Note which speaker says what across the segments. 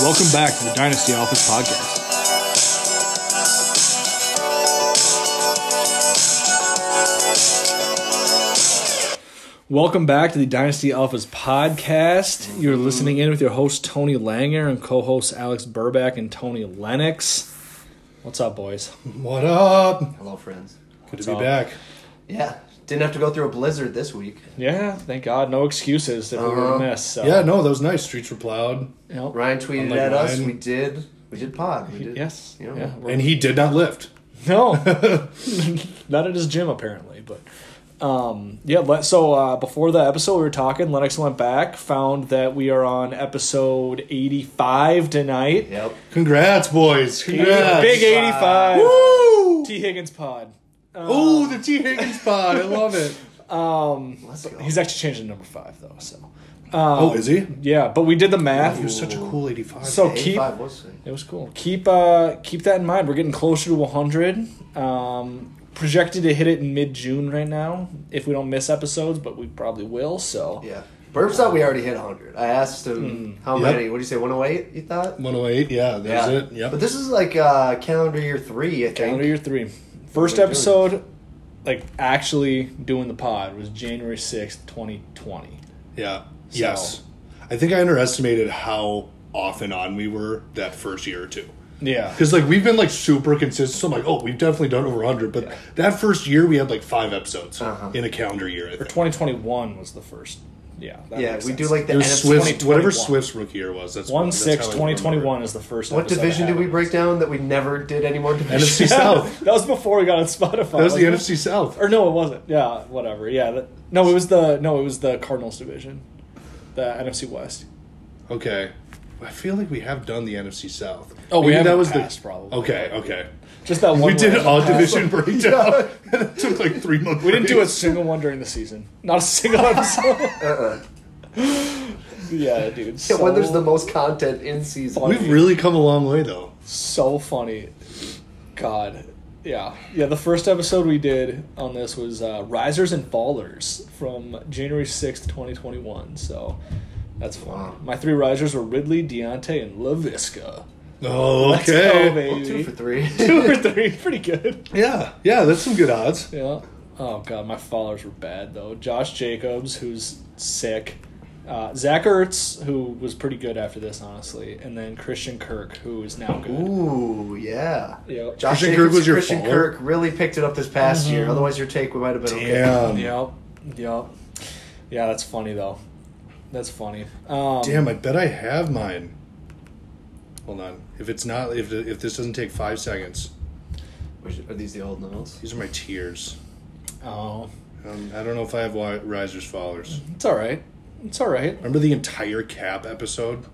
Speaker 1: Welcome back to the Dynasty Office Podcast. Welcome back to the Dynasty Office Podcast. You're listening in with your host Tony Langer and co-hosts Alex Burback and Tony Lennox. What's up, boys?
Speaker 2: What up?
Speaker 3: Hello, friends.
Speaker 2: Good
Speaker 1: What's
Speaker 2: to be
Speaker 1: up?
Speaker 2: back.
Speaker 3: Yeah, didn't have to go through a blizzard this week.
Speaker 1: Yeah, thank God, no excuses that we were
Speaker 3: Uh-huh.
Speaker 1: in this. So.
Speaker 2: Yeah, no, that was nice. Streets were plowed,
Speaker 1: You know,
Speaker 3: Ryan tweeted
Speaker 2: Unlike
Speaker 3: at us.
Speaker 2: mine.
Speaker 3: We did. We did pod. We did.
Speaker 1: Yes.
Speaker 3: You know,
Speaker 1: yeah. we're-
Speaker 2: and he did not lift.
Speaker 1: No, not at his gym apparently. But um, yeah, let, so uh, before the episode, we were talking. Lennox went back, found that we are on episode eighty-five tonight.
Speaker 3: Yep.
Speaker 2: Congrats, boys! Congrats!
Speaker 1: Big eighty-five.
Speaker 2: Woo!
Speaker 1: T Higgins pod.
Speaker 2: Oh, the T Higgins pod. I love it.
Speaker 3: Let's go.
Speaker 1: He's actually changed to number five though. So
Speaker 2: oh, is he?
Speaker 1: yeah, but we did the math.
Speaker 2: He was such a cool eighty-five.
Speaker 1: So
Speaker 3: Hey,
Speaker 1: keep
Speaker 3: five, what's it?
Speaker 1: It was cool. Keep uh keep that in mind. We're getting closer to 100. Um projected to hit it in mid-June right now if we don't miss episodes, but we probably will. So
Speaker 3: Yeah. Burps thought we already hit 100. I asked him how
Speaker 2: Yep.
Speaker 3: many. What do you say? 108? You thought?
Speaker 2: one hundred eight. Yeah, that's it.
Speaker 3: But
Speaker 2: Yep.
Speaker 3: this is like uh, calendar year three. I think.
Speaker 1: calendar year 3. First
Speaker 3: We're doing
Speaker 1: episode like actually doing the pod was January 6th, 2020.
Speaker 2: Yeah. Yes. I think I underestimated how off and on we were that first year or two.
Speaker 1: Yeah.
Speaker 2: Because like we've been like super consistent. So I'm like, oh, we've definitely done over hundred. But that first year we had like five episodes
Speaker 3: Uh-huh.
Speaker 2: in a calendar year. I think.
Speaker 1: 2021 was the first. Yeah. that
Speaker 3: Yeah,
Speaker 1: makes
Speaker 3: we do
Speaker 1: sense.
Speaker 3: like the
Speaker 2: It
Speaker 3: end
Speaker 2: was
Speaker 3: of
Speaker 2: Swift,
Speaker 1: 2021.
Speaker 2: whatever Swift's rookie year was. That's
Speaker 1: 1
Speaker 2: that's
Speaker 1: 6
Speaker 2: how I
Speaker 1: 2021
Speaker 2: remember it.
Speaker 1: is the first
Speaker 3: What
Speaker 1: episode I
Speaker 3: division did
Speaker 1: had.
Speaker 3: we break down that we never did any more divisions?
Speaker 2: NFC South.
Speaker 1: that was before we got on Spotify.
Speaker 2: That was the
Speaker 1: wasn't it?
Speaker 2: NFC South.
Speaker 1: Or no, it wasn't. Yeah, whatever. Yeah, that, no, it was the no, it was the Cardinals division, the NFC West.
Speaker 2: Okay, I feel like we have done the NFC South.
Speaker 1: Oh, we
Speaker 2: Maybe
Speaker 1: haven't
Speaker 2: that was
Speaker 1: passed,
Speaker 2: the
Speaker 1: probably.
Speaker 2: Okay, okay.
Speaker 1: Just that one.
Speaker 2: we did
Speaker 1: round.
Speaker 2: a division breakdown. and it took like three months.
Speaker 1: We didn't do a single one during the season. Not a single episode.
Speaker 3: Uh-uh.
Speaker 1: yeah, dude.
Speaker 3: Yeah,
Speaker 1: So,
Speaker 3: when there's the most content in season.
Speaker 2: We've really come a long way though.
Speaker 1: so funny. God. Yeah, yeah. The first episode we did on this was uh, risers and fallers from January sixth, twenty twenty one. So that's fun.
Speaker 3: Wow.
Speaker 1: My three risers were Ridley, Deontay, and Lavisca.
Speaker 2: Oh,
Speaker 1: Let's
Speaker 2: okay.
Speaker 1: go, baby.
Speaker 3: two for three.
Speaker 1: Two for three, pretty good.
Speaker 2: yeah, yeah, that's some good odds.
Speaker 1: Yeah. Oh god, my followers were bad though. Josh Jacobs, who's sick. Uh, Zach Ertz, who was pretty good after this, honestly, and then Christian Kirk, who is now good.
Speaker 3: Ooh, yeah.
Speaker 1: Yeah.
Speaker 3: Josh
Speaker 2: Christian
Speaker 3: Christian
Speaker 2: Kirk was your
Speaker 3: Christian
Speaker 2: faller?
Speaker 3: Kirk really picked it up this past year. Otherwise, your take might have been okay.
Speaker 2: Damn,
Speaker 1: Yep. Yep. Yeah, that's funny though. That's funny. Um,
Speaker 2: damn. I bet I have mine. Hold on. If it's not, if if this doesn't take five seconds,
Speaker 3: Which, are these the old numbers?
Speaker 2: these are my tears.
Speaker 1: Oh,
Speaker 2: Um, I don't know if I have wi- risers fallers.
Speaker 1: it's all right. It's all right.
Speaker 2: Remember the entire cap episode?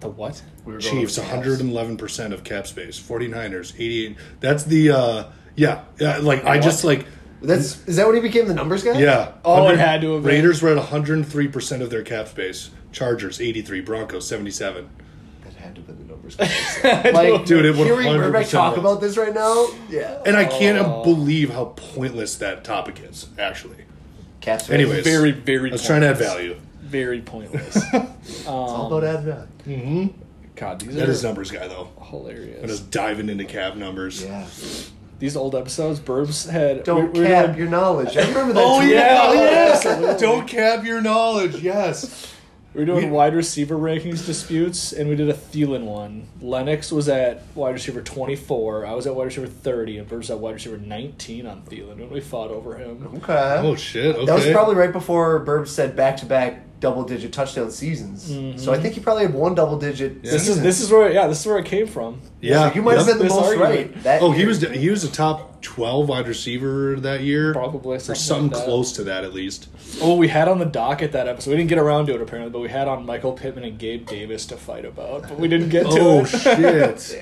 Speaker 1: The what?
Speaker 3: We were going
Speaker 2: Chiefs,
Speaker 3: over the
Speaker 2: 111% of cap space. 49ers, 88. That's the, uh, yeah, yeah, like I just like,
Speaker 3: Cavs. That's is that when he became the numbers guy?
Speaker 2: yeah.
Speaker 1: Oh, it
Speaker 2: 100
Speaker 1: had to have been.
Speaker 2: Raiders were at 103% of their cap space. Chargers, 83. Broncos, 77.
Speaker 3: that had to be the numbers guy. like,
Speaker 2: Dude, it would
Speaker 3: hearing Burbank
Speaker 2: 100%
Speaker 3: talk
Speaker 2: was.
Speaker 3: about this right now. Yeah,
Speaker 2: And I can't
Speaker 1: Oh.
Speaker 2: believe how pointless that topic is, actually.
Speaker 3: Caps.
Speaker 2: Anyways,
Speaker 1: Very, very.
Speaker 2: I was trying to add value.
Speaker 1: Very pointless.
Speaker 3: it's all about ad value.
Speaker 1: God, these
Speaker 2: That
Speaker 1: are
Speaker 2: is numbers guy, though. I'm
Speaker 1: hilarious.
Speaker 2: just diving into cap numbers.
Speaker 3: Yeah,
Speaker 1: These old episodes, Burbs had.
Speaker 3: don't
Speaker 1: we- we were
Speaker 3: cap
Speaker 1: doing-
Speaker 3: your knowledge. I remember that.
Speaker 2: Oh,
Speaker 3: tweet.
Speaker 2: yeah,
Speaker 1: Yeah,
Speaker 2: yes. Don't cap your knowledge, yes.
Speaker 1: We We're doing
Speaker 2: We-
Speaker 1: wide receiver rankings disputes, and we did a Thielen one. Lennox was at wide receiver 24. I was at wide receiver 30, and Burns at wide receiver 19 on Thielen when we fought over him.
Speaker 3: Okay.
Speaker 2: Oh, shit. Okay.
Speaker 3: That was probably right before Burb said back to back double digit touchdown seasons. So I think he probably had one double digit.
Speaker 1: This is this is where yeah, this is where it came from.
Speaker 2: Yeah,
Speaker 3: So you might have
Speaker 2: yep.
Speaker 3: been the
Speaker 1: This
Speaker 3: most
Speaker 1: argument.
Speaker 3: right. That
Speaker 2: Oh, he
Speaker 3: year.
Speaker 2: was he was a top twelve wide receiver that year,
Speaker 1: Probably
Speaker 2: or
Speaker 1: something,
Speaker 2: something
Speaker 1: like that.
Speaker 2: close to that at least.
Speaker 1: Oh, we had on the docket that episode. We didn't get around to it apparently, but we had on Michael Pittman and Gabe Davis to fight about, but we didn't get to
Speaker 2: Oh
Speaker 1: it.
Speaker 2: shit!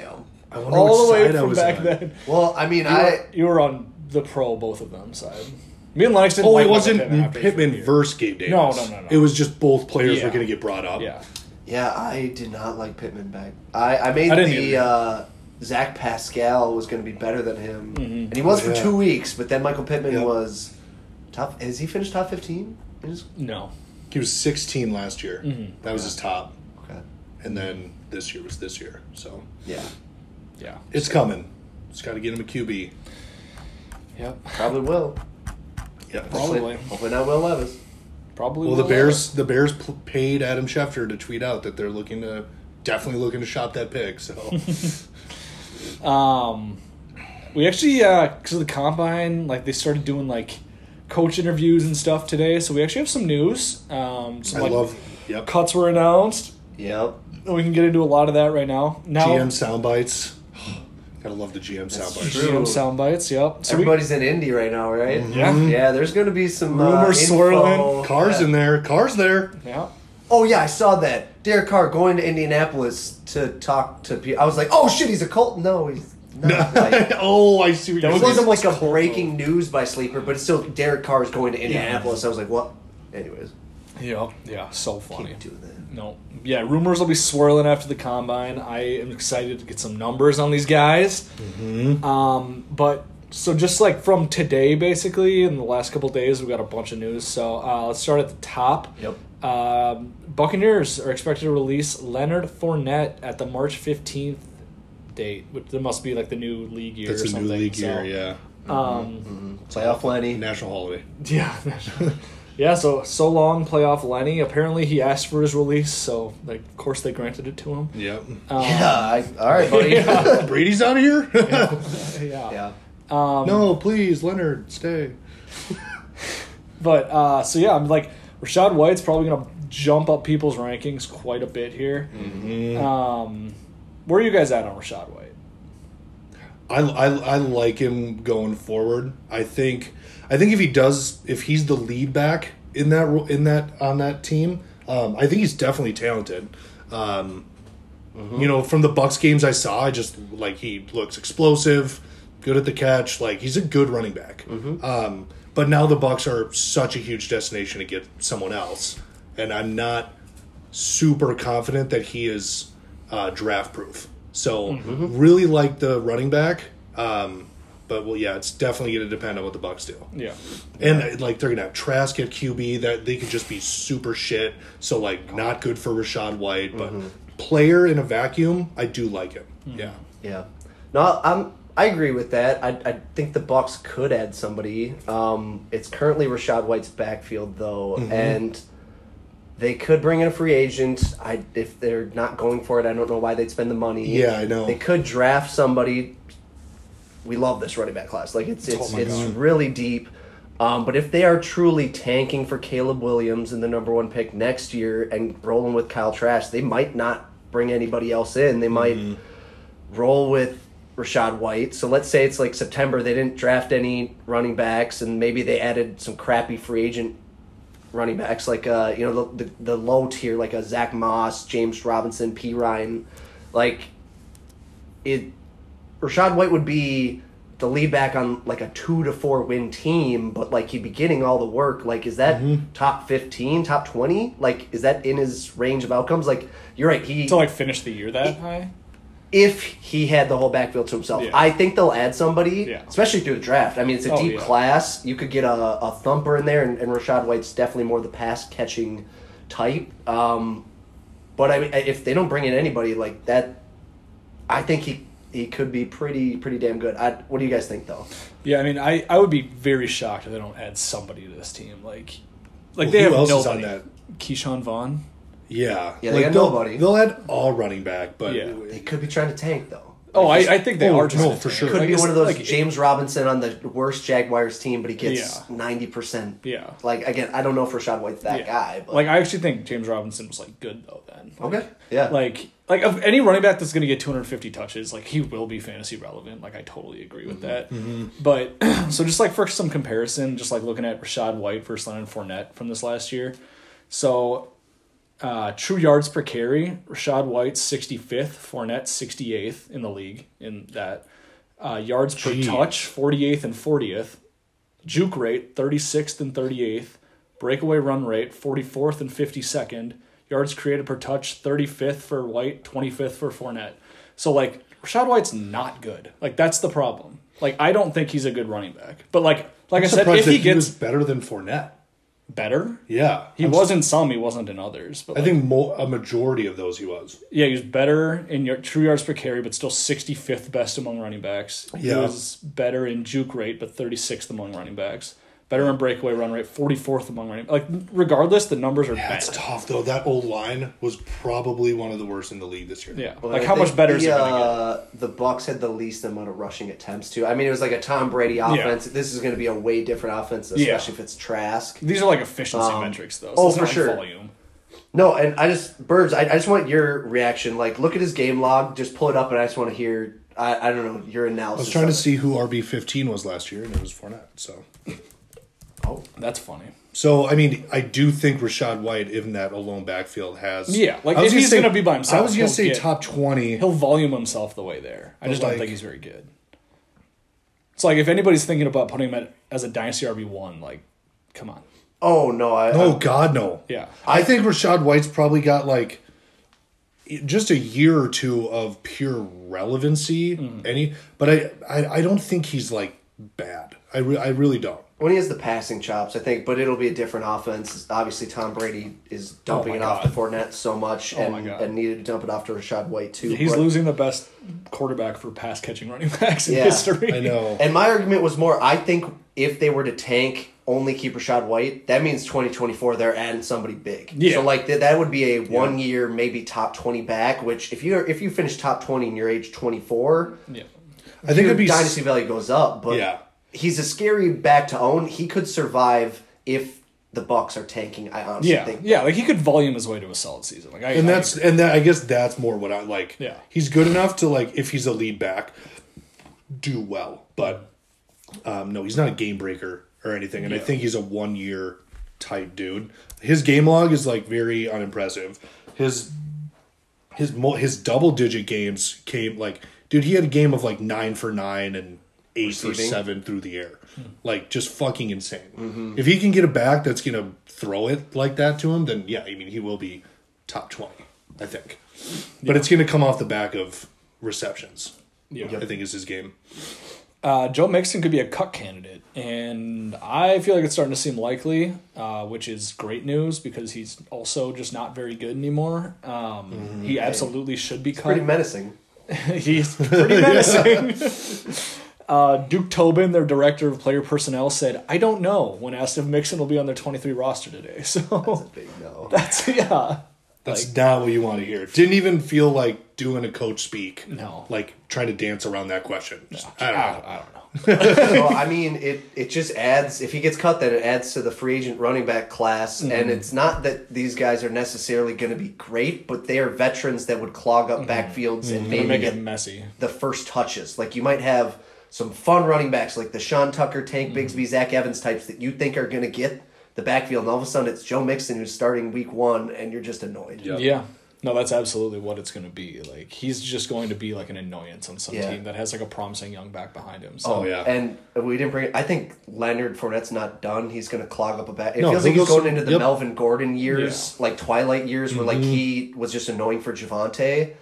Speaker 3: Damn.
Speaker 2: I wonder
Speaker 1: All
Speaker 2: which
Speaker 1: the way
Speaker 2: side I
Speaker 1: from
Speaker 2: was
Speaker 1: back
Speaker 2: on.
Speaker 1: then.
Speaker 3: Well, I mean,
Speaker 1: You
Speaker 3: I
Speaker 1: were, you were on the pro both of them side. Me and Lennox didn't.
Speaker 2: Oh,
Speaker 1: like
Speaker 2: it
Speaker 1: Michael
Speaker 2: wasn't
Speaker 1: Pittman,
Speaker 2: Pittman,
Speaker 1: after his rookie year.
Speaker 2: versus Gabe Davis.
Speaker 1: No, no, no, no.
Speaker 2: It was just both players
Speaker 1: Yeah.
Speaker 2: were going to get brought up.
Speaker 1: Yeah.
Speaker 3: yeah, I did not like Pittman back. I I made
Speaker 1: I didn't
Speaker 3: the
Speaker 1: either.
Speaker 3: uh, Zach Pascal was going to be better than him,
Speaker 1: Mm-hmm.
Speaker 3: and he was
Speaker 2: Yeah.
Speaker 3: for two weeks. But then Michael Pittman
Speaker 2: Yep.
Speaker 3: was top. Has he finished top fifteen?
Speaker 1: No. Mm-hmm.
Speaker 2: he was sixteen last year. That was his top,
Speaker 3: Okay.
Speaker 2: and and then this year was this year. So
Speaker 3: Yeah,
Speaker 1: Yeah.
Speaker 2: it's coming. Just got to get him a QB.
Speaker 1: Yep.
Speaker 3: probably will.
Speaker 2: Yeah.
Speaker 1: Probably.
Speaker 3: Hopefully not Will Levis.
Speaker 1: Probably.
Speaker 2: Well, the
Speaker 1: will.
Speaker 2: Bears, the Bears p- paid Adam Schefter to tweet out that they're looking to definitely looking to shop that pick. So
Speaker 1: Um, we actually because of the combine, like they started doing like coach interviews and stuff today. So we actually have some news. Um, some
Speaker 2: I
Speaker 1: like
Speaker 2: love. Yep.
Speaker 1: cuts were announced.
Speaker 3: Yep.
Speaker 1: We can get into a lot of that right now. Now
Speaker 2: GM sound bites. Gotta love the GM sound bites.
Speaker 3: true.
Speaker 1: GM sound bites. Yep. So we-
Speaker 3: Everybody's in Indy right now, right?
Speaker 1: yeah.
Speaker 3: Yeah, there's going to be some uh,
Speaker 2: Rumors
Speaker 3: info.
Speaker 2: swirling. Cars
Speaker 3: Yeah.
Speaker 2: in there. Cars there.
Speaker 1: Yeah.
Speaker 3: Oh yeah, I saw that. Derek Carr going to Indianapolis to talk to people. I was like, oh shit, he's a Colt. No, he's not. like,
Speaker 2: oh, I see what
Speaker 1: That
Speaker 2: you're
Speaker 3: it
Speaker 1: was
Speaker 2: saying.
Speaker 3: wasn't like a breaking news by sleeper, but it's still Derek Carr is going to Indianapolis. I was like, what? Anyways,
Speaker 1: Yep. Yeah. So funny.
Speaker 3: can't do that.
Speaker 1: No. Yeah, rumors will be swirling after the combine. I am excited to get some numbers on these guys.
Speaker 2: Mm-hmm.
Speaker 1: Um, but so just like from today, basically, in the last couple days, we got a bunch of news. So uh, let's start at the top.
Speaker 3: Yep.
Speaker 1: Um, Buccaneers are expected to release Leonard Fournette at the March fifteenth date, which there must be like the new league year
Speaker 2: That's
Speaker 1: or
Speaker 2: a
Speaker 1: something.
Speaker 2: new league
Speaker 1: so,
Speaker 2: year. Yeah. Mm-hmm.
Speaker 1: Um,
Speaker 3: Playoff Lenny.
Speaker 2: National holiday.
Speaker 1: yeah. yeah, so so long playoff Lenny. Apparently he asked for his release, so like of course they granted it to him. Um,
Speaker 2: Yep.
Speaker 1: Uh,
Speaker 3: Yeah. I, all right, buddy. yeah.
Speaker 1: Yeah.
Speaker 2: Brady's out of here.
Speaker 1: yeah.
Speaker 3: yeah.
Speaker 1: Um
Speaker 2: no, please, Leonard, stay.
Speaker 1: but uh so yeah, I'm like Rashad White's probably going to jump up people's rankings quite a bit here. Um where are you guys at on Rashad White?
Speaker 2: I, I, I like him going forward. I think I think if he does if he's the lead back in that ro- in that on that team, um, I think he's definitely talented. Um, You know, from the Bucks games I saw, I just like he looks explosive, good at the catch. Like he's a good running back. Um, but now the Bucks are such a huge destination to get someone else, and I'm not super confident that he is uh, draft proof. So
Speaker 1: Hmm.
Speaker 3: Mm-hmm.
Speaker 2: really like the running back, um, but well, yeah, it's definitely going to depend on what the Bucks do.
Speaker 1: Yeah.
Speaker 2: And uh, like they're going to have Trask at QB that they could just be super shit. So like not good for Rashad White, but
Speaker 3: Mm-hmm.
Speaker 2: player in a vacuum, I do like him.
Speaker 1: Hmm.
Speaker 2: Yeah,
Speaker 3: No, I'm. I agree with that. I, I think the Bucks could add somebody. Um, it's currently Rashad White's backfield though,
Speaker 2: Mm-hmm.
Speaker 3: and they could bring in a free agent. I if they're not going for it, I don't know why they'd spend the money.
Speaker 2: Yeah, I know.
Speaker 3: They could draft somebody. We love this running back class. Like it's it's
Speaker 2: Oh my
Speaker 3: it's
Speaker 2: God.
Speaker 3: really deep. Um, but if they are truly tanking for Caleb Williams in the number one pick next year and rolling with Kyle Trash, they might not bring anybody else in. They might
Speaker 2: Mm-hmm.
Speaker 3: roll with Rashad White. So let's say it's like September, they didn't draft any running backs, and maybe they added some crappy free agent running backs, like uh, you know the, the the low tier, like a Zach Moss, James Robinson, P Ryan, like it. Rashad White would be the lead back on like a two to four win team, but like he'd be getting all the work. Like, is that top fifteen, top twenty? Like, is that in his range of outcomes? Like, you're right. He
Speaker 1: To like finish the year that high?
Speaker 3: if he had the whole backfield to himself.
Speaker 1: Yeah.
Speaker 3: I think they'll add somebody,
Speaker 1: Yeah.
Speaker 3: especially through the draft. I mean, it's a
Speaker 1: Oh,
Speaker 3: deep
Speaker 1: yeah.
Speaker 3: class. You could get a, a thumper in there, and, and Rashad White's definitely more the pass catching type. Um, but I mean, if they don't bring in anybody like that, I think he he could be pretty pretty damn good. I, what do you guys think though?
Speaker 1: Yeah, I mean I I would be very shocked if they don't add somebody to this team like like
Speaker 2: Well,
Speaker 1: they
Speaker 2: who
Speaker 1: have
Speaker 2: else is
Speaker 1: nobody.
Speaker 2: on that?
Speaker 1: Keyshawn Vaughn.
Speaker 2: yeah,
Speaker 3: Yeah, they got
Speaker 2: they'll,
Speaker 3: nobody.
Speaker 2: They'll add all running back, but
Speaker 1: Yeah.
Speaker 3: They could be trying to tank though.
Speaker 1: Oh, I, I think they
Speaker 2: Oh,
Speaker 1: are just
Speaker 2: no,
Speaker 1: a
Speaker 2: for
Speaker 1: tank.
Speaker 2: sure.
Speaker 3: Could
Speaker 1: Like,
Speaker 3: be
Speaker 1: it's-
Speaker 3: one of those
Speaker 1: like,
Speaker 3: James Robinson on the worst Jaguars team, but he gets
Speaker 1: Yeah.
Speaker 3: ninety percent.
Speaker 1: Yeah.
Speaker 3: Like again, I don't know if Rashad White's that
Speaker 1: Yeah.
Speaker 3: guy, but
Speaker 1: Like I actually think James Robinson was like good though. Then like,
Speaker 3: Okay. Yeah.
Speaker 1: like like of any running back that's going to get 250 touches, like he will be fantasy relevant. Like I totally agree
Speaker 3: Mm-hmm.
Speaker 1: with that. But so just like for some comparison, just like looking at Rashad White versus Leonard Fournette from this last year, so. Uh, true yards per carry, Rashad White 65th, Fournette 68th in the league in that. Uh, yards
Speaker 2: Gee.
Speaker 1: per touch, 48th and 40th. Juke rate, 36th and 38th. Breakaway run rate, 44th and 52nd. Yards created per touch, 35th for White, 25th for Fournette. So, like, Rashad White's not good. Like, that's the problem. Like, I don't think he's a good running back. But, like, like
Speaker 2: I'm
Speaker 1: i said,
Speaker 2: surprised
Speaker 1: if
Speaker 2: that
Speaker 1: he
Speaker 2: he was
Speaker 1: gets.
Speaker 2: better than Fournette.
Speaker 1: better.
Speaker 2: Yeah,
Speaker 1: He
Speaker 2: I'm
Speaker 1: was in some, he wasn't in others. But
Speaker 2: I
Speaker 1: like,
Speaker 2: think mo- a majority of those he was.
Speaker 1: yeah, he was better in your true yards per carry, but still 65th best among running backs. He
Speaker 2: Yeah.
Speaker 1: was better in juke rate, but 36th among running backs. Better in breakaway run rate, 44th among running. Like regardless, the numbers are
Speaker 2: That's
Speaker 1: bad.
Speaker 2: tough though. That old line was probably one of the worst in the league this year.
Speaker 1: Yeah,
Speaker 3: But
Speaker 1: like
Speaker 3: I
Speaker 1: how
Speaker 3: think
Speaker 1: much better
Speaker 3: the,
Speaker 1: is it going to get?
Speaker 3: uh, the Bucks had the least amount of rushing attempts too. I mean, it was like a Tom Brady offense. This is going to be a way different offense, especially
Speaker 1: Yeah.
Speaker 3: if it's Trask.
Speaker 1: These are like efficiency
Speaker 3: Um,
Speaker 1: metrics, though.
Speaker 3: oh,
Speaker 1: it's not
Speaker 3: for
Speaker 1: like
Speaker 3: sure.
Speaker 1: Volume.
Speaker 3: No, and I just Burbs, I, I just want your reaction. Like, look at his game log, just pull it up, and I just want to hear. I, I don't know your
Speaker 2: I
Speaker 3: analysis.
Speaker 2: was trying
Speaker 3: of
Speaker 2: to
Speaker 3: it.
Speaker 2: see who RB fifteen was last year, and it was Fournette. So,
Speaker 1: That's funny.
Speaker 2: so I mean, I do think Rashad White, in that alone backfield, has
Speaker 1: Yeah, like,
Speaker 2: I was
Speaker 1: if he's
Speaker 2: say-
Speaker 1: gonna be by
Speaker 2: I
Speaker 1: himself,
Speaker 2: was gonna
Speaker 1: he'll
Speaker 2: say
Speaker 1: get-
Speaker 2: top twenty.
Speaker 1: He'll volume himself the way there. I just don't
Speaker 2: like-
Speaker 1: think he's very good. It's like if anybody's thinking about putting him at, as a dynasty RB one, like, come on.
Speaker 3: Oh no, I,
Speaker 2: Oh God, no.
Speaker 1: Yeah.
Speaker 2: I think Rashad White's probably got like just a year or two of pure relevancy.
Speaker 1: Mm.
Speaker 2: Any, but I, I, I don't think he's like bad. I, re- I really don't.
Speaker 3: when he has the passing chops, I think, but it'll be a different offense. Obviously, Tom Brady is dumping
Speaker 1: Oh my Oh
Speaker 3: it off to Fournette so much,
Speaker 1: my
Speaker 3: and,
Speaker 1: God.
Speaker 3: and needed to dump it off to Rashad White too.
Speaker 1: He's
Speaker 3: but-
Speaker 1: losing the best quarterback for pass catching running backs in
Speaker 3: Yeah,
Speaker 1: history.
Speaker 2: I know.
Speaker 3: And my argument was more, I think if they were to tank, only keep Rashad White, that means 2024 they're adding somebody big.
Speaker 1: Yeah.
Speaker 3: So like th- that would be a one year maybe top 20 back, which if you are if you finish top 20 and you're age 24,
Speaker 1: Yeah.
Speaker 2: I think
Speaker 3: your
Speaker 2: it'd be
Speaker 3: dynasty value goes up, but
Speaker 2: Yeah.
Speaker 3: he's a scary back to own. He could survive if the Bucks are tanking. I honestly
Speaker 1: Yeah.
Speaker 3: think
Speaker 1: Yeah. Like he could volume his way to a solid season. Like I
Speaker 2: and
Speaker 1: I
Speaker 2: that's and that I guess that's more what I like.
Speaker 1: Yeah.
Speaker 2: he's good enough to like if he's a lead back, do well. But um, no, he's not a game breaker or anything. And I think he's a one year type dude. His game log is like very unimpressive. His his mo- his double digit games came like dude. He had a game of like nine for nine and eight
Speaker 3: Receiving.
Speaker 2: for seven through the air,
Speaker 1: Hmm.
Speaker 2: like just fucking insane. If he can get a back that's gonna throw it like that to him, then yeah, I mean he will be top twenty, I think. But it's gonna come off the back of receptions.
Speaker 1: Yeah.
Speaker 2: I think is his game.
Speaker 1: Uh, Joe Mixon could be a cut candidate, and I feel like it's starting to seem likely, uh, which is great news because he's also just not very good anymore. Um,
Speaker 2: Mm-hmm.
Speaker 1: He absolutely should be cut.
Speaker 3: pretty menacing.
Speaker 1: he's pretty menacing. uh, Duke Tobin, their director of player personnel, said, "I don't know." When asked if Mixon will be on their twenty-three roster today, so
Speaker 3: Big no.
Speaker 1: that's yeah.
Speaker 2: That's not what you want to hear. Didn't even feel like doing a coach speak.
Speaker 1: No.
Speaker 2: Like trying to dance around that question. Just, I don't know.
Speaker 1: I don't know.
Speaker 3: well, I mean, it it just adds if he gets cut, then it adds to the free agent running back class.
Speaker 1: Mm-hmm.
Speaker 3: And it's not that these guys are necessarily going to be great, but they are veterans that would clog up backfields and
Speaker 1: They
Speaker 3: maybe
Speaker 1: Mm-hmm. make it
Speaker 3: get
Speaker 1: messy.
Speaker 3: the first touches. Like you might have some fun running backs like the Sean Tucker, Tank
Speaker 1: Mm-hmm.
Speaker 3: Bigsby, Zach Evans types that you think are going to get the backfield, and all of a sudden it's Joe Mixon who's starting week one, and you're just annoyed.
Speaker 2: Yeah.
Speaker 1: Yeah. No, that's absolutely what it's going to be. Like he's just going to be like an annoyance on some
Speaker 3: Yeah.
Speaker 1: team that has like a promising young back behind him. So
Speaker 2: Oh, yeah.
Speaker 3: And we didn't bring. I think Leonard Fournette's not done. He's going to clog up a bat. It
Speaker 2: No,
Speaker 3: feels
Speaker 2: he'll
Speaker 3: like he's
Speaker 2: go
Speaker 3: going
Speaker 2: some-
Speaker 3: into the
Speaker 2: yep. Mm-hmm.
Speaker 3: Melvin Gordon years, like twilight years, where like he was just annoying for Javante.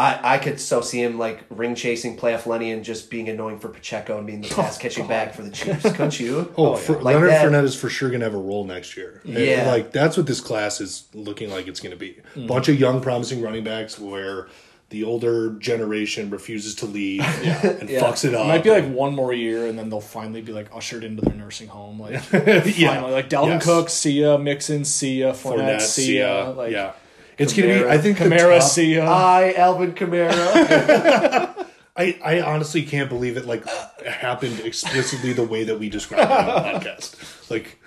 Speaker 3: I, I could so see him like ring chasing playoff Lenny and just being annoying for Pacheco and being the pass catching back for the Chiefs, couldn't you?
Speaker 2: Oh, for,
Speaker 3: Like
Speaker 2: Leonard
Speaker 3: that-
Speaker 2: Fournette is for sure gonna have a role next year. And,
Speaker 3: Yeah.
Speaker 2: like that's what this class is looking like. It's gonna be
Speaker 1: Mm-hmm.
Speaker 2: bunch of young, promising running backs where the older generation refuses to lead and fucks it up.
Speaker 1: it might be like one more year, and then they'll finally be like ushered into their nursing home. Like finally, like Dalvin
Speaker 2: Yes.
Speaker 1: Cook, see ya, Mixon, see ya, Fournette,
Speaker 2: Fournette,
Speaker 1: see ya. Like
Speaker 2: yeah, Uh, it's gonna be. I think the
Speaker 1: Kamara,
Speaker 2: top-
Speaker 1: see ya.
Speaker 3: Hi, Alvin Kamara.
Speaker 2: I, I honestly can't believe it like happened explicitly the way that we described it on the podcast. Like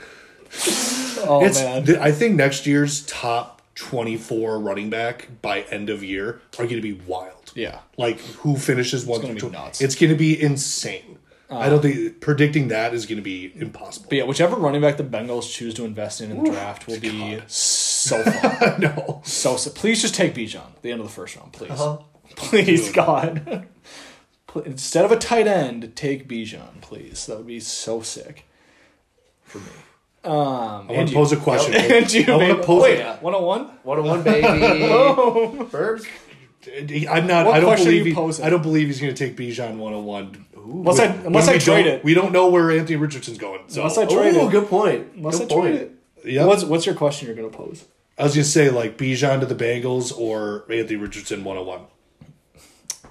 Speaker 1: oh
Speaker 2: it's
Speaker 1: man,
Speaker 2: th- I think next year's top 24 running back by end of year are going to be wild.
Speaker 1: Yeah.
Speaker 2: Like who finishes one
Speaker 1: gonna
Speaker 2: through
Speaker 1: be
Speaker 2: tw-
Speaker 1: nuts. Uh,
Speaker 2: It's going to be insane. I don't think predicting that is going to be impossible.
Speaker 1: but yeah, whichever running back the Bengals choose to invest in in the draft will be so fun.
Speaker 2: I know.
Speaker 1: so so. Please just take Bijan at the end of the first round, please.
Speaker 3: Uh-huh.
Speaker 1: Please, God. Pl- Instead of a tight end, take Bijan, please. That would be so sick for me. Um,
Speaker 2: I
Speaker 1: and
Speaker 2: want to
Speaker 1: you-
Speaker 2: pose a question.
Speaker 1: And you,
Speaker 2: I want
Speaker 1: babe.
Speaker 2: to pose.
Speaker 1: Wait,
Speaker 2: a-
Speaker 1: 101?
Speaker 3: One on one, baby.
Speaker 2: Oh.
Speaker 3: Burbs.
Speaker 2: I'm not.
Speaker 1: What
Speaker 2: I don't
Speaker 1: question are
Speaker 2: believe.
Speaker 1: you
Speaker 2: he-
Speaker 1: posing?
Speaker 2: I don't believe he's going to take Bijan 101.
Speaker 1: Unless I, unless I
Speaker 2: we
Speaker 1: trade
Speaker 2: don't-
Speaker 1: it.
Speaker 2: We don't know where Anthony Richardson's going. So
Speaker 1: Unless I trade
Speaker 3: Oh,
Speaker 1: it.
Speaker 3: good point.
Speaker 1: Unless I
Speaker 3: good
Speaker 1: trade
Speaker 3: point.
Speaker 1: it.
Speaker 2: Yep.
Speaker 1: What's what's your question you're gonna pose?
Speaker 2: I was gonna say like Bijan to the Bengals or Anthony Richardson 101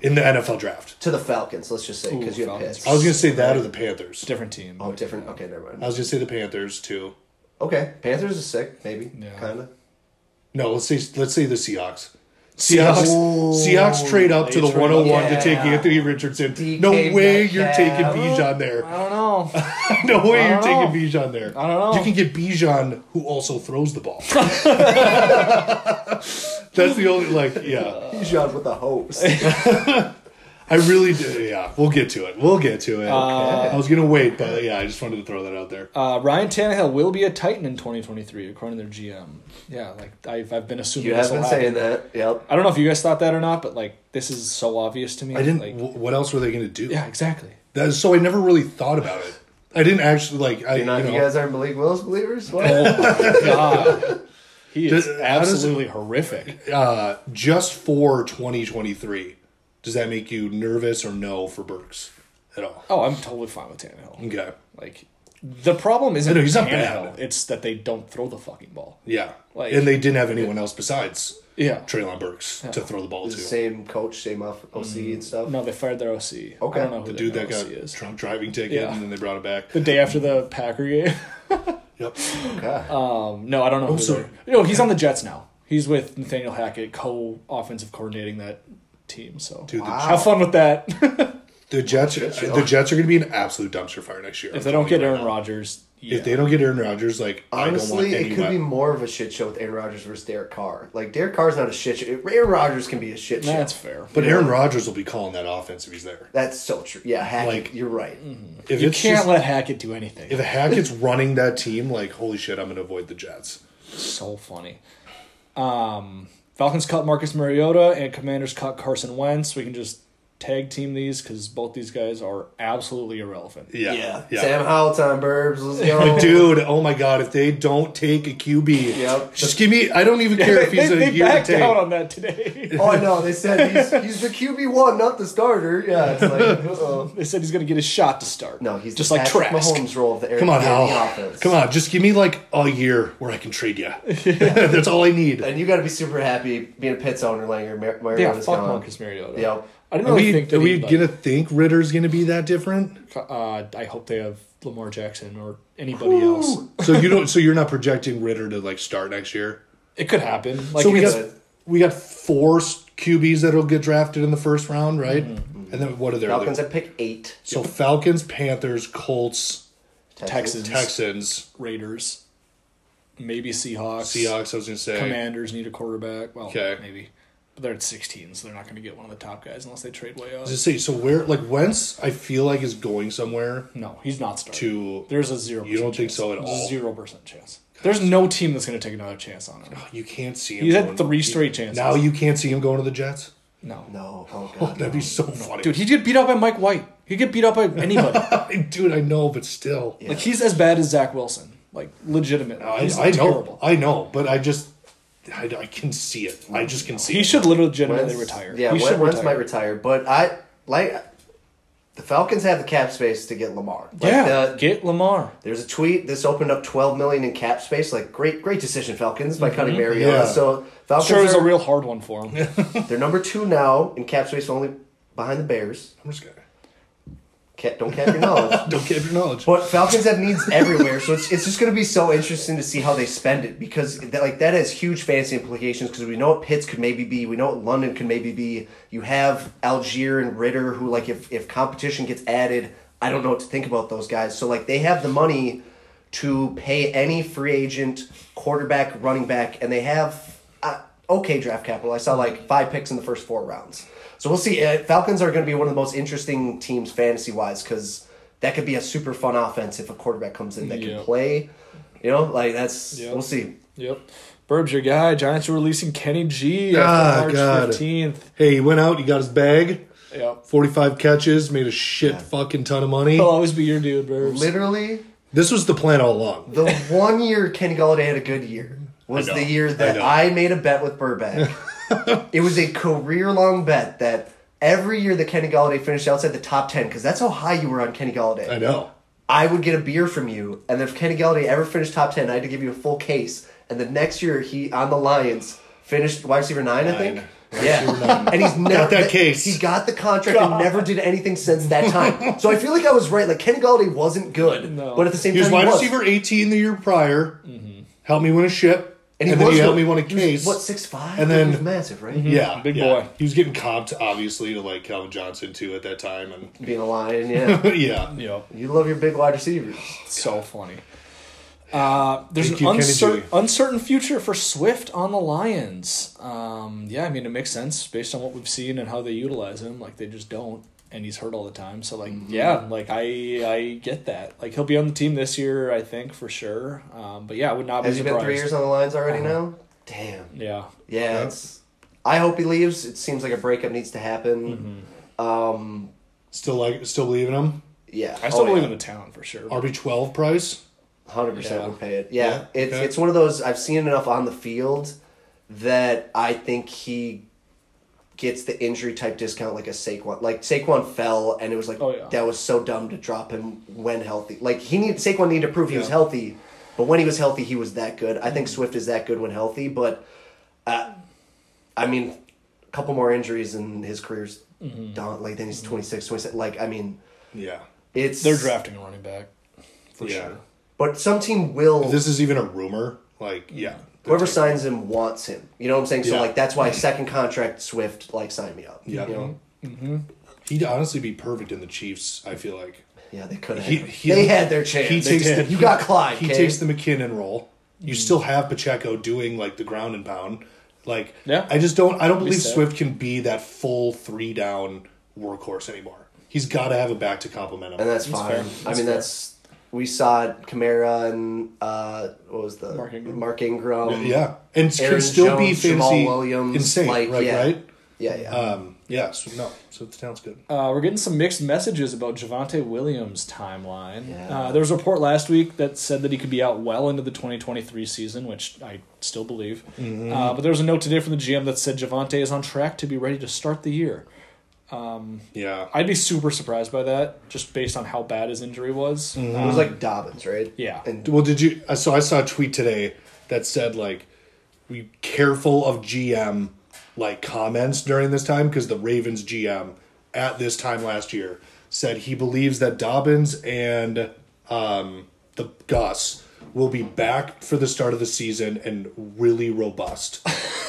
Speaker 2: in the NFL draft.
Speaker 3: To the Falcons, let's just say, because
Speaker 1: Ooh,
Speaker 3: you have
Speaker 1: Falcons.
Speaker 3: Pitts.
Speaker 2: I was gonna say that or the Panthers.
Speaker 1: Different team.
Speaker 3: Oh, different. Okay, never
Speaker 2: I
Speaker 3: mind.
Speaker 2: was gonna say the Panthers too.
Speaker 3: Okay, Panthers is sick, maybe,
Speaker 1: Yeah.
Speaker 3: kind of.
Speaker 2: No, let's say let's say the Seahawks. Seahawks, Seahawks trade up to
Speaker 1: They
Speaker 2: the
Speaker 1: trade up.
Speaker 2: 101 to take
Speaker 3: Yeah.
Speaker 2: Anthony Richardson.
Speaker 3: DK
Speaker 2: no way you're
Speaker 3: Metcalf.
Speaker 2: taking Bijan
Speaker 1: I
Speaker 2: there.
Speaker 1: don't know.
Speaker 2: No way you're
Speaker 1: I don't
Speaker 2: taking Bijan there.
Speaker 1: I don't know.
Speaker 2: You can get Bijan who also throws the ball. That's the only like yeah.
Speaker 3: Bijan with the hopes.
Speaker 2: I really do. Yeah, we'll get to it. We'll get to it. I was gonna wait, but yeah, I just wanted to throw that out there.
Speaker 1: Uh, Ryan Tannehill will be a Titan in 2023, according to their GM. Yeah, like I've, I've been assuming.
Speaker 3: You
Speaker 1: this
Speaker 3: have
Speaker 1: will
Speaker 3: been
Speaker 1: happen.
Speaker 3: saying that. Yep.
Speaker 1: I don't know if you guys thought that or not, but like this is so obvious to me.
Speaker 2: I didn't.
Speaker 1: Like,
Speaker 2: wh- what else were they gonna do?
Speaker 1: yeah, exactly.
Speaker 2: That is, so I never really thought about it. I didn't actually like. I
Speaker 3: You're not,
Speaker 2: you
Speaker 3: you,
Speaker 2: know.
Speaker 3: guys aren't Malik Willis believers? What?
Speaker 1: God, he is
Speaker 2: Does- how does-
Speaker 1: absolutely horrific.
Speaker 2: uh, just for 2023, does that make you nervous or no for Burks at all?
Speaker 1: Oh, I'm totally fine with Tannehill.
Speaker 2: Okay.
Speaker 1: Like the problem isn't
Speaker 2: No, he's not
Speaker 1: Tannehill,
Speaker 2: bad.
Speaker 1: It's that they don't throw the fucking ball.
Speaker 2: Yeah.
Speaker 1: Like-
Speaker 2: and they didn't have anyone else besides
Speaker 1: Yeah.
Speaker 2: Traylon Burks to throw the ball to.
Speaker 3: Same coach, same off OC
Speaker 2: Mm,
Speaker 3: and stuff.
Speaker 1: No, they fired their OC.
Speaker 3: Okay.
Speaker 1: I don't know who
Speaker 2: the
Speaker 1: the
Speaker 2: dude that
Speaker 1: OC
Speaker 2: got
Speaker 1: is.
Speaker 2: Trump driving ticket
Speaker 1: Yeah.
Speaker 2: and then they brought it back.
Speaker 1: The day after the Packer game.
Speaker 2: Yep.
Speaker 3: God.
Speaker 2: Uh,
Speaker 1: Um, no, I don't know. who
Speaker 2: Oh, sorry.
Speaker 1: they're- No, he's on the Jets now. He's with Nathaniel Hackett, co-offensive coordinating that team. So
Speaker 2: Dude, the-
Speaker 1: have fun with that.
Speaker 2: The Jets, the Jets are going to be an absolute dumpster fire next year.
Speaker 1: if they don't get Aaron Rodgers, yeah.
Speaker 2: if they don't get Aaron Rodgers, like I
Speaker 3: Honestly,
Speaker 2: don't want any
Speaker 3: it could be
Speaker 2: wep-
Speaker 3: more of a shit show with Aaron Rodgers versus Derek Carr. Like Derek Carr's not a shit show. Aaron Rodgers can be a shit show.
Speaker 1: that's fair.
Speaker 2: But Aaron Rodgers will be calling that offense if he's there.
Speaker 3: That's so true. Yeah, Hackett,
Speaker 2: Like- mm-hmm.
Speaker 3: you're right.
Speaker 2: If
Speaker 1: you
Speaker 2: it's
Speaker 1: can't
Speaker 2: just-
Speaker 1: let Hackett do anything.
Speaker 2: if Hackett's running that team, like holy shit, I'm going to avoid the Jets.
Speaker 1: so funny. Um, Falcons cut Marcus Mariota and Commanders cut Carson Wentz. We can just tag team these because both these guys are absolutely irrelevant.
Speaker 2: Yeah,
Speaker 3: Sam Howell time, Burbs. Let's go.
Speaker 2: Dude, oh my god, if they don't take a QB,
Speaker 3: Yep.
Speaker 2: just give me. I don't even care if
Speaker 1: They,
Speaker 2: he's a
Speaker 1: they
Speaker 2: year to
Speaker 1: backed
Speaker 2: take.
Speaker 1: out on that today.
Speaker 3: Oh, I know. They said he's, he's the QB one, not the starter. Yeah, it's like uh-oh.
Speaker 1: they said he's going to get his shot to start.
Speaker 3: no, he's
Speaker 1: just
Speaker 3: the
Speaker 1: like
Speaker 3: Patrick
Speaker 1: Trask.
Speaker 3: Mahomes role of the Aaron
Speaker 2: Come on,
Speaker 3: the
Speaker 2: Hal.
Speaker 3: offense.
Speaker 2: Come on, just give me like a year where I can trade you. That's all I need.
Speaker 3: And you got to be super happy being a Pitts owner, letting your Mar-
Speaker 1: Yeah,
Speaker 3: Mariota's
Speaker 1: fuck
Speaker 3: gone.
Speaker 1: Marcus Mariota.
Speaker 3: Yep.
Speaker 1: I didn't
Speaker 2: Are
Speaker 1: really
Speaker 2: we,
Speaker 1: think
Speaker 2: are
Speaker 1: that
Speaker 2: we
Speaker 1: he, like,
Speaker 2: gonna think Ritter's gonna be that different?
Speaker 1: uh, I hope they have Lamar Jackson or anybody else.
Speaker 2: So you don't. So you're not projecting Ritter to like start next year.
Speaker 1: It could happen. Like
Speaker 2: so we
Speaker 1: it's-
Speaker 2: got we got four s- QBs that'll get drafted in the first round, right? And then what are their
Speaker 3: Falcons
Speaker 2: other?
Speaker 3: at pick eight.
Speaker 2: So Falcons, Panthers, Colts,
Speaker 1: Texans,
Speaker 2: Texans,
Speaker 1: Raiders, maybe Seahawks.
Speaker 2: Seahawks. I was gonna say.
Speaker 1: Commanders need a quarterback. Well,
Speaker 2: Okay.
Speaker 1: maybe. But they're at 16, so they're not going to get one of the top guys unless they trade way up.
Speaker 2: Just say so where like Wentz. I feel like is going somewhere
Speaker 1: No, he's not starting.
Speaker 2: to.
Speaker 1: There's a 0%
Speaker 2: You don't think
Speaker 1: chance.
Speaker 2: so at all?
Speaker 1: 0% chance. There's no team that's going to take another chance on him.
Speaker 2: You can't see him.
Speaker 1: He's had
Speaker 2: going-
Speaker 1: three straight chances.
Speaker 2: Now you can't see him going to the Jets.
Speaker 1: No.
Speaker 3: No, oh god,
Speaker 2: That'd be so funny,
Speaker 1: Dude, he'd get beat up by Mike White. He'd get beat up by anybody.
Speaker 2: Dude, I know, but still,
Speaker 1: Like, he's as bad as Zach Wilson. Like, legitimately.
Speaker 2: I,
Speaker 1: he's
Speaker 2: I know,
Speaker 1: terrible.
Speaker 2: I know, but I just, I, I can see it. I just can see.
Speaker 1: He
Speaker 2: it.
Speaker 1: should legitimately
Speaker 3: Wentz-
Speaker 1: retire.
Speaker 3: Yeah,
Speaker 1: he
Speaker 3: Wentz,
Speaker 1: should
Speaker 3: Wentz
Speaker 1: retire.
Speaker 3: might retire, but I like the Falcons have the cap space to get Lamar. Like,
Speaker 1: yeah,
Speaker 3: the-
Speaker 1: get Lamar.
Speaker 3: there's a tweet. This opened up 12 million in cap space. Like great, great decision, Falcons by cutting Mariota.
Speaker 2: Yeah.
Speaker 3: So Falcons
Speaker 1: Mm-hmm. Sure, it was
Speaker 3: are
Speaker 1: a real hard one for him.
Speaker 3: they're number two now in cap space, only behind the Bears.
Speaker 2: I'm just gonna.
Speaker 3: Cap, don't cap your knowledge.
Speaker 2: Don't give your knowledge.
Speaker 3: But Falcons have needs everywhere, so it's, it's just going to be so interesting to see how they spend it because that, like that has huge fantasy implications because we know what Pitts could maybe be, we know what London could maybe be. You have Algier and Ritter who like if if competition gets added, I don't know what to think about those guys. So like they have the money to pay any free agent, quarterback, running back, and they have uh, okay draft capital. I saw
Speaker 2: Mm-hmm.
Speaker 3: like five picks in the first four rounds. So we'll see. Uh, Falcons are going to be one of the most interesting teams fantasy wise because that could be a super fun offense if a quarterback comes in that
Speaker 1: Yeah.
Speaker 3: can play. You know, like that's
Speaker 1: Yeah.
Speaker 3: we'll see.
Speaker 1: Yep. Burbs your guy. Giants are releasing Kenny G
Speaker 2: Ah,
Speaker 1: after
Speaker 2: God.
Speaker 1: March fifteenth.
Speaker 2: Hey, he went out. He got his bag.
Speaker 1: Yep.
Speaker 2: 45 catches, made a shit fucking ton of money.
Speaker 1: He'll always be your dude, Burbs.
Speaker 3: Literally,
Speaker 2: This was the plan all along.
Speaker 3: the one year Kenny Galladay had a good year was
Speaker 2: I know,
Speaker 3: the year that
Speaker 2: I know.
Speaker 3: I, made a bet with Burbank. it was a career long bet that every year that Kenny Galladay finished outside the top ten because that's how high you were on Kenny Galladay.
Speaker 2: I know.
Speaker 3: I would get a beer from you, and if Kenny Galladay ever finished top ten, I had to give you a full case. And the next year, he on the Lions finished wide receiver nine, I think.
Speaker 2: Nine.
Speaker 3: Yeah, and he's never
Speaker 2: that case.
Speaker 3: He got the contract and never did anything since that time. so I feel like I was right. Like Kenny Galladay wasn't good,
Speaker 1: No.
Speaker 3: but at the same
Speaker 2: He was
Speaker 3: time,
Speaker 2: wide
Speaker 3: he was.
Speaker 2: receiver 18 the year prior. Helped me win a ship. And,
Speaker 3: he
Speaker 2: then
Speaker 3: was
Speaker 2: he helped
Speaker 3: good.
Speaker 2: me win a
Speaker 3: He was,
Speaker 2: case.
Speaker 3: What six five?
Speaker 2: And
Speaker 3: he
Speaker 2: then- Mm-hmm.
Speaker 3: was massive, right?
Speaker 2: Yeah.
Speaker 1: Big
Speaker 2: yeah.
Speaker 1: boy.
Speaker 2: He was getting comped, obviously, to like Calvin Johnson, too, at that time. And
Speaker 3: Being a lion, yeah.
Speaker 2: yeah.
Speaker 1: Yep.
Speaker 3: you love your big wide receivers.
Speaker 1: So funny. Uh, there's
Speaker 2: Thank
Speaker 1: an
Speaker 2: you, Kenny
Speaker 1: uncer-
Speaker 2: G.
Speaker 1: uncertain future for Swift on the Lions. Um, yeah, I mean it makes sense based on what we've seen and how they utilize him. Like they just don't, and he's hurt all the time. So like,
Speaker 3: Mm-hmm.
Speaker 1: yeah, like I I get that. Like he'll be on the team this year, I think for sure. Um, but yeah, I would not
Speaker 3: Has
Speaker 1: be
Speaker 3: he
Speaker 1: surprised.
Speaker 3: been three years on the lines already now? Damn.
Speaker 1: yeah,
Speaker 3: Yeah, it's. I hope he leaves. It seems like a breakup needs to happen. Um,
Speaker 2: Still like, still believing him.
Speaker 3: Oh, yeah,
Speaker 1: I still believe in the town for sure.
Speaker 2: RB12 price.
Speaker 3: Hundred percent
Speaker 1: Yeah.
Speaker 3: would pay it. Yeah,
Speaker 2: Yeah,
Speaker 3: it's
Speaker 2: okay.
Speaker 3: it's one of those I've seen enough on the field that I think he gets the injury type discount like a Saquon. Like Saquon fell, and it was like
Speaker 1: Oh, yeah.
Speaker 3: that was so dumb to drop him when healthy. Like he need Saquon needed to prove he was
Speaker 2: Yeah.
Speaker 3: healthy, but when he was healthy, he was that good. I think
Speaker 1: Mm-hmm.
Speaker 3: Swift is that good when healthy, but uh, I mean, a couple more injuries and his career's
Speaker 1: Mm-hmm.
Speaker 3: done. Like then he's 26, 27. Like I mean,
Speaker 2: Yeah.
Speaker 3: it's
Speaker 1: They're drafting a running back for
Speaker 2: Yeah.
Speaker 1: sure.
Speaker 3: but some team will.
Speaker 2: If this is even a rumor. Like, yeah.
Speaker 3: Whoever signs him wants him. You know what I'm saying? So
Speaker 2: Yeah.
Speaker 3: like that's why second contract Swift like sign me up.
Speaker 2: Yeah.
Speaker 3: You
Speaker 1: Mm-hmm.
Speaker 3: know?
Speaker 2: He'd honestly be perfect in the Chiefs, I feel like.
Speaker 3: Yeah, they could
Speaker 2: He-
Speaker 3: have.
Speaker 2: he-
Speaker 3: They had their chance.
Speaker 2: He takes
Speaker 1: did.
Speaker 2: the,
Speaker 3: you got Clyde.
Speaker 2: He
Speaker 3: kid. Mm.
Speaker 2: takes the McKinnon role. You still have Pacheco doing like the ground and pound. Like
Speaker 1: Yeah.
Speaker 2: I just don't I don't believe
Speaker 1: sad.
Speaker 2: Swift can be that full three down workhorse anymore. He's got to have a back to complement him.
Speaker 3: and that's,
Speaker 1: That's
Speaker 3: fine.
Speaker 1: fair.
Speaker 3: I
Speaker 1: That's
Speaker 3: mean
Speaker 1: fair.
Speaker 3: that's we saw it, Kamara and uh what was the
Speaker 1: Mark Ingram.
Speaker 3: Mark Ingram.
Speaker 2: yeah, and
Speaker 3: um, Aaron
Speaker 2: can still be
Speaker 3: Jones, Jamal
Speaker 2: fantasy
Speaker 3: Williams,
Speaker 2: insane,
Speaker 3: like,
Speaker 2: right?
Speaker 3: yeah.
Speaker 2: Right?
Speaker 3: Yeah, yeah.
Speaker 2: Um, yeah. So, no, so the town's good.
Speaker 1: Uh, we're getting some mixed messages about Javante Williams' timeline.
Speaker 3: Yeah.
Speaker 1: Uh, there was a report last week that said that he could be out well into the 2023 season, which I still believe. Uh, but there was a note today from the GM that said Javante is on track to be ready to start the year.
Speaker 2: Yeah,
Speaker 1: I'd be super surprised by that, just based on how bad his injury was. Uh,
Speaker 3: it was like Dobbins, right?
Speaker 1: Yeah.
Speaker 3: And
Speaker 2: Well, did you? uh, So I saw a tweet today that said like, "Be careful of GM like comments during this time because the Ravens GM at this time last year said he believes that Dobbins and um, the Gus will be back for the start of the season and really robust,"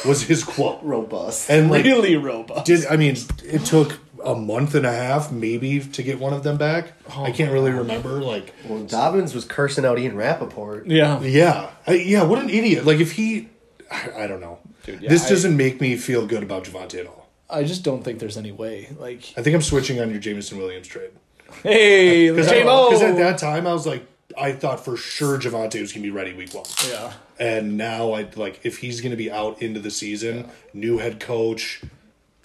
Speaker 2: was his quote.
Speaker 3: robust.
Speaker 2: And like,
Speaker 1: really robust.
Speaker 2: did I mean it took a month and a half maybe to get one of them back? I can't really remember like.
Speaker 3: well, Dobbins was cursing out Ian Rappaport.
Speaker 1: yeah.
Speaker 2: Yeah, I, yeah. What an idiot! Like if he, I, I don't know.
Speaker 1: Dude, yeah,
Speaker 2: this
Speaker 1: I-
Speaker 2: doesn't make me feel good about Javante at all.
Speaker 1: I just don't think there's any way. Like,
Speaker 2: I think I'm switching on your Jamison Williams trade
Speaker 1: hey, the
Speaker 2: because at
Speaker 1: J-Mo!
Speaker 2: that time I was like, I thought for sure Javante was gonna be ready week one,
Speaker 1: Yeah.
Speaker 2: and now I like if he's gonna be out into the season, new head coach.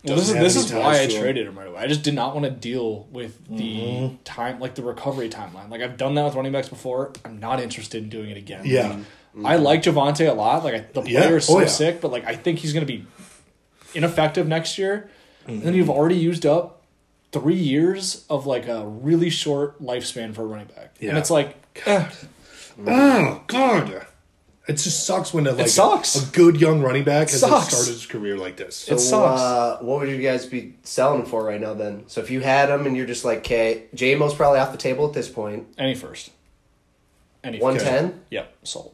Speaker 1: Well, this is
Speaker 2: doesn't
Speaker 1: this
Speaker 2: have
Speaker 1: is
Speaker 2: any
Speaker 1: why
Speaker 2: ties
Speaker 1: I
Speaker 2: to him.
Speaker 1: traded him right away. I just did not want to deal with the
Speaker 2: Mm-hmm.
Speaker 1: time, like the recovery timeline. Like I've done that with running backs before. I'm not interested in doing it again.
Speaker 2: Yeah.
Speaker 1: Like, I like Javante a lot. Like I, the
Speaker 2: Yeah.
Speaker 1: player is so
Speaker 2: Oh, yeah.
Speaker 1: sick, but like I think he's going to be ineffective next year. And
Speaker 2: Mm-hmm.
Speaker 1: then you've already used up three years of like a really short lifespan for a running back, and
Speaker 2: Yeah.
Speaker 1: it's like eh,
Speaker 2: Oh God. It just sucks when a, like,
Speaker 1: sucks.
Speaker 2: A, good young running back has
Speaker 1: Sucks.
Speaker 2: started his career like this.
Speaker 1: it sucks.
Speaker 3: Uh, what would you guys be selling for right now then? So if you had him and you're just like, okay, JMO's probably off the table at this point.
Speaker 1: Any first, any
Speaker 3: One
Speaker 1: first.
Speaker 3: ten,
Speaker 1: Yep, sold.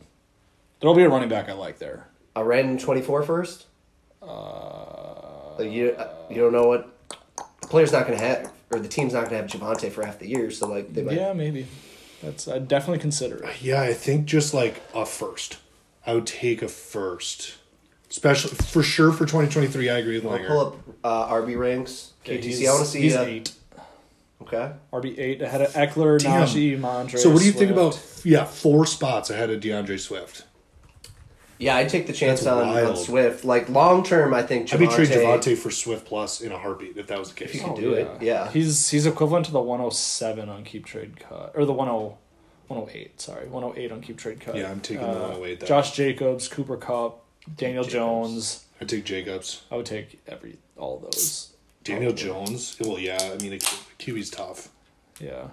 Speaker 1: There'll be a running back I like there.
Speaker 3: a random 24 first. Uh, you you don't know what the player's not going to have, or the team's not going to have Javante for half the year. So like they might.
Speaker 1: Yeah, maybe. That's I'd definitely consider it.
Speaker 2: Yeah, I think just like a first. I would take a first. Especially for sure for 2023, I agree with Langer.
Speaker 3: Pull up uh, RB ranks. KTC. I want to see.
Speaker 1: he's
Speaker 3: uh,
Speaker 1: eight.
Speaker 3: Okay.
Speaker 1: RB eight ahead of Eckler,
Speaker 2: Damn.
Speaker 1: Najee, Mondre.
Speaker 2: so what do you think
Speaker 1: Swift.
Speaker 2: about yeah, four spots ahead of DeAndre Swift?
Speaker 3: Yeah, I'd take the chance
Speaker 2: That's
Speaker 3: on, on
Speaker 2: wild.
Speaker 3: Swift. Like long term, I think Javante.
Speaker 2: I'd be trading Javante for Swift plus in a heartbeat if that was the case. Oh.
Speaker 3: you could do it, yeah.
Speaker 1: He's he's equivalent to the one oh seven on keep trade cut. Or the 10 108, sorry. One oh eight on keep trade cut.
Speaker 2: Yeah, I'm taking the 108 there.
Speaker 1: Josh Jacobs, Cooper Cup, Daniel Jones.
Speaker 2: I'd take Jacobs.
Speaker 1: I would take every all those.
Speaker 2: Daniel Jones. Well, yeah, I mean, a Q- QB's tough.
Speaker 1: Yeah.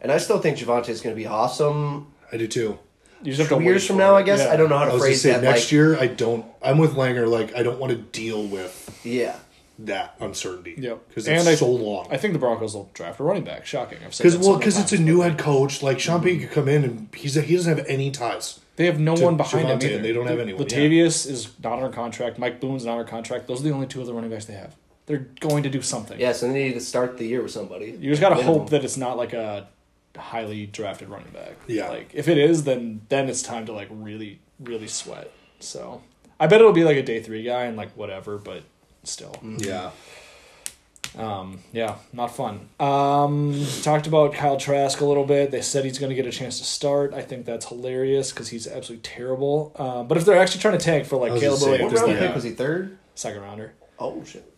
Speaker 3: And I still think Javante is going to be awesome.
Speaker 2: I do too.
Speaker 1: You just have to
Speaker 3: Two
Speaker 1: wait
Speaker 3: years from
Speaker 1: for
Speaker 3: now,
Speaker 1: it.
Speaker 3: I guess.
Speaker 1: Yeah.
Speaker 3: I don't know how
Speaker 2: I
Speaker 3: to
Speaker 2: was gonna
Speaker 3: phrase
Speaker 2: say
Speaker 3: that.
Speaker 2: next
Speaker 3: like,
Speaker 2: year. I don't. I'm with Langer. Like I don't want to deal with
Speaker 3: yeah.
Speaker 2: that uncertainty.
Speaker 1: Yep.
Speaker 2: Because
Speaker 1: And
Speaker 2: it's
Speaker 1: I-
Speaker 2: so long.
Speaker 1: I think the Broncos will draft a running back. Shocking. I've said
Speaker 2: Because
Speaker 1: that
Speaker 2: well,
Speaker 1: several
Speaker 2: because it's a
Speaker 1: times.
Speaker 2: new head coach. Like Sean Payton could come in and he's he doesn't have any ties.
Speaker 1: They have no
Speaker 2: to
Speaker 1: one behind
Speaker 2: Javonte,
Speaker 1: him either.
Speaker 2: and they don't have anyone, yeah.
Speaker 1: Latavius is not under contract. Mike Boone's not under contract. Those are the only two other running backs they have. They're going to do something.
Speaker 3: Yeah, so they need to start the year with somebody.
Speaker 1: You just gotta
Speaker 3: Minimum.
Speaker 1: hope that it's not like a highly drafted running back.
Speaker 2: Yeah.
Speaker 1: Like if it is, then then it's time to like really really sweat. So I bet it'll be like a day three guy and like whatever, but still,
Speaker 2: Yeah.
Speaker 1: um, yeah, not fun. Um, talked about Kyle Trask a little bit. They said he's gonna get a chance to start. I think that's hilarious because he's absolutely terrible. Uh, but if they're actually trying to tank for
Speaker 2: I
Speaker 1: like
Speaker 2: was gonna
Speaker 1: Caleb
Speaker 2: say,
Speaker 1: Williams,
Speaker 3: What
Speaker 2: Just
Speaker 3: round
Speaker 2: like-
Speaker 3: pick was he? Third.
Speaker 1: second rounder.
Speaker 3: Oh shit.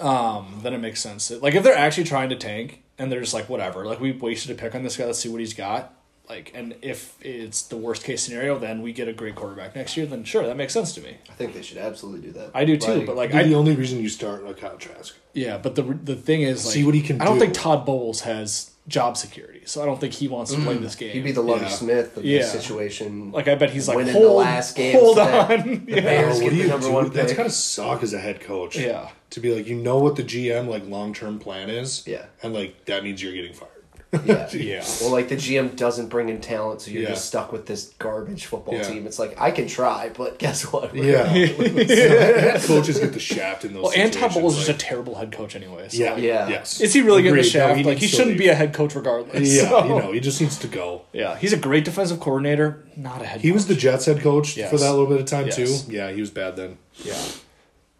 Speaker 1: Um, then it makes sense. that- Like if they're actually trying to tank and they're just like whatever, like we wasted a pick on this guy. Let's see what he's got. Like, and if it's the worst case scenario, then we get a great quarterback next year. Then sure, that makes sense to me.
Speaker 3: I think they should absolutely do that.
Speaker 1: I do too. but like,
Speaker 2: Be the
Speaker 1: I
Speaker 2: only reason you start a Kyle Trask.
Speaker 1: yeah. But the the thing is, like,
Speaker 2: See what he can
Speaker 1: I don't
Speaker 2: do.
Speaker 1: think Todd Bowles has job security, so I don't think he wants to play
Speaker 2: Mm.
Speaker 1: this game.
Speaker 3: he'd be the Lovey
Speaker 2: Yeah.
Speaker 3: Smith of
Speaker 1: Yeah.
Speaker 3: this situation.
Speaker 1: like, I bet he's like
Speaker 3: winning
Speaker 1: hold,
Speaker 3: the last game.
Speaker 1: hold
Speaker 3: so that
Speaker 1: on.
Speaker 3: The Bears
Speaker 2: Oh,
Speaker 3: get
Speaker 2: what do
Speaker 3: the
Speaker 2: you
Speaker 3: number
Speaker 2: do?
Speaker 3: one
Speaker 2: That's
Speaker 3: pick.
Speaker 2: gotta suck as a head coach.
Speaker 1: Yeah.
Speaker 2: To be like, you know what the GM like long term plan is.
Speaker 3: Yeah.
Speaker 2: And like that means you're getting fired.
Speaker 3: yeah.
Speaker 1: yeah.
Speaker 3: Well, like the GM doesn't bring in talent, so you're
Speaker 2: Yeah.
Speaker 3: just stuck with this garbage football
Speaker 2: Yeah.
Speaker 3: team. It's like I can try, but guess what? We're-
Speaker 2: head coaches get the shaft in those.
Speaker 1: Well, and Todd
Speaker 2: situations,
Speaker 1: Bowles is
Speaker 2: like-
Speaker 1: just a terrible head coach, anyway. So
Speaker 2: yeah.
Speaker 1: like,
Speaker 3: Yeah.
Speaker 2: Yes.
Speaker 1: Is he really getting the
Speaker 2: Agreed. No,
Speaker 1: shaft? like, he
Speaker 2: needs to
Speaker 1: shouldn't
Speaker 2: leave.
Speaker 1: be a head coach regardless.
Speaker 2: Yeah,
Speaker 1: so-
Speaker 2: you know, he just needs to go.
Speaker 1: Yeah, he's a great defensive coordinator, not a head.
Speaker 2: He was the
Speaker 1: coach.
Speaker 2: Jets head coach
Speaker 1: Yes.
Speaker 2: for that little bit of time
Speaker 1: Yes.
Speaker 2: too. Yeah, he was bad then.
Speaker 1: yeah.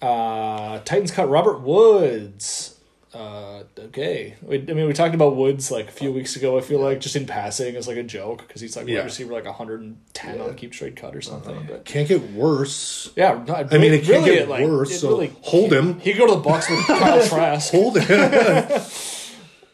Speaker 1: Uh, Titans cut Robert Woods. Uh, okay, we, I mean we talked about Woods like a few weeks ago. I feel like just in passing as like a joke because he's like wide
Speaker 2: Yeah.
Speaker 1: receiver like 110 on keep trade cut or something. But
Speaker 2: Can't get worse.
Speaker 1: yeah, not,
Speaker 2: I mean, it can't
Speaker 1: really,
Speaker 2: get
Speaker 1: like,
Speaker 2: worse.
Speaker 1: it
Speaker 2: so
Speaker 1: really
Speaker 2: hold
Speaker 1: can't-
Speaker 2: him.
Speaker 1: He could go to the Bucks with Kyle Trask.
Speaker 2: Hold him.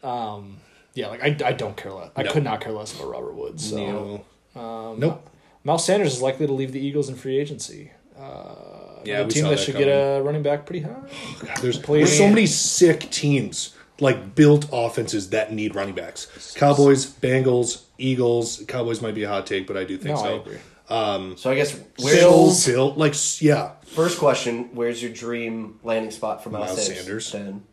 Speaker 1: Yeah, like I, I don't care less. I
Speaker 2: No.
Speaker 1: could not care less about Robert Woods. So.
Speaker 2: No.
Speaker 1: Um,
Speaker 2: nope.
Speaker 1: Miles Sanders is likely to leave the Eagles in free agency. Uh,
Speaker 2: Yeah,
Speaker 1: another
Speaker 2: we
Speaker 1: team
Speaker 2: saw
Speaker 1: that
Speaker 2: that
Speaker 1: should
Speaker 2: coming.
Speaker 1: get a running back pretty high.
Speaker 2: God, there's,
Speaker 1: Please.
Speaker 2: there's so many sick teams like built offenses that need running backs. Cowboys, Bengals, Eagles. Cowboys might be a hot take, but I do think
Speaker 1: No,
Speaker 2: so.
Speaker 1: I agree.
Speaker 3: So I guess where's
Speaker 1: Bills.
Speaker 2: Bills, built like s- yeah.
Speaker 3: first question? Where's your dream landing spot for Miles,
Speaker 2: Miles Sanders.
Speaker 3: Sanders? Then,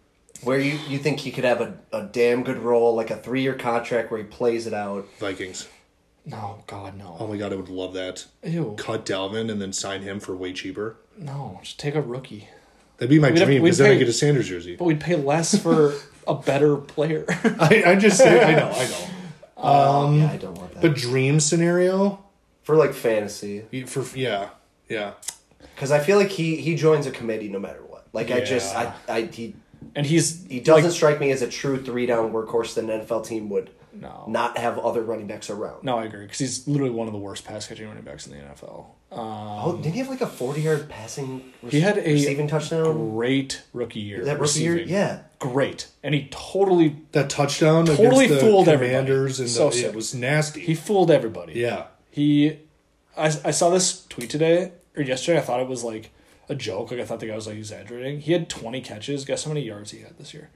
Speaker 3: where you you think he could have a, a damn good role, like a three year contract where he plays it out?
Speaker 2: Vikings.
Speaker 1: No, God, no.
Speaker 2: Oh my god, I would love that.
Speaker 1: Ew.
Speaker 2: Cut Dalvin and then sign him for way cheaper.
Speaker 1: No, just take a rookie.
Speaker 2: That'd be my
Speaker 1: have-
Speaker 2: dream
Speaker 1: we'd
Speaker 2: because then I
Speaker 1: pay-
Speaker 2: get a Sanders jersey.
Speaker 1: But we'd pay less for a better player.
Speaker 2: I, I just say I know, I know.
Speaker 3: Um, yeah, I don't want that.
Speaker 2: But dream scenario
Speaker 3: for like fantasy,
Speaker 2: You- for yeah, yeah.
Speaker 3: because I feel like he he joins a committee no matter what. Like I just I I he
Speaker 1: and he's
Speaker 3: he doesn't
Speaker 1: like,
Speaker 3: strike me as a true three down workhorse that an NFL team would
Speaker 1: No.
Speaker 3: not have other running backs around.
Speaker 1: no, I agree because he's literally one of the worst pass catching running backs in the NFL. Um,
Speaker 3: Oh, didn't he have like a forty yard passing? Rec-
Speaker 1: He had a
Speaker 3: receiving touchdown.
Speaker 1: great rookie year.
Speaker 3: That rookie year?
Speaker 1: receiving.
Speaker 3: Yeah.
Speaker 1: great, and he totally
Speaker 2: That touchdown
Speaker 1: Totally
Speaker 2: against the
Speaker 1: fooled everybody.
Speaker 2: Commanders and
Speaker 1: So
Speaker 2: the,
Speaker 1: sick.
Speaker 2: it was nasty.
Speaker 1: he fooled everybody.
Speaker 2: yeah,
Speaker 1: He, I, I saw this tweet today or yesterday. I thought it was like a joke. Like I thought the guy was like exaggerating. He had twenty catches. Guess how many yards he had this year?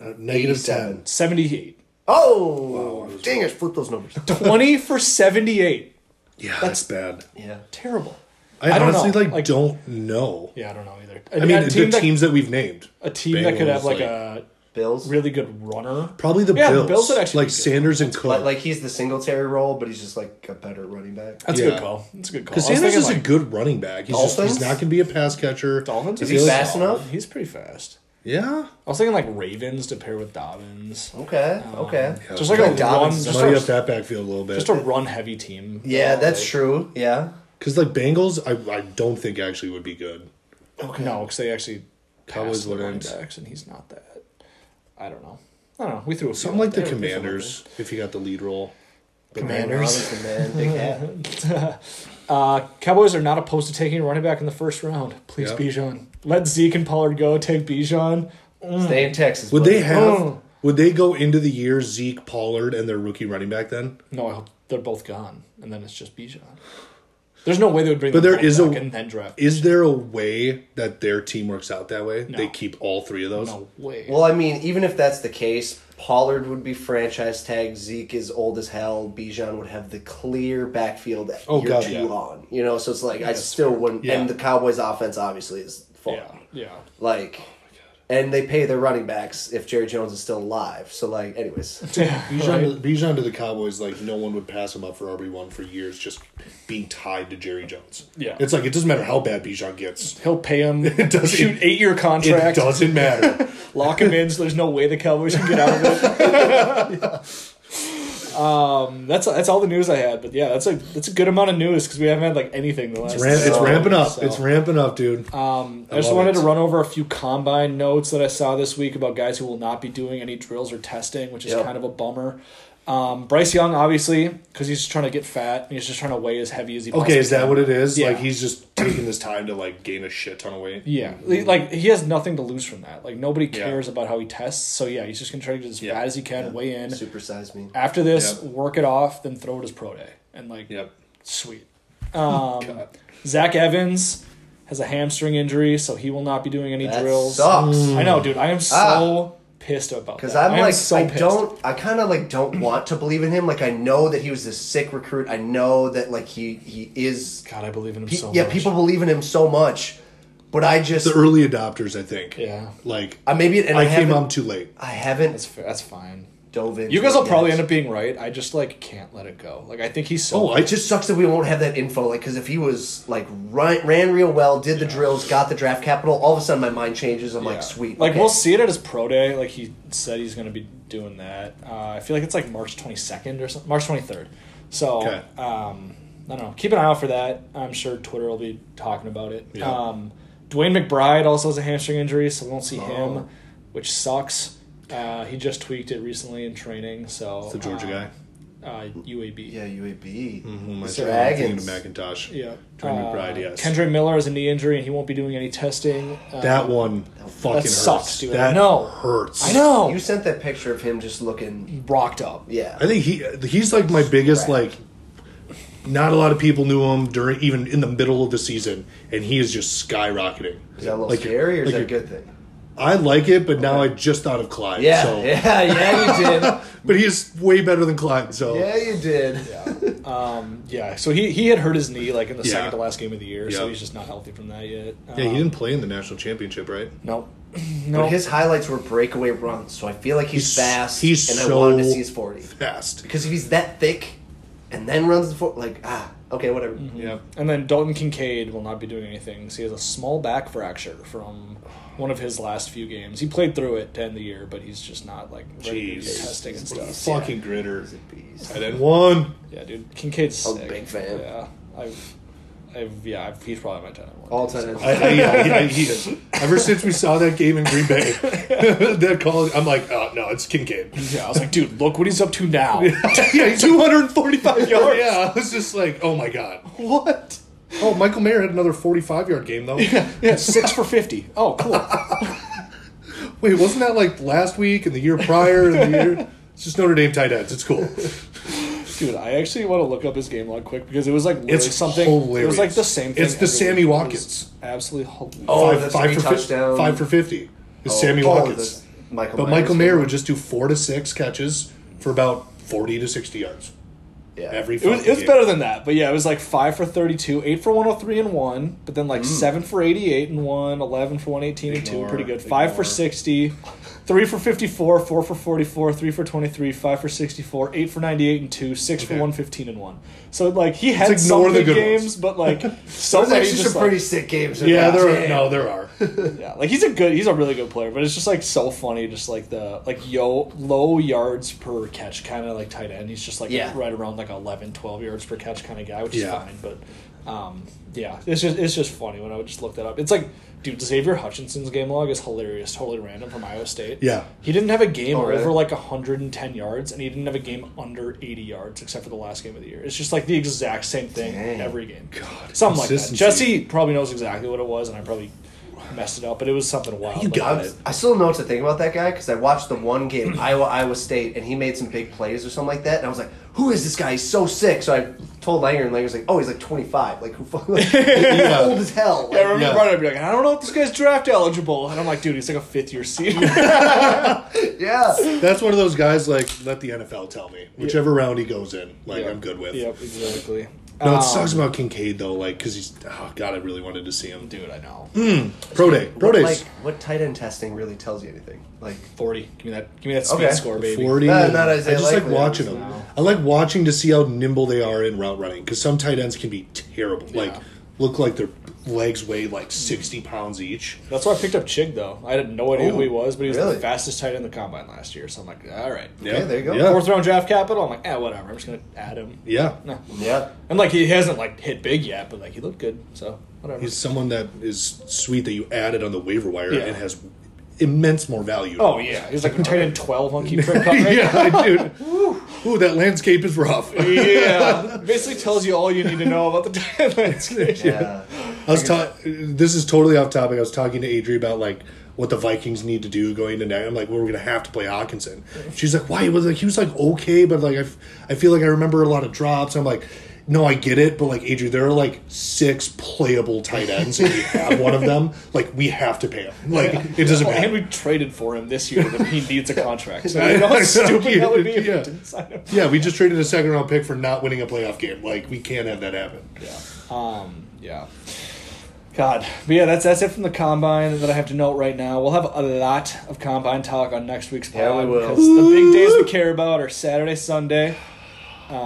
Speaker 2: Uh, negative
Speaker 3: 87.
Speaker 2: ten.
Speaker 1: Seventy-eight.
Speaker 3: Oh, dang it! Flip those numbers.
Speaker 1: Twenty for seventy-eight.
Speaker 2: Yeah, that's bad.
Speaker 3: yeah.
Speaker 1: Terrible.
Speaker 2: I,
Speaker 1: I don't
Speaker 2: honestly
Speaker 1: know,
Speaker 2: like,
Speaker 1: like-
Speaker 2: don't know.
Speaker 1: Yeah, I don't know either.
Speaker 2: I mean,
Speaker 1: a team,
Speaker 2: the
Speaker 1: that,
Speaker 2: teams that we've named,
Speaker 1: a team that could
Speaker 2: Bengals,
Speaker 1: have like,
Speaker 2: like-
Speaker 1: a
Speaker 3: Bills.
Speaker 1: really good runner.
Speaker 2: probably the
Speaker 1: Yeah, the
Speaker 2: Bills.
Speaker 1: Bills would actually
Speaker 2: like
Speaker 1: be good.
Speaker 2: Sanders and Cook.
Speaker 3: Like, like he's the Singletary role, but he's just like a better running back.
Speaker 1: That's a
Speaker 2: Yeah.
Speaker 1: good call. That's a good call.
Speaker 2: because
Speaker 1: I was
Speaker 2: Sanders is
Speaker 1: thinking,
Speaker 2: a
Speaker 1: like,
Speaker 2: good running back. He's just he's
Speaker 3: Dolphins?
Speaker 2: not going to be a pass catcher.
Speaker 1: Dolphins.
Speaker 2: I
Speaker 3: Is he
Speaker 2: feel like-
Speaker 3: fast enough?
Speaker 1: He's pretty fast.
Speaker 2: Yeah,
Speaker 1: I was thinking like Ravens to pair with Dobbins.
Speaker 3: Okay.
Speaker 2: Oh,
Speaker 3: Okay.
Speaker 1: Just like a run,
Speaker 3: Dobbins is
Speaker 1: just
Speaker 2: muddy up
Speaker 1: a,
Speaker 2: that backfield a little
Speaker 1: just a
Speaker 2: bit.
Speaker 1: run heavy team.
Speaker 3: Yeah,
Speaker 2: Oh,
Speaker 3: that's
Speaker 1: Like,
Speaker 3: true. Yeah.
Speaker 2: Because like Bengals, I, I don't think actually would be good.
Speaker 1: Okay. No, because they actually
Speaker 2: Cowboys
Speaker 1: Cowboys the running
Speaker 2: wouldn't.
Speaker 1: backs, and he's not that. I don't know. I don't know. We threw a few
Speaker 2: Something
Speaker 1: out
Speaker 2: like the
Speaker 1: there.
Speaker 2: Commanders, if you got the lead role.
Speaker 1: Commanders.
Speaker 3: Robinson, man, big hat.
Speaker 1: Uh, Cowboys are not opposed to taking a running back in the first round. Please,
Speaker 2: Yep.
Speaker 1: Bijan. Let Zeke and Pollard go. Take Bijan.
Speaker 3: Stay in Texas.
Speaker 2: Would
Speaker 3: buddy.
Speaker 2: they have?
Speaker 1: Oh.
Speaker 2: Would they go into the year Zeke Pollard and their rookie running back then?
Speaker 1: No, I hope they're both gone, and then it's just Bijan. There's no way they would bring.
Speaker 2: But
Speaker 1: them
Speaker 2: there is
Speaker 1: back
Speaker 2: a-
Speaker 1: and then draft.
Speaker 2: Is there a way that their team works out that way? They keep all three of those.
Speaker 1: No way.
Speaker 3: Well, I mean, even if that's the case, Pollard would be franchise tag. Zeke is old as hell. Bijan would have the clear backfield
Speaker 2: Oh,
Speaker 3: year
Speaker 2: God,
Speaker 3: two
Speaker 2: yeah.
Speaker 3: on. You know, so it's like I still wouldn't.
Speaker 2: Yeah.
Speaker 3: And the Cowboys' offense obviously is full.
Speaker 2: Yeah. Oh,
Speaker 1: yeah.
Speaker 3: Like, and they pay their running backs if Jerry Jones is still alive. So like, anyways,
Speaker 2: Bijan, to, Bijan to the Cowboys, like no one would pass him up for RB one for years, just being tied to Jerry Jones.
Speaker 1: Yeah.
Speaker 2: it's like it doesn't matter how bad Bijan gets;
Speaker 1: He'll pay him.
Speaker 2: doesn't-
Speaker 1: shoot eight year
Speaker 2: it
Speaker 1: contract.
Speaker 2: doesn't matter.
Speaker 1: Lock him in. So there's no way the Cowboys can get out of it. Um, that's that's all the news I had, but yeah, that's a that's a good amount of news because we haven't had like anything the last.
Speaker 2: It's, ram- it's
Speaker 1: so-
Speaker 2: ramping up.
Speaker 1: so.
Speaker 2: It's ramping up, dude.
Speaker 1: Um, I, just
Speaker 2: love
Speaker 1: wanted
Speaker 2: it.
Speaker 1: to run over a few combine notes that I saw this week about guys who will not be doing any drills or testing, which is
Speaker 3: Yep.
Speaker 1: kind of a bummer. Um, Bryce Young, obviously, because he's just trying to get fat and he's just trying to weigh as heavy as he.
Speaker 2: okay,
Speaker 1: possibly
Speaker 2: is that
Speaker 1: can.
Speaker 2: what it is?
Speaker 1: Yeah.
Speaker 2: Like he's just taking this time to like gain a shit ton of weight.
Speaker 1: Yeah, He- like he has nothing to lose from that. Like nobody cares about how he tests. So yeah, he's just gonna try to get as
Speaker 2: Yeah.
Speaker 1: fat as he can, weigh in.
Speaker 3: supersize me.
Speaker 1: After this,
Speaker 2: Yeah.
Speaker 1: work it off, then throw it as pro day, and like
Speaker 2: Yep.
Speaker 1: sweet. Um,
Speaker 2: God.
Speaker 1: Zach Evans has a hamstring injury, so he will not be doing any
Speaker 3: That
Speaker 1: drills.
Speaker 3: sucks.
Speaker 1: I know, dude. I am so
Speaker 3: Ah.
Speaker 1: pissed about
Speaker 3: Because
Speaker 1: that.
Speaker 3: I'm
Speaker 1: I am
Speaker 3: like,
Speaker 1: so
Speaker 3: I
Speaker 1: pissed.
Speaker 3: don't, I kind of like don't want to believe in him. Like, I know that he was this sick recruit. I know that like he he is.
Speaker 1: God, I believe in him
Speaker 3: He,
Speaker 1: so
Speaker 3: yeah,
Speaker 1: much.
Speaker 3: people believe in him so much, but I just
Speaker 2: The early adopters, I think.
Speaker 1: Yeah,
Speaker 2: Like
Speaker 3: I maybe and I,
Speaker 2: I, came
Speaker 3: haven't,
Speaker 2: on too late.
Speaker 3: I
Speaker 1: that's
Speaker 3: haven't
Speaker 1: fair. that's fine.
Speaker 3: dove in.
Speaker 1: You guys will probably end up being right. I just like can't let it go. Like I think he's so.
Speaker 2: Oh, I
Speaker 3: It just sucks that we won't have that info. Like, because if he was like ran, ran real well, did the drills, got the draft capital, all of a sudden my mind changes. I'm
Speaker 1: Yeah.
Speaker 3: like, sweet.
Speaker 1: Like
Speaker 3: okay.
Speaker 1: we'll see it at his pro day. Like he said he's going to be doing that. Uh, I feel like it's like March 22nd or something. March 23rd. So
Speaker 2: Okay.
Speaker 1: um, I don't know. Keep an eye out for that. I'm sure Twitter will be talking about it.
Speaker 2: Yeah.
Speaker 1: Um, Dwayne McBride also has a hamstring injury, so we won't
Speaker 2: Oh.
Speaker 1: see him, which sucks. Uh, he just tweaked it recently in training. So
Speaker 2: The Georgia
Speaker 1: uh,
Speaker 2: guy.
Speaker 1: Uh, UAB.
Speaker 3: Yeah, UAB.
Speaker 1: Mm-hmm,
Speaker 2: Mm, I
Speaker 3: The
Speaker 2: said I'm thinking of
Speaker 3: Dragons.
Speaker 2: McIntosh.
Speaker 1: Yeah.
Speaker 2: Dwayne McBride, yes.
Speaker 1: Kendra Miller has a knee injury and he won't be doing any testing. Uh,
Speaker 2: That one fucking hurts.
Speaker 1: sucks, dude.
Speaker 2: That
Speaker 1: No.
Speaker 2: hurts.
Speaker 1: I know.
Speaker 3: You sent that picture of him just looking.
Speaker 1: rocked up.
Speaker 3: Yeah.
Speaker 2: I think he he's like my biggest
Speaker 3: Right.
Speaker 2: like. Not a lot of people knew him during even in the middle of the season, and he is just skyrocketing.
Speaker 3: Is that a little
Speaker 2: Like-
Speaker 3: scary or is
Speaker 2: like
Speaker 3: that a
Speaker 2: you're-
Speaker 3: good thing?
Speaker 2: I like it, but now I just thought of Clyde.
Speaker 3: Yeah,
Speaker 2: so.
Speaker 3: yeah, yeah, you did.
Speaker 2: But he's way better than Clyde. So
Speaker 3: yeah, you did.
Speaker 1: Yeah, so he, he had hurt his knee like in the
Speaker 2: Yeah.
Speaker 1: second to last game of the year, so
Speaker 2: Yeah.
Speaker 1: he's just not healthy from that yet.
Speaker 2: Yeah,
Speaker 1: Um,
Speaker 2: he didn't play in the national championship, right?
Speaker 1: Nope.
Speaker 3: But
Speaker 1: nope.
Speaker 3: his highlights were breakaway runs, so I feel like he's,
Speaker 2: He's-
Speaker 3: fast.
Speaker 2: he's
Speaker 3: and I
Speaker 2: so-
Speaker 3: wanted to see his forty
Speaker 2: Fast.
Speaker 3: because if he's that thick, and then runs the four, like ah, okay, whatever.
Speaker 2: Yeah.
Speaker 1: and then Dalton Kincaid will not be doing anything. So he has a small back fracture from one of his last few games. He played through it to end the year, but he's just not like ready to do
Speaker 2: Jeez.
Speaker 1: testing and stuff.
Speaker 2: Fucking gritter.
Speaker 3: Beast.
Speaker 2: Tight end one.
Speaker 1: Yeah, dude, Kincaid's
Speaker 3: I'm a
Speaker 1: sick.
Speaker 3: big fan.
Speaker 1: Yeah, I've, I've yeah, I've, he's probably my tight end one.
Speaker 3: All time.
Speaker 2: I, I, yeah, yeah, he is. Ever since we saw that game in Green Bay, that call, I'm like, oh no, it's Kincaid.
Speaker 1: Yeah, I was like, dude, look what he's up to now.
Speaker 2: yeah, he's
Speaker 1: 245 yards.
Speaker 2: Yeah, I was just like, oh my god.
Speaker 1: What?
Speaker 2: Oh, Michael Mayer had another 45 yard game though.
Speaker 1: Yeah, six for fifty. Oh, cool.
Speaker 2: Wait, wasn't that like last week and the year prior and the year? It's just Notre Dame tight ends. It's cool.
Speaker 1: Dude, I actually want to look up his game log quick because it was like literally
Speaker 2: It's
Speaker 1: something. It was
Speaker 2: hilarious.
Speaker 1: like the same thing.
Speaker 2: It's the
Speaker 1: every
Speaker 2: Sammy
Speaker 1: week. It was
Speaker 2: Watkins.
Speaker 1: Absolutely hilarious.
Speaker 3: Oh, the three
Speaker 2: for fif-
Speaker 3: touchdown.
Speaker 2: Five for 50 is Sammy
Speaker 3: Oh,
Speaker 2: Watkins.
Speaker 3: the Michael
Speaker 2: But
Speaker 3: Myers
Speaker 2: Michael Mayer
Speaker 3: game.
Speaker 2: would just do four to six catches for about 40 to 60 yards
Speaker 3: yeah.
Speaker 2: every
Speaker 1: It was,
Speaker 2: fucking
Speaker 1: it was
Speaker 2: game.
Speaker 1: better than that, but yeah, it was like 5 for 32, 8 for 103 and 1, but then like
Speaker 2: Mm.
Speaker 1: 7 for 88 and 1, 11 for 118 and 2,
Speaker 2: Ignore,
Speaker 1: pretty good. 5 for
Speaker 2: ignore.
Speaker 1: 60, 3 for 54, 4 for 44, 3 for 23, 5 for 64, 8 for 98 and 2, 6 for
Speaker 2: Okay.
Speaker 1: 115 and 1. So like he had
Speaker 2: Let's
Speaker 1: some
Speaker 2: ignore the
Speaker 1: good,
Speaker 2: good ones.
Speaker 1: games, but like so
Speaker 3: Those are
Speaker 1: many
Speaker 3: actually
Speaker 1: just
Speaker 3: some
Speaker 1: like,
Speaker 3: pretty sick games.
Speaker 2: Yeah, there are,
Speaker 3: Damn.
Speaker 2: no, there are.
Speaker 1: Yeah, like he's a good, he's a really good player, but it's just like so funny, just like the like yo low yards per catch kind of like tight end. He's just like
Speaker 3: Yeah.
Speaker 1: right around like 11, 12 yards per catch kind of guy, which
Speaker 2: Yeah.
Speaker 1: is fine. But um, yeah, it's just it's just funny when I would just look that up. It's like, dude, Xavier Hutchinson's game log is hilarious, totally random from Iowa State.
Speaker 2: Yeah.
Speaker 1: he didn't have a game
Speaker 3: Oh, really?
Speaker 1: over like hundred and ten yards, and he didn't have a game under eighty yards except for the last game of the year. It's just like the exact same thing
Speaker 3: Dang.
Speaker 1: every game. Something like that.
Speaker 2: Consistency.
Speaker 1: Jesse probably knows exactly what it was, and I probably messed it up, but it was something wild.
Speaker 2: You
Speaker 1: Like,
Speaker 2: got
Speaker 3: I'm-
Speaker 2: it.
Speaker 3: I still don't know what to think about that guy because I watched the one game Iowa Iowa State and he made some big plays or something like that, and I was like, who is this guy? He's so sick. So I told Langer, and Langer's like, oh, he's like 25. Like, who fuck? Like,
Speaker 2: Yeah.
Speaker 3: Old as hell.
Speaker 1: Yeah, I remember
Speaker 2: Yeah.
Speaker 1: Brian would be like, I don't know if this guy's draft eligible. And I'm like, dude, he's like a fifth year senior.
Speaker 3: Like, yeah.
Speaker 2: That's one of those guys like let the NFL tell me whichever round he goes in, like I'm good with.
Speaker 1: yep, exactly.
Speaker 2: No, it
Speaker 1: Um,
Speaker 2: sucks about Kincaid though, like because he's oh god, I really wanted to see him.
Speaker 1: Dude, I know.
Speaker 2: Pro day, pro
Speaker 3: What,
Speaker 2: days.
Speaker 3: like, what tight end testing really tells you anything? Like,
Speaker 1: 40. Give me that Give me that speed
Speaker 3: Okay.
Speaker 1: score, baby.
Speaker 2: 40.
Speaker 3: Not- not
Speaker 2: I
Speaker 3: Isaiah
Speaker 2: just like
Speaker 3: Likely,
Speaker 2: watching them.
Speaker 3: obviously.
Speaker 2: I like watching to see how nimble they are in route running because some tight ends can be terrible. Like, look like their legs weigh like 60 pounds each.
Speaker 1: That's why I picked up Chig, though. I had no idea who he was, but he was
Speaker 3: really?
Speaker 1: the fastest tight end in the combine last year. So I'm like, all right.
Speaker 2: Yeah,
Speaker 3: there you go.
Speaker 2: Yeah.
Speaker 1: Fourth round draft capital. I'm like, eh, whatever. I'm just going to add him.
Speaker 2: yeah.
Speaker 1: No.
Speaker 3: yeah.
Speaker 1: And like, he hasn't like hit big yet, but like, he looked good. So whatever.
Speaker 2: He's someone that is sweet that you added on the waiver wire
Speaker 1: Yeah.
Speaker 2: and has immense more value.
Speaker 1: oh, yeah. He's like tight end 12 on Keep Track Cup right
Speaker 2: yeah, dude. Ooh, that landscape is rough.
Speaker 1: yeah, basically tells you all you need to know about the tight landscape.
Speaker 3: Yeah.
Speaker 2: I was ta- This is totally off topic. I was talking to Adri about like what the Vikings need to do going into next. I'm like, well, we're gonna have to play Hawkinson. She's like, why? He was like, he was like okay, but like I, f- I feel like I remember a lot of drops. I'm like, no, I get it, but like Adri, there are like six playable tight ends, and we have one of them. Like we have to pay him. Like it doesn't
Speaker 1: Oh, and
Speaker 2: matter.
Speaker 1: we traded for him this year that he needs a contract. So you know how stupid that would be if
Speaker 2: Yeah.
Speaker 1: we didn't sign him.
Speaker 2: Yeah, we just traded a second round pick for not winning a playoff game. Like we can't have that happen.
Speaker 1: Yeah. Um, yeah. God. But yeah, that's that's it from the combine that I have to note right now. We'll have a lot of combine talk on next week's pod
Speaker 3: Yeah, we will.
Speaker 1: because the big days we care about are Saturday, Sunday. Um,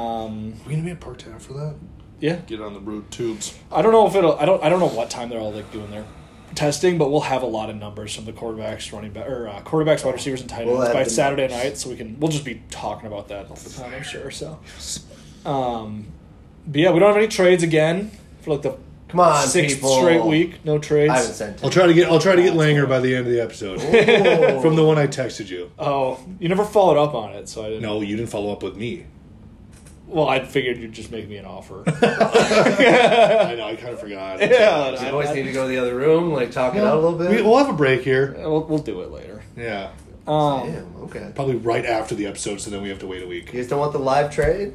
Speaker 2: Are we gonna be at Parktown for that?
Speaker 1: yeah.
Speaker 2: Get on the road tubes.
Speaker 1: I don't know if it'll. I don't. I don't know what time they're all like doing their testing, but we'll have a lot of numbers from the quarterbacks, running back, or uh, quarterbacks, wide receivers, and tight ends
Speaker 3: We'll have
Speaker 1: by
Speaker 3: the
Speaker 1: Saturday night, so we can. We'll just be talking about that all the time, I'm sure. So, um, but yeah, we don't have any trades again for like the
Speaker 3: Come on,
Speaker 1: sixth
Speaker 3: people.
Speaker 1: straight week. No trades.
Speaker 3: I haven't sent
Speaker 2: I'll
Speaker 3: it.
Speaker 2: try to get I'll try to get Langer by the end of the episode
Speaker 3: Whoa.
Speaker 2: from the one I texted you.
Speaker 1: Oh, you never followed up on it, so I didn't.
Speaker 2: No, you didn't follow up with me.
Speaker 1: Well, I figured you'd just make me an offer.
Speaker 2: I know I kind of forgot.
Speaker 1: yeah,
Speaker 3: Do
Speaker 1: I-
Speaker 3: you boys
Speaker 1: I-
Speaker 3: need to go to the other room, like talk it out a little bit?
Speaker 2: We, we'll have a break here.
Speaker 1: we'll, we'll do it later.
Speaker 2: Yeah,
Speaker 1: Um,
Speaker 3: Damn, okay.
Speaker 2: probably right after the episode, so then we have to wait a week.
Speaker 3: You guys don't want the live trade?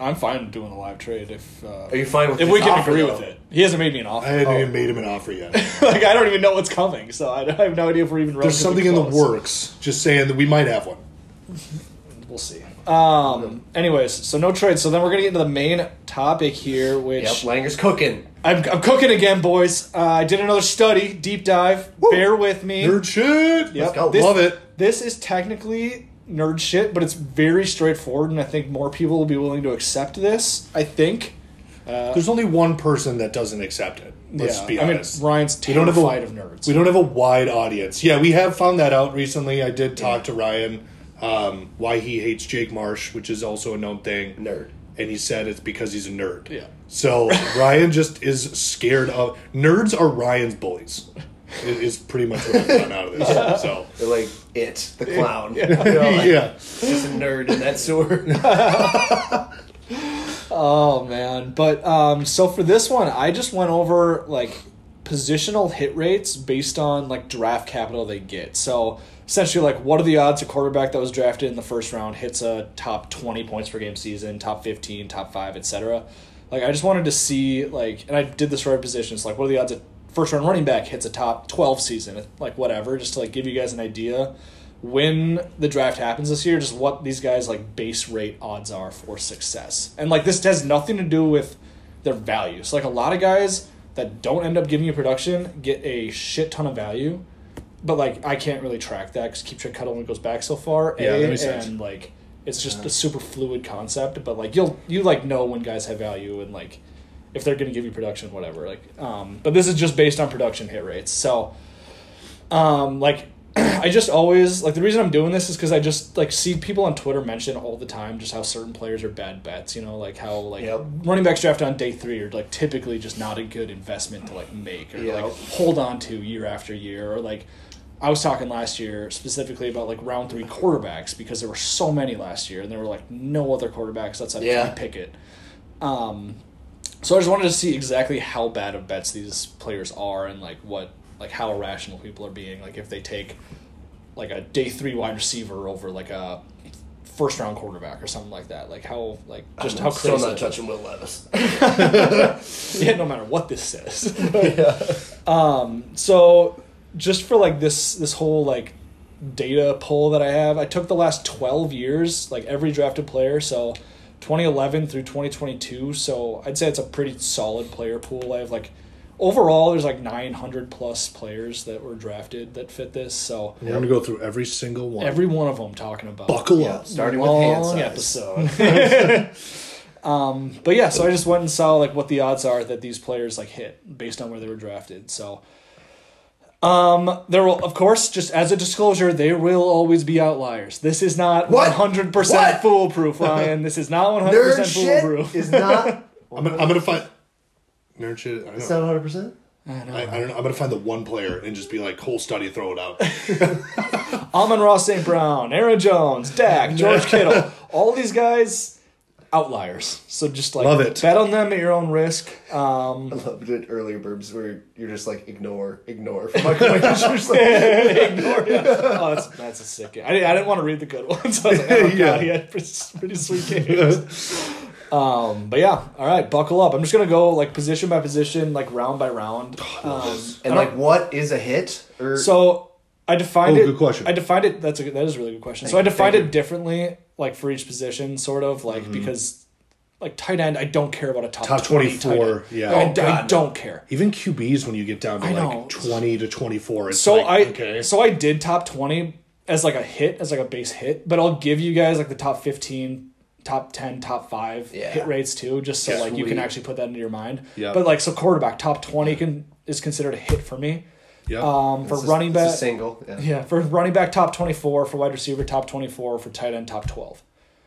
Speaker 1: I'm fine doing a live trade if. Uh,
Speaker 3: Are you fine with
Speaker 1: if
Speaker 3: this
Speaker 1: we can
Speaker 3: offer,
Speaker 1: agree
Speaker 3: though?
Speaker 1: with it. He hasn't made me an offer.
Speaker 2: I hadn't even made him an offer yet.
Speaker 1: like I don't even know what's coming, so I, I have no idea if we're even.
Speaker 2: There's something in the
Speaker 1: work.
Speaker 2: works. Just saying that we might have one.
Speaker 1: We'll see. Um. Anyways, so no trades. So then we're gonna get into the main topic here, which
Speaker 3: Yep, Langer's cooking.
Speaker 1: I'm, I'm cooking again, boys. Uh, I did another study, deep dive. Bear with me.
Speaker 2: Nerd shit.
Speaker 1: Yep.
Speaker 3: go.
Speaker 1: This,
Speaker 2: Love it.
Speaker 1: This is technically nerd shit, but it's very straightforward, and I think more people will be willing to accept this. I think.
Speaker 2: There's only one person that doesn't accept it. Let's
Speaker 1: yeah.
Speaker 2: be honest.
Speaker 1: I mean, Ryan's
Speaker 2: don't
Speaker 1: terrified
Speaker 2: have a-
Speaker 1: of nerds.
Speaker 2: We don't have a wide audience. Yeah, we have found that out recently. I did talk to Ryan um, why he hates Jake Marsh, which is also a known thing.
Speaker 3: Nerd.
Speaker 2: And he said it's because he's a nerd.
Speaker 1: Yeah.
Speaker 2: So Ryan just is scared of nerds are Ryan's bullies. i- Is pretty much what I've gotten out of this. So
Speaker 3: They're like it, the clown. Yeah.
Speaker 2: yeah,
Speaker 3: Just a nerd in that sewer.
Speaker 1: Oh man, but um, so for this one, I just went over like positional hit rates based on like draft capital they get. So essentially, like what are the odds a quarterback that was drafted in the first round hits a top twenty points per game season, top fifteen, top five, etc. Like I just wanted to see like, and I did this for every position. It's like what are the odds a first round running back hits a top twelve season, like whatever, just to like give you guys an idea when the draft happens this year, just what these guys like base rate odds are for success. And like this has nothing to do with their value. So like a lot of guys that don't end up giving you production get a shit ton of value, but like I can't really track that because keep track cut only goes back so far.
Speaker 2: Yeah,
Speaker 1: a,
Speaker 2: that makes sense.
Speaker 1: And like it's just a super fluid concept, but like you'll you like know when guys have value and like if they're gonna give you production, whatever. Like, um, but this is just based on production hit rates. So, um, like, I just always like the reason I'm doing this is because I just like see people on Twitter mention all the time just how certain players are bad bets. You know, like how like
Speaker 3: Yep.
Speaker 1: running backs drafted on day three are like typically just not a good investment to like make or
Speaker 3: Yep.
Speaker 1: like hold on to year after year or like. I was talking last year specifically about like round three quarterbacks because there were so many last year and there were like no other quarterbacks outside
Speaker 3: Yeah.
Speaker 1: of Kenny Pickett. Um, so I just wanted to see exactly how bad of bets these players are and like what like how irrational people are being like if they take like a day three wide receiver over like a first round quarterback or something like that. Like how like just how
Speaker 3: I'm still
Speaker 1: crazy.
Speaker 3: not touching Will Levis.
Speaker 1: yeah, no matter what this says. Um, so just for like this this whole like data poll that I have, I took the last twelve years, like every drafted player, so 2011 through 2022. So I'd say it's a pretty solid player pool. I have like overall, there's like 900 plus players that were drafted that fit this. So
Speaker 2: We're gonna go through every single one.
Speaker 1: every one of them talking about
Speaker 2: buckle
Speaker 3: Yeah,
Speaker 2: up.
Speaker 3: starting with hand
Speaker 1: long
Speaker 3: size.
Speaker 1: episode. um, but yeah, so I just went and saw like what the odds are that these players like hit based on where they were drafted. So um, there will, of course, just as a disclosure, there will always be outliers. This is not
Speaker 3: What?
Speaker 1: one hundred percent
Speaker 3: What?
Speaker 1: foolproof, Ryan. This is not one hundred
Speaker 3: Nerd
Speaker 1: percent
Speaker 3: shit
Speaker 1: foolproof.
Speaker 3: is not.
Speaker 2: I'm gonna, I'm gonna find. Nerd shit. I
Speaker 3: It's
Speaker 2: don't,
Speaker 3: not
Speaker 2: know.
Speaker 3: 100. percent
Speaker 2: I, I don't know. I'm gonna find the one player and just be like, whole study, throw it out.
Speaker 1: Amon Ross, St. Brown, Aaron Jones, Dak, George Kittle, all these guys outliers. So just like
Speaker 2: Love it.
Speaker 1: bet on them at your own risk. Um,
Speaker 3: I loved it earlier, Burbs, where you're just like ignore, ignore. For Michael Myers, you're just like,
Speaker 1: ignore it. Oh, that's, that's a sick game. I didn't, I didn't want to read the good ones. I was like, oh,
Speaker 2: Yeah.
Speaker 1: God, he had pretty, pretty sweet games. um, but yeah, all right, buckle up. I'm just going to go like position by position, like round by round. Um,
Speaker 3: and like, what is a hit? Or
Speaker 1: so I defined
Speaker 2: Oh,
Speaker 1: it.
Speaker 2: good question.
Speaker 1: I defined it. That's a good- that is a really good question. so I
Speaker 3: you,
Speaker 1: defined
Speaker 3: thank
Speaker 1: it differently, like for each position, sort of like because like tight end, I don't care about a top
Speaker 2: Top
Speaker 1: 20 tight
Speaker 2: 24,
Speaker 1: end.
Speaker 2: yeah.
Speaker 1: I-
Speaker 2: Oh,
Speaker 1: I,
Speaker 3: God, no.
Speaker 1: don't care.
Speaker 2: Even QBs, when you get down to
Speaker 1: I
Speaker 2: like
Speaker 1: know.
Speaker 2: twenty to twenty-four, it's
Speaker 1: So
Speaker 2: like,
Speaker 1: I
Speaker 2: okay.
Speaker 1: so I did top twenty as like a hit, as like a base hit, but I'll give you guys like the top fifteen, top ten, top five
Speaker 3: Yeah.
Speaker 1: hit rates too, just so like you can
Speaker 3: Sweet.
Speaker 1: actually put that into your mind.
Speaker 2: Yeah.
Speaker 1: But like so quarterback top twenty can is considered a hit for me.
Speaker 2: Yep.
Speaker 1: Um for
Speaker 3: It's a-
Speaker 1: running
Speaker 3: it's a
Speaker 1: back
Speaker 3: single. Yeah.
Speaker 1: Yeah, for running back top twenty four, for wide receiver top twenty four, for tight end top twelve.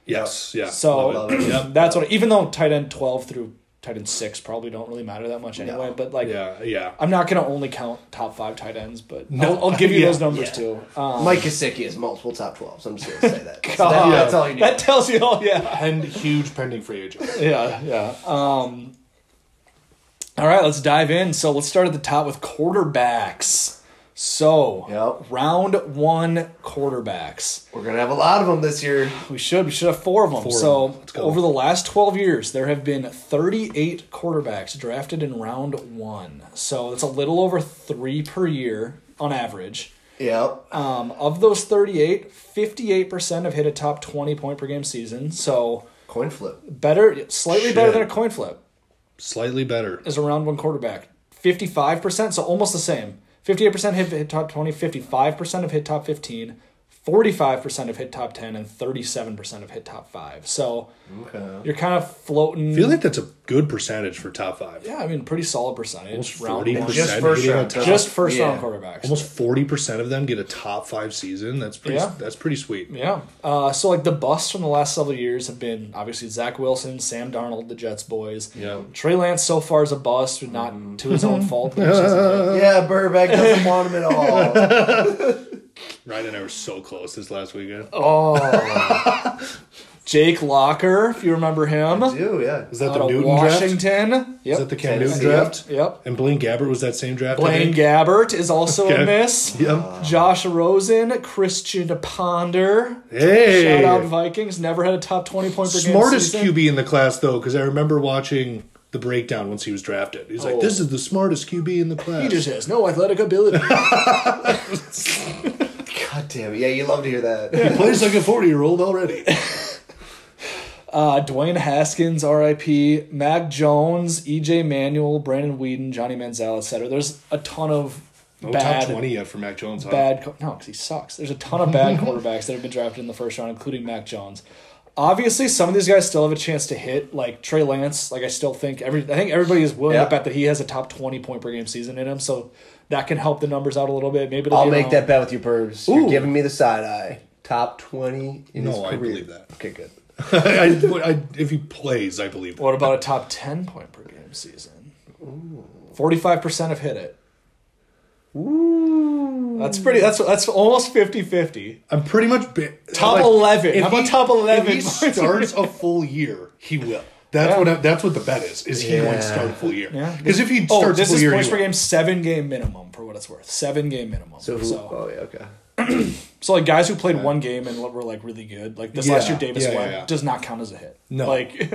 Speaker 2: yes. Yeah.
Speaker 1: So uh,
Speaker 3: Love it.
Speaker 1: that's what even though tight end twelve through tight end six probably don't really matter that much anyway, but like
Speaker 2: yeah. Yeah.
Speaker 1: I'm not gonna only count top five tight ends, but I'll, I'll give you
Speaker 2: Yeah.
Speaker 1: those numbers too. Um,
Speaker 3: Mike Kosicki has multiple top 12s. I'm just going to say that. So
Speaker 1: God.
Speaker 3: that- That's all you need.
Speaker 1: Uh-huh. that tells you all. Yeah,
Speaker 2: And huge pending free agent.
Speaker 1: yeah, yeah. Um, all right, let's dive in. So let's start at the top with quarterbacks. So
Speaker 3: Yep.
Speaker 1: round one quarterbacks.
Speaker 3: We're going to have a lot of them this year.
Speaker 1: We should we should have four of them.
Speaker 2: Four of
Speaker 1: so
Speaker 2: them. Let's go.
Speaker 1: over the last twelve years, there have been thirty-eight quarterbacks drafted in round one. So it's a little over three per year on average.
Speaker 3: Yep.
Speaker 1: Um, of those 38, 58% have hit a top 20 point per game season. So
Speaker 3: Coin flip.
Speaker 1: better, slightly better
Speaker 2: Shit.
Speaker 1: than a coin flip
Speaker 2: Slightly better.
Speaker 1: as a round one quarterback. 55%, so almost the same. 58% have hit top 20, 55% have hit top 15, 45% have hit top 10, and 37% have hit top 5. So
Speaker 3: Okay.
Speaker 1: you're kind of floating.
Speaker 2: I feel like that's a good percentage for top five.
Speaker 1: yeah, I mean, pretty solid percentage.
Speaker 2: Almost
Speaker 1: round
Speaker 2: forty
Speaker 1: one.
Speaker 2: percent.
Speaker 3: Just first round.
Speaker 1: Just first
Speaker 3: Yeah.
Speaker 1: round quarterbacks.
Speaker 2: Almost forty percent of them get a top five season. That's pretty.
Speaker 1: Yeah.
Speaker 2: That's pretty sweet.
Speaker 1: Yeah. Uh, so like the busts from the last several years have been obviously Zach Wilson, Sam Darnold, the Jets boys.
Speaker 2: Yeah.
Speaker 1: Trey Lance so far is a bust, but not
Speaker 2: Mm-hmm.
Speaker 1: to his own fault. but it's just a hit.
Speaker 3: Yeah, Burbank doesn't want him at all.
Speaker 2: Ryan and I were so close this last weekend.
Speaker 1: oh. Jake Locker, if you remember him, out
Speaker 3: Do, yeah.
Speaker 2: Is that the
Speaker 1: of
Speaker 2: Newton draft?
Speaker 1: Washington. Yep.
Speaker 2: Is that the Cam Newton
Speaker 3: Tennessee.
Speaker 2: draft?
Speaker 1: Yep.
Speaker 2: And Blaine Gabbert was that same draft. I
Speaker 1: Blaine
Speaker 2: think?
Speaker 1: Gabbert is also
Speaker 2: Okay.
Speaker 1: in this.
Speaker 2: Yep.
Speaker 1: Josh Rosen, Christian Ponder.
Speaker 2: Hey.
Speaker 1: Shout out Vikings. Never had a top 20 point per game.
Speaker 2: smartest
Speaker 1: season.
Speaker 2: QB in the class though, because I remember watching the breakdown once he was drafted. He's like,
Speaker 1: Oh.
Speaker 2: "This is the smartest QB in the class."
Speaker 1: He just has no athletic ability.
Speaker 3: God damn it. Yeah, you love to hear that.
Speaker 2: He plays like a forty-year-old already.
Speaker 1: Uh, Dwayne Haskins, R.I.P. Mac Jones, E.J. Manuel, Brandon Whedon, Johnny Manziel, etc. There's a ton of
Speaker 2: No
Speaker 1: bad,
Speaker 2: top twenty yet for Mac Jones. Huh?
Speaker 1: bad. co- No, because he sucks. There's a ton of bad quarterbacks that have been drafted in the first round, including Mac Jones. Obviously, some of these guys still have a chance to hit. Like Trey Lance, like I still think every. I think everybody is willing
Speaker 3: Yeah.
Speaker 1: to bet that he has a top twenty point per game season in him, so that can help the numbers out a little bit. Maybe it'll
Speaker 3: I'll
Speaker 1: be
Speaker 3: make
Speaker 1: around-
Speaker 3: that bet with you, Burbs. You're
Speaker 2: Ooh.
Speaker 3: giving me the side eye. Top 20 in his
Speaker 2: No,
Speaker 3: career.
Speaker 2: I believe that.
Speaker 3: Okay, good.
Speaker 2: I, I- if he plays, I believe. that.
Speaker 1: What about a top ten point per game season? Forty five percent have hit it. Ooh. That's pretty. That's that's almost 50-50.
Speaker 2: I'm pretty much ba-
Speaker 1: Top 11.
Speaker 2: if
Speaker 1: How about top 11?
Speaker 2: If he starts a full year, he will. That's
Speaker 1: Yeah.
Speaker 2: what I, that's what the bet is. Is he going to
Speaker 3: Yeah.
Speaker 2: start a full year?
Speaker 1: Yeah.
Speaker 2: Because if he
Speaker 1: Oh,
Speaker 2: starts a
Speaker 1: this
Speaker 2: full
Speaker 1: is
Speaker 2: year,
Speaker 1: points
Speaker 2: he
Speaker 1: per
Speaker 2: will.
Speaker 1: game, seven game minimum for what it's worth. Seven game minimum.
Speaker 3: So,
Speaker 1: So,
Speaker 3: who, oh, yeah, okay.
Speaker 1: so like guys who played one game and were like really good, like this last
Speaker 2: Yeah,
Speaker 1: year, Davis
Speaker 2: yeah, yeah,
Speaker 1: Webb
Speaker 2: yeah.
Speaker 1: does not count as a hit.
Speaker 2: No.
Speaker 1: like,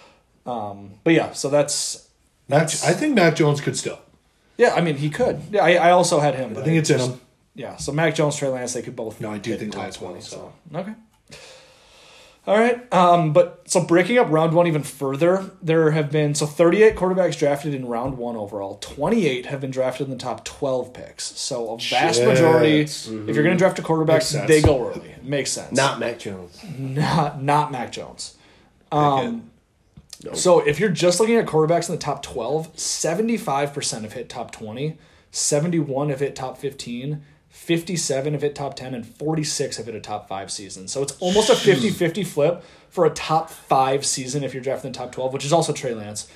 Speaker 1: um, but yeah, so that's
Speaker 2: Matt, I think Mac Jones could still.
Speaker 1: yeah. I mean, he could. Yeah, I, I also had him. But
Speaker 2: I think it's in
Speaker 1: just-
Speaker 2: him.
Speaker 1: Yeah, so Mac Jones, Trey Lance, they could both.
Speaker 2: No, I do
Speaker 1: hit
Speaker 2: think
Speaker 1: top
Speaker 2: Lance will,
Speaker 1: 20,
Speaker 2: so.
Speaker 1: okay. All right, um, but so breaking up round one even further, there have been so 38 quarterbacks drafted in round one overall. 28 have been drafted in the top 12 picks. So a vast
Speaker 2: Shit. Mm-hmm.
Speaker 1: majority, if you're going to draft a quarterback,
Speaker 2: Makes sense.
Speaker 1: they go early. Makes sense.
Speaker 3: Not Mac Jones.
Speaker 1: not not Mac Jones.
Speaker 2: Um,
Speaker 1: So if you're just looking at quarterbacks in the top 12, 75% have hit top 20, 71 have hit top 15, 57 have hit top 10, and 46 have hit a top 5 season. So it's almost a 50 50 flip for a top 5 season if you're drafting the top 12, which is also Trey Lance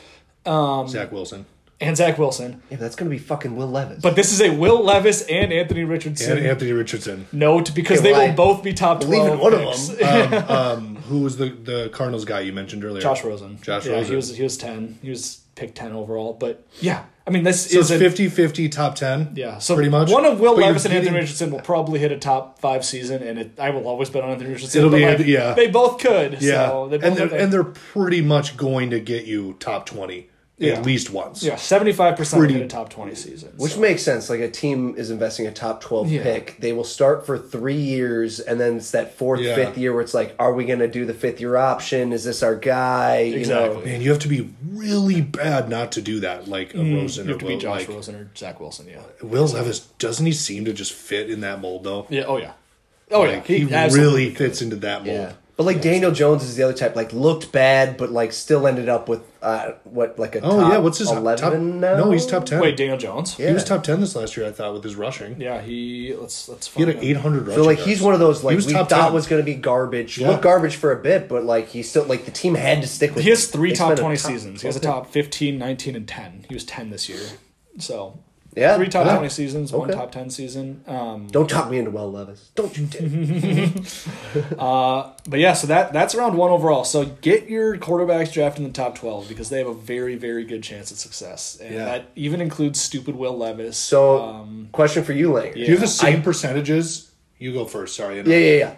Speaker 2: Zach Wilson
Speaker 1: and Zach Wilson.
Speaker 3: Yeah, but that's gonna be fucking Will Levis.
Speaker 1: But this is a Will Levis and Anthony Richardson
Speaker 2: and Anthony Richardson.
Speaker 1: note because
Speaker 3: Okay,
Speaker 1: they
Speaker 3: well,
Speaker 1: will
Speaker 3: I
Speaker 1: both be top 12.
Speaker 3: believe in one of
Speaker 1: picks.
Speaker 3: them.
Speaker 2: Um, um, who was the, the Cardinals guy you mentioned earlier?
Speaker 1: Josh Rosen.
Speaker 2: Josh
Speaker 1: yeah,
Speaker 2: Rosen.
Speaker 1: He was he was ten. He was picked ten overall. But yeah, I mean this
Speaker 2: so
Speaker 1: is
Speaker 2: it's
Speaker 1: a,
Speaker 2: 50 50 top 10.
Speaker 1: yeah. So
Speaker 2: pretty much.
Speaker 1: one of Will
Speaker 2: But you're
Speaker 1: Levis and Anthony
Speaker 2: getting-
Speaker 1: Richardson will probably hit a top five season, and it, I will always bet on Anthony Richardson.
Speaker 2: It'll
Speaker 1: but,
Speaker 2: be
Speaker 1: like,
Speaker 2: Anthony- yeah.
Speaker 1: They both could.
Speaker 2: Yeah.
Speaker 1: so they both
Speaker 2: and,
Speaker 1: have
Speaker 2: they're,
Speaker 1: that-
Speaker 2: and they're pretty much going to get you top 20
Speaker 1: Yeah.
Speaker 2: at least once.
Speaker 1: yeah, seventy five percent
Speaker 2: pretty-
Speaker 1: hit a top twenty season.
Speaker 3: Which
Speaker 1: so.
Speaker 3: makes sense. Like a team is investing a top twelve
Speaker 1: Yeah.
Speaker 3: pick. They will start for three years, and then it's that fourth,
Speaker 2: Yeah.
Speaker 3: fifth year where it's like, are we going to do the fifth year option? Is this our guy?
Speaker 1: Exactly.
Speaker 3: You know,
Speaker 2: Man, you have to be really bad not to do that, like a
Speaker 1: Mm,
Speaker 2: Rosen
Speaker 1: you have
Speaker 2: or
Speaker 1: to
Speaker 2: Will,
Speaker 1: be Josh
Speaker 2: like,
Speaker 1: Rosen or Zach Wilson. Yeah.
Speaker 2: Will Levis. Doesn't he seem to just fit in that mold though?
Speaker 1: Yeah. Oh yeah. Oh yeah.
Speaker 2: Like, he
Speaker 1: absolutely
Speaker 2: really fits into that mold.
Speaker 3: yeah. But like Daniel Jones is the other type. Like looked bad, but like still ended up with uh, what like a
Speaker 2: Oh
Speaker 3: top
Speaker 2: yeah, what's his
Speaker 3: eleven
Speaker 2: top?
Speaker 3: now?
Speaker 2: No, he's top ten.
Speaker 1: Wait, Daniel Jones.
Speaker 2: he was top ten this last year, I thought, with his rushing.
Speaker 1: Yeah. He let's let's.
Speaker 2: He
Speaker 1: Find
Speaker 2: had an
Speaker 1: out.
Speaker 2: eight hundred.
Speaker 3: So like he's one of those like
Speaker 2: was
Speaker 3: we
Speaker 2: top
Speaker 3: thought
Speaker 2: 10.
Speaker 3: was going to be garbage.
Speaker 2: Yeah.
Speaker 3: Looked garbage for a bit, but like he still like the team had to stick with.
Speaker 1: He has
Speaker 3: him.
Speaker 1: three
Speaker 3: They
Speaker 1: top
Speaker 3: spent a
Speaker 1: 20 seasons. He has a
Speaker 3: 12.
Speaker 1: top 15, 19, and 10. He was 10 this year. So,
Speaker 3: Yeah,
Speaker 1: three top
Speaker 3: yeah.
Speaker 1: 20 seasons, one
Speaker 3: Okay.
Speaker 1: top 10 season. Um,
Speaker 3: Don't talk me into Will Levis. Don't you
Speaker 2: Mm-hmm.
Speaker 3: dare.
Speaker 1: but yeah, so that that's round one overall. So get your quarterbacks drafted in the top 12 because they have a very, very good chance at success. And
Speaker 2: Yeah.
Speaker 1: that even includes stupid Will Levis.
Speaker 3: So,
Speaker 1: um,
Speaker 3: question for you, Langer.
Speaker 2: Do you have the same percentages? You go first. Sorry. I know.
Speaker 3: Yeah, yeah, yeah.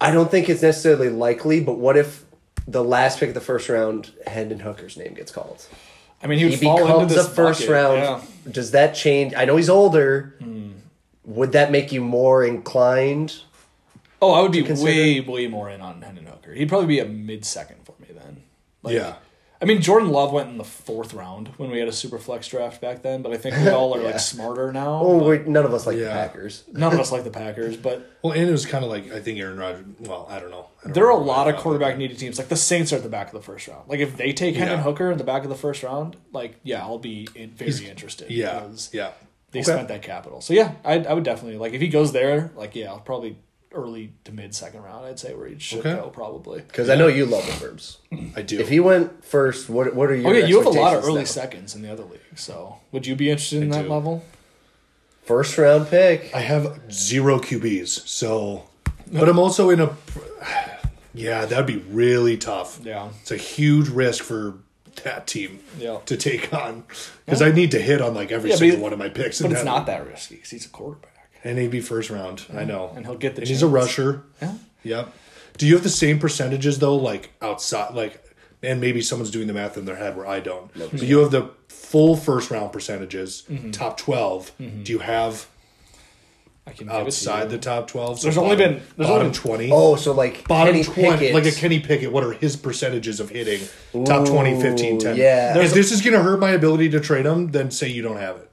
Speaker 3: I don't think it's necessarily likely, but what if the last pick of the first round, Hendon Hooker's name gets called?
Speaker 1: I mean, he would
Speaker 3: He
Speaker 1: fall
Speaker 3: becomes
Speaker 1: into
Speaker 3: a
Speaker 1: this
Speaker 3: first
Speaker 1: bucket.
Speaker 3: round.
Speaker 1: Yeah. Hmm.
Speaker 3: Does that change? I know he's older. Would that make you more inclined?
Speaker 1: Oh, I would be
Speaker 3: consider-
Speaker 1: way, way more in on Hendon Hooker. He'd probably be a mid second for me then. Like,
Speaker 2: Yeah.
Speaker 1: I mean, Jordan Love went in the fourth round when we had a super flex draft back then, but I think we all are like smarter now.
Speaker 3: Oh, wait, none of us like
Speaker 2: Yeah.
Speaker 3: the Packers.
Speaker 1: None of us like the Packers, but
Speaker 2: Well, and it was kind of like I think Aaron Rodgers. Well, I don't know. I don't
Speaker 1: there are a
Speaker 2: know what I
Speaker 1: lot of
Speaker 2: thought.
Speaker 1: quarterback needy teams. Like the Saints are at the back of the first round. Like if they take Hendon
Speaker 2: Yeah.
Speaker 1: Hooker in the back of the first round, like yeah, I'll be in, very interested.
Speaker 2: Yeah.
Speaker 1: because
Speaker 2: Yeah.
Speaker 1: they
Speaker 2: Okay.
Speaker 1: spent that capital. So yeah, I I would definitely like if he goes there. Like yeah, I'll probably early to mid second round. I'd say where he should
Speaker 2: Okay.
Speaker 1: go probably.
Speaker 3: Because I know you love the verbs.
Speaker 2: I do.
Speaker 3: If he went first, what what are your
Speaker 1: Okay, Oh, you have a lot of
Speaker 3: expectations
Speaker 1: early
Speaker 3: now?
Speaker 1: seconds in the other league. So would you be interested in
Speaker 2: I
Speaker 1: that
Speaker 2: do.
Speaker 1: level?
Speaker 3: first round pick?
Speaker 2: I have zero QBs, so. But I'm also in a. Yeah, that'd be really tough.
Speaker 1: Yeah.
Speaker 2: It's a huge risk for that team
Speaker 1: Yeah.
Speaker 2: to take on because I need to hit on like every
Speaker 1: Yeah, but
Speaker 2: single
Speaker 1: he-
Speaker 2: one of my picks.
Speaker 1: But
Speaker 2: and
Speaker 1: it's not that risky because he's a quarterback.
Speaker 2: And he'd be first round. I know.
Speaker 1: And he'll get the
Speaker 2: And he's a
Speaker 1: chance.
Speaker 2: rusher.
Speaker 1: Yeah.
Speaker 2: Yep. Do you have the same percentages though, like outside, like, and maybe someone's doing the math in their head where I don't. But you have the full first round percentages,
Speaker 1: Mm-hmm.
Speaker 2: top 12 Do you have
Speaker 1: I can give it to
Speaker 2: outside the top twelve? So
Speaker 1: There's only
Speaker 2: bottom-
Speaker 1: been- there's
Speaker 2: bottom
Speaker 1: only-
Speaker 2: twenty.
Speaker 3: Oh, so like
Speaker 2: Bottom
Speaker 3: Kenny
Speaker 2: 20,
Speaker 3: Pickett.
Speaker 2: like a Kenny Pickett, what are his percentages of hitting top 20, 15, 10?
Speaker 3: yeah.
Speaker 2: If this is going to hurt my ability to trade him, then say you don't have it.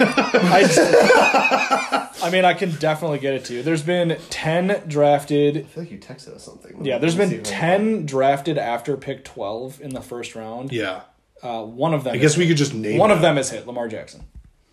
Speaker 1: I, just, I mean, I can definitely get it to you. There's been 10 drafted.
Speaker 3: I feel like you texted us something.
Speaker 1: Yeah, there's
Speaker 3: Let
Speaker 1: been
Speaker 3: me see if I-
Speaker 1: 10 drafted after pick 12 in the first round.
Speaker 2: Yeah.
Speaker 1: Uh, one of them.
Speaker 2: I guess we could just name
Speaker 1: one
Speaker 2: it.
Speaker 1: of them is hit, Lamar Jackson.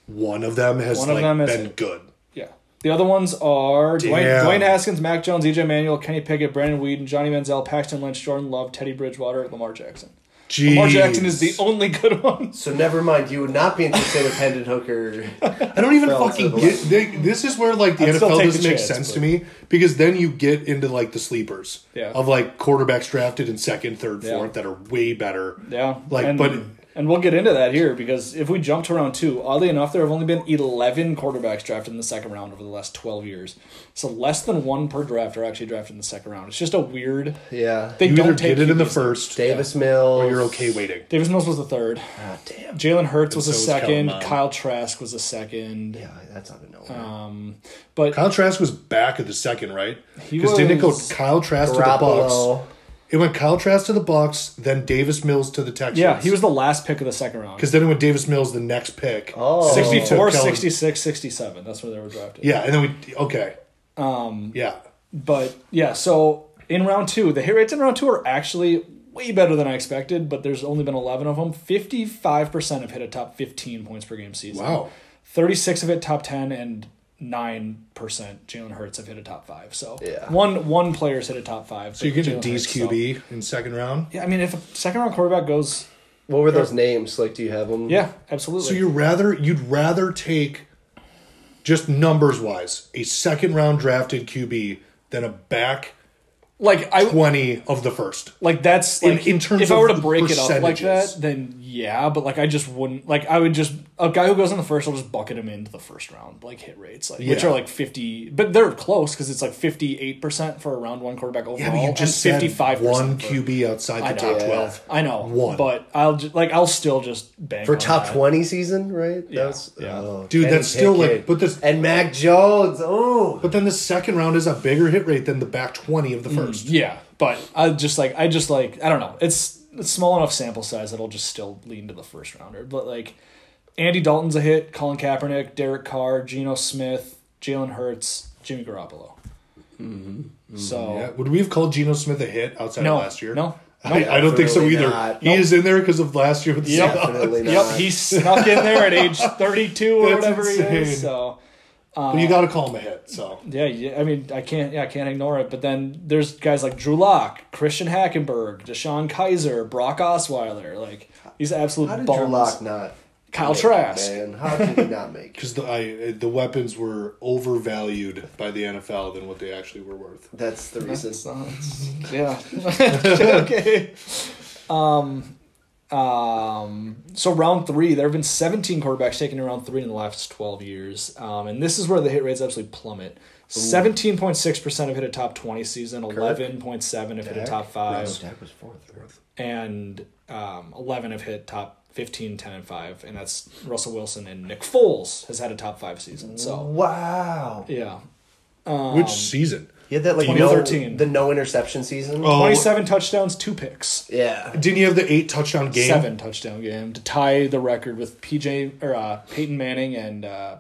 Speaker 2: One of them has
Speaker 1: One of
Speaker 2: like
Speaker 1: them is-
Speaker 2: been good.
Speaker 1: Yeah. The other ones are Dwayne,
Speaker 2: Damn.
Speaker 1: Dwayne Haskins, Mac Jones, EJ Manuel, Kenny Pickett, Brandon Whedon, Johnny Manziel, Paxton Lynch, Jordan Love, Teddy Bridgewater, Lamar Jackson.
Speaker 2: Jeez.
Speaker 1: Lamar Jackson is the only good one.
Speaker 3: So never mind. You would not be interested if Hendon Hooker.
Speaker 2: I don't even
Speaker 3: Well,
Speaker 2: fucking
Speaker 3: so the
Speaker 2: get. They, this is where like the
Speaker 1: I'd still
Speaker 2: NFL
Speaker 1: take
Speaker 2: doesn't
Speaker 1: the
Speaker 2: make
Speaker 1: chance,
Speaker 2: sense
Speaker 1: but-
Speaker 2: to me because then you get into like the sleepers
Speaker 1: Yeah.
Speaker 2: of like quarterbacks drafted in second, third,
Speaker 1: Yeah.
Speaker 2: fourth that are way better.
Speaker 1: Yeah.
Speaker 2: Like,
Speaker 1: And-
Speaker 2: but
Speaker 1: And we'll get into that here because if we jump to round two, oddly enough, there have only been 11 quarterbacks drafted in the second round over the last 12 years. So less than one per draft are actually drafted in the second round. It's just a weird.
Speaker 3: Yeah.
Speaker 1: They
Speaker 2: You
Speaker 1: don't
Speaker 2: either
Speaker 1: take
Speaker 2: get it in the
Speaker 1: QBs.
Speaker 2: first,
Speaker 3: Davis Mills.
Speaker 1: Oh,
Speaker 2: or you're okay waiting.
Speaker 1: Davis Mills was the third.
Speaker 3: Ah, damn.
Speaker 1: Jalen Hurts was
Speaker 2: so
Speaker 1: a
Speaker 2: was
Speaker 1: second.
Speaker 2: Kellen Mond.
Speaker 1: Kyle Trask was a second.
Speaker 3: Yeah, that's out of nowhere.
Speaker 1: Um, but
Speaker 2: Kyle Trask was back at the second, right?
Speaker 1: He
Speaker 2: Because didn't it go
Speaker 1: was-
Speaker 2: Kyle Trask to the Bucks?
Speaker 3: Garoppolo.
Speaker 2: It went Kyle Trask to the Bucks, then Davis Mills to the Texans.
Speaker 1: yeah, he was the last pick of the second round.
Speaker 2: because then it went Davis Mills the next pick.
Speaker 3: Oh.
Speaker 2: Then we took
Speaker 1: 64,
Speaker 2: Kellen-
Speaker 1: 66, 67. That's where they were drafted.
Speaker 2: Yeah, and then we okay. Um. Yeah.
Speaker 1: But yeah, so in round two, the hit rates in round two are actually way better than I expected, but there's only been 11 of them. 55% have hit a top 15 points per game season.
Speaker 2: Wow.
Speaker 1: 36 have hit top 10, and 9% Jalen Hurts have hit a top five. So
Speaker 3: Yeah.
Speaker 1: one one player's hit a top five.
Speaker 2: So you're getting a D's QB in second round.
Speaker 1: Yeah, I mean, if a second round quarterback goes,
Speaker 3: What were those names? Like, do you have them?
Speaker 1: yeah, absolutely.
Speaker 2: So you rather you'd rather take just numbers wise a second round drafted QB than a back
Speaker 1: like I
Speaker 2: twenty of the first.
Speaker 1: like that's
Speaker 2: In-
Speaker 1: like,
Speaker 2: in terms
Speaker 1: if I
Speaker 2: of
Speaker 1: were to break it up like
Speaker 2: percentages.
Speaker 1: that, then yeah, but like I just wouldn't like I would just a guy who goes in the first, I'll just bucket him into the first round like hit rates, like which
Speaker 2: Yeah.
Speaker 1: are like fifty, but they're close because it's like fifty eight percent for a round one quarterback overall,
Speaker 2: Yeah, but you just
Speaker 1: and
Speaker 2: said
Speaker 1: fifty five
Speaker 2: one
Speaker 1: percent
Speaker 2: QB outside the
Speaker 1: I know.
Speaker 2: top
Speaker 1: Yeah.
Speaker 2: twelve.
Speaker 1: I know
Speaker 2: One.
Speaker 1: but I'll just like I'll still just bang
Speaker 3: For
Speaker 1: on
Speaker 3: top
Speaker 1: that.
Speaker 3: 20 season, right? Yeah.
Speaker 1: Oh, yeah.
Speaker 2: Dude, that's still, like, but this-
Speaker 3: And Mac Jones. Oh.
Speaker 2: But then the second round is a bigger hit rate than the back twenty of the
Speaker 1: Mm-hmm.
Speaker 2: first.
Speaker 1: Yeah, but I just like I just like I don't know. It's it's small enough sample size that I'll just still lean to the first rounder. But like Andy Dalton's a hit, Colin Kaepernick, Derek Carr, Geno Smith, Jalen Hurts, Jimmy Garoppolo. So
Speaker 2: Mm-hmm. Yeah. Would we have called Geno Smith a hit outside
Speaker 1: no,
Speaker 2: of last year?
Speaker 1: no, no.
Speaker 2: I, I don't think so
Speaker 3: Definitely
Speaker 2: either.
Speaker 3: not.
Speaker 2: He is in there because of last year with the
Speaker 1: Yep.
Speaker 2: Seahawks.
Speaker 3: Definitely not.
Speaker 1: Yep, he snuck in there at age thirty-two or
Speaker 2: That's
Speaker 1: whatever he
Speaker 2: insane.
Speaker 1: is. So
Speaker 2: But
Speaker 1: Uh,
Speaker 2: you got to call him a hit. So
Speaker 1: yeah, yeah, I mean, I can't, yeah, I can't ignore it. But then there's guys like Drew Lock, Christian Hackenberg, Deshaun Kaiser, Brock Osweiler. Like these absolute
Speaker 3: How did
Speaker 1: bums.
Speaker 3: your lock not?
Speaker 1: Kyle
Speaker 3: make it,
Speaker 1: Trask.
Speaker 3: Man, how did he not make it?
Speaker 2: because the I, the weapons were overvalued by the NFL than what they actually were worth.
Speaker 3: That's the reason.
Speaker 1: yeah. okay. Um, um, so round three, there have been 17 quarterbacks taken in round three in the last 12 years. Um, and this is where the hit rates absolutely plummet. 17.6% have hit a top 20 season, 11.7 have hit a top five,
Speaker 3: Dak was fourth. fourth.
Speaker 1: and um, 11 have hit top 15, 10, and five. And that's Russell Wilson and Nick Foles has had a top five season. So,
Speaker 3: Wow.
Speaker 1: yeah.
Speaker 2: Which season?
Speaker 3: He had that like
Speaker 1: 2013.
Speaker 3: No, the no interception season.
Speaker 2: Oh.
Speaker 1: 27 touchdowns, two picks.
Speaker 3: Yeah.
Speaker 2: Didn't you have the eight touchdown game?
Speaker 1: seven touchdown game to tie the record with PJ or uh, Peyton Manning and uh,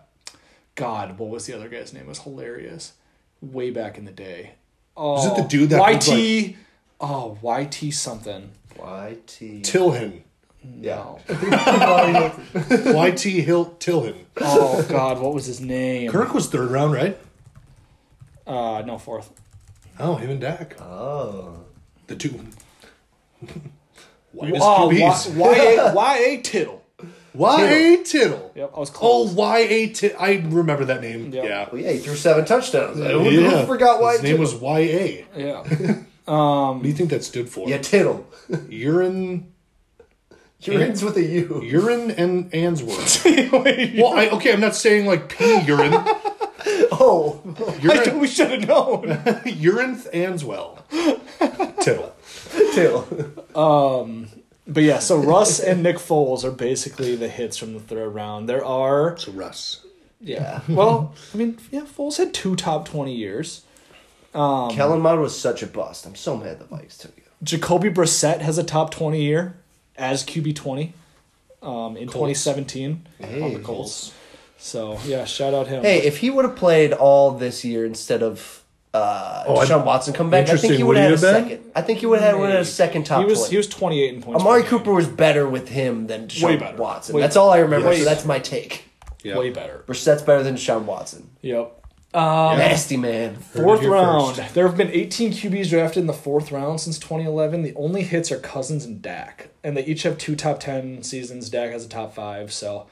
Speaker 1: God, what was the other guy's name? It was hilarious. Way back in the day. Oh,
Speaker 2: Is it the dude that
Speaker 1: YT?
Speaker 2: looked like-
Speaker 1: oh, YT something.
Speaker 3: YT.
Speaker 2: Tilhin.
Speaker 3: Yeah.
Speaker 2: Oh, YT Hill Tilhin.
Speaker 1: Oh God, what was his name?
Speaker 2: Kirk was third round, right?
Speaker 1: Uh, no fourth.
Speaker 2: Oh, him and Dak.
Speaker 3: oh.
Speaker 2: The two. Whitest
Speaker 1: Oh,
Speaker 2: QBs.
Speaker 1: Y- YA YA Tittle.
Speaker 2: Y.A. Tittle.
Speaker 1: Yep, I was close.
Speaker 2: Oh, Y.A. Tittle. I remember that name.
Speaker 1: Yep.
Speaker 2: Yeah.
Speaker 3: Well, yeah, he threw seven touchdowns. I who-
Speaker 2: Yeah.
Speaker 3: who forgot why.
Speaker 2: His name was Y.A.
Speaker 1: Yeah.
Speaker 2: What do you think that stood for?
Speaker 3: yeah, Tittle.
Speaker 2: Urine,
Speaker 3: Ends with a U.
Speaker 2: urine and Answorth. well, I, okay, I'm not saying like pee urine.
Speaker 3: Oh,
Speaker 2: Urine,
Speaker 1: we should have known.
Speaker 2: urine Answell. Tittle.
Speaker 3: Tittle.
Speaker 1: But yeah, so Russ and Nick Foles are basically the hits from the third round. There are
Speaker 2: So Russ.
Speaker 1: Yeah. Well, I mean, yeah, Foles had two top 20 years.
Speaker 3: Kellen Mond was such a bust. I'm so mad the Vikes took him.
Speaker 1: Jacoby Brissett has a top 20 year as QB20 um, in 2017 on the Colts. So, yeah, shout out him.
Speaker 3: Hey, if he would have played all this year instead of uh,
Speaker 1: Oh,
Speaker 2: I-
Speaker 3: Deshaun Watson come back, I think
Speaker 2: Interesting.
Speaker 3: he would have had a
Speaker 2: Would he have been?
Speaker 3: second. I think he would have had, a second top
Speaker 1: he was
Speaker 3: 20.
Speaker 1: he was 28 in points.
Speaker 3: Amari
Speaker 1: per game.
Speaker 3: Cooper was better with him than Deshaun
Speaker 1: Way better.
Speaker 3: Watson.
Speaker 1: Way
Speaker 3: that's
Speaker 1: better.
Speaker 3: all I remember,
Speaker 1: Yes.
Speaker 3: so that's my take.
Speaker 2: Yeah.
Speaker 1: way better.
Speaker 3: Brissett's better than Deshaun Watson.
Speaker 1: Yep. Um,
Speaker 3: Nasty man.
Speaker 1: Fourth
Speaker 2: here
Speaker 1: round.
Speaker 2: first.
Speaker 1: There have been 18 QBs drafted in the fourth round since 2011. The only hits are Cousins and Dak, and they each have two top 10 seasons. Dak has a top five, so.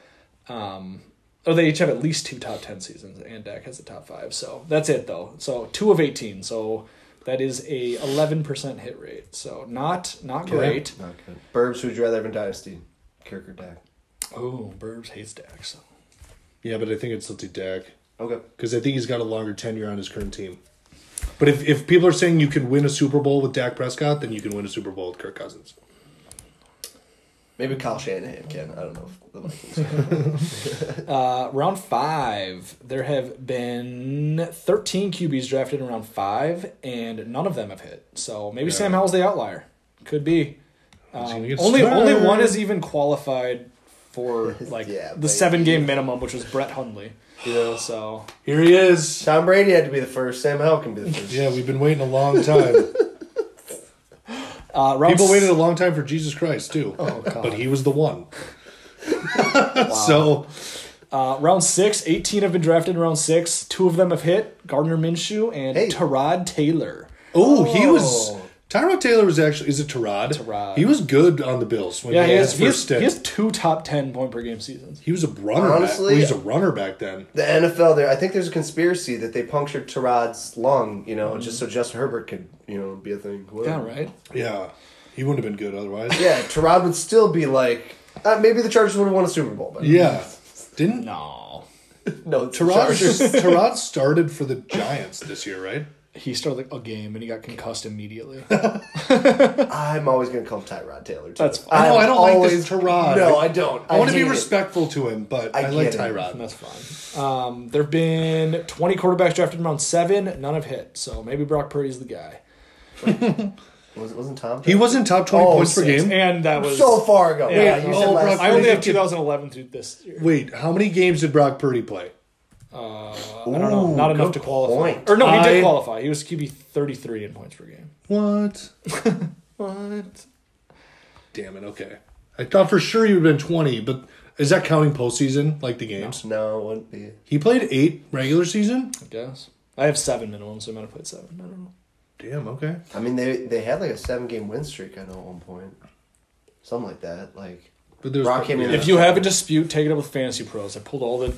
Speaker 1: Um, or they each have at least two top 10 seasons, and Dak has a top five. So that's it, though. So two of 18. So that is a 11% hit rate. So not not great.
Speaker 3: Burbs, who'd you rather have in Dynasty? Kirk or Dak?
Speaker 1: Oh, Burbs hates Dak. So.
Speaker 2: Yeah, but I think it's Silty Dak
Speaker 3: Okay.
Speaker 2: because I think he's got a longer tenure on his current team. But if, if people are saying you can win a Super Bowl with Dak Prescott, then you can win a Super Bowl with Kirk Cousins.
Speaker 3: Maybe Kyle Shanahan can. I don't know. If the Vikings.
Speaker 1: Uh, round five, there have been 13 QBs drafted in round five, and none of them have hit. So maybe
Speaker 2: Yeah.
Speaker 1: Sam Howell's the outlier. Could be.
Speaker 2: He's
Speaker 1: Um,
Speaker 2: gonna get
Speaker 1: only only
Speaker 2: started.
Speaker 1: one is even qualified for like
Speaker 3: Yeah,
Speaker 1: the
Speaker 3: but-
Speaker 1: seven game minimum, which was Brett Hundley. So
Speaker 2: Here he is.
Speaker 3: Tom Brady had to be the first. Sam Howell can be the first.
Speaker 2: Yeah, we've been waiting a long time.
Speaker 1: uh, round
Speaker 2: People
Speaker 1: s-
Speaker 2: waited a long time for Jesus Christ too,
Speaker 1: Oh, God.
Speaker 2: but he was the one. So
Speaker 1: Uh, round six, 18 have been drafted in round six. Two of them have hit Gardner Minshew and
Speaker 3: Hey.
Speaker 1: Tarod Taylor.
Speaker 2: Oh, he was.
Speaker 3: Oh.
Speaker 2: Tyrod Taylor was actually. Is it Tyrod?
Speaker 1: Tyrod.
Speaker 2: He was good on the Bills when
Speaker 1: Yeah,
Speaker 2: he,
Speaker 1: he
Speaker 2: had
Speaker 1: has,
Speaker 2: his
Speaker 1: he,
Speaker 2: first
Speaker 1: has,
Speaker 2: stint.
Speaker 1: he
Speaker 2: He,
Speaker 1: has two top 10 point per game seasons.
Speaker 2: was a runner. back.
Speaker 3: Honestly-
Speaker 2: Well, he was a runner back then.
Speaker 3: The NFL, there, I think there's a conspiracy that they punctured Tarod's lung, you know, just so Justin Herbert could, you know, be a thing.
Speaker 1: Yeah,
Speaker 3: Whatever.
Speaker 1: right?
Speaker 2: Yeah, he wouldn't have been good otherwise.
Speaker 3: Yeah, Terod would still be like, uh, maybe the Chargers would have won a Super Bowl, but
Speaker 2: yeah. Didn't
Speaker 1: No.
Speaker 3: no,
Speaker 2: Tyrod,
Speaker 3: Terod.
Speaker 2: Tyrod started for the Giants this year, right?
Speaker 1: He started a game and he got concussed immediately.
Speaker 3: I'm always gonna call him Tyrod Taylor. Too.
Speaker 1: That's fine.
Speaker 2: I know
Speaker 3: I'm
Speaker 2: I don't like this Tyrod.
Speaker 3: No, I don't.
Speaker 2: I, want to be
Speaker 3: hate it.
Speaker 2: respectful to him, but I,
Speaker 3: I
Speaker 2: like
Speaker 3: get it.
Speaker 2: Tyrod.
Speaker 1: That's fine. Um, there have been 20 quarterbacks drafted in round seven. None have hit. So maybe Brock Purdy's the guy.
Speaker 3: Was it wasn't Tom?
Speaker 2: He wasn't top twenty
Speaker 3: Oh,
Speaker 2: points per
Speaker 3: six.
Speaker 2: game.
Speaker 1: And that was.
Speaker 3: so far ago.
Speaker 1: Yeah,
Speaker 3: Yeah,
Speaker 1: no.
Speaker 3: you said
Speaker 2: Oh,
Speaker 3: last.
Speaker 2: Brock-
Speaker 1: I only have
Speaker 2: Pretty good.
Speaker 1: 2011 through this year.
Speaker 2: Wait, how many games did Brock Purdy play?
Speaker 1: I don't know.
Speaker 3: Ooh,
Speaker 1: Not enough to
Speaker 3: good
Speaker 1: qualify.
Speaker 3: point.
Speaker 1: Or no, he
Speaker 2: I-
Speaker 1: did qualify. He was QB 33 in points per game.
Speaker 2: What?
Speaker 1: What?
Speaker 2: Damn it. Okay. I thought for sure you would have been 20, but is that counting postseason, like the games?
Speaker 3: No, it wouldn't be.
Speaker 2: He played eight regular season?
Speaker 1: I guess. I have seven minimum, so I might have played seven. I don't know.
Speaker 2: Damn, okay.
Speaker 3: I mean, they they had like a seven game win streak. I know at one point, something like that. Like
Speaker 2: But there was
Speaker 3: Brock came in-
Speaker 1: If you have a dispute, take it up with Fantasy Pros. I pulled all the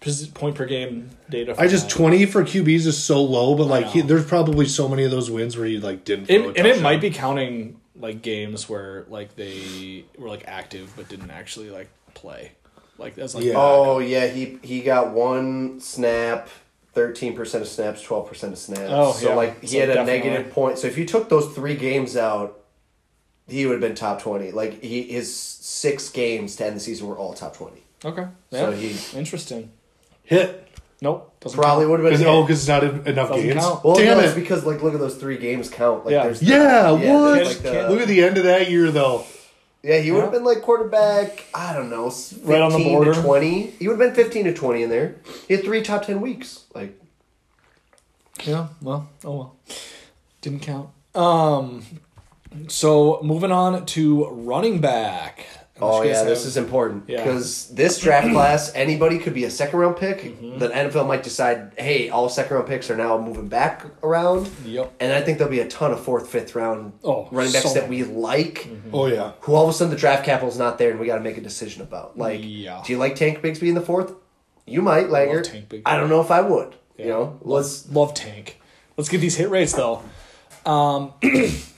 Speaker 1: pos- point per game data.
Speaker 2: I just
Speaker 1: that.
Speaker 2: 20 for QBs is so low, but like he,
Speaker 1: know.
Speaker 2: there's probably so many of those wins where he like didn't throw
Speaker 1: It-
Speaker 2: a
Speaker 1: and it
Speaker 2: touchdown.
Speaker 1: might be counting like games where like they were like active but didn't actually like play. Like that's like
Speaker 2: Yeah.
Speaker 3: oh yeah, he he got one snap. Thirteen percent of snaps, twelve percent of snaps.
Speaker 1: Oh,
Speaker 3: so
Speaker 1: yeah.
Speaker 3: like he
Speaker 1: So
Speaker 3: had a
Speaker 1: definitely.
Speaker 3: negative point. So if you took those three games out, he would have been top twenty. Like he his six games to end the season were all top twenty.
Speaker 1: okay. Yeah.
Speaker 3: So he-
Speaker 1: interesting.
Speaker 2: hit.
Speaker 1: Nope. Doesn't
Speaker 3: Probably
Speaker 1: count.
Speaker 3: would have been.
Speaker 2: Cause, oh, because it's not en- enough
Speaker 1: Doesn't
Speaker 2: games.
Speaker 1: count.
Speaker 3: well,
Speaker 2: Damn
Speaker 3: no, it's
Speaker 2: it.
Speaker 3: because like look at those three games count. Like
Speaker 1: Yeah.
Speaker 3: there's
Speaker 2: yeah,
Speaker 3: Yeah,
Speaker 2: what?
Speaker 3: there's, like,
Speaker 1: the-
Speaker 2: Look at the end of that year, though.
Speaker 3: Yeah, he would have
Speaker 1: Yeah.
Speaker 3: been like quarterback. I don't know, s- 15
Speaker 1: Right on the border.
Speaker 3: to twenty. He would have been fifteen to twenty in there. He had three top ten weeks. Like
Speaker 1: Yeah, well, oh well. Didn't count. Um so moving on to running back.
Speaker 3: oh
Speaker 1: Unless you guys
Speaker 3: yeah, this
Speaker 1: have-
Speaker 3: is important
Speaker 1: Yeah.
Speaker 3: because this draft class, anybody could be a second round pick.
Speaker 1: Mm-hmm.
Speaker 3: The NFL might decide, hey, all second round picks are now moving back around.
Speaker 1: Yep.
Speaker 3: And I think there'll be a ton of fourth, fifth round
Speaker 1: Oh,
Speaker 3: running backs
Speaker 1: so Mm-hmm.
Speaker 3: that we like.
Speaker 2: Oh, yeah.
Speaker 3: Who all of a sudden the draft capital's not there, and we got to make a decision about. Like,
Speaker 1: Yeah.
Speaker 3: do you like Tank Bigsby in the fourth? You might, Langer.
Speaker 1: Tank Bigsby.
Speaker 3: I don't know if I would. You know, let's
Speaker 1: Love, love tank. Let's get these hit rates though. Um,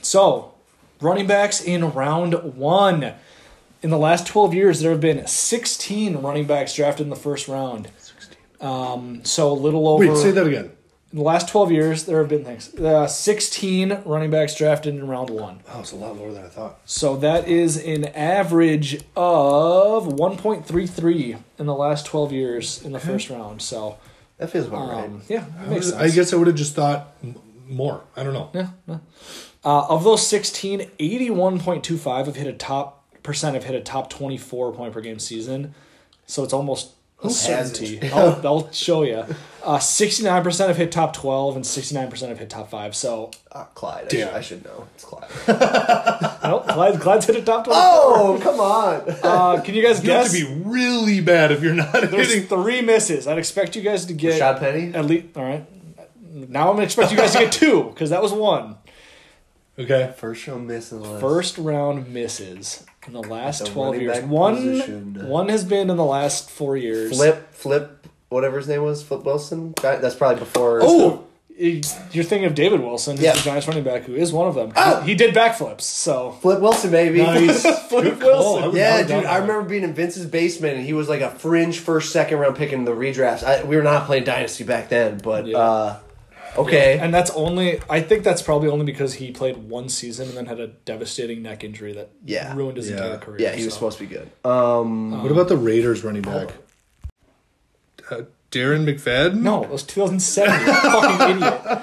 Speaker 1: so running backs in round one. In the last twelve years, there have been sixteen running backs drafted in the first round. Um, so a little over.
Speaker 2: Wait, say that again.
Speaker 1: In the last twelve years, there have been thanks uh, sixteen running backs drafted in round one.
Speaker 2: Oh, it's a lot lower than I thought.
Speaker 1: So that is an average of one point three three in the last twelve years in the first round. So
Speaker 3: That feels
Speaker 1: um,
Speaker 3: about right.
Speaker 1: yeah,
Speaker 2: I
Speaker 1: it makes
Speaker 2: would've-
Speaker 1: sense.
Speaker 2: I guess I would have just thought m- more. I don't know.
Speaker 1: Yeah. yeah. Uh, of those 16, 81.25 have hit a top percent have hit a top 24 point per game season. So it's almost a
Speaker 3: hasn't?
Speaker 1: certainty. I'll, I'll show you. Uh, 69% have hit top 12 and 69% have hit top 5. So,
Speaker 3: Ah, Clyde. I,
Speaker 2: Damn.
Speaker 3: sh- I should know. It's Clyde.
Speaker 1: nope, Clyde, Clyde's hit a top 12.
Speaker 3: oh, come on.
Speaker 1: Uh, can you guys
Speaker 2: You have
Speaker 1: guess?
Speaker 2: to be really bad if you're not
Speaker 1: There's
Speaker 2: hitting.
Speaker 1: three misses. I'd expect you guys to get
Speaker 3: Rashad Penny?
Speaker 1: at least. All right. Now I'm gonna expect you guys to get two because that was one.
Speaker 2: Okay.
Speaker 3: First round miss in the list.
Speaker 1: First round misses in the last
Speaker 3: At the
Speaker 1: twelve
Speaker 3: running
Speaker 1: years.
Speaker 3: back
Speaker 1: One
Speaker 3: position.
Speaker 1: one has been in the last four years.
Speaker 3: Flip, Flip, whatever his name was, Flip Wilson. That- That's probably before.
Speaker 1: Oh, it- you're thinking of David Wilson, who's
Speaker 3: Yeah.
Speaker 1: the Giants running back, who is one of them.
Speaker 3: Oh!
Speaker 1: He did backflips, so
Speaker 3: Flip Wilson, baby.
Speaker 2: Nice.
Speaker 1: Flip
Speaker 2: Good call.
Speaker 1: Wilson.
Speaker 2: I would not
Speaker 3: Yeah,
Speaker 2: have
Speaker 3: dude,
Speaker 2: done
Speaker 3: I
Speaker 2: that.
Speaker 3: remember being in Vince's basement, and he was like a fringe first, second round pick in the redrafts. I, we were not playing Dynasty back then, but
Speaker 1: Yeah.
Speaker 3: uh, okay,
Speaker 1: and that's only I think that's probably only because he played one season and then had a devastating neck injury that
Speaker 3: Yeah.
Speaker 1: ruined his
Speaker 2: Yeah.
Speaker 1: entire career.
Speaker 3: yeah, he was
Speaker 1: so.
Speaker 3: supposed to be good. Um,
Speaker 2: What about the Raiders running back? Uh, Darren McFadden?
Speaker 1: Oh. No, it was 2007. you fucking idiot. I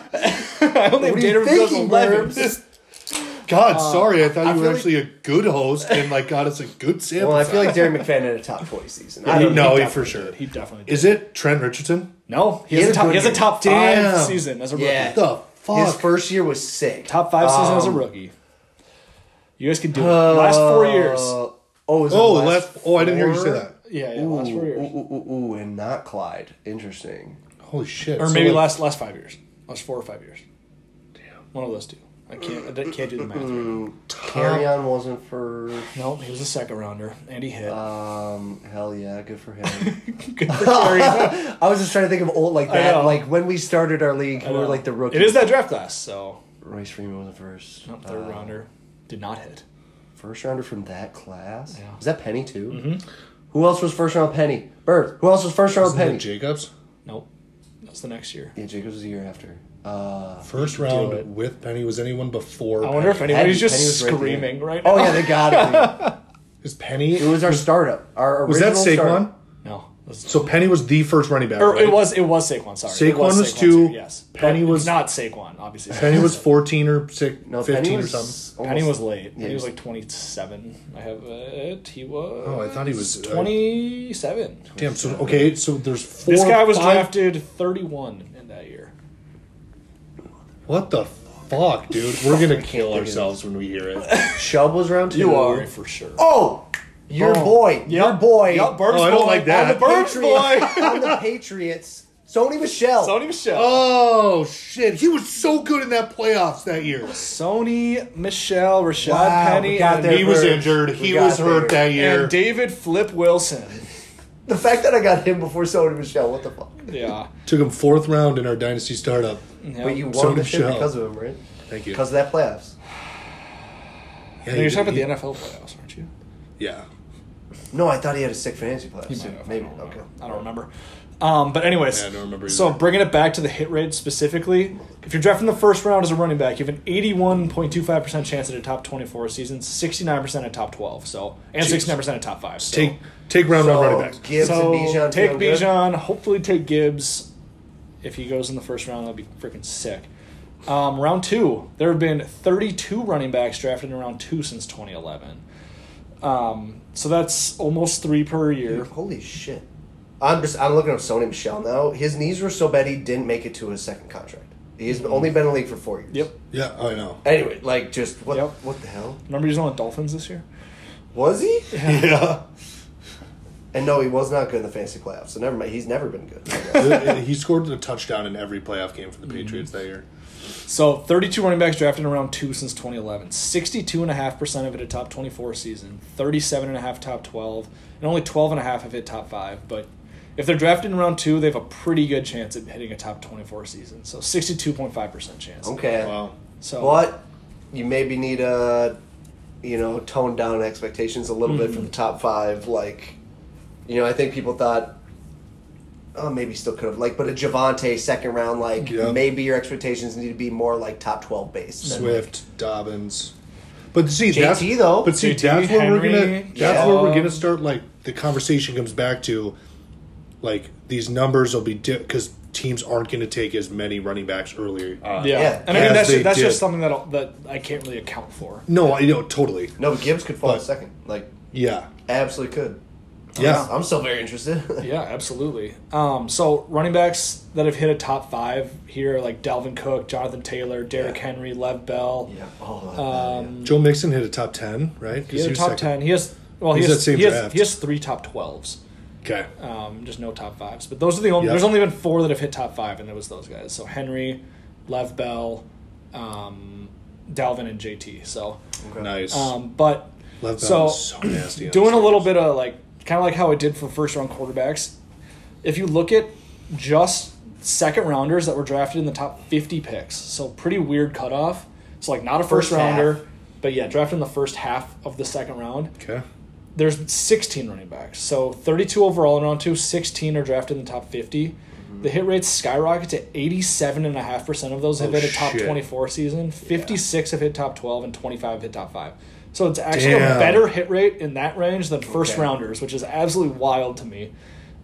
Speaker 1: only have
Speaker 3: What are you
Speaker 1: data because
Speaker 3: thinking,
Speaker 1: 11.
Speaker 3: Burbs?
Speaker 2: God, sorry. I thought
Speaker 3: Uh, I
Speaker 2: you were
Speaker 3: feel like-
Speaker 2: actually a good host and like got us a good sample.
Speaker 3: well, I feel like Darren McFadden had a top twenty season. I
Speaker 2: he-
Speaker 3: don't know.
Speaker 2: no,
Speaker 1: definitely
Speaker 2: for
Speaker 1: did.
Speaker 2: sure.
Speaker 1: He definitely did.
Speaker 2: Is it Trent Richardson?
Speaker 1: no, he,
Speaker 3: He
Speaker 1: has, a
Speaker 3: had a
Speaker 1: top, he
Speaker 3: good
Speaker 1: has a
Speaker 3: year.
Speaker 1: top five
Speaker 2: Damn.
Speaker 1: season as a rookie.
Speaker 3: Yeah,
Speaker 2: The fuck?
Speaker 3: his first year was sick.
Speaker 1: Top five season as a
Speaker 3: Um,
Speaker 1: rookie. You guys can do it. Last four years.
Speaker 3: Uh, oh, is it
Speaker 2: Oh,
Speaker 3: last
Speaker 2: last, oh, I didn't hear you say
Speaker 3: four?
Speaker 2: that.
Speaker 1: Yeah, yeah
Speaker 3: Ooh,
Speaker 1: last four years.
Speaker 3: ooh, ooh, ooh, ooh, and not Clyde. Interesting.
Speaker 2: Holy shit!
Speaker 1: Or
Speaker 2: So,
Speaker 1: maybe
Speaker 2: like,
Speaker 1: last last five years. Last four or five years. Damn. One of those two. I can't I di- can't do the math. Right.
Speaker 3: Carry on wasn't for.
Speaker 1: No, he was a second rounder, and he hit.
Speaker 3: Um, hell yeah, good for him.
Speaker 1: Good for Terry.
Speaker 3: I was just trying to think of old like
Speaker 1: I know.
Speaker 3: that. Like when we started our league, we were like the rookie.
Speaker 1: It is that draft class, so
Speaker 3: Royce Freeman was the first.
Speaker 1: no, third
Speaker 3: uh,
Speaker 1: rounder did not hit.
Speaker 3: First rounder from that class.
Speaker 1: Yeah.
Speaker 3: Is that Penny too? Mm-hmm. Who else was first round Penny? Bird. Who else was first round
Speaker 2: wasn't that
Speaker 3: Penny?
Speaker 2: Jacobs
Speaker 1: Nope, that's the next year.
Speaker 3: yeah, Jacobs was the year after. Uh,
Speaker 2: first
Speaker 1: Do it.
Speaker 2: round with Penny. Was anyone before?
Speaker 1: I wonder if
Speaker 2: Penny?
Speaker 1: anybody's
Speaker 3: Penny-
Speaker 1: just
Speaker 3: Penny was right there.
Speaker 1: screaming right now.
Speaker 3: oh yeah, they got it.
Speaker 2: is Penny.
Speaker 3: It was our startup. Our
Speaker 2: was that
Speaker 3: original
Speaker 2: Saquon?
Speaker 3: startup.
Speaker 1: no, that's-
Speaker 2: So Penny was the first running back.
Speaker 1: or
Speaker 2: right?
Speaker 1: it was it was Saquon. Sorry, It
Speaker 2: Saquon was
Speaker 1: Saquon's
Speaker 2: two,
Speaker 1: year, yes,
Speaker 2: Penny
Speaker 1: But
Speaker 2: was-
Speaker 1: not Saquon. Obviously,
Speaker 2: Penny was fourteen or six,
Speaker 3: No,
Speaker 2: fifteen
Speaker 3: Penny
Speaker 2: or
Speaker 3: was
Speaker 2: something.
Speaker 3: almost-
Speaker 1: Penny was late.
Speaker 3: Yeah,
Speaker 1: he was like twenty seven. I have it. He was.
Speaker 2: Oh, I thought he was, uh,
Speaker 1: twenty seven.
Speaker 2: Damn. So okay. So there's four.
Speaker 1: This guy was
Speaker 2: five-
Speaker 1: drafted thirty one in that year.
Speaker 2: What the fuck, dude? We're gonna kill
Speaker 3: think of
Speaker 2: ourselves when we hear it.
Speaker 3: Chubb was round two.
Speaker 1: You are for sure.
Speaker 3: Oh, your
Speaker 1: Boom.
Speaker 3: boy,
Speaker 1: Yep.
Speaker 3: your boy.
Speaker 1: Yep, Burbs
Speaker 2: Oh, I don't
Speaker 1: boy.
Speaker 2: like
Speaker 1: I'm
Speaker 2: that.
Speaker 1: the Burbs
Speaker 3: Patriots-
Speaker 1: boy.
Speaker 3: on the Patriots. Sony Michelle.
Speaker 1: Sony Michelle.
Speaker 2: oh shit! He was so good in that playoffs that year.
Speaker 1: Sony Michelle, Rashad
Speaker 3: Wow, we
Speaker 1: Penny,
Speaker 3: got
Speaker 1: and,
Speaker 3: there.
Speaker 2: He was
Speaker 3: Bird.
Speaker 2: injured.
Speaker 3: We
Speaker 2: He
Speaker 3: got
Speaker 2: was hurt
Speaker 3: there.
Speaker 2: that year.
Speaker 1: and David Flip Wilson.
Speaker 3: The fact that I got him before Sony Michelle, what the fuck?
Speaker 1: Yeah.
Speaker 2: Took him fourth round in our dynasty startup.
Speaker 1: Yeah.
Speaker 3: But you
Speaker 2: Sony
Speaker 3: won the shit
Speaker 2: Michel.
Speaker 3: because of him, right?
Speaker 2: Thank you.
Speaker 3: Because of that playoffs.
Speaker 2: Yeah,
Speaker 1: No, you're
Speaker 2: he-
Speaker 1: talking about the
Speaker 2: he-
Speaker 1: NFL playoffs, aren't you?
Speaker 2: Yeah.
Speaker 3: No, I thought he had a sick fantasy playoffs.
Speaker 1: I
Speaker 3: too.
Speaker 1: don't know.
Speaker 3: Maybe.
Speaker 1: I don't
Speaker 3: Okay.
Speaker 1: remember. I don't remember. Um, but anyways,
Speaker 2: Yeah, I don't remember
Speaker 1: so
Speaker 2: either.
Speaker 1: bringing it back to the hit rate specifically, if you're drafting the first round as a running back, you have an 81.25% chance at a top 24 season, 69% at top 12, so and
Speaker 2: Jeez.
Speaker 1: 69% at top 5. So.
Speaker 2: Take take round
Speaker 3: So,
Speaker 2: one running backs.
Speaker 3: Gibbs
Speaker 1: so
Speaker 3: and Bijan.
Speaker 1: take
Speaker 3: feeling good?
Speaker 1: Bijan. Hopefully, take Gibbs. If he goes in the first round, that'd be freaking sick. Um, round two, there have been 32 running backs drafted in round two since 2011. Um, so that's almost three per year.
Speaker 3: Holy shit. I'm just I'm looking at Sony Michelle now. His knees were so bad he didn't make it to his second contract. He's only been in the league for four years.
Speaker 1: Yep.
Speaker 2: Yeah, I know.
Speaker 3: Anyway, like just what
Speaker 1: Yep.
Speaker 3: what the hell?
Speaker 1: Remember he's on the Dolphins this year?
Speaker 3: Was he?
Speaker 2: Yeah.
Speaker 3: And no, he was not good in the fantasy playoffs. So never mind. He's never been good.
Speaker 2: he scored a touchdown in every playoff game for the Patriots that year.
Speaker 1: So 32 running backs drafted in round two since 2011. 62.5% have hit a top 24 season, 37.5 top 12, and only 12.5 have hit top five. But if they're drafted in round two, they have a pretty good chance at hitting a top 24 season. So 62.5% chance.
Speaker 3: okay.
Speaker 2: Wow.
Speaker 1: So
Speaker 3: But you maybe need a, you know, tone down expectations a little
Speaker 1: Mm-hmm.
Speaker 3: bit for the top five. Like, you know, I think people thought, oh, maybe still could have like, but a Javante second round, like
Speaker 2: Yeah.
Speaker 3: maybe your expectations need to be more like top twelve based. than-
Speaker 2: Swift, Dobbins. But see,
Speaker 3: JT
Speaker 2: that's,
Speaker 3: though.
Speaker 2: But see,
Speaker 1: JT,
Speaker 2: that's where we're
Speaker 1: Henry,
Speaker 2: gonna. That's where we're
Speaker 1: Chubb.
Speaker 2: gonna start. Like the conversation comes back to, like these numbers will be because teams aren't gonna take as many running backs earlier.
Speaker 1: yeah.
Speaker 3: Yeah.
Speaker 1: and I mean
Speaker 2: As
Speaker 1: that's
Speaker 2: they
Speaker 1: that's
Speaker 2: did.
Speaker 1: just something that that I can't really account for.
Speaker 2: No, I know totally.
Speaker 3: No, Gibbs could fall
Speaker 2: But-
Speaker 3: second. Like,
Speaker 2: Yeah,
Speaker 3: absolutely could.
Speaker 2: yeah.
Speaker 3: I'm still very interested.
Speaker 1: Yeah, absolutely. Um, so running backs that have hit a top five here, like Dalvin Cook, Jonathan Taylor, Derrick
Speaker 3: Yeah.
Speaker 1: Henry, Lev Bell.
Speaker 3: yeah. Oh, I-
Speaker 1: Um,
Speaker 2: Joe Mixon hit a top ten, right? 'Cause
Speaker 1: He has a
Speaker 2: was
Speaker 1: top
Speaker 2: second.
Speaker 1: ten. He has well, he
Speaker 2: He's
Speaker 1: has,
Speaker 2: that same
Speaker 1: he, has
Speaker 2: draft.
Speaker 1: he has three top twelves.
Speaker 2: Okay,
Speaker 1: Um, just no top fives. But those are the only.
Speaker 2: Yep.
Speaker 1: There's only been four that have hit top five, and it was those guys. So Henry, Lev Bell, um, Dalvin, and JT. So,
Speaker 3: okay.
Speaker 2: nice.
Speaker 1: um, but
Speaker 2: Left
Speaker 1: so,
Speaker 2: so, so nasty. on
Speaker 1: doing a
Speaker 2: the
Speaker 1: little
Speaker 2: Steelers.
Speaker 1: bit of like kind of like how I did for first round quarterbacks. If you look at just second rounders that were drafted in the top 50 picks. So pretty weird cutoff. It's like not a first,
Speaker 3: First half.
Speaker 1: rounder, but yeah, drafted in the first half of the second round.
Speaker 2: Okay.
Speaker 1: There's 16 running backs. So 32 overall in round two, 16 are drafted in the top 50. The hit rates skyrocket to 87.5% of those have
Speaker 2: Oh,
Speaker 1: hit a top
Speaker 2: shit.
Speaker 1: 24 season. 56 have hit top 12 and 25 hit top 5. So it's actually a
Speaker 2: Damn.
Speaker 1: better hit rate in that range than first
Speaker 3: Okay.
Speaker 1: rounders, which is absolutely wild to me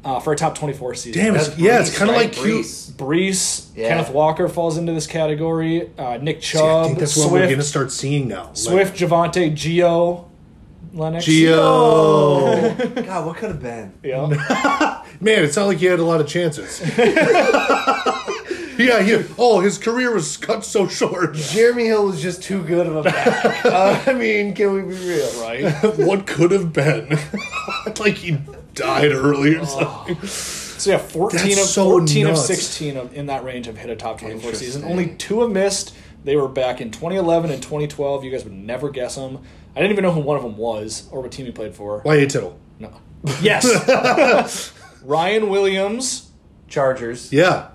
Speaker 1: uh, for a top 24 season.
Speaker 2: Damn, it's,
Speaker 3: That's
Speaker 2: yeah, it's
Speaker 3: Brees,
Speaker 2: kind of
Speaker 3: right?
Speaker 2: like cute.
Speaker 3: Brees.
Speaker 1: Brees,
Speaker 3: Yeah.
Speaker 1: Kenneth Walker falls into this category. Uh, Nick
Speaker 2: See, I
Speaker 1: Chubb,
Speaker 2: think that's what we're
Speaker 1: Swift,
Speaker 2: gonna start seeing now. Like,
Speaker 1: Swift, Javante, Geo, Lennox.
Speaker 2: Geo.
Speaker 3: God, what could have been?
Speaker 1: Yeah.
Speaker 2: Man, it sounded like he had a lot of chances. yeah, he, oh, his career was cut so short.
Speaker 3: Jeremy Hill was just too good of a back. Uh, I mean, can we be real?
Speaker 1: right.
Speaker 2: what could have been? like he died early
Speaker 1: Oh.
Speaker 2: or something.
Speaker 1: So yeah, fourteen
Speaker 2: That's
Speaker 1: of
Speaker 2: so
Speaker 1: fourteen
Speaker 2: nuts.
Speaker 1: of sixteen of, in that range have hit a top twenty four season.
Speaker 3: Interesting.
Speaker 1: Only two have missed. They were back in twenty eleven and twenty twelve. You guys would never guess them. I didn't even know who one of them was or what team he played for.
Speaker 2: Why a tittle?
Speaker 1: No. Yes. Ryan Williams,
Speaker 3: Chargers.
Speaker 2: Yeah.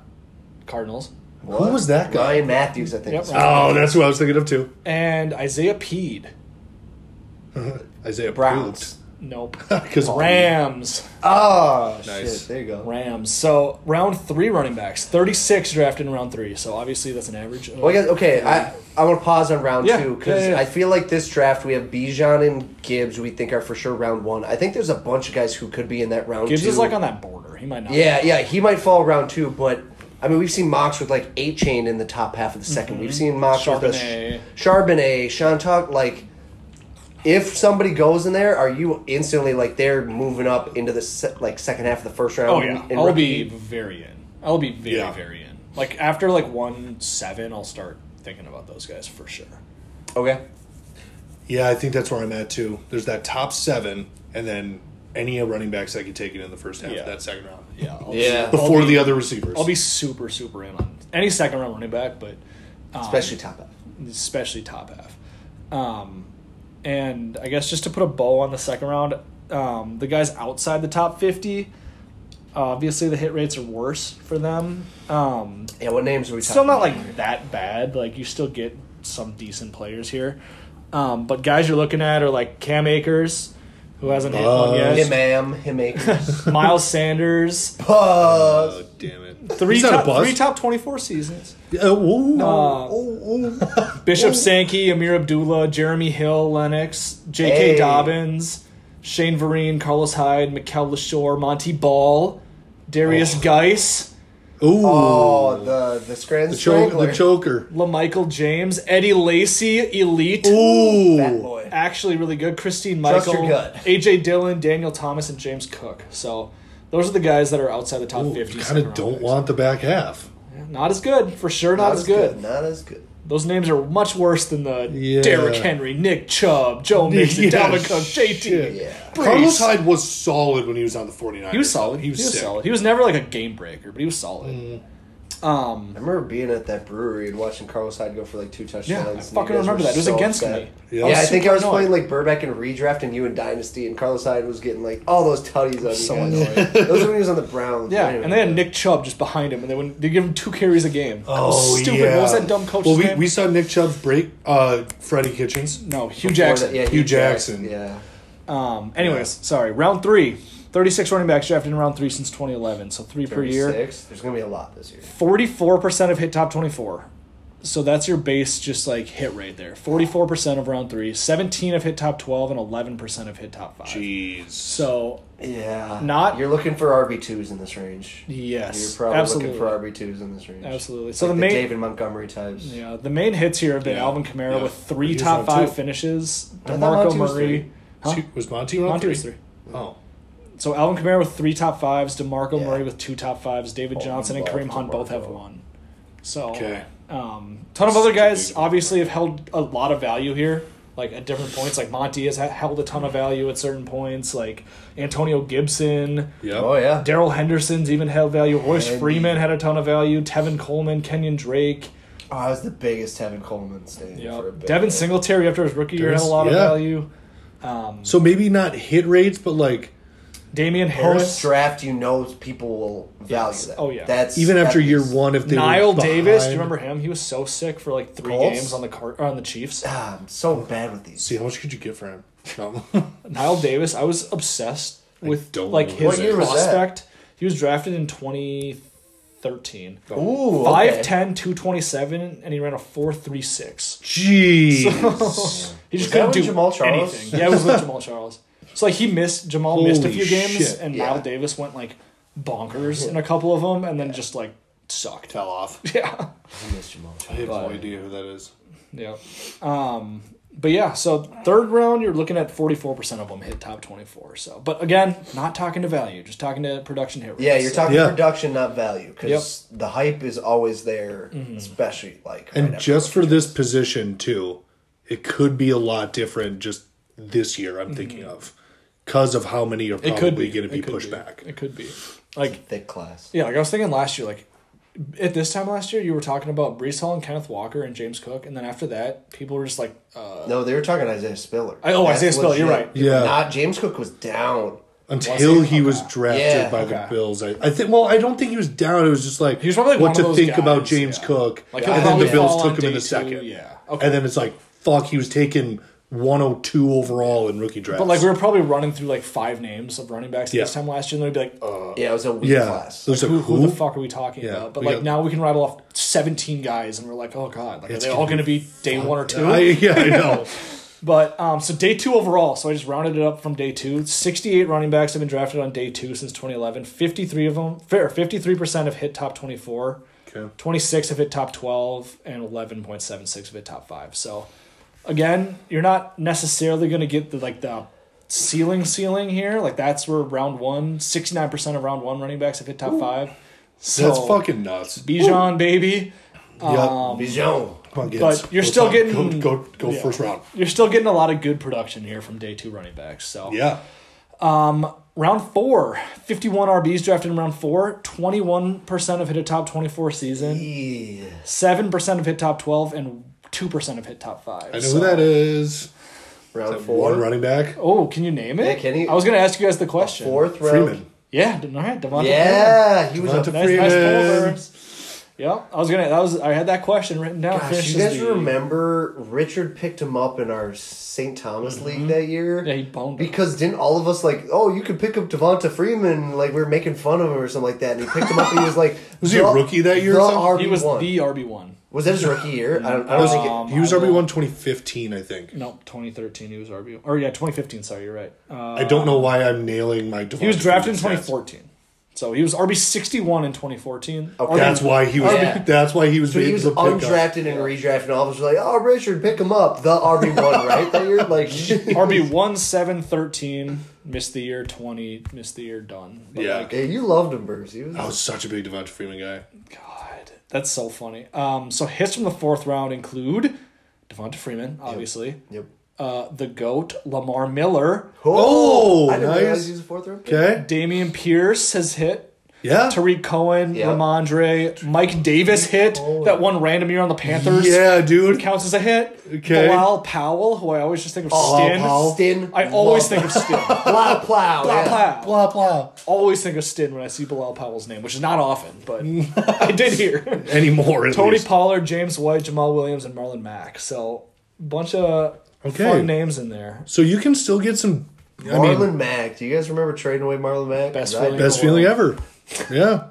Speaker 1: Cardinals,
Speaker 2: Who was that guy?
Speaker 3: Ryan Matthews, I think.
Speaker 1: Yep,
Speaker 3: is-
Speaker 1: Ryan.
Speaker 2: Oh, that's who I was thinking of too.
Speaker 1: and Isaiah Peed.
Speaker 2: Isaiah
Speaker 3: Browns.
Speaker 1: Nope.
Speaker 2: Because
Speaker 1: Rams.
Speaker 3: Oh,
Speaker 2: Nice.
Speaker 3: shit. There you go.
Speaker 1: Rams. So round three running backs. Thirty six drafted in round three. So obviously that's an average. of-
Speaker 3: Well, I guess, okay, I, I want to pause on round
Speaker 1: Yeah,
Speaker 3: two because
Speaker 1: yeah, yeah.
Speaker 3: I feel like this draft we have Bijan and Gibbs we think are for sure round one. I think there's a bunch of guys who could be in that round
Speaker 1: Gibbs
Speaker 3: two.
Speaker 1: is like on that border. He might not.
Speaker 3: Yeah, yeah, he might fall round two, but I mean, we've seen mocks with like eight chain in the top half of the 2nd we We've seen mocks with
Speaker 1: Mm-hmm. Charbonnet.
Speaker 3: a Charbonnet, Shantok. Like, if somebody goes in there, are you instantly like they're moving up into the se- like second half of the first round?
Speaker 1: Oh yeah,
Speaker 3: in
Speaker 1: I'll
Speaker 3: rookie?
Speaker 1: be very in. I'll be very
Speaker 2: Yeah.
Speaker 1: very in. Like after like one seven, I'll start thinking about those guys for sure.
Speaker 3: okay.
Speaker 2: Yeah, I think that's where I'm at too. There's that top seven, and then any running backs I could take it in the first half
Speaker 1: Yeah.
Speaker 2: of that second round
Speaker 1: Yeah, I'll
Speaker 3: Yeah.
Speaker 1: Be, I'll,
Speaker 2: before
Speaker 1: be,
Speaker 2: the other receivers.
Speaker 1: I'll be super super in on any second round running back, but um,
Speaker 3: Especially top half.
Speaker 1: especially top half. Um, and I guess just to put a bow on the second round, um, the guys outside the top fifty, obviously the hit rates are worse for them. Um,
Speaker 3: Yeah, what names are we talking?
Speaker 1: still not
Speaker 3: about?
Speaker 1: like that bad. Like you still get some decent players here, um, but guys you're looking at are like Cam Akers, who hasn't hit one
Speaker 3: him,
Speaker 1: yet.
Speaker 3: am him, acres.
Speaker 1: Miles Sanders,
Speaker 3: Pause.
Speaker 2: Oh damn it!
Speaker 1: three
Speaker 2: He's not
Speaker 1: top,
Speaker 2: a bust.
Speaker 1: three top twenty four seasons.
Speaker 2: Uh, ooh.
Speaker 1: Uh,
Speaker 2: Ooh, ooh.
Speaker 1: Bishop Sankey, Amir Abdullah, Jeremy Hill, Lennox, J.K.
Speaker 3: Hey.
Speaker 1: Dobbins, Shane Vereen, Carlos Hyde, Mikel Lashore, Monty Ball, Darius Geis,
Speaker 2: Ooh.
Speaker 3: Oh, the the Scran
Speaker 2: the, choke,
Speaker 3: Strangler.
Speaker 2: the choker.
Speaker 1: LaMichael James, Eddie Lacy, Elite.
Speaker 2: Ooh.
Speaker 3: Fat boy.
Speaker 1: actually really good. Christine
Speaker 3: Trust
Speaker 1: Michael,
Speaker 3: your gut.
Speaker 1: AJ Dillon, Daniel Thomas, and James Cook. So those are the guys that are outside the top
Speaker 2: Ooh,
Speaker 1: fifty.
Speaker 2: kind of
Speaker 1: second
Speaker 2: don't
Speaker 1: round picks.
Speaker 2: want the back half.
Speaker 1: Not as good for sure. Not, as, good.
Speaker 3: Not as good.
Speaker 1: Those names are much worse than the
Speaker 2: Yeah.
Speaker 1: Derrick Henry, Nick Chubb, Joe Mixon,
Speaker 2: Yeah,
Speaker 1: Dalvin Cook,
Speaker 2: shit.
Speaker 1: JT.
Speaker 3: Yeah.
Speaker 1: Brees.
Speaker 2: Carlos Hyde was solid when he was on the 49ers.
Speaker 1: He was solid. He was,
Speaker 2: sick. Mm.
Speaker 1: solid. He was never like a game breaker, but he was solid. Um,
Speaker 3: I remember being at that brewery and watching Carlos Hyde go for like two touchdowns.
Speaker 1: Yeah, I
Speaker 3: and you
Speaker 1: fucking
Speaker 3: guys
Speaker 1: remember
Speaker 3: were
Speaker 1: that. It was against me.
Speaker 2: Yeah.
Speaker 3: Yeah,
Speaker 2: I was
Speaker 3: I think I
Speaker 1: super
Speaker 3: was
Speaker 1: annoyed.
Speaker 3: playing like Burbeck and redraft, and you in Dynasty, and Carlos Hyde was getting like all those tutties on
Speaker 1: So
Speaker 3: you. Guys. those are when he was on the Browns.
Speaker 1: yeah,
Speaker 3: Anyway.
Speaker 1: and they had Nick Chubb just behind him, and they wouldn't, they give him two carries a game. That was
Speaker 2: Oh,
Speaker 1: stupid.
Speaker 2: yeah.
Speaker 1: What was that dumb coach's
Speaker 2: Well, we,
Speaker 1: name?
Speaker 2: we saw Nick Chubb break uh, Freddie Kitchens.
Speaker 1: no, Hugh
Speaker 3: Before
Speaker 1: Jackson.
Speaker 3: that- yeah,
Speaker 2: Hugh Jackson.
Speaker 3: Yeah.
Speaker 1: Um, anyways, sorry. Round three. 36 running backs drafted in round three since 2011. So three per year.
Speaker 3: 36. There's going to be a lot this year.
Speaker 1: 44% of hit top 24. So that's your base, just like hit rate there. 44% of round three, 17 of hit top 12, and 11% of hit top five.
Speaker 2: Jeez.
Speaker 1: So,
Speaker 3: Yeah.
Speaker 1: Not-
Speaker 3: You're looking for RB2s in this range.
Speaker 1: yes.
Speaker 3: You're probably
Speaker 1: absolutely.
Speaker 3: looking for RB2s in this range.
Speaker 1: Absolutely. So
Speaker 3: So
Speaker 1: the
Speaker 3: the,
Speaker 1: main-
Speaker 3: David Montgomery types.
Speaker 1: Yeah, the main hits here have been
Speaker 2: Yeah.
Speaker 1: Alvin Kamara
Speaker 2: Yeah.
Speaker 1: with three
Speaker 2: He's
Speaker 1: top
Speaker 2: on
Speaker 1: five
Speaker 2: two.
Speaker 1: finishes,
Speaker 3: I thought
Speaker 1: DeMarco
Speaker 3: Monty was
Speaker 1: Murray.
Speaker 3: three.
Speaker 1: Huh?
Speaker 2: Two- Was Monty on
Speaker 1: Monty
Speaker 2: three?
Speaker 1: was three.
Speaker 2: Oh.
Speaker 1: So Alvin Kamara with three top fives, DeMarco
Speaker 3: Yeah.
Speaker 1: Murray with two top fives, David
Speaker 3: Oh,
Speaker 1: Johnson
Speaker 3: I
Speaker 1: and
Speaker 3: love
Speaker 1: Kareem Hunt both have
Speaker 3: DeMarco.
Speaker 1: one. So,
Speaker 2: Okay.
Speaker 1: um, ton of other guys
Speaker 2: Stupid.
Speaker 1: obviously have held a lot of value here, like at different points. Like Monty has ha- held a ton of value at certain points. Like Antonio Gibson,
Speaker 2: Yep.
Speaker 3: Oh, yeah.
Speaker 1: Daryl Henderson's even held value. Royce
Speaker 3: Andy.
Speaker 1: Freeman had a ton of value. Tevin Coleman, Kenyon Drake,
Speaker 3: Oh, I was the biggest Tevin Coleman stand for a
Speaker 1: yep.
Speaker 3: bit.
Speaker 1: Devin Singletary after his rookie year had a
Speaker 2: There's-
Speaker 1: lot of
Speaker 2: yeah.
Speaker 1: value. Um,
Speaker 2: So maybe not hit rates, but like
Speaker 1: Damian
Speaker 3: Post
Speaker 1: Harris,
Speaker 3: draft, you know people will value
Speaker 1: Yes.
Speaker 3: that.
Speaker 1: Oh, yeah.
Speaker 3: that's
Speaker 2: Even after
Speaker 3: that
Speaker 2: year
Speaker 3: is-
Speaker 2: one, if they
Speaker 1: Niall
Speaker 2: were
Speaker 1: Davis. Do you
Speaker 2: behind-
Speaker 1: remember him? He was so sick for like three
Speaker 3: Colts?
Speaker 1: games on the car or on the Chiefs.
Speaker 3: Ah, I'm so bad with these.
Speaker 2: See how much could you get for him? No.
Speaker 1: Niall Davis. I was obsessed with
Speaker 2: don't
Speaker 1: like
Speaker 2: know.
Speaker 1: his
Speaker 2: What
Speaker 3: year was that?
Speaker 1: prospect. He was drafted in 2013.
Speaker 3: Ooh, Oh, okay.
Speaker 1: 5'10", 227, and he ran a 4.36.
Speaker 2: Jeez.
Speaker 1: He just
Speaker 3: that
Speaker 1: couldn't
Speaker 3: with
Speaker 1: do
Speaker 3: Jamal Charles?
Speaker 1: anything. Yeah, it was with Jamal Charles. So like he missed Jamal missed a
Speaker 2: Holy
Speaker 1: few games,
Speaker 2: shit.
Speaker 1: and
Speaker 3: Yeah.
Speaker 1: Niall Davis went like bonkers in a couple of them, and then just like sucked.
Speaker 2: Fell off.
Speaker 1: Yeah,
Speaker 3: I miss Jamal
Speaker 2: I have
Speaker 3: Charles.
Speaker 2: no idea who that is.
Speaker 1: yeah. Um, but yeah, so third round, you're looking at 44 percent of them hit top 24. So, but again, not talking to value, just talking to production hit. Rates.
Speaker 3: Yeah, you're
Speaker 1: So-
Speaker 3: talking
Speaker 2: Yeah.
Speaker 3: production, not value, because the hype is always there,
Speaker 1: Mm-hmm.
Speaker 3: especially like. right
Speaker 2: And
Speaker 3: after
Speaker 2: just for
Speaker 3: the-
Speaker 2: this position too, it could be a lot different just this year. I'm thinking of because of how many are
Speaker 1: Mm-hmm. It could be
Speaker 2: probably going to
Speaker 1: It
Speaker 2: be
Speaker 1: could
Speaker 2: pushed back.
Speaker 1: It could be like
Speaker 3: thick class.
Speaker 1: Yeah, like I was thinking last year, like at this time last year, you were talking about Brees Hall and Kenneth Walker and James Cook, and then after that, people were just like, uh,
Speaker 3: No, they were talking Isaiah Spiller.
Speaker 1: I- oh, Isaiah Spiller, you're
Speaker 3: legit.
Speaker 1: right.
Speaker 2: Yeah.
Speaker 3: Not James Cook was down.
Speaker 2: Until
Speaker 1: Was he?
Speaker 2: he was
Speaker 1: Okay.
Speaker 2: drafted
Speaker 3: Yeah.
Speaker 2: by
Speaker 1: Okay.
Speaker 2: the Bills, I, I think. Well, I don't think he was down. It was just like
Speaker 1: He was probably like
Speaker 2: what
Speaker 1: one
Speaker 2: to
Speaker 1: of those
Speaker 2: think about
Speaker 1: guys,
Speaker 2: James
Speaker 1: yeah.
Speaker 2: Cook,
Speaker 1: Like, he'll
Speaker 2: and then the
Speaker 1: probably
Speaker 2: Bills
Speaker 1: fall on
Speaker 2: took him in
Speaker 1: day
Speaker 2: the
Speaker 1: two,
Speaker 2: second.
Speaker 1: yeah. Okay.
Speaker 2: and then it's like fuck, he was taken 102 overall in rookie draft.
Speaker 1: but like we were probably running through like five names of running backs at this
Speaker 2: Yeah.
Speaker 1: time last year, and they'd be like, uh,
Speaker 3: Yeah, it was a weak
Speaker 2: yeah,
Speaker 3: class.
Speaker 2: It was like,
Speaker 1: who, who
Speaker 2: who?
Speaker 1: the fuck are we talking
Speaker 2: Yeah,
Speaker 1: about? But
Speaker 2: we
Speaker 1: like
Speaker 2: got-
Speaker 1: now we can rattle off seventeen guys, and we're like, oh god, like are
Speaker 2: It's
Speaker 1: they all
Speaker 2: gonna
Speaker 1: going to be day one or two?
Speaker 2: I, yeah, I know.
Speaker 1: But um, so day two overall, so I just rounded it up from day two. 68 running backs have been drafted on day two since 2011. 53 of them, fair, 53% have hit top 24.
Speaker 2: Okay.
Speaker 1: 26 have hit top 12, and 11.76 have hit top five. So again, you're not necessarily going to get the like the ceiling ceiling here. Like that's where round one, 69% of round one running backs have hit top five. So um,
Speaker 2: That's fucking nuts.
Speaker 1: Bijan, baby.
Speaker 2: Yep.
Speaker 3: Bijan.
Speaker 2: Come on, kids.
Speaker 1: but you're
Speaker 2: Go
Speaker 1: still
Speaker 2: top.
Speaker 1: getting-
Speaker 2: go go, go
Speaker 1: yeah.
Speaker 2: first round.
Speaker 1: You're still getting a lot of good production here from day two running backs. So
Speaker 2: Yeah.
Speaker 1: Round four, 51 RBs drafted in round four, 21% of hit a top 24 season,
Speaker 3: Yeah.
Speaker 1: 7% of hit top 12, and 2% of hit top 5.
Speaker 2: I know who that is.
Speaker 3: Round
Speaker 2: One
Speaker 3: four.
Speaker 2: running back.
Speaker 1: Oh, can you name it?
Speaker 3: Yeah, can you-
Speaker 1: I was going to ask you guys the question.
Speaker 3: Fourth round.
Speaker 2: Freeman.
Speaker 1: Yeah, all right, Devonta.
Speaker 3: Yeah, he was
Speaker 2: Devonta
Speaker 3: a
Speaker 1: Freeman. Nice, nice pull,
Speaker 2: Freeman.
Speaker 1: Burns. Yep, I was gonna. That was I had that question written down.
Speaker 3: Gosh,
Speaker 1: Finishes
Speaker 3: you guys
Speaker 1: the-
Speaker 3: remember Richard picked him up in our St. Thomas
Speaker 2: Mm-hmm.
Speaker 3: League that year?
Speaker 1: Yeah, he boned him.
Speaker 3: Because didn't all of us like, oh, you could pick up Devonta Freeman? Like we were making fun of him or something like that, and he picked him up. and He was like,
Speaker 2: Was he a
Speaker 3: the-
Speaker 2: rookie that year or
Speaker 3: The
Speaker 2: something?
Speaker 3: RB
Speaker 1: He was
Speaker 3: one.
Speaker 1: the RB one.
Speaker 3: Was that his rookie year? I don't, I don't think. It,
Speaker 1: Um,
Speaker 2: He was
Speaker 1: I
Speaker 2: RB
Speaker 1: will-
Speaker 2: one 2015, I think.
Speaker 1: No, 2013. He was RB. Or yeah, 2015. Sorry, you're right.
Speaker 3: Oh,
Speaker 1: Uh,
Speaker 2: I don't know why I'm nailing my.
Speaker 1: he was drafted in 2014. So he was RB 61 in 2014.
Speaker 3: Okay.
Speaker 2: That's why he was.
Speaker 3: Yeah.
Speaker 2: That's why he was.
Speaker 3: so he
Speaker 2: made
Speaker 3: was
Speaker 2: the pickup.
Speaker 3: undrafted and redrafted, and all of us were like, oh, Richard, pick him up. The RB one, right? That year, like,
Speaker 1: RB one seven thirteen missed the year twenty missed the year done. But,
Speaker 2: Yeah.
Speaker 1: like,
Speaker 3: yeah, you loved him, Burns. He was.
Speaker 2: I was such a big Devonta Freeman guy.
Speaker 1: God, that's so funny. Um, so hits from the fourth round include Devonta Freeman, obviously.
Speaker 3: Yep.
Speaker 1: Uh, the goat Lamar Miller,
Speaker 2: Oh,
Speaker 3: I didn't
Speaker 2: nice.
Speaker 3: realize he was a fourth round. pick.
Speaker 2: Okay.
Speaker 1: Damian Pierce has hit.
Speaker 2: Yeah.
Speaker 1: Tariq Cohen,
Speaker 3: Yeah.
Speaker 1: Ramondre, Mike Davis hit that one random year on the Panthers.
Speaker 2: Yeah, dude.
Speaker 1: counts as a hit.
Speaker 2: Okay.
Speaker 1: Bilal Powell, who I always just think of
Speaker 3: Oh,
Speaker 1: Stin.
Speaker 2: Powell.
Speaker 3: Stin.
Speaker 1: I always think of Stin. Bilal
Speaker 3: Blah, plow. yeah.
Speaker 1: Powell.
Speaker 2: Blah blah.
Speaker 1: always think of Stin when I see Bilal Powell's name, which is not often, but I did hear.
Speaker 2: Anymore. At
Speaker 1: Tony
Speaker 2: least.
Speaker 1: Pollard, James White, Jamal Williams, and Marlon Mack. So bunch of
Speaker 2: Okay.
Speaker 1: fun names in there.
Speaker 2: So you can still get some. I
Speaker 3: Marlon
Speaker 2: mean,
Speaker 3: Mack. Do you guys remember trading away Marlon Mack?
Speaker 1: Best
Speaker 3: 'Cause I
Speaker 1: feeling.
Speaker 2: best feeling ever. Yeah.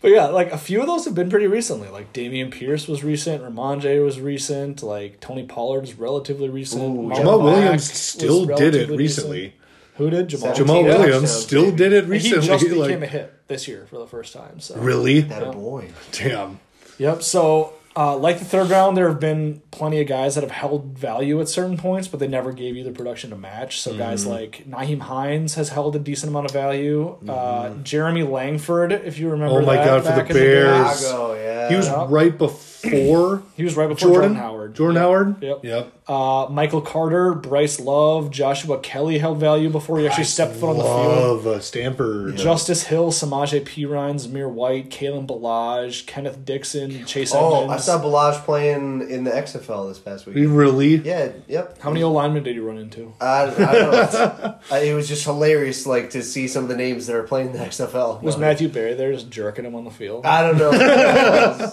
Speaker 1: But yeah, like a few of those have been pretty recently. Like Damian Pierce was recent, Ramondre was recent, like Tony Pollard's relatively recent. Marlon
Speaker 2: Jamal
Speaker 1: Mack
Speaker 2: Williams
Speaker 1: was
Speaker 2: still did it
Speaker 1: relatively
Speaker 2: recently.
Speaker 1: recent. Who did? Jamal,
Speaker 3: Seventeen.
Speaker 2: Jamal
Speaker 3: Yeah.
Speaker 2: Williams
Speaker 3: Touchdowns,
Speaker 2: still
Speaker 3: baby.
Speaker 2: did it
Speaker 1: He
Speaker 2: recently.
Speaker 1: just
Speaker 2: like,
Speaker 1: became a hit this year for the first time. So
Speaker 2: really?
Speaker 3: That a boy.
Speaker 2: Damn.
Speaker 1: Yep. So, uh, like the third round, there have been plenty of guys that have held value at certain points, but they never gave you the production to match. So, guys
Speaker 2: Mm-hmm.
Speaker 1: like Naheem Hines has held a decent amount of value. Uh, Jeremy Langford, if you remember.
Speaker 2: Mm-hmm. Oh my
Speaker 1: that
Speaker 2: God, for the
Speaker 1: back in day.
Speaker 2: Bears.
Speaker 3: Chicago, yeah.
Speaker 2: He was
Speaker 1: Yep.
Speaker 2: right before before
Speaker 1: He was right before
Speaker 2: Jordan
Speaker 1: Jordan, Howard.
Speaker 2: Jordan Howard.
Speaker 1: Yep.
Speaker 2: Yep.
Speaker 1: Uh, Michael Carter, Bryce Love, Joshua Kelly held value before he actually stepped foot on the field.
Speaker 2: Love uh, Stanford.
Speaker 1: Justice Hill, Samaje Perine, Zamir White, Kalen Balaj, Kenneth Dixon, Chase
Speaker 3: Oh,
Speaker 1: Edmonds.
Speaker 3: I saw Balaj playing in the XFL this past week.
Speaker 2: Really?
Speaker 3: Yeah, yep.
Speaker 1: How many O linemen did you run into?
Speaker 3: I, I don't know. I, it was just hilarious, like to see some of the names that are playing in the XFL.
Speaker 1: Was Matthew Barry there just jerking him on the field?
Speaker 3: I don't know.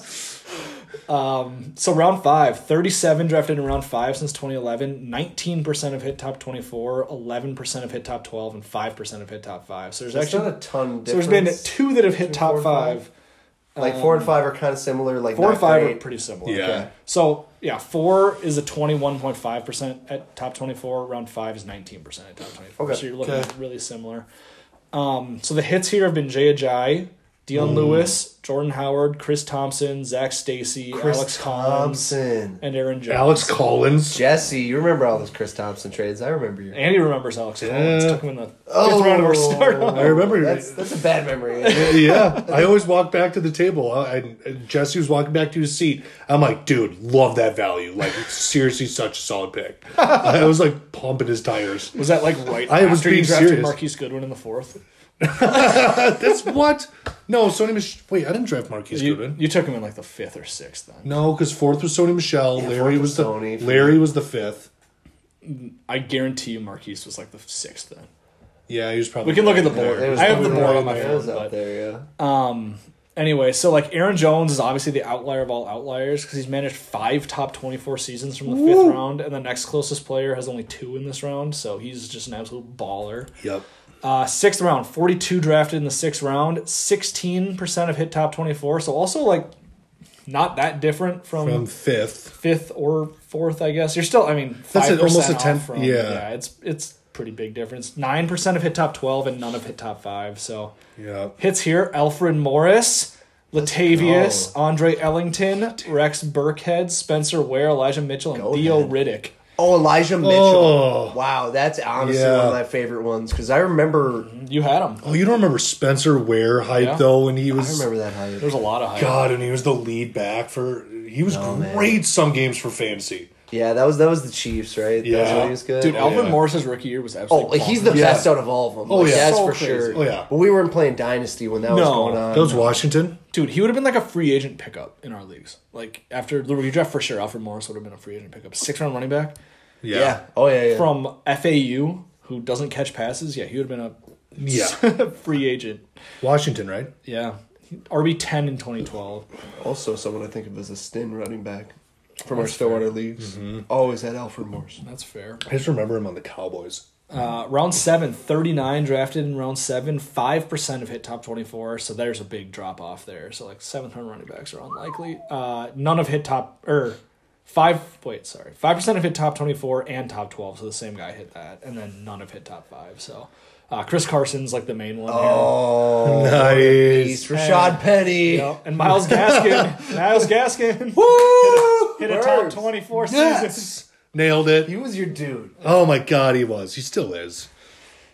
Speaker 1: So round five, 37 drafted in round five since 2011, 19% of hit top 24, 11% of hit top 12, and 5% of hit top five. So there's
Speaker 3: There's
Speaker 1: actually,
Speaker 3: not a ton. Difference.
Speaker 1: so there's been two that have hit
Speaker 3: four
Speaker 1: top
Speaker 3: and
Speaker 1: five. Um,
Speaker 3: five? like four and five are kind of similar. Like
Speaker 1: Four
Speaker 3: not
Speaker 1: and five
Speaker 3: great.
Speaker 1: are pretty similar.
Speaker 2: Yeah.
Speaker 1: Okay. So yeah, four is a 21.5% at top 24. Round five is 19% at top 24.
Speaker 3: Okay.
Speaker 1: So you're looking
Speaker 2: Okay.
Speaker 1: really similar. Um, so the hits here have been Jay Ajayi, Dion
Speaker 3: Mm.
Speaker 1: Lewis, Jordan Howard, Chris Thompson, Zach Stacy,
Speaker 3: Chris
Speaker 1: Alex Collins,
Speaker 3: Thompson,
Speaker 1: and Aaron Jones.
Speaker 2: Alex Collins.
Speaker 3: Jesse. You remember all those Chris Thompson trades? I remember you.
Speaker 1: Andy remembers Alex Collins.
Speaker 2: Yeah.
Speaker 1: Took him in the fifth round of
Speaker 3: Oh.
Speaker 1: our startup.
Speaker 2: I remember.
Speaker 3: That's that's a bad memory.
Speaker 2: yeah, I always walk back to the table. I, I, Jesse was walking back to his seat. I'm like, dude, love that value. Like, seriously, such a solid pick. I was like pumping his tires.
Speaker 1: Was that like right
Speaker 2: I
Speaker 1: I
Speaker 2: was
Speaker 1: after you
Speaker 2: being
Speaker 1: drafted
Speaker 2: serious.
Speaker 1: Marquise Goodwin in the fourth?
Speaker 2: That's what? No, Sony Mich Wait, I didn't draft Marquise
Speaker 1: You,
Speaker 2: Goodwin.
Speaker 1: you took him in like the fifth or sixth then.
Speaker 2: No, because fourth was Sony Michelle. Larry
Speaker 3: fourth
Speaker 2: was
Speaker 3: was
Speaker 2: the
Speaker 3: Sony.
Speaker 2: Larry was the fifth.
Speaker 1: I guarantee you Marquise was like the sixth then.
Speaker 2: Yeah, he was probably.
Speaker 1: We can look at the board.
Speaker 3: There was-
Speaker 1: I have the
Speaker 3: there was
Speaker 1: board
Speaker 3: a
Speaker 1: on my
Speaker 3: lot of
Speaker 1: phone.
Speaker 3: those out
Speaker 1: But
Speaker 3: there. Yeah.
Speaker 1: anyway, so like Aaron Jones is obviously the outlier of all outliers because he's managed five top 24 seasons from the fifth round, and the next closest player has only two in this round, so he's just an absolute baller.
Speaker 2: Yep.
Speaker 1: Uh, sixth round, 42 drafted in the sixth round, 16% of hit top 24. So also like not that different from,
Speaker 2: From fifth.
Speaker 1: fifth or fourth, I guess. You're still, I mean,
Speaker 2: That's it,
Speaker 1: 5%
Speaker 2: almost a
Speaker 1: off
Speaker 2: tenth-
Speaker 1: From,
Speaker 2: yeah.
Speaker 1: it's it's pretty big difference. 9% of hit top 12 and none of hit top 5. So
Speaker 2: Yeah.
Speaker 1: hits here Alfred Morris, Latavius,
Speaker 3: go.
Speaker 1: Andre Ellington, Rex Burkhead, Spencer Ware, Elijah Mitchell, and
Speaker 3: Go
Speaker 1: Theo
Speaker 3: ahead.
Speaker 1: Riddick.
Speaker 3: Oh, Elijah Mitchell.
Speaker 2: Oh.
Speaker 3: Wow, that's honestly
Speaker 2: Yeah.
Speaker 3: one of my favorite ones because I remember.
Speaker 1: You had them.
Speaker 2: Oh, you don't remember Spencer Ware hype
Speaker 1: Yeah.
Speaker 2: though when he
Speaker 3: I
Speaker 2: was
Speaker 3: remember that hype.
Speaker 1: There's a lot of hype.
Speaker 2: God, and he was the lead back for. He was
Speaker 3: man.
Speaker 2: great some games for fantasy.
Speaker 3: Yeah, that was that was the Chiefs, right? That was
Speaker 2: Yeah.
Speaker 3: when he was good.
Speaker 1: Dude, Alfred
Speaker 2: yeah.
Speaker 1: Morris's rookie year was
Speaker 3: oh,
Speaker 1: absolutely
Speaker 3: like, he's
Speaker 1: bonkers.
Speaker 3: the
Speaker 2: Yeah.
Speaker 3: best out of all of them.
Speaker 2: Oh,
Speaker 3: Like,
Speaker 2: yeah.
Speaker 3: that's
Speaker 1: So
Speaker 3: for
Speaker 1: crazy.
Speaker 3: sure.
Speaker 2: Oh, yeah.
Speaker 3: but we weren't playing Dynasty when that was
Speaker 1: No.
Speaker 3: going on.
Speaker 2: That was Washington.
Speaker 1: Dude, he would have been like a free agent pickup in our leagues. Like after the redraft for sure, Alfred Morris would have been a free agent pickup. Six round running back
Speaker 3: yeah. Oh yeah. yeah.
Speaker 1: from FAU who doesn't catch passes. Yeah, he would have been
Speaker 2: Yeah.
Speaker 1: a free agent.
Speaker 2: Washington, right?
Speaker 1: Yeah. RB ten in twenty twelve.
Speaker 3: also, someone I think of as a Stin running back from our Stillwater leagues.
Speaker 2: Mm-hmm.
Speaker 3: Always had Alfred Morse.
Speaker 1: That's fair.
Speaker 2: I just remember him on the Cowboys.
Speaker 1: Uh, round seven, 39 drafted in round seven, 5% of hit top 24. So there's a big drop off there. So like seventh round running backs are unlikely. Uh, none of hit top, or five, wait, sorry, 5% of hit top 24 and top 12. So the same guy hit that. And then none of hit top five. So uh, Chris Carson's like the main one
Speaker 3: Oh,
Speaker 2: Nice.
Speaker 3: Rashad Penny.
Speaker 1: here. You know, and Miles Gaskin. Miles Gaskin.
Speaker 2: Woo!
Speaker 1: Hit a top
Speaker 3: Birds.
Speaker 1: 24 season.
Speaker 2: Yes! Nailed it.
Speaker 3: He was your dude.
Speaker 2: Oh my God, he was. He still is.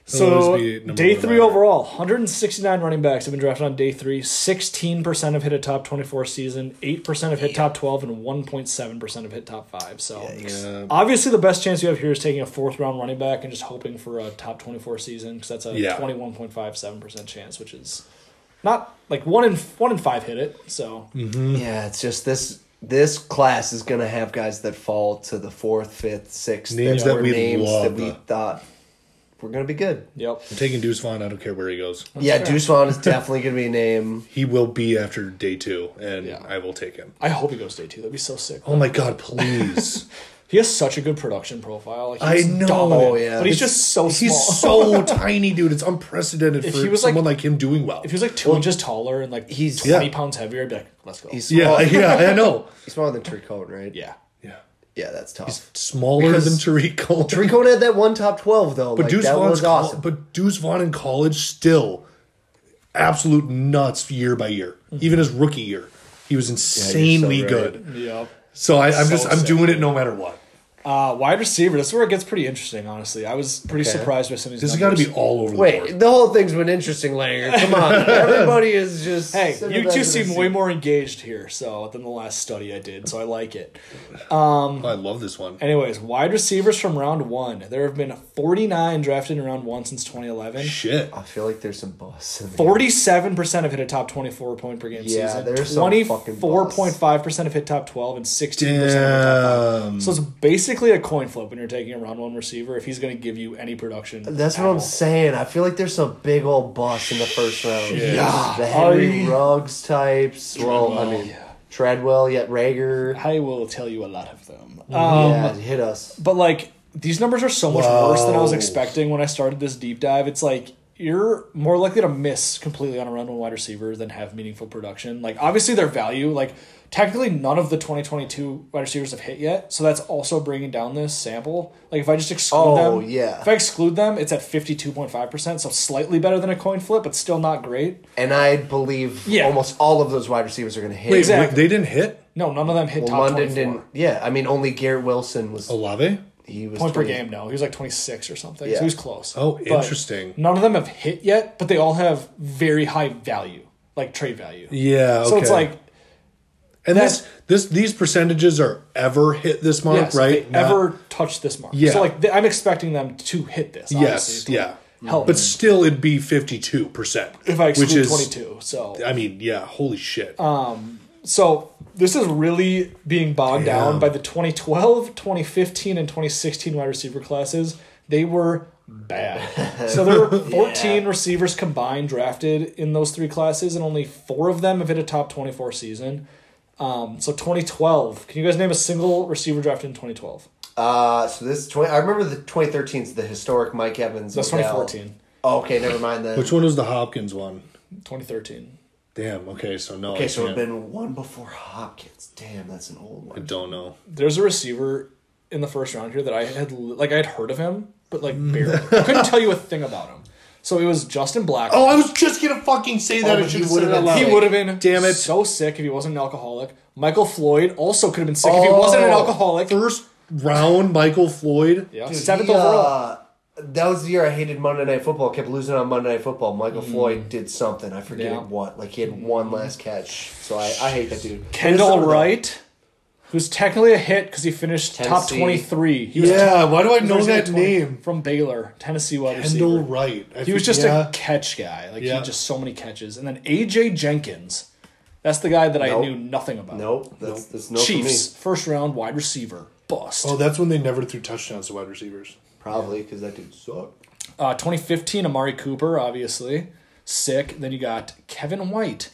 Speaker 2: He'll
Speaker 1: So
Speaker 2: always be number
Speaker 1: day
Speaker 2: one
Speaker 1: three
Speaker 2: matter.
Speaker 1: overall, 169 running backs have been drafted on day three. 16% have hit a top 24 season, 8% have hit top 12, and 1.7% have hit top five. So
Speaker 2: Yeah.
Speaker 1: obviously, the best chance you have here is taking a fourth round running back and just hoping for a top 24 season because that's a
Speaker 2: Yeah.
Speaker 1: 21.57% chance, which is not like one in one in five hit it. So
Speaker 2: Mm-hmm.
Speaker 3: Yeah, it's just this this class is gonna have guys that fall to the fourth, fifth, sixth
Speaker 2: Names that
Speaker 3: were
Speaker 2: we love.
Speaker 3: that we thought were gonna be good.
Speaker 1: yep,
Speaker 2: I'm taking Deuce Vaughn. I don't care where he goes.
Speaker 3: yeah,
Speaker 1: fair.
Speaker 3: Deuce Vaughn is definitely gonna be a name.
Speaker 2: He will be after day two, and
Speaker 1: Yeah.
Speaker 2: I will take him.
Speaker 1: I hope he goes day two. That'd be so sick.
Speaker 2: Oh my God, please.
Speaker 1: He has such a good production profile. Like,
Speaker 2: I
Speaker 1: he's
Speaker 2: know.
Speaker 1: dominant,
Speaker 3: Oh, yeah.
Speaker 1: but he's
Speaker 2: It's-
Speaker 1: just so small.
Speaker 2: He's so tiny, dude. It's unprecedented
Speaker 1: If
Speaker 2: for
Speaker 1: he was, like-
Speaker 2: someone like, him doing well.
Speaker 1: If he was like two inches taller and like
Speaker 3: he's-
Speaker 1: he's twenty
Speaker 2: Yeah.
Speaker 1: pounds heavier, I'd be like, let's go.
Speaker 3: He's
Speaker 2: yeah,
Speaker 3: smaller,
Speaker 2: yeah, I know.
Speaker 3: he's smaller than Tariq Cohen, right?
Speaker 1: yeah.
Speaker 2: Yeah.
Speaker 3: yeah, that's tough.
Speaker 2: Smaller
Speaker 3: Because-
Speaker 2: than Tariq Cole.
Speaker 3: Tariq Cohen had that one top twelve though.
Speaker 2: But
Speaker 3: like,
Speaker 2: Deuce
Speaker 3: that
Speaker 2: Vaughn's
Speaker 3: was
Speaker 2: col-
Speaker 3: awesome.
Speaker 2: but Deuce Vaughn in college still absolute nuts year by year.
Speaker 1: Mm-hmm.
Speaker 2: Even his rookie year, he was insanely
Speaker 3: right.
Speaker 2: good.
Speaker 1: Yeah.
Speaker 2: So I, I'm
Speaker 1: So
Speaker 2: just I'm
Speaker 1: sick.
Speaker 2: doing it no matter what.
Speaker 1: Uh, wide receiver. That's where it gets pretty interesting. Honestly, I was pretty
Speaker 3: Okay.
Speaker 1: surprised by some of these.
Speaker 2: This has got to
Speaker 1: numbers.
Speaker 2: be all over the
Speaker 3: Wait,
Speaker 2: board.
Speaker 3: the whole thing's been interesting, Langer. Come on, everybody is just.
Speaker 1: Hey, you two seem way more engaged here, so than the last study I did, so I like it.
Speaker 2: I love this one.
Speaker 1: Anyways, wide receivers from round one. There have been 49 drafted in round one since 2011.
Speaker 2: Shit.
Speaker 3: I feel like there's some busts. In there.
Speaker 1: 47% have hit a top 24 point per game
Speaker 3: Yeah,
Speaker 1: season.
Speaker 3: there's some fucking
Speaker 1: 24.5% have hit top 12 and 16% have hit top
Speaker 2: Damn.
Speaker 1: So it's basically a coin flip when you're taking a round one receiver if he's going to give you any production.
Speaker 3: That's
Speaker 1: at
Speaker 3: what I'm
Speaker 1: all.
Speaker 3: saying. I feel like there's some big old bust in the first round.
Speaker 2: Yeah.
Speaker 3: the Henry
Speaker 1: I-
Speaker 3: Ruggs types. Well, I
Speaker 2: Treadwell.
Speaker 3: mean, Treadwell yet Rager.
Speaker 1: I will tell you a lot of them. Um,
Speaker 3: yeah, hit us.
Speaker 1: But like these numbers are so much worse than I was
Speaker 2: Whoa.
Speaker 1: expecting when I started this deep dive. It's like you're more likely to miss completely on a round one wide receiver than have meaningful production. Like obviously their value, like technically none of the 2022 wide receivers have hit yet, so that's also bringing down this sample. Like if I just exclude
Speaker 3: Oh,
Speaker 1: them,
Speaker 3: yeah.
Speaker 1: If I exclude them, it's at 52.5 percent, so slightly better than a coin flip, but still not great.
Speaker 3: And I believe
Speaker 1: Yeah.
Speaker 3: almost all of those wide receivers are going to hit.
Speaker 2: Wait,
Speaker 1: Exactly.
Speaker 2: wait, they didn't hit
Speaker 1: No, none of them hit
Speaker 3: Well,
Speaker 1: top
Speaker 3: London
Speaker 1: 24.
Speaker 3: didn't. Yeah, I mean, only Garrett Wilson was.
Speaker 2: Olave.
Speaker 3: He was
Speaker 1: point per
Speaker 3: 20
Speaker 1: game. No, he was like 26 or something.
Speaker 3: Yeah.
Speaker 1: So he was close.
Speaker 2: Oh,
Speaker 1: But
Speaker 2: interesting.
Speaker 1: None of them have hit yet, but they all have very high value, like trade value.
Speaker 2: Yeah. Okay.
Speaker 1: So it's like
Speaker 2: and
Speaker 1: that-
Speaker 2: this this these percentages are ever hit this month,
Speaker 1: yes,
Speaker 2: right?
Speaker 1: they
Speaker 2: Not-
Speaker 1: ever touch this mark.
Speaker 2: Yeah.
Speaker 1: So like th- I'm expecting them to hit this.
Speaker 2: Yes.
Speaker 1: Obviously,
Speaker 2: Yeah.
Speaker 1: Help.
Speaker 2: But still, it'd be fifty two percent.
Speaker 1: if I exclude
Speaker 2: which is,
Speaker 1: 22, so
Speaker 2: I mean, yeah. Holy shit.
Speaker 1: so this is really being bogged down
Speaker 2: Damn.
Speaker 1: by the 2012, 2015, and 2016 wide receiver classes. They were bad. so there were 14 receivers combined drafted in those three classes, and only four of them have hit a top 24 season. Um, so 2012. Can you guys name a single receiver drafted in 2012?
Speaker 3: Uh, so this is 20, I remember the 2013 is the historic Mike Evans.
Speaker 1: That's
Speaker 3: Odell.
Speaker 1: 2014.
Speaker 3: Oh, okay, never mind then.
Speaker 2: Which one was the Hopkins one?
Speaker 1: 2013.
Speaker 2: Damn. Okay. So no.
Speaker 3: Okay,
Speaker 2: I
Speaker 3: so it'd
Speaker 2: can't.
Speaker 3: been one before Hopkins. Damn, that's an old
Speaker 2: I
Speaker 3: one.
Speaker 2: don't know.
Speaker 1: There's a receiver in the first round here that I had like I had heard of him, but like barely. I couldn't tell you a thing about him. So it was Justin Black.
Speaker 2: Oh, I was just gonna fucking say that.
Speaker 3: Oh,
Speaker 2: I
Speaker 3: but
Speaker 2: should
Speaker 3: he
Speaker 2: have said
Speaker 3: would've
Speaker 2: it out
Speaker 3: been-
Speaker 2: loud.
Speaker 1: He
Speaker 3: Like,
Speaker 1: would have been
Speaker 2: damn it.
Speaker 1: so sick if he wasn't an alcoholic. Michael Floyd also could have been sick if he wasn't an
Speaker 3: Oh.
Speaker 1: alcoholic.
Speaker 2: First round, Michael Floyd.
Speaker 1: Yeah,
Speaker 3: Dude,
Speaker 1: seventh
Speaker 3: he,
Speaker 1: overall.
Speaker 3: uh, that was the year I hated Monday Night Football. Kept losing on Monday Night Football. Michael Floyd did something. I forget
Speaker 1: Mm. Yeah.
Speaker 3: what. Like he had one last catch. So I, I hate that dude.
Speaker 1: Kendall
Speaker 3: Minnesota-
Speaker 1: Wright, who's technically a hit because he finished top
Speaker 3: Tennessee.
Speaker 1: twenty three. He
Speaker 2: Yeah, why do I know
Speaker 1: originally
Speaker 2: that
Speaker 1: 20
Speaker 2: name?
Speaker 1: from Baylor, Tennessee wide
Speaker 2: Kendall
Speaker 1: receiver.
Speaker 2: Wright. I
Speaker 1: He was
Speaker 2: think-
Speaker 1: just
Speaker 2: yeah.
Speaker 1: a catch guy. Like he
Speaker 2: Yeah.
Speaker 1: had just so many catches. And then AJ Jenkins, that's the guy that
Speaker 3: Nope.
Speaker 1: I knew nothing about.
Speaker 3: Nope, that's that's no
Speaker 1: Chiefs
Speaker 3: for me.
Speaker 1: first round wide receiver bust.
Speaker 2: Oh, that's when they never threw touchdowns to wide receivers.
Speaker 3: Probably because that dude sucked.
Speaker 1: Uh, 2015, Amari Cooper, obviously. Sick. Then you got Kevin White,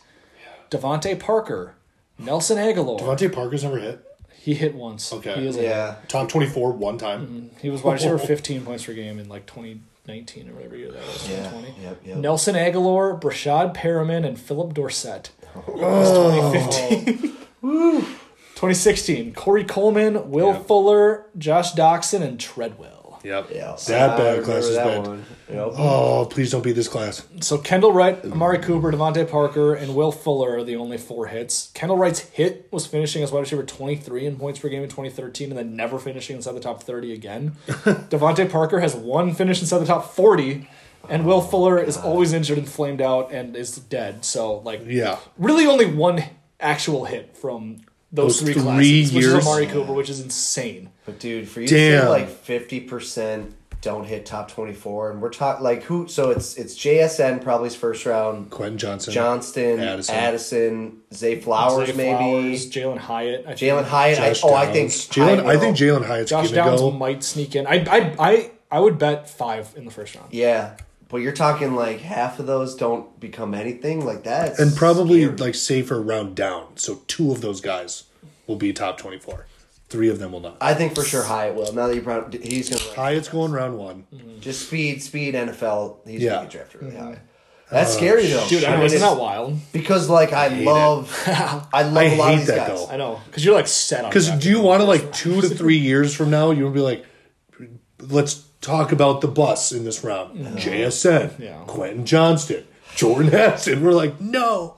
Speaker 1: Devontae Parker, Nelson Aguilar.
Speaker 2: Devontae Parker's never hit.
Speaker 1: he hit once.
Speaker 2: Okay.
Speaker 1: He, is a-
Speaker 3: Yeah,
Speaker 2: Top twenty-four one time.
Speaker 1: he was wide receiver 15 points per game in like 2019 or whatever year that was.
Speaker 3: Yeah,
Speaker 1: 2020.
Speaker 3: yep, yep.
Speaker 1: Nelson Aguilar, Brashad Perriman, and Philip Dorsett. Oh. 2015. 2016, Corey Coleman, Will
Speaker 2: Yeah.
Speaker 1: Fuller, Josh Doxson, and Treadwell.
Speaker 2: Yep.
Speaker 3: yeah.
Speaker 2: That
Speaker 3: I
Speaker 2: bad
Speaker 3: remember
Speaker 2: class is
Speaker 3: that
Speaker 2: bad.
Speaker 3: one. Yep.
Speaker 2: Oh, please don't be this class.
Speaker 1: So Kendall Wright, Amari Cooper, Devontae Parker, and Will Fuller are the only four hits. Kendall Wright's hit was finishing as wide receiver 23 in points per game in 2013 and then never finishing inside the top 30 again. Devontae Parker has one finish inside the top 40, and Will Fuller is always injured and flamed out and is dead. So, like,
Speaker 2: Yeah.
Speaker 1: really only one actual hit from those, three,
Speaker 2: Those three
Speaker 1: classes, which is
Speaker 2: years.
Speaker 1: Amari Cooper, which is insane.
Speaker 3: But dude, for you to say
Speaker 2: Damn.
Speaker 3: like fifty percent don't hit top twenty four, and we're talking like who? So it's it's JSN probably his first round.
Speaker 2: Quentin Johnson.
Speaker 3: Johnston, Addison,
Speaker 2: Addison.
Speaker 3: Zay Flowers,
Speaker 1: Zay
Speaker 3: maybe
Speaker 1: Flowers, Jalen Hyatt. I think.
Speaker 3: Jalen Hyatt. I,
Speaker 2: Josh
Speaker 3: oh, I think
Speaker 2: Downs. Jalen.
Speaker 3: Hyatt
Speaker 2: I think
Speaker 3: will.
Speaker 2: Jalen Hyatt's
Speaker 1: Josh
Speaker 2: gonna
Speaker 1: Downs
Speaker 2: go.
Speaker 1: might sneak in. I, I, I, I would bet five in the first round.
Speaker 3: Yeah, but you're talking like half of those don't become anything like that,
Speaker 2: and probably like safer round down. So two of those guys will be top twenty-four. Three of them will not.
Speaker 3: I think for sure Hyatt will. Now that you brought, he's gonna like,
Speaker 2: Hyatt's going round one.
Speaker 3: just speed, speed NFL. He's
Speaker 2: Yeah. Uh,
Speaker 3: gonna get drafted really high. That's scary though,
Speaker 1: Mm-hmm. Dude, I
Speaker 3: mean,
Speaker 1: know, isn't
Speaker 3: it's-
Speaker 1: that wild?
Speaker 3: because like I, love, I love
Speaker 2: I
Speaker 3: a lot
Speaker 2: hate
Speaker 3: of these
Speaker 2: that,
Speaker 3: guys.
Speaker 2: though.
Speaker 1: I know, because you're like set on.
Speaker 2: Because
Speaker 1: draft.
Speaker 2: do you want to like two to three years from now, you would be like, let's talk about the bus in this round. JSN,
Speaker 1: Yeah.
Speaker 2: Quentin Johnston, Jordan Addison. We're like, no.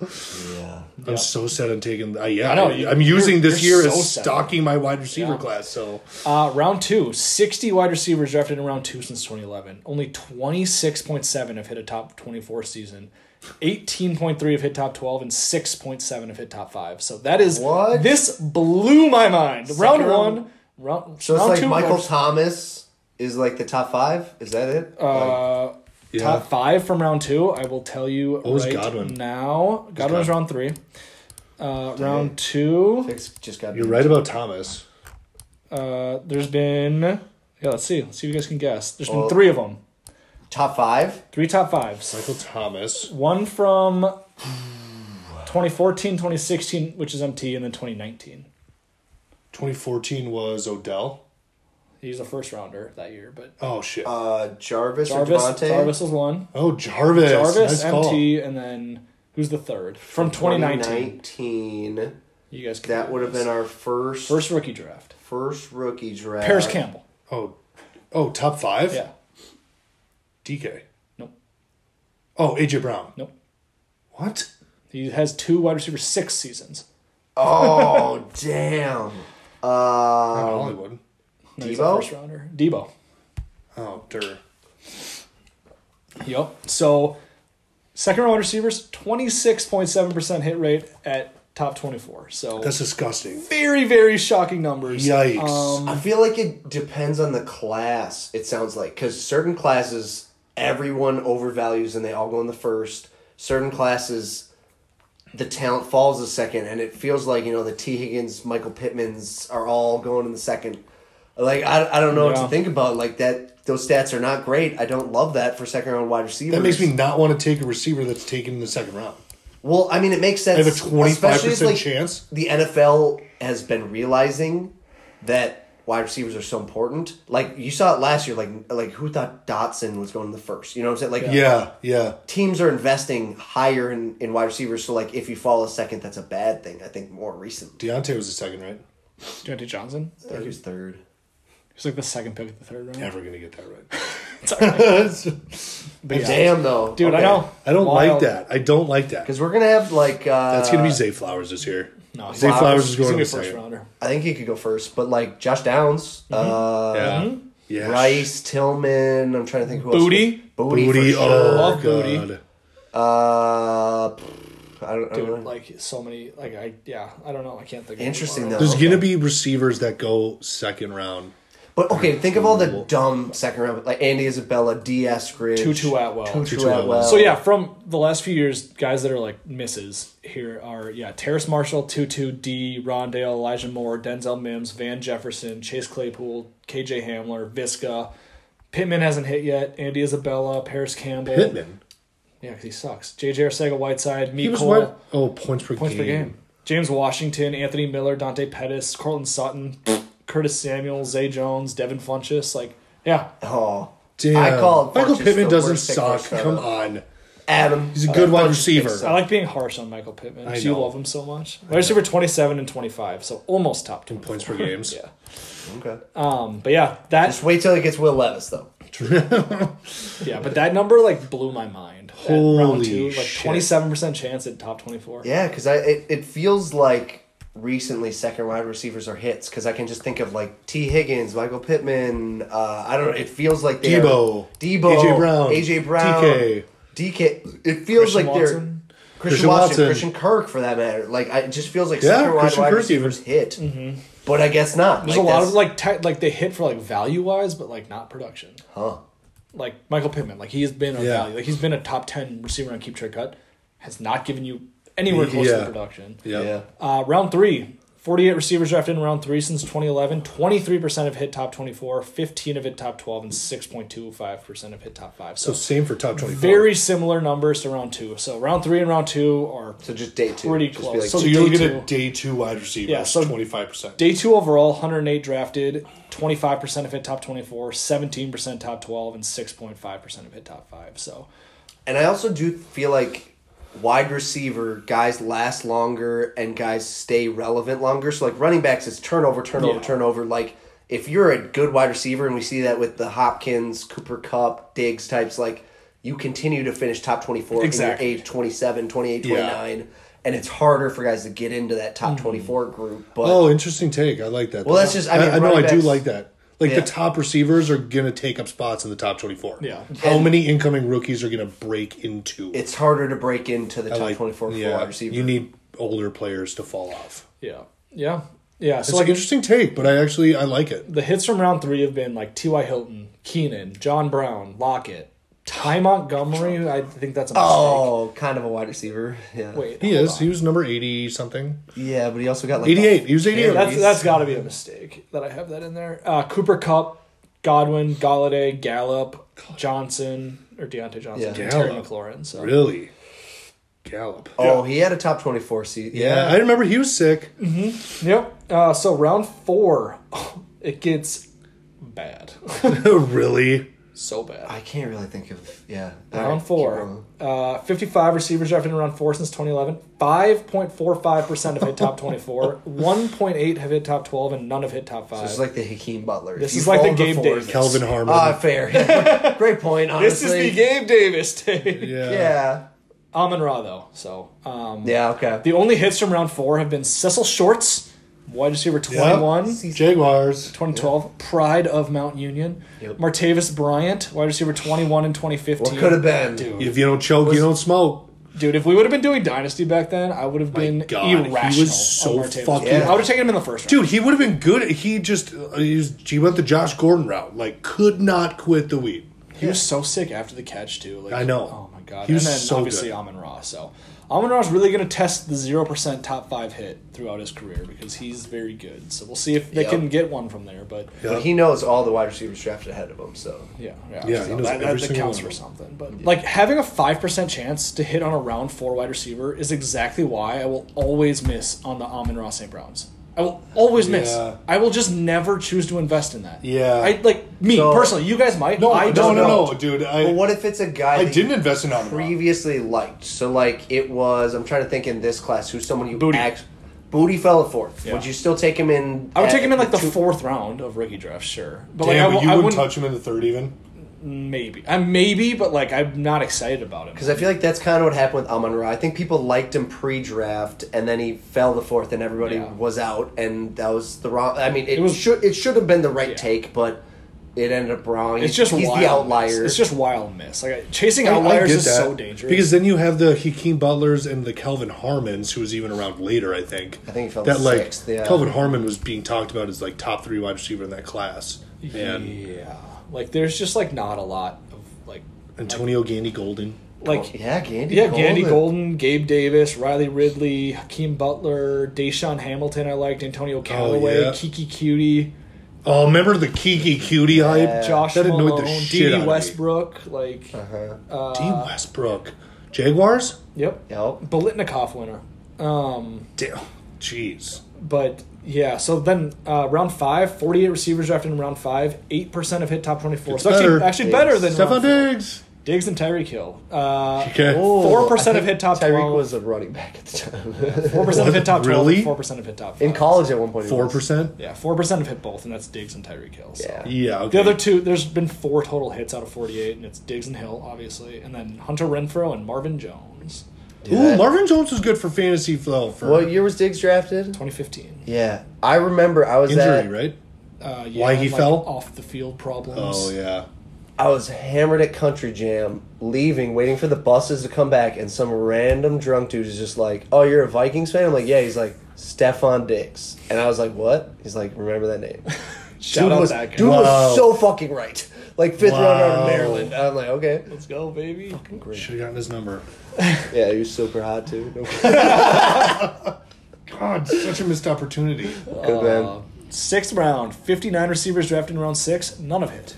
Speaker 4: Yeah.
Speaker 2: I'm so set on taking. Uh, yeah, I
Speaker 1: know,
Speaker 2: I, am using
Speaker 1: you're-
Speaker 2: this
Speaker 1: you're
Speaker 2: year
Speaker 1: so
Speaker 2: as
Speaker 1: set.
Speaker 2: stocking my wide receiver
Speaker 1: Yeah.
Speaker 2: class. So
Speaker 1: Uh, round two, 60 wide receivers drafted in round two since 2011. Only 26.7 have hit a top 24 season. 18.3 have hit top 12 and 6.7 have hit top 5. So that is
Speaker 3: What?
Speaker 1: this blew my mind. round
Speaker 3: round-
Speaker 1: 1, round,
Speaker 3: So it's
Speaker 1: round
Speaker 3: like
Speaker 1: 2
Speaker 3: Michael
Speaker 1: worst.
Speaker 3: Thomas is like the top five. Is that it? Like,
Speaker 1: uh,
Speaker 2: Yeah.
Speaker 1: top 5 from round 2, I will tell you
Speaker 2: was
Speaker 1: right
Speaker 2: Godwin?
Speaker 1: now. Godwin's
Speaker 2: Godwin?
Speaker 1: round 3. Uh, round 2.
Speaker 3: it's just got
Speaker 2: you're right about Thomas.
Speaker 1: Uh, there's been yeah. Let's see. Let's see if you guys can guess. There's been
Speaker 2: Oh.
Speaker 3: Well-
Speaker 1: three of them.
Speaker 3: top five.
Speaker 1: Three top fives.
Speaker 2: Michael Thomas.
Speaker 1: One from 2014, 2016, which is MT, and then 2019.
Speaker 2: 2014 was Odell.
Speaker 1: He's a first rounder that year, but
Speaker 2: Oh shit.
Speaker 3: Uh, Jarvis,
Speaker 1: Jarvis,
Speaker 3: or Devontae.
Speaker 1: Jarvis was one.
Speaker 2: oh Jarvis.
Speaker 1: Jarvis,
Speaker 2: nice call.
Speaker 1: MT, and then who's the third from 2019?
Speaker 3: 2019.
Speaker 1: You guys can
Speaker 3: That would have been our first first,
Speaker 1: first rookie draft.
Speaker 3: rookie draft.
Speaker 1: Paris Campbell.
Speaker 2: Oh, oh top five.
Speaker 1: Yeah.
Speaker 2: DK.
Speaker 1: Nope.
Speaker 2: Oh AJ Brown.
Speaker 1: Nope.
Speaker 2: What?
Speaker 1: He has two wide receivers six seasons.
Speaker 3: Oh damn.
Speaker 2: Not
Speaker 3: Uh,
Speaker 2: Hollywood.
Speaker 1: No, he's a
Speaker 3: Debo?
Speaker 1: First rounder. Debo.
Speaker 2: Oh der.
Speaker 1: Yep. So, second round receivers, 26.7% hit rate at top 24. So,
Speaker 2: That's disgusting.
Speaker 1: very, very shocking numbers. Um,
Speaker 2: Yikes.
Speaker 3: I feel like it depends on the class. It sounds like because certain classes everyone overvalues and they all go in the first. Certain classes, the talent falls a second, and it feels like you know the T Higgins, Michael Pittmans are all going in the second. Like I, I don't know what
Speaker 1: Yeah.
Speaker 3: to think about. Like that, those stats are not great. I don't love that for second round wide receivers.
Speaker 2: that makes me not want to take a receiver that's taken in the second round.
Speaker 3: Well, I mean, it makes sense.
Speaker 2: I have a 25%
Speaker 3: especially as, like,
Speaker 2: chance.
Speaker 3: The NFL has been realizing that wide receivers are so important. Like you saw it last year. Like like who thought Dotson was going to the first? You know what I'm saying? Like
Speaker 2: Yeah, yeah.
Speaker 3: teams are investing higher in, in wide receivers. So like if you fall a second, that's a bad thing. I think more recently.
Speaker 2: Deontay was the second, right?
Speaker 1: Deontay Johnson.
Speaker 3: I think he was third.
Speaker 1: He's like the second pick of the third round.
Speaker 2: Never gonna get that right.
Speaker 1: It's all right. But yeah.
Speaker 3: Damn though,
Speaker 1: Dude, I know.
Speaker 2: I don't like
Speaker 1: Wild.
Speaker 2: that. I don't like that.
Speaker 3: because we're gonna have like uh,
Speaker 2: That's gonna be Zay Flowers this year.
Speaker 1: No,
Speaker 2: Zay
Speaker 1: Flowers-
Speaker 2: Flowers is
Speaker 1: He's
Speaker 2: going
Speaker 1: going
Speaker 2: to
Speaker 1: to be
Speaker 2: be
Speaker 1: first
Speaker 2: second.
Speaker 1: rounder.
Speaker 3: I think he could go first, but like Josh Downs,
Speaker 1: Mm-hmm.
Speaker 3: uh,
Speaker 2: Yeah, yeah.
Speaker 3: Rice Tillman. I'm trying to think who
Speaker 1: Booty?
Speaker 3: else. Booty,
Speaker 2: Booty.
Speaker 3: for
Speaker 2: Oh
Speaker 3: sure.
Speaker 1: Love
Speaker 2: god.
Speaker 1: Booty.
Speaker 3: Uh, pff, I don't, I don't
Speaker 1: Dude,
Speaker 3: know.
Speaker 1: like so many, like I, yeah, I don't know, I can't think. of
Speaker 3: Interesting,
Speaker 1: anyone.
Speaker 3: though.
Speaker 2: There's
Speaker 3: Okay.
Speaker 2: gonna be receivers that go second round.
Speaker 3: but okay, think of all the dumb second round, like Andy Isabella, D. Eskridge,
Speaker 1: Tutu Atwell.
Speaker 3: Tutu
Speaker 2: Tutu Atwell.
Speaker 3: Atwell.
Speaker 1: So yeah, from the last few years, guys that are like misses here are yeah, Terrace Marshall, Tutu D, Rondale, Elijah Moore, Denzel Mims, Van Jefferson, Chase Claypool, KJ Hamler, Visca, Pittman hasn't hit yet, Andy Isabella, Paris Campbell.
Speaker 2: Pittman.
Speaker 1: Yeah, 'cause he sucks. JJ Arcega Whiteside,
Speaker 2: He
Speaker 1: Me
Speaker 2: was
Speaker 1: Cole,
Speaker 2: what? Oh, points per
Speaker 1: points
Speaker 2: game.
Speaker 1: per game. James Washington, Anthony Miller, Dante Pettis, Cortland Sutton, Curtis Samuel, Zay Jones, Devin Funchess, like yeah.
Speaker 3: Oh,
Speaker 2: Damn.
Speaker 3: I called
Speaker 2: Michael
Speaker 3: Funchess
Speaker 2: Pittman
Speaker 3: the
Speaker 2: doesn't
Speaker 3: worst pick
Speaker 2: suck.
Speaker 3: first round.
Speaker 2: Come on.
Speaker 3: Adam.
Speaker 2: He's a good wide receiver.
Speaker 1: I like being harsh on Michael Pittman.
Speaker 2: I
Speaker 1: So you
Speaker 2: know.
Speaker 1: love him so much. Wide receiver 27 and 25, so almost top 10.
Speaker 2: Points per games.
Speaker 1: Yeah.
Speaker 3: Okay.
Speaker 1: Um, but yeah, that
Speaker 3: Just wait till he gets Will Levis though.
Speaker 1: yeah, but that number like blew my mind. That
Speaker 2: Holy
Speaker 1: like
Speaker 2: shit.
Speaker 1: 27% chance at top 24.
Speaker 3: Yeah, because I it, it feels like recently second wide receivers are hits because I can just think of like T Higgins, Michael Pittman. Uh, I don't know. It feels like they
Speaker 2: Debo.
Speaker 3: Debo,
Speaker 2: AJ Brown.
Speaker 3: AJ Brown,
Speaker 2: DK.
Speaker 3: DK. It feels
Speaker 1: Christian
Speaker 3: like they're
Speaker 1: Watson.
Speaker 3: Christian,
Speaker 2: Christian
Speaker 3: Watson,
Speaker 2: Watson.
Speaker 3: Christian Kirk for that matter. Like I, it just feels like
Speaker 2: Yeah,
Speaker 3: second wide
Speaker 2: Christian
Speaker 3: wide
Speaker 2: Kirk
Speaker 3: receivers hit, but I guess
Speaker 1: Mm-hmm.
Speaker 3: not.
Speaker 1: There's
Speaker 3: Like,
Speaker 1: a lot
Speaker 3: that's-
Speaker 1: of like tech like they hit for like value wise, but like not production.
Speaker 3: huh.
Speaker 1: Like Michael Pittman, like he has been a
Speaker 2: Yeah.
Speaker 1: value. Like he's been a top 10 receiver on keep trade cut, has not given you anywhere close
Speaker 2: Yeah.
Speaker 1: to production.
Speaker 2: Yeah.
Speaker 3: Yeah.
Speaker 1: Uh, round three. 48 receivers drafted in round three since 2011. 23% have hit top 24, 15 have hit top 12, and 6.25% have hit top 5.
Speaker 2: So
Speaker 1: So,
Speaker 2: same for top twenty-four.
Speaker 1: very similar numbers to round two. So round three and round two are
Speaker 3: So just day two.
Speaker 1: Pretty
Speaker 3: just
Speaker 1: close.
Speaker 3: Be like,
Speaker 1: So
Speaker 2: So you're
Speaker 1: day
Speaker 2: looking
Speaker 1: two.
Speaker 2: at day two wide receivers.
Speaker 1: Yeah, so-
Speaker 2: twenty-five percent.
Speaker 1: day two overall, 108 drafted, 25% have hit top 24, 17% top 12, and 6.5% have hit top 5. So
Speaker 3: And I also do feel like wide receiver guys last longer and guys stay relevant longer. So like running backs, it's turnover, turnover,
Speaker 1: Yeah.
Speaker 3: turnover. Like if you're a good wide receiver, and we see that with the Hopkins, Cooper Cup, Diggs types, like you continue to finish top 24
Speaker 2: Exactly.
Speaker 3: in your age 27, 28,
Speaker 2: Yeah. Mm-hmm.
Speaker 3: 29. And it's harder for guys to get into that top 24 group. But
Speaker 2: Oh, interesting take. I like that.
Speaker 3: Well, that's just- I mean,
Speaker 2: I, know I
Speaker 3: running
Speaker 2: do
Speaker 3: backs-
Speaker 2: like that. Like
Speaker 3: Yeah.
Speaker 2: the top receivers are gonna take up spots in the top twenty-four.
Speaker 1: Yeah.
Speaker 2: How many incoming rookies are gonna break into?
Speaker 3: it's harder to break into the top
Speaker 2: like,
Speaker 3: 24 for wide receiver.
Speaker 2: You need older players to fall off.
Speaker 1: Yeah. Yeah. Yeah. So
Speaker 2: It's like
Speaker 1: like
Speaker 2: an interesting take, but I actually I like it.
Speaker 1: the hits from round three have been like T.Y. Hilton, Keenan, John Brown, Lockett, Ty Montgomery. who I think that's a mistake.
Speaker 3: oh, kind of a wide receiver. Yeah.
Speaker 1: Wait.
Speaker 2: He is. He was number eighty something.
Speaker 3: Yeah, but he also got like
Speaker 2: Eighty-eight. He was eighty-eight.
Speaker 1: That's that's got to be a mistake that I have that in there. Uh, Cooper Cup, Godwin, Galladay, Gallup, Johnson or Deontay Johnson,
Speaker 3: Yeah.
Speaker 1: and Terry
Speaker 2: Gallup.
Speaker 1: McLaurin. So
Speaker 2: really Gallup.
Speaker 3: Oh, he had a top 24 seat.
Speaker 2: Yeah, I remember he was sick.
Speaker 1: yep. Uh, so round four, it gets bad,
Speaker 2: really?
Speaker 1: so bad.
Speaker 3: I can't really think of. Yeah. All right,
Speaker 1: Round
Speaker 3: keep
Speaker 1: four,
Speaker 3: going.
Speaker 1: uh, 55 receivers drafted in round four since 2011. 5.45% have hit top 24, 1.8 have hit top 12, and none have hit top five.
Speaker 3: This is like the Hakeem Butler.
Speaker 1: This
Speaker 3: You
Speaker 1: is like the
Speaker 3: fall to
Speaker 1: Gabe
Speaker 3: fourth.
Speaker 1: Davis.
Speaker 2: Calvin Harmon.
Speaker 3: Ah, fair. Great point. Honestly.
Speaker 1: this is the Gabe Davis take.
Speaker 2: yeah.
Speaker 3: Yeah.
Speaker 1: Amon Ra though, so um,
Speaker 3: Yeah. Okay.
Speaker 1: The only hits from round four have been Cecil Shorts, wide receiver 21,
Speaker 2: Jaguars.
Speaker 1: 2012, pride of Mount Union.
Speaker 3: Yep.
Speaker 1: Martavis Bryant, wide receiver 21 in 2015.
Speaker 3: What could have been?
Speaker 1: Dude,
Speaker 2: If you don't choke, you don't smoke.
Speaker 1: dude, if we would have been doing Dynasty back then, I would have been
Speaker 2: God, he
Speaker 1: irrational.
Speaker 2: was so
Speaker 1: on Martavis.
Speaker 2: fucking-
Speaker 1: I would have taken him in the first round.
Speaker 2: Dude, he would have been good. He just uh, he, was, he went the Josh Gordon route. Like, could not quit the weed.
Speaker 1: He was so sick after the catch, too. Like,
Speaker 2: I know.
Speaker 1: Oh, my God.
Speaker 2: He was
Speaker 1: and then
Speaker 2: so
Speaker 1: obviously
Speaker 2: good.
Speaker 1: Amon Ra. So Amon Ra's really going to test the 0% top five hit throughout his career because he's very good. So we'll see if they
Speaker 3: Yep.
Speaker 1: can get one from there. But
Speaker 3: But he knows all the wide receivers drafted ahead of him. So
Speaker 1: Yeah, yeah,
Speaker 2: Yeah,
Speaker 1: so
Speaker 2: he knows
Speaker 1: that,
Speaker 2: every
Speaker 1: that, that
Speaker 2: single
Speaker 1: counts
Speaker 2: one
Speaker 1: for
Speaker 2: of
Speaker 1: something. But like having a five percent chance to hit on a round four wide receiver is exactly why I will always miss on the Amon Ross St. Browns. I will always miss.
Speaker 2: Yeah.
Speaker 1: I will just never choose to invest in that.
Speaker 2: Yeah.
Speaker 1: I like me
Speaker 3: So-
Speaker 1: personally. You guys might.
Speaker 2: No,
Speaker 1: I
Speaker 2: no,
Speaker 1: don't
Speaker 2: no,
Speaker 1: know.
Speaker 2: no, dude. I,
Speaker 3: But what if it's a guy
Speaker 2: I
Speaker 3: that
Speaker 2: didn't
Speaker 3: you
Speaker 2: invest in Amon-Ra.
Speaker 3: previously liked? So like it was. I'm trying to think in this class who's someone you
Speaker 1: Booty.
Speaker 3: act. Booty fell at fourth.
Speaker 1: Yeah.
Speaker 3: Would you still take him in?
Speaker 1: I would
Speaker 3: at
Speaker 1: take him in like the
Speaker 3: two-
Speaker 1: fourth round of rookie draft, sure. But
Speaker 2: Damn,
Speaker 1: like I, w-
Speaker 2: but you
Speaker 1: I
Speaker 2: wouldn't
Speaker 1: wouldn't
Speaker 2: touch him in the third even?
Speaker 1: maybe. I maybe, but like I'm not excited about him.
Speaker 3: Because I feel like that's kind of what happened with Amon Ra. I think people liked him pre-draft, and then he fell the fourth, and everybody
Speaker 1: Yeah.
Speaker 3: was out, and that was the wrong. I mean, it,
Speaker 1: was-
Speaker 3: should it should have been the right
Speaker 1: Yeah.
Speaker 3: take, but it ended up wrong.
Speaker 1: It's just
Speaker 3: he's
Speaker 1: wild
Speaker 3: the
Speaker 1: miss.
Speaker 3: outlier.
Speaker 1: It's just wild miss. Like I- chasing
Speaker 2: I- I
Speaker 1: outliers
Speaker 2: get
Speaker 1: is
Speaker 2: that,
Speaker 1: so dangerous.
Speaker 2: Because then you have the Hakeem Butlers and the Calvin Harmons, who was even around later, I think.
Speaker 3: I think he fell
Speaker 2: that like
Speaker 3: sixth, yeah.
Speaker 2: Calvin Harmon was being talked about as like top three wide receiver in that class. And
Speaker 1: yeah, like there's just like not a lot of like
Speaker 2: Antonio Gandy Golden.
Speaker 1: like
Speaker 3: Oh, yeah, Gandy.
Speaker 1: Yeah,
Speaker 3: Golden.
Speaker 1: Gandy Golden, Gabe Davis, Riley Ridley, Hakeem Butler, Deshaun Hamilton. I liked Antonio Callaway,
Speaker 2: Oh, yeah.
Speaker 1: Kiki Cutie,
Speaker 2: Oh, remember the Kiki Cutie hype?
Speaker 1: Josh
Speaker 2: that annoyed
Speaker 1: Malone,
Speaker 2: the shit out
Speaker 1: D.D.
Speaker 2: of me.
Speaker 1: Westbrook. Like,
Speaker 2: D. Westbrook, Jaguars.
Speaker 1: yep,
Speaker 3: Yep.
Speaker 1: Bolitnikoff winner. Um,
Speaker 2: Damn, jeez.
Speaker 1: but yeah, so then uh, round five, 48 receivers drafted in round five, eight percent of hit top 24.
Speaker 2: It's
Speaker 1: so actually,
Speaker 2: better.
Speaker 1: actually better than
Speaker 2: Stephon
Speaker 1: round four.
Speaker 2: Diggs.
Speaker 1: Diggs and Tyreek Hill. Uh,
Speaker 2: Okay.
Speaker 3: Oh.
Speaker 1: Four percent
Speaker 3: I
Speaker 1: of
Speaker 3: think
Speaker 1: hit top
Speaker 3: Tyreek
Speaker 1: twelve.
Speaker 3: was a running back at the time.
Speaker 1: Four percent of hit top twelve.
Speaker 2: Really?
Speaker 1: Four percent of hit top. Five.
Speaker 3: in college at one point. he
Speaker 2: Four
Speaker 3: was.
Speaker 2: percent.
Speaker 1: Yeah, four percent of hit both, and that's Diggs and Tyreek Hill. So.
Speaker 3: Yeah.
Speaker 2: Yeah. Okay.
Speaker 1: The other two, there's been four total hits out of 48, and it's Diggs and Hill, obviously, and then Hunter Renfro and Marvin Jones,
Speaker 2: Ooh, Marvin Jones was good for fantasy flow for
Speaker 3: What year was Diggs drafted?
Speaker 1: 2015.
Speaker 3: Yeah, I remember. I was
Speaker 2: injury,
Speaker 3: at,
Speaker 2: right?
Speaker 1: Uh, yeah,
Speaker 2: Why he fell?
Speaker 1: off the field problems.
Speaker 2: Oh yeah.
Speaker 3: I was hammered at Country Jam, leaving, waiting for the buses to come back, and some random drunk dude is just like, "Oh, you're a Vikings fan?" I'm like, "Yeah." He's like, "Stefan Diggs," and I was like, "What?" He's like, "Remember that name?"
Speaker 1: Shout
Speaker 3: dude
Speaker 1: out
Speaker 3: was,
Speaker 1: that guy.
Speaker 3: dude
Speaker 2: Wow.
Speaker 3: was so fucking right. Like fifth
Speaker 2: Wow.
Speaker 3: round out of Maryland. I'm like, okay,
Speaker 1: Let's go, baby.
Speaker 2: Should have gotten his number.
Speaker 3: yeah, you're super hot too. No,
Speaker 2: God, such a missed opportunity.
Speaker 3: good man.
Speaker 1: Sixth round, 59 receivers drafted in round six, none of hit.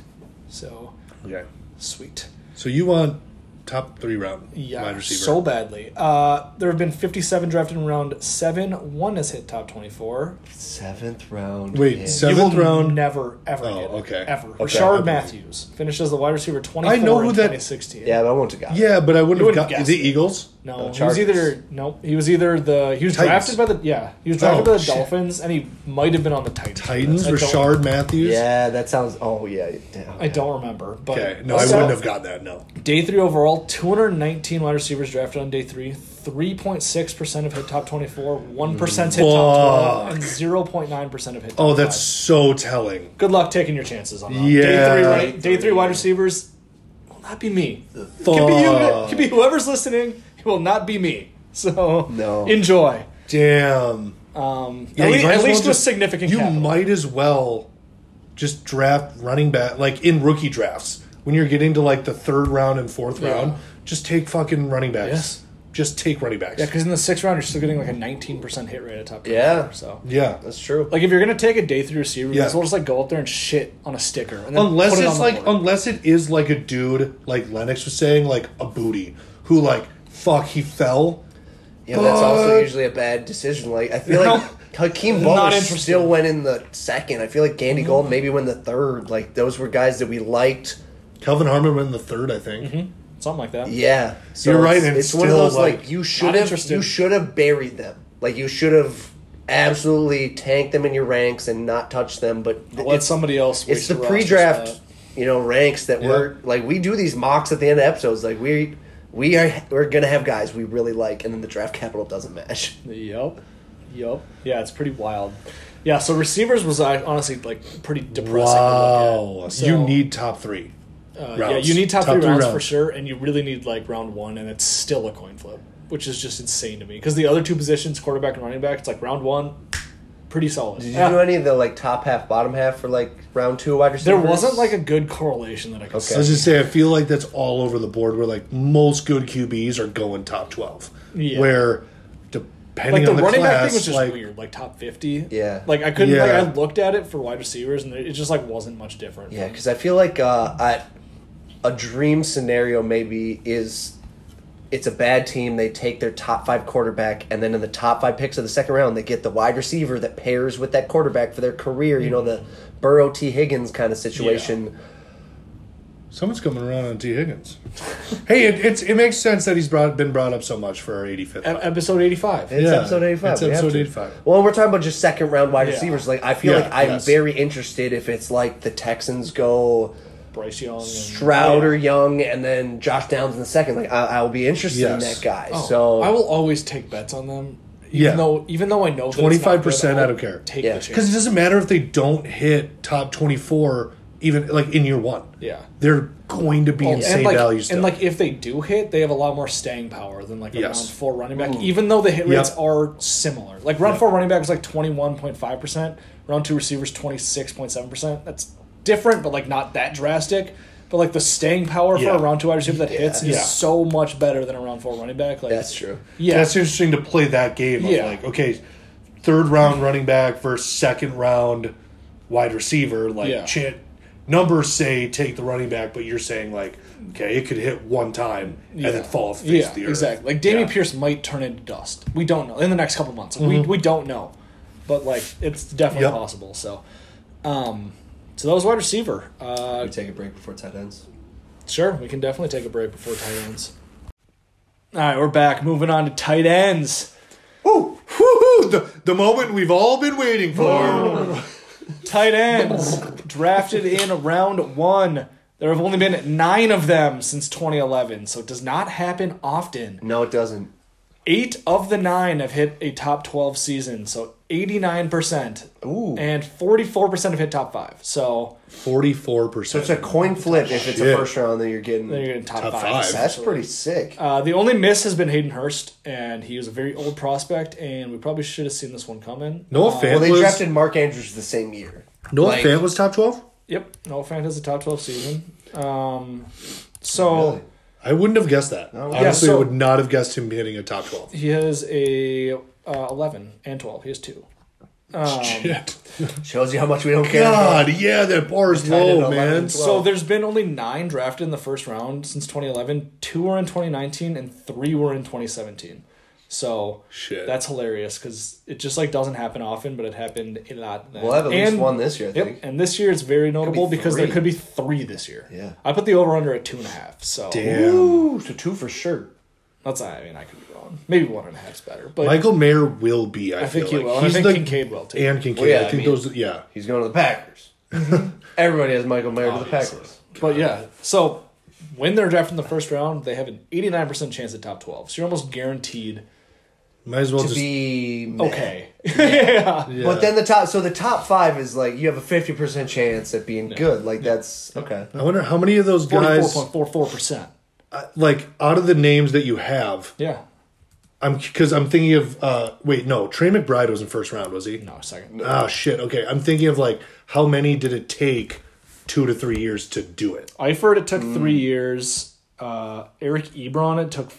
Speaker 1: So,
Speaker 2: Okay.
Speaker 1: sweet.
Speaker 2: So you want top three round
Speaker 1: Yeah,
Speaker 2: wide receiver?
Speaker 1: so badly. Uh, there have been 57 drafted in round seven. One has hit top 24.
Speaker 3: Seventh round.
Speaker 2: Wait,
Speaker 3: pick.
Speaker 2: seven-
Speaker 1: you will
Speaker 2: Seventh round-
Speaker 1: never ever
Speaker 2: Oh,
Speaker 1: get it,
Speaker 2: okay.
Speaker 1: ever.
Speaker 2: Okay,
Speaker 1: Rashard
Speaker 2: okay.
Speaker 1: Matthews finished as the wide receiver twenty.
Speaker 2: I know who that-
Speaker 1: Twenty sixteen.
Speaker 3: yeah, but I won't have got.
Speaker 2: yeah, but I wouldn't
Speaker 1: You wouldn't
Speaker 2: have got
Speaker 1: guess
Speaker 2: the
Speaker 1: it.
Speaker 2: Eagles.
Speaker 1: No,
Speaker 3: The
Speaker 1: he was
Speaker 3: Chargers.
Speaker 1: either nope. He was either the he was
Speaker 2: Titans.
Speaker 1: drafted by the yeah he was drafted
Speaker 2: Oh,
Speaker 1: by the
Speaker 2: shit.
Speaker 1: Dolphins and he might have been on the Titans.
Speaker 2: Titans,
Speaker 1: I don't-
Speaker 2: Rashard Matthews.
Speaker 3: Yeah, that sounds. Oh yeah. yeah.
Speaker 1: I don't remember, but
Speaker 2: Okay, no, I wouldn't have gotten that. No,
Speaker 1: Day three overall, 219 wide receivers drafted on day three. 3.6% of hit top 24, 1% hit top 12, and 0.9% of hit top
Speaker 2: oh, that's
Speaker 1: five.
Speaker 2: so telling.
Speaker 1: Good luck taking your chances on that.
Speaker 2: Yeah.
Speaker 1: Day three, right, day three wide receivers will not be me.
Speaker 2: Fuck.
Speaker 1: Could be you. Could be whoever's listening. It will not be me. So
Speaker 3: No.
Speaker 1: enjoy.
Speaker 2: Damn.
Speaker 1: Um,
Speaker 2: Yeah,
Speaker 1: at,
Speaker 2: you
Speaker 1: lea-
Speaker 2: might
Speaker 1: at
Speaker 2: as well
Speaker 1: least with
Speaker 2: just-
Speaker 1: significant
Speaker 2: You
Speaker 1: capital.
Speaker 2: might as well just draft running back like in rookie drafts when you're getting to like the third round and fourth
Speaker 1: Yeah.
Speaker 2: round. Just take fucking running backs.
Speaker 1: Yes.
Speaker 2: Just take running backs.
Speaker 1: Yeah, because in the sixth round, you're still getting like a 19% hit rate at top 24.
Speaker 3: Yeah.
Speaker 1: So.
Speaker 2: Yeah.
Speaker 3: That's true.
Speaker 1: Like if you're gonna take a day three receiver, yeah.
Speaker 2: Yeah.
Speaker 1: as well just like go up there and shit on a sticker. And then
Speaker 2: Unless
Speaker 1: put it on
Speaker 2: it's
Speaker 1: the
Speaker 2: like
Speaker 1: board.
Speaker 2: unless it is like a dude like Lennox was saying like a booty who like fuck he fell.
Speaker 3: Yeah, but that's also
Speaker 2: But-
Speaker 3: usually a bad decision. Like I feel
Speaker 1: No.
Speaker 3: like Hakeem
Speaker 1: Not
Speaker 3: Butler
Speaker 1: interested.
Speaker 3: still went in the second. I feel like Gandy Gold maybe went in the third. Like those were guys that we liked.
Speaker 2: Calvin Harmon went in the third, I think.
Speaker 1: something like that.
Speaker 3: Yeah, so
Speaker 2: You're right,
Speaker 3: It's,
Speaker 2: and
Speaker 3: it's one of
Speaker 2: still,
Speaker 3: those like,
Speaker 2: like,
Speaker 3: you
Speaker 1: not
Speaker 3: should have
Speaker 1: interested.
Speaker 3: you should have buried them. Like you should have absolutely tanked them in your ranks and not touched them. But
Speaker 1: Let
Speaker 3: it's,
Speaker 1: somebody else.
Speaker 3: it's
Speaker 1: waste
Speaker 3: the
Speaker 1: your roster
Speaker 3: pre-draft,
Speaker 1: spot.
Speaker 3: you know, ranks that we're like we do these mocks at the end of episodes. Like we we are we're gonna have guys we really like, and then the draft capital doesn't match.
Speaker 1: Yep. Yep. Yeah, it's pretty wild. Yeah. So receivers was uh, honestly like pretty depressing. To look
Speaker 2: Wow.
Speaker 1: at. So,
Speaker 2: you need top three.
Speaker 1: Uh, yeah,
Speaker 2: rounds.
Speaker 1: you need top,
Speaker 2: Top
Speaker 1: three,
Speaker 2: three
Speaker 1: rounds, for
Speaker 2: rounds.
Speaker 1: sure, and you really need like round one, and it's still a coin flip, which is just insane to me because the other two positions, quarterback and running back, it's like round one, pretty solid.
Speaker 3: Did you
Speaker 1: Yeah.
Speaker 3: do any of the like top half, bottom half for like round two wide
Speaker 1: There
Speaker 3: receivers?
Speaker 1: wasn't like a good correlation that I could
Speaker 2: I
Speaker 1: see.
Speaker 2: was just say I feel like that's all over the board where like most good QBs are going top twelve.
Speaker 1: Yeah.
Speaker 2: Where
Speaker 1: Like
Speaker 2: depending
Speaker 1: the
Speaker 2: on the
Speaker 1: running
Speaker 2: class,
Speaker 1: back thing was just
Speaker 2: like,
Speaker 1: weird, like top fifty.
Speaker 3: Yeah.
Speaker 1: Like I couldn't.
Speaker 2: Yeah.
Speaker 1: Like I looked at it for wide receivers, and it just like wasn't much different.
Speaker 3: Yeah, because I feel like uh, I, a dream scenario maybe is it's a bad team. They take their top five quarterback, and then in the top five picks of the second round, they get the wide receiver that pairs with that quarterback for their career. You know, the Burrow T Higgins kind of situation.
Speaker 2: Someone's coming around on T. Higgins. hey, it, it's it makes sense that he's brought been brought up so much for our eighty fifth.
Speaker 1: E- episode eighty five.
Speaker 3: It's
Speaker 2: Yeah,
Speaker 3: episode eighty five.
Speaker 2: it's episode 85.
Speaker 3: Well, we're talking about just second round wide
Speaker 1: Yeah.
Speaker 3: receivers. Like I feel
Speaker 2: Yeah,
Speaker 3: like I'm
Speaker 2: yes.
Speaker 3: very interested if it's like the Texans go
Speaker 1: Bryce Young. And,
Speaker 3: Stroud or Young, and then Josh Downs in the second. Like I, I will be interested in
Speaker 2: Yes.
Speaker 3: that guy.
Speaker 1: Oh,
Speaker 3: so
Speaker 1: I will always take bets on them. Even
Speaker 2: Yeah.
Speaker 1: Though even though I know that it's not
Speaker 2: 25%,
Speaker 1: good,
Speaker 2: I
Speaker 1: I'll
Speaker 2: don't care.
Speaker 1: Take
Speaker 3: Yeah.
Speaker 1: the
Speaker 2: Because
Speaker 1: chance.
Speaker 2: it doesn't matter if they don't hit top twenty four, even like in year one.
Speaker 1: Yeah. Oh,
Speaker 2: They're going to be insane
Speaker 1: and like,
Speaker 2: values.
Speaker 1: and like if they do hit, they have a lot more staying power than like a
Speaker 2: Yes.
Speaker 1: round four running
Speaker 3: Mm.
Speaker 1: back. Even though the hit
Speaker 2: Yep.
Speaker 1: rates are similar, like round four running back is like twenty one point five percent, round two receivers twenty six point seven percent. That's different, but like not that drastic. But like the staying power for
Speaker 2: Yeah.
Speaker 1: a round two wide receiver that hits
Speaker 2: Yeah.
Speaker 1: is so much better than a round four running back. Like
Speaker 3: that's true.
Speaker 1: Yeah,
Speaker 2: That's interesting to play that game of
Speaker 1: Yeah.
Speaker 2: like, okay, third round running back versus second round wide receiver. Like,
Speaker 1: Yeah.
Speaker 2: chan- numbers say take the running back, but you're saying like, okay, it could hit one time and then fall off the face
Speaker 1: yeah,
Speaker 2: of the earth.
Speaker 1: exactly. Like Damian
Speaker 2: Yeah.
Speaker 1: Pierce might turn into dust. We don't know in the next couple months. We we don't know, but like it's definitely
Speaker 2: Yep.
Speaker 1: possible. So, um, so that was wide receiver. Uh,
Speaker 3: take a break before tight ends.
Speaker 1: sure, we can definitely take a break before tight ends. All right, we're back. Moving on to tight ends.
Speaker 2: Woo! Woo-hoo! The, the moment we've all been waiting for.
Speaker 1: Tight ends drafted in round one. There have only been nine of them since 2011, so it does not happen often.
Speaker 3: No, it doesn't.
Speaker 1: Eight of the nine have hit a top 12 season, so 89%.
Speaker 3: Ooh.
Speaker 1: And 44% have hit top five. So
Speaker 2: 44%.
Speaker 3: It's a coin flip if it's a
Speaker 2: Shit.
Speaker 3: first round that you're getting.
Speaker 1: then you're in top,
Speaker 2: Top
Speaker 1: five.
Speaker 2: five.
Speaker 3: That's pretty sick.
Speaker 1: Uh, the only miss has been Hayden Hurst, and he was a very old prospect, and we probably should have seen this one coming.
Speaker 2: Noah
Speaker 1: Uh,
Speaker 2: Fant
Speaker 3: well, they
Speaker 2: was,
Speaker 3: drafted Mark Andrews the same year.
Speaker 2: Noah
Speaker 3: like-
Speaker 2: Fant was top 12?
Speaker 1: Yep, Noah Fant has a top 12 season. Um, so
Speaker 3: Really?
Speaker 2: I wouldn't have guessed that. Honestly,
Speaker 1: so-
Speaker 2: I would not have guessed him hitting a top 12.
Speaker 1: he has a uh, 11 and 12. He has two.
Speaker 2: Shit.
Speaker 3: Shows you how much we don't care. about-
Speaker 2: God, yeah, that bar is
Speaker 3: Tied at
Speaker 2: low,
Speaker 3: 11
Speaker 2: man.
Speaker 3: and
Speaker 1: So
Speaker 3: Well-
Speaker 1: there's been only nine drafted in the first round since 2011. Two were in 2019, and three were in 2017. So
Speaker 2: Shit.
Speaker 1: that's hilarious because it just like doesn't happen often, but it happened a lot. Then.
Speaker 3: We'll have at least
Speaker 1: And-
Speaker 3: one this year, I
Speaker 1: Yep,
Speaker 3: think.
Speaker 1: and this year it's very notable
Speaker 3: be
Speaker 1: because there
Speaker 3: three.
Speaker 1: could be three this year.
Speaker 3: Yeah.
Speaker 1: I put the over under at two and a half. So
Speaker 2: Damn.
Speaker 3: Ooh, so two for sure.
Speaker 1: That's I mean I could be wrong. Maybe one and a half's better, but
Speaker 2: Michael Mayer will be. I,
Speaker 1: I think
Speaker 2: feel
Speaker 1: he
Speaker 2: like.
Speaker 1: will. and I
Speaker 2: He's
Speaker 1: think
Speaker 2: the-
Speaker 1: Kincaid will too.
Speaker 2: and Kincaid.
Speaker 3: Well, yeah,
Speaker 2: I
Speaker 3: I
Speaker 2: think
Speaker 3: mean-
Speaker 2: those. Yeah,
Speaker 3: He's going to the Packers. Everybody has Michael Mayer to the
Speaker 2: Obviously.
Speaker 3: Packers.
Speaker 1: But yeah, so when they're drafting the first round, they have an 89% chance at top 12. So you're almost guaranteed
Speaker 2: might as well
Speaker 3: To
Speaker 2: just.
Speaker 3: be meh.
Speaker 1: okay. Yeah.
Speaker 2: yeah.
Speaker 3: But then the top, so the top five is like you have a fifty percent chance at being good. Like that's okay.
Speaker 2: I wonder how many of those guys,
Speaker 1: 44.44%.
Speaker 2: uh, like out of the names that you have,
Speaker 1: Yeah.
Speaker 2: I'm because I'm thinking of. uh Wait, no, Trey McBride was in first round, was he?
Speaker 1: No, second.
Speaker 2: Ah, shit. Okay, I'm thinking of like how many did it take two to three years to do it?
Speaker 1: Eifert, it took
Speaker 2: Hmm.
Speaker 1: three years. Uh, Eric Ebron, it took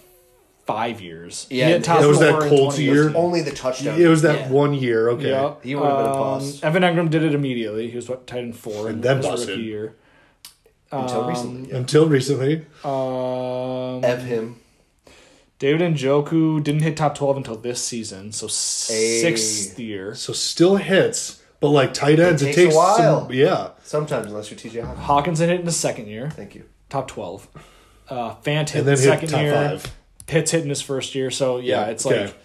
Speaker 1: five years. He
Speaker 3: Yeah,
Speaker 1: had top
Speaker 2: it was that
Speaker 1: four in
Speaker 2: Colts
Speaker 1: 20
Speaker 2: year.
Speaker 3: Only the touchdown.
Speaker 2: It was that
Speaker 3: Yeah.
Speaker 2: one year. Okay.
Speaker 1: Yeah.
Speaker 3: He would've been a
Speaker 1: Um,
Speaker 3: bust.
Speaker 1: Evan Engram did it immediately. He was what, tight end four in
Speaker 2: then
Speaker 1: his
Speaker 2: busted.
Speaker 1: rookie year.
Speaker 3: until recently. Yeah.
Speaker 2: Until recently,
Speaker 1: Um,
Speaker 3: Ev him.
Speaker 1: David Njoku didn't hit top 12 until this season, so sixth year.
Speaker 2: so still hits, but like tight ends, it,
Speaker 3: takes a
Speaker 2: takes,
Speaker 3: while.
Speaker 2: Some, yeah,
Speaker 3: Sometimes unless you're TJ Hawkinson.
Speaker 1: Hawkinson hit in his second year,
Speaker 3: Thank you.
Speaker 1: top 12. Uh, Fant hit
Speaker 2: and then
Speaker 1: his
Speaker 2: hit
Speaker 1: second
Speaker 2: top
Speaker 1: year.
Speaker 2: five.
Speaker 1: Pitts hit in his first year, so yeah, it's
Speaker 2: okay.
Speaker 1: like.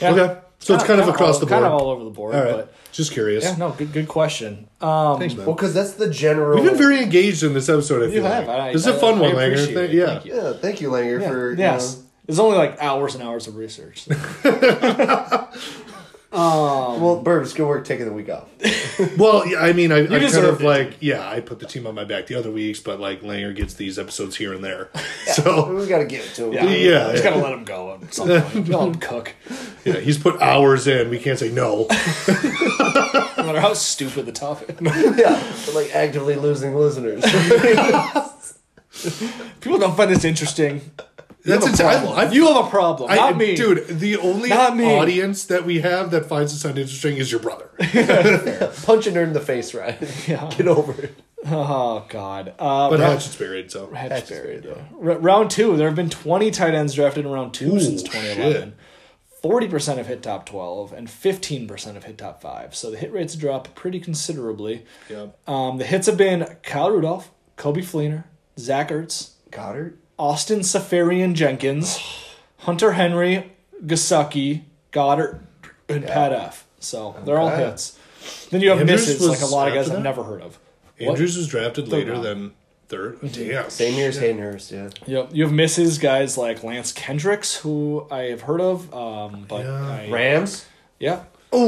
Speaker 1: yeah,
Speaker 2: okay, so it's kind of across
Speaker 1: all,
Speaker 2: the board.
Speaker 1: Kind of all over the board,
Speaker 2: all right,
Speaker 1: but
Speaker 2: just curious.
Speaker 1: yeah, no, good, good question. Um,
Speaker 2: Thanks, man.
Speaker 3: Well, because that's the general.
Speaker 2: We've been very engaged in this episode. I feel
Speaker 1: have.
Speaker 2: like.
Speaker 1: I-
Speaker 2: this is a
Speaker 1: I-
Speaker 2: fun
Speaker 1: I
Speaker 2: one, Langer.
Speaker 1: appreciate
Speaker 2: Thank-
Speaker 1: it.
Speaker 2: yeah,
Speaker 1: Thank you.
Speaker 3: yeah. Thank you, Langer, for you
Speaker 1: yes,
Speaker 3: know-
Speaker 1: it's only like hours and hours of research.
Speaker 3: well, Burbs, good work taking the week off.
Speaker 2: Well, yeah, I mean, I, I kind
Speaker 1: deserved
Speaker 2: of
Speaker 1: it.
Speaker 2: like, yeah, I put the team on my back the other weeks, but like Langer gets these episodes here and there. So
Speaker 3: We got to give it to him.
Speaker 1: Yeah,
Speaker 2: Yeah,
Speaker 1: just
Speaker 2: yeah.
Speaker 1: gotta let him go at some point. Let him cook,
Speaker 2: yeah, he's put hours in. We can't say
Speaker 1: no
Speaker 2: no.
Speaker 1: matter how stupid the topic.
Speaker 3: yeah. But, like actively losing listeners.
Speaker 1: People don't find this interesting.
Speaker 2: That's
Speaker 1: have a
Speaker 2: a title.
Speaker 1: problem. You have a problem,
Speaker 2: I,
Speaker 1: not me,
Speaker 2: dude. The only
Speaker 1: Not me.
Speaker 2: audience that we have that finds this uninteresting is your brother.
Speaker 3: Punching her in the face, right?
Speaker 1: Yeah.
Speaker 3: Get over it.
Speaker 1: Oh God. Uh,
Speaker 2: But Hatchet's buried, so
Speaker 1: Hatch
Speaker 3: That's
Speaker 1: buried.
Speaker 3: buried, though.
Speaker 1: R- round two, there have been 20 tight ends drafted in round two
Speaker 2: Ooh,
Speaker 1: since 2011.
Speaker 2: shit.
Speaker 1: 40% have hit top 12 and 15% have hit top 5. So the hit rates drop pretty considerably.
Speaker 2: yeah.
Speaker 1: Um, the hits have been Kyle Rudolph, Kobe Fleener, Zach Ertz,
Speaker 3: Goddard.
Speaker 1: Austin Safarian Jenkins, Hunter Henry, Gasecki, Goddard, and Pat F. So they're all
Speaker 3: Okay.
Speaker 1: hits. Then you have
Speaker 2: Andrews
Speaker 1: misses,
Speaker 2: was
Speaker 1: like a lot of guys
Speaker 2: after
Speaker 1: I've
Speaker 2: that?
Speaker 1: never heard of. What?
Speaker 2: Andrews was drafted later
Speaker 1: round.
Speaker 2: than third. Damn.
Speaker 3: Same year as Hayden Hurst, yeah.
Speaker 1: Yep, you have misses guys like Lance Kendricks, who I have heard of, um, but
Speaker 2: Yeah.
Speaker 1: I-
Speaker 3: Rams,
Speaker 1: yeah,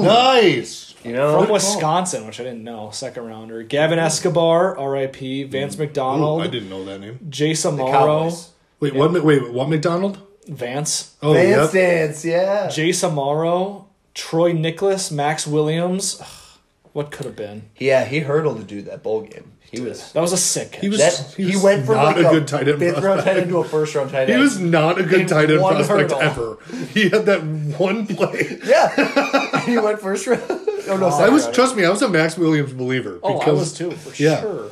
Speaker 2: Nice.
Speaker 3: you
Speaker 1: from
Speaker 3: know?
Speaker 1: Wisconsin, which I didn't know, second rounder. Gavin Escobar, R.I.P. Vance
Speaker 2: Oh,
Speaker 1: McDonald,
Speaker 2: I didn't know that name.
Speaker 1: Jason Morrow,
Speaker 3: Cowboys.
Speaker 2: Wait, what? mi- Wait, what? McDonald?
Speaker 1: Vance,
Speaker 2: Oh, yep.
Speaker 3: Vance dance, yeah.
Speaker 1: Jason Morrow, Troy Nicholas, Max Williams. Ugh, what could have been?
Speaker 3: Yeah, he hurdled to do that bowl game. He was
Speaker 1: That was a sick. Hit.
Speaker 2: He was.
Speaker 3: that
Speaker 2: he,
Speaker 3: he,
Speaker 2: was
Speaker 3: went from
Speaker 2: not
Speaker 3: like
Speaker 2: a good tight end.
Speaker 3: fifth round
Speaker 2: prospect.
Speaker 3: tight end to a first round tight end.
Speaker 2: He was not a good tight end
Speaker 3: one
Speaker 2: prospect
Speaker 3: hurdle.
Speaker 2: ever. He had that one play.
Speaker 3: yeah. he went first round. Oh no,
Speaker 2: I
Speaker 3: second
Speaker 2: was
Speaker 3: round.
Speaker 2: trust me, I was a Max Williams believer.
Speaker 1: oh, I
Speaker 2: because-
Speaker 1: was too for
Speaker 2: yeah.
Speaker 1: sure.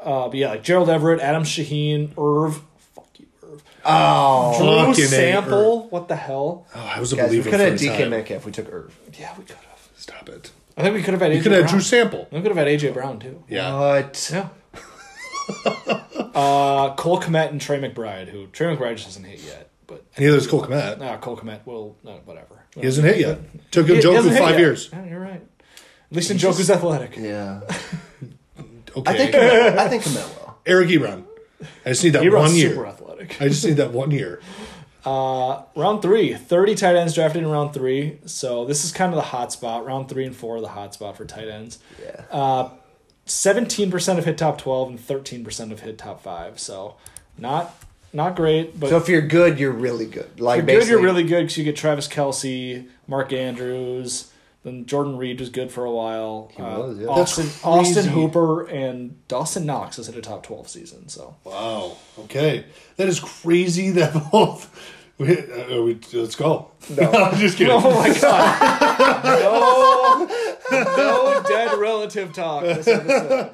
Speaker 1: Uh, but yeah, like Gerald Everett, Adam Shaheen, Irv, fuck you, Irv,
Speaker 3: oh,
Speaker 1: Drew
Speaker 2: Fucking A, Irv.
Speaker 1: Sample. What the hell?
Speaker 2: Oh, I was a
Speaker 3: guys, we
Speaker 2: believer.
Speaker 3: could have
Speaker 2: for a
Speaker 3: DK
Speaker 2: time.
Speaker 3: Metcalf. We took Irv.
Speaker 1: Yeah, we could have.
Speaker 2: Stop it.
Speaker 1: I think we could have had.
Speaker 2: You
Speaker 1: AJ
Speaker 2: could have had
Speaker 1: Brown.
Speaker 2: Drew Sample.
Speaker 1: We could have had AJ Brown too.
Speaker 2: Yeah.
Speaker 3: But
Speaker 1: Yeah. uh, Cole Komet and Trey McBride, who Trey McBride just hasn't hit yet, but
Speaker 2: Neither is Cole Kmet.
Speaker 1: nah, Cole Komet will no, whatever.
Speaker 2: He hasn't hit yet. Took
Speaker 1: He
Speaker 2: him joke
Speaker 1: hasn't
Speaker 2: for
Speaker 1: hit
Speaker 2: five
Speaker 1: yet.
Speaker 2: years.
Speaker 1: Yeah, you're right. At least Njoku's athletic.
Speaker 3: yeah,
Speaker 2: Okay.
Speaker 3: I think I think Komet will.
Speaker 2: Eric Ebron. I just need that
Speaker 1: He runs
Speaker 2: one year.
Speaker 1: super athletic.
Speaker 2: I just need that one year.
Speaker 1: Round three, 30 tight ends drafted in round three. So this is kind of the hot spot. Round three and four are the hot spot for tight ends.
Speaker 3: Yeah,
Speaker 2: Um,
Speaker 1: 17% of hit top 12 and 13% of hit top five. So not not great, but
Speaker 3: so if you're good, you're really good. Like
Speaker 1: you're good, you're
Speaker 3: basically-
Speaker 1: really good because you get Travis Kelsey, Mark Andrews, then Jordan Reed was good for a while. He
Speaker 3: was, yeah. That's
Speaker 1: Austin, Austin
Speaker 2: crazy.
Speaker 1: Hooper and Dawson Knox has hit a top 12 season. So
Speaker 2: Wow. Okay. That is crazy that both. We, uh, we, let's go. No. I'm just kidding.
Speaker 1: Oh my god. no, no dead relative talk. This episode.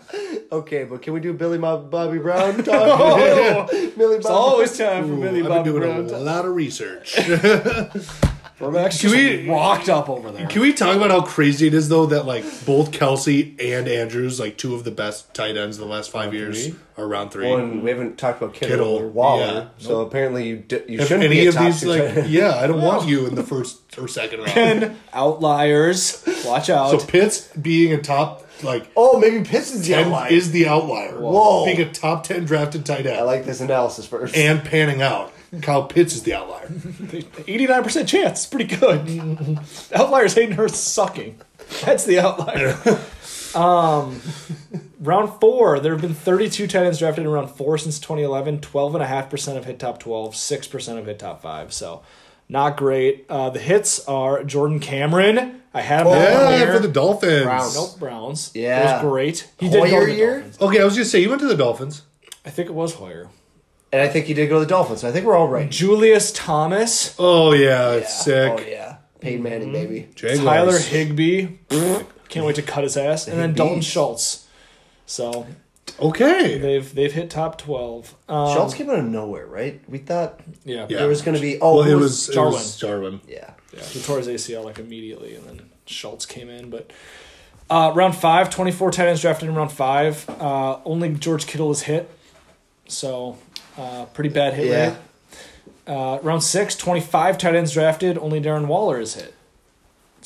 Speaker 3: okay. But can we do Billy Bob, Bobby Brown
Speaker 2: Oh.
Speaker 3: talk? Billy Bob.
Speaker 1: It's always time for Billy
Speaker 2: I've been
Speaker 1: Bobby
Speaker 2: doing
Speaker 1: Brown.
Speaker 2: a
Speaker 1: talk.
Speaker 2: lot of research.
Speaker 1: Romax
Speaker 2: Can
Speaker 1: just
Speaker 2: we-
Speaker 1: rocked up over there.
Speaker 2: Can we talk about how crazy it is though that like both Kelsey and Andrews, like two of the best tight ends of the last five years,
Speaker 1: three?
Speaker 2: are round three.
Speaker 3: One, we haven't talked about Kittle,
Speaker 2: Kittle,
Speaker 3: or Waller,
Speaker 2: yeah.
Speaker 3: so apparently you d- you
Speaker 2: if
Speaker 3: shouldn't
Speaker 2: any
Speaker 3: be a
Speaker 2: of
Speaker 3: top
Speaker 2: these,
Speaker 3: two
Speaker 2: like,
Speaker 3: tight end.
Speaker 2: yeah, I don't want you in the first or second round.
Speaker 1: Outliers, watch
Speaker 2: so
Speaker 1: out.
Speaker 2: Pitts being a top like
Speaker 3: Oh, maybe Pistons the
Speaker 2: ten
Speaker 3: outlier.
Speaker 2: is the outlier.
Speaker 3: Whoa.
Speaker 2: being a top ten drafted tight end
Speaker 3: I like this analysis first.
Speaker 2: and panning out. Kyle Pitts is the outlier.
Speaker 1: Eighty nine percent chance, pretty good. Outliers Hayden Hurst sucking. That's the outlier. um, round four, there have been thirty two tight ends drafted in round four since 2011. Twelve and a half percent of hit top twelve, six percent of hit top five. So. Not great. Uh, the hits are Jordan Cameron. I had him down
Speaker 2: Oh, yeah,
Speaker 1: here.
Speaker 2: for the Dolphins.
Speaker 1: Browns. Nope, Browns.
Speaker 3: Yeah.
Speaker 1: It was great. He
Speaker 3: Hoyer
Speaker 1: to the
Speaker 3: year?
Speaker 1: Dolphins.
Speaker 2: Okay, I was just saying you went to the Dolphins.
Speaker 1: I think it was Hoyer.
Speaker 3: And I think he did go to the Dolphins. So I think we're all right.
Speaker 1: Julius Thomas,
Speaker 2: Oh yeah, it's sick.
Speaker 3: Oh yeah, Peyton Manning, baby.
Speaker 2: Jaguars.
Speaker 1: Tyler Higby. Can't wait to cut his ass. And then Dalton
Speaker 3: Higbees.
Speaker 1: Schultz. So
Speaker 2: Okay.
Speaker 1: they've they've hit top twelve. Um,
Speaker 3: Schultz came out of nowhere, right? We thought
Speaker 1: Yeah.
Speaker 2: Yeah.
Speaker 1: yeah.
Speaker 3: there was going to be oh,
Speaker 2: well,
Speaker 3: who
Speaker 2: it was, it
Speaker 1: Jarwin.
Speaker 2: was Jarwin.
Speaker 3: yeah.
Speaker 1: He tore his ACL like immediately, and then Schultz came in. But uh, round five, 24 tight ends drafted in round five. Uh, only George Kittle is hit. So uh, pretty bad hit
Speaker 3: Yeah.
Speaker 1: rate. Uh, round six, 25 tight ends drafted. Only Darren Waller is hit.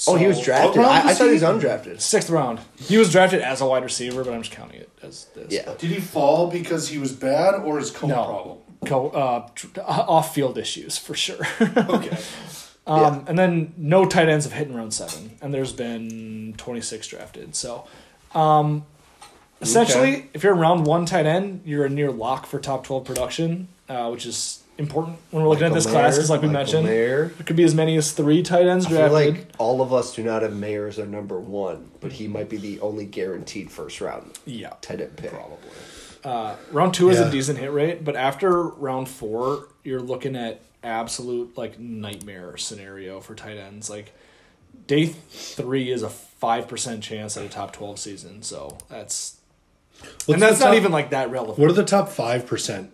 Speaker 3: Oh, he was
Speaker 1: So-
Speaker 3: drafted.
Speaker 2: round
Speaker 3: I, I
Speaker 2: was
Speaker 3: thought he
Speaker 2: he?
Speaker 3: was undrafted.
Speaker 1: Sixth round. He was drafted as a wide receiver, but I'm just counting it as this.
Speaker 3: Yeah.
Speaker 2: Did he fall because he was bad or his cone
Speaker 1: No. Co- uh, tr- off field issues for sure.
Speaker 2: Okay.
Speaker 1: um, And then no tight ends have hit in round seven, and there's been 26 drafted. So um, essentially, if you're a round one tight end, you're a near lock for top 12 production, uh, which is important when we're looking at this class, because like we mentioned,
Speaker 3: Mayer.
Speaker 1: there could be as many as three tight ends
Speaker 3: I feel
Speaker 1: drafted.
Speaker 3: like all of us do not have Mayer as our number one, but he might be the only guaranteed first round
Speaker 1: yeah.
Speaker 3: tight end pick. Probably.
Speaker 1: Round two is
Speaker 2: Yeah.
Speaker 1: a decent hit rate, but after round four, you're looking at absolute like nightmare scenario for tight ends. Like day three is a five percent chance at a top twelve season, so that's
Speaker 2: What's
Speaker 1: and that's
Speaker 2: the
Speaker 1: not
Speaker 2: top-
Speaker 1: even like that relevant.
Speaker 2: What are the top five percent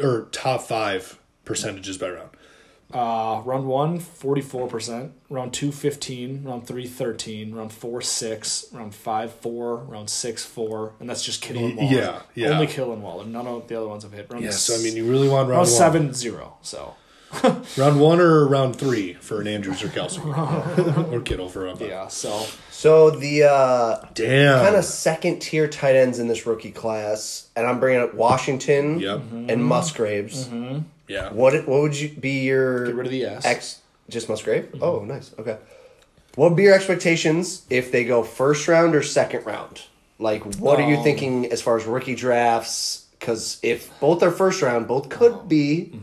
Speaker 2: or top five percentages by round?
Speaker 1: Uh, round one, 44%. Round two, 15. Round three, 13. Round four, 6. Round five, 4. Round six, 4. And that's just Kittle and
Speaker 2: Y-
Speaker 1: Waller.
Speaker 2: yeah, yeah.
Speaker 1: Only Kittle and Waller. None of the other ones have hit. Round
Speaker 2: Yeah,
Speaker 1: s-
Speaker 2: so I mean, you really want round
Speaker 1: round
Speaker 2: one,
Speaker 1: seven, 0. So
Speaker 2: round one or round three for an Andrews or Kelsey or Kittle for round five.
Speaker 1: yeah, so
Speaker 3: So the uh,
Speaker 2: Damn.
Speaker 3: kind of second tier tight ends in this rookie class, and I'm bringing up Washington
Speaker 2: Yep.
Speaker 3: and Musgraves.
Speaker 2: yeah.
Speaker 3: Mm-hmm. What what would you be your
Speaker 1: get rid of the S. Mm-hmm.
Speaker 3: ex just Musgrave? Oh, nice. Okay. What would be your expectations if they go first round or second round? Like, what are you
Speaker 1: Um,
Speaker 3: thinking as far as rookie drafts? Because if both are first round, both
Speaker 1: um,
Speaker 3: could be.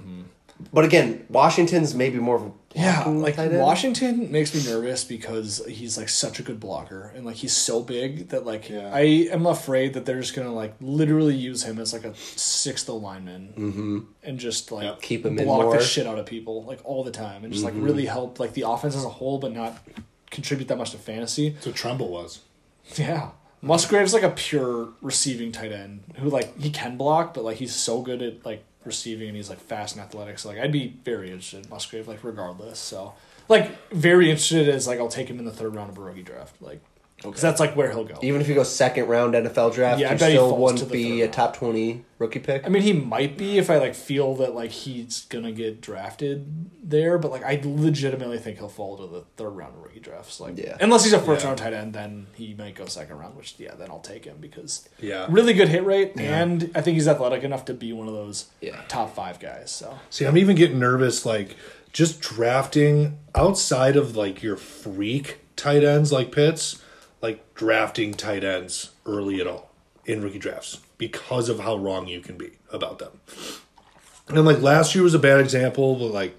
Speaker 3: But again, Washington's maybe more of a
Speaker 1: mm-hmm. Yeah,
Speaker 3: blocking
Speaker 1: like
Speaker 3: tight end.
Speaker 1: Washington makes me nervous because he's like such a good blocker and like he's so big that like
Speaker 2: Yeah.
Speaker 1: I am afraid that they're just gonna like literally use him as like a sixth alignman and just like
Speaker 2: Yep.
Speaker 3: Mm-hmm. Keep him in
Speaker 1: block
Speaker 3: more. Mm-hmm.
Speaker 1: the shit out of people like all the time and just like really help like the offense as a whole but not contribute that much to fantasy.
Speaker 2: That's what Trumbull was.
Speaker 1: Yeah. Musgrave's like a pure receiving tight end who like he can block, but like he's so good at like receiving and he's like fast and athletic. So like I'd be very interested in Musgrave, like regardless. So like very interested as like I'll take him in the third round of a rookie draft, like because that's like where he'll go.
Speaker 3: Even if you go second round NFL draft,
Speaker 1: Yeah, I
Speaker 3: you
Speaker 1: bet he falls
Speaker 3: still
Speaker 1: to the
Speaker 3: wouldn't be
Speaker 1: third
Speaker 3: a
Speaker 1: round.
Speaker 3: top twenty rookie pick.
Speaker 1: I mean, he might be if I like feel that like he's gonna get drafted there, but like I legitimately think he'll fall to the third round of rookie drafts. Like,
Speaker 3: Yeah.
Speaker 1: unless he's a first
Speaker 2: Yeah.
Speaker 1: round tight end, then he might go second round. Which yeah, then I'll take him because
Speaker 2: Yeah.
Speaker 1: really good hit rate, and I think he's athletic enough to be one of those
Speaker 3: Yeah.
Speaker 1: top five guys. So
Speaker 2: See, I'm even getting nervous, like just drafting outside of like your freak tight ends like Pitts, like drafting tight ends early at all in rookie drafts because of how wrong you can be about them. And like last year was a bad example, but like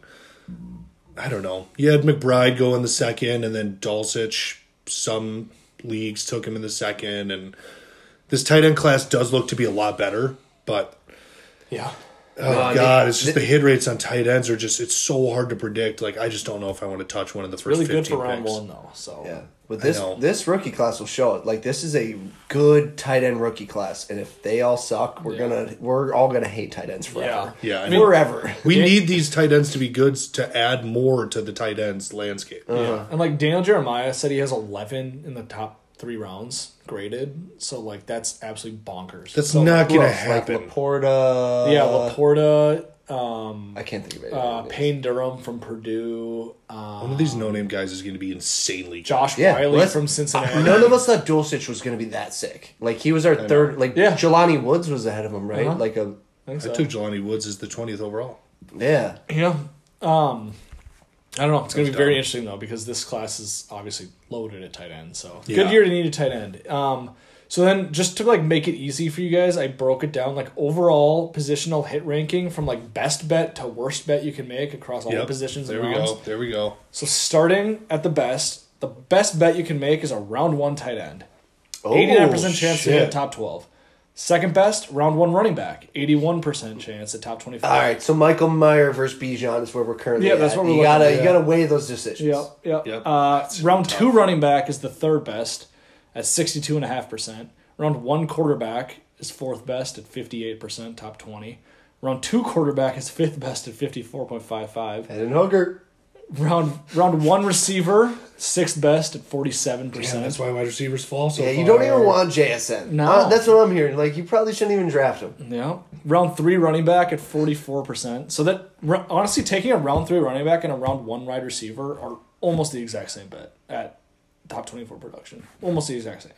Speaker 2: I don't know. You had McBride go in the second and then Dulcich some leagues took him in the second and this tight end class does look to be a lot better, but
Speaker 1: yeah,
Speaker 2: Oh
Speaker 1: Uh,
Speaker 3: I mean,
Speaker 2: god, it's just the, hit rates on tight ends are just it's so hard to predict. Like I just don't know if I want to touch one of the first
Speaker 1: really
Speaker 2: 15
Speaker 1: good for round
Speaker 2: picks.
Speaker 1: one though. So
Speaker 3: yeah, But
Speaker 2: I
Speaker 3: this
Speaker 2: know.
Speaker 3: this rookie class will show it. Like this is a good tight end rookie class, and if they all suck, we're
Speaker 1: Yeah.
Speaker 3: gonna we're all gonna hate tight ends forever.
Speaker 2: Yeah. Yeah, I mean-
Speaker 3: forever.
Speaker 2: We need these tight ends to be good s- to add more to the tight ends landscape.
Speaker 1: Yeah. And like Daniel Jeremiah said, he has 11 in the top three rounds graded. So like that's absolutely bonkers.
Speaker 2: That's uh,
Speaker 1: So-
Speaker 2: not
Speaker 3: Who
Speaker 2: going to
Speaker 3: else? Like
Speaker 2: happen.
Speaker 3: Laporta.
Speaker 1: yeah, Laporta, um,
Speaker 3: I can't think of it.
Speaker 1: uh, Payne Durham from Purdue, um,
Speaker 2: One of these no name guys is going to be insanely. good.
Speaker 1: Josh
Speaker 3: Yeah,
Speaker 1: Riley
Speaker 3: let's-
Speaker 1: from Cincinnati.
Speaker 3: None of us thought Dulcich was going to be that sick. Like he was our third. Like
Speaker 1: Yeah.
Speaker 3: Jelani Woods was ahead of him, right?
Speaker 1: Uh-huh.
Speaker 3: Like a
Speaker 1: I think
Speaker 2: I
Speaker 1: so.
Speaker 2: took Jelani Woods as the 20th overall.
Speaker 3: yeah.
Speaker 1: Yeah. Um, I don't know. It's going to be
Speaker 2: That's
Speaker 1: very
Speaker 2: dumb.
Speaker 1: interesting though because this class is obviously loaded at tight end. So
Speaker 2: Yeah.
Speaker 1: good year to need a tight end. Um, so then just to like make it easy for you guys, I broke it down like overall positional hit ranking from like best bet to worst bet you can make across all the
Speaker 2: Yep.
Speaker 1: positions.
Speaker 2: There
Speaker 1: and
Speaker 2: we
Speaker 1: rounds.
Speaker 2: go. There we go.
Speaker 1: So starting at the best, the best bet you can make is a round one tight end.
Speaker 3: Oh,
Speaker 1: Eighty nine percent chance to
Speaker 2: shit.
Speaker 1: hit top twelve. Second best, round one running back. Eighty one percent chance at top twenty five.
Speaker 3: All right, so Michael Meyer versus Bijan is where we're currently.
Speaker 1: Yeah, that's
Speaker 3: at.
Speaker 1: what we're
Speaker 3: you
Speaker 1: looking
Speaker 3: gotta
Speaker 1: at,
Speaker 3: you
Speaker 1: yeah.
Speaker 3: gotta weigh those decisions.
Speaker 1: Yep, yep.
Speaker 2: Yep.
Speaker 1: Uh,
Speaker 2: It's
Speaker 1: round
Speaker 2: tough.
Speaker 1: two running back is the third best at 62.5%. Round one quarterback is fourth best at 58%, top 20. Round two quarterback is fifth best at 54.55.
Speaker 3: Head and hooker.
Speaker 1: Round round one receiver, sixth best at 47%.
Speaker 2: Damn, that's why wide receivers fall so
Speaker 3: Yeah, you
Speaker 2: far.
Speaker 3: don't even want JSN.
Speaker 1: No.
Speaker 3: Uh, that's what I'm hearing. Like you probably shouldn't even draft him.
Speaker 1: Yeah. Round three running back at 44%. So that, r- honestly, taking a round three running back and a round one wide receiver are almost the exact same bet at top 24 production. Almost the exact same.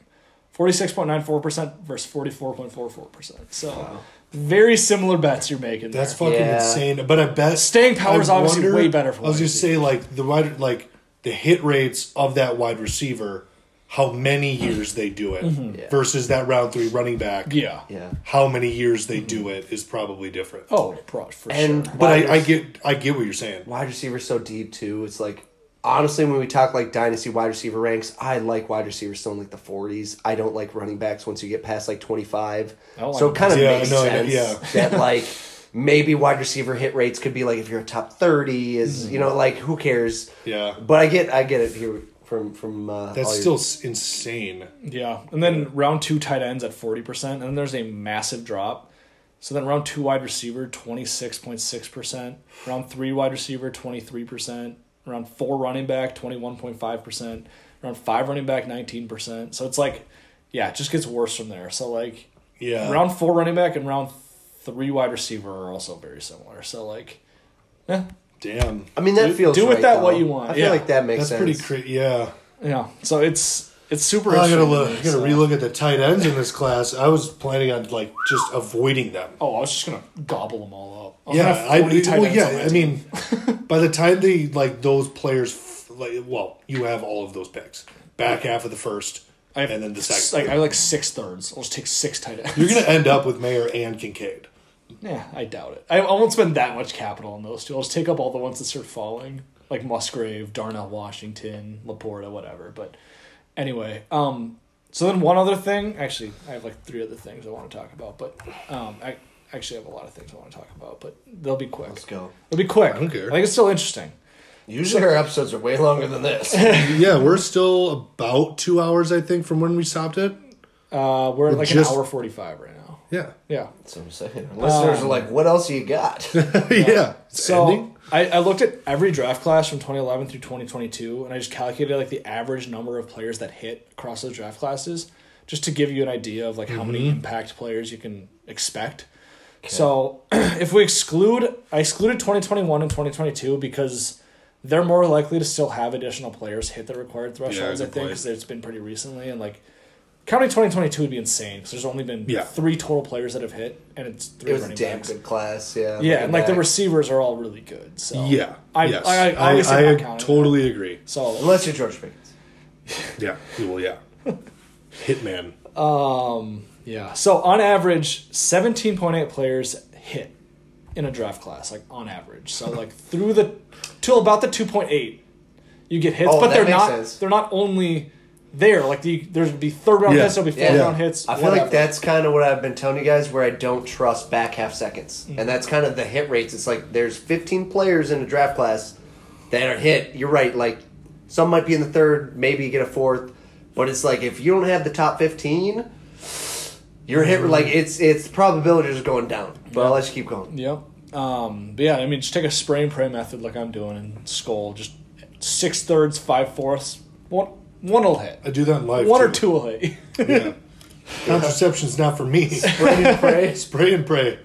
Speaker 1: 46.94% versus 44.44%. So very similar bets you're making.
Speaker 2: That's
Speaker 1: there.
Speaker 2: fucking
Speaker 3: Yeah.
Speaker 2: insane. But I bet
Speaker 1: Staying power is
Speaker 2: I
Speaker 1: obviously way better for
Speaker 2: I was
Speaker 1: wide
Speaker 2: going to say like the wide like the hit rates of that wide receiver, how many years they do it
Speaker 3: Yeah.
Speaker 2: versus that round three running back.
Speaker 1: Mm-hmm. Yeah.
Speaker 3: Yeah.
Speaker 2: How many years they do it is probably different.
Speaker 1: Oh, pro, for
Speaker 3: And
Speaker 1: sure.
Speaker 2: but
Speaker 3: wide
Speaker 2: I, I
Speaker 3: rec-
Speaker 2: get I get what you're saying.
Speaker 3: wide receiver so deep too. It's like honestly, when we talk like dynasty wide receiver ranks, I like wide receivers still in like the forties. I don't like running backs once you get past like twenty five.
Speaker 1: I don't
Speaker 3: so
Speaker 1: like
Speaker 3: it kind of
Speaker 2: Yeah,
Speaker 3: makes
Speaker 2: I know,
Speaker 3: sense
Speaker 2: yeah.
Speaker 3: that like maybe wide receiver hit rates could be like if you're a top thirty is you know like who cares.
Speaker 2: Yeah.
Speaker 3: But I get I get it here from from uh,
Speaker 2: That's
Speaker 3: all your-
Speaker 2: still s insane.
Speaker 1: Yeah, and then round two tight ends at forty percent, and then there's a massive drop. So then round two wide receiver twenty six point six percent, round three wide receiver twenty three percent, round four running back twenty one point five percent, round five running back nineteen percent. So it's like, yeah, it just gets worse from there. So like,
Speaker 2: Yeah.
Speaker 1: round four running back and round three wide receiver are also very similar. So like,
Speaker 2: Damn.
Speaker 3: I mean that
Speaker 1: Do-
Speaker 3: feels
Speaker 1: do with
Speaker 3: right,
Speaker 1: that
Speaker 3: though.
Speaker 1: what you want.
Speaker 3: I feel
Speaker 1: Yeah.
Speaker 3: like that
Speaker 2: That's
Speaker 3: makes sense.
Speaker 2: pretty crazy. Yeah.
Speaker 1: yeah, so it's it's super.
Speaker 2: I gotta
Speaker 1: interesting
Speaker 2: look.
Speaker 1: me,
Speaker 2: I gotta
Speaker 1: so-
Speaker 2: relook at the tight ends in this class. I was planning on like just avoiding them.
Speaker 1: Oh, I was just gonna gobble them all up. I was gonna
Speaker 2: yeah,
Speaker 1: have
Speaker 2: I
Speaker 1: 40 tight
Speaker 2: well,
Speaker 1: ends
Speaker 2: yeah.
Speaker 1: on my
Speaker 2: I
Speaker 1: team.
Speaker 2: mean, by the time they like those players, f- like well, you have all of those picks. Back half of the first,
Speaker 1: I have
Speaker 2: and then the
Speaker 1: s-
Speaker 2: second.
Speaker 1: Like I have like six thirds. I'll just take six tight ends.
Speaker 2: You're gonna end up with Mayer and Kincaid.
Speaker 1: yeah, I doubt it. I, I won't spend that much capital on those two. I'll just take up all the ones that start falling, like Musgrave, Darnell Washington, Laporta, whatever. But anyway, um, so then one other thing. Actually, I have like three other things I want to talk about, but um, I actually have a lot of things I want to talk about, but they'll be quick.
Speaker 3: Let's go.
Speaker 1: They'll be quick. I
Speaker 2: don't care.
Speaker 1: I think it's still interesting.
Speaker 3: Usually our episodes are way longer than this.
Speaker 2: Yeah, we're still about two hours, I think, from when we stopped it.
Speaker 1: Uh, we're at like
Speaker 2: just-
Speaker 1: an hour forty five right now.
Speaker 2: Yeah,
Speaker 1: Yeah.
Speaker 3: That's what I'm saying. Listeners
Speaker 1: Um,
Speaker 3: are like, what else you got?
Speaker 2: yeah. It's
Speaker 1: So
Speaker 2: ending.
Speaker 1: I, I looked at every draft class from 2011 through 2022, and I just calculated like the average number of players that hit across those draft classes, just to give you an idea of like how many
Speaker 2: Mm-hmm.
Speaker 1: impact players you can expect. So if we exclude, I excluded 2021 and 2022 because they're more likely to still have additional players hit the required thresholds. I think
Speaker 2: good point.
Speaker 1: because it's been pretty recently, and like counting 2022 would be insane because there's only been
Speaker 2: Yeah.
Speaker 1: three total players that have hit, and it's three
Speaker 3: it was a
Speaker 1: running
Speaker 3: damn
Speaker 1: backs.
Speaker 3: good class, yeah.
Speaker 1: Yeah, and like the
Speaker 3: back.
Speaker 1: receivers are all really good. So
Speaker 2: yeah,
Speaker 1: I
Speaker 2: yes,
Speaker 1: I, I, obviously
Speaker 2: I,
Speaker 1: not
Speaker 2: I
Speaker 1: counting
Speaker 2: totally agree.
Speaker 1: that. So
Speaker 3: Unless you're George Pickens.
Speaker 2: Yeah, well, yeah. Hitman.
Speaker 1: Um, yeah, so on average, seventeen point eight players hit in a draft class, like on average. So like through the till about the two point eight, you get hits,
Speaker 3: Oh,
Speaker 1: but
Speaker 3: that
Speaker 1: they're
Speaker 3: makes
Speaker 1: not
Speaker 3: sense.
Speaker 1: they're not only there. Like the there'll be third round
Speaker 2: Yeah.
Speaker 1: hits, there'll be fourth
Speaker 3: Yeah.
Speaker 1: round hits.
Speaker 3: I feel like that's kind of what I've been telling you guys where I don't trust back half seconds.
Speaker 1: Mm-hmm.
Speaker 3: And that's kind of the hit rates. It's like there's 15 players in a draft class that are hit. You're right. Like Some might be in the third, maybe get a fourth. But it's like if you don't have the top fifteen, your hit
Speaker 1: Mm-hmm.
Speaker 3: like it's it's probability is going down. But I'll let you keep going.
Speaker 1: Yep. Um, but yeah, I mean, just take a spray and pray method like I'm doing and skull. Just six thirds, five fourths. One one will hit.
Speaker 2: I do that in life.
Speaker 1: One or
Speaker 2: too.
Speaker 1: two will hit.
Speaker 2: Yeah. Contraception's not for me.
Speaker 3: Pray and pray.
Speaker 2: Spray and pray.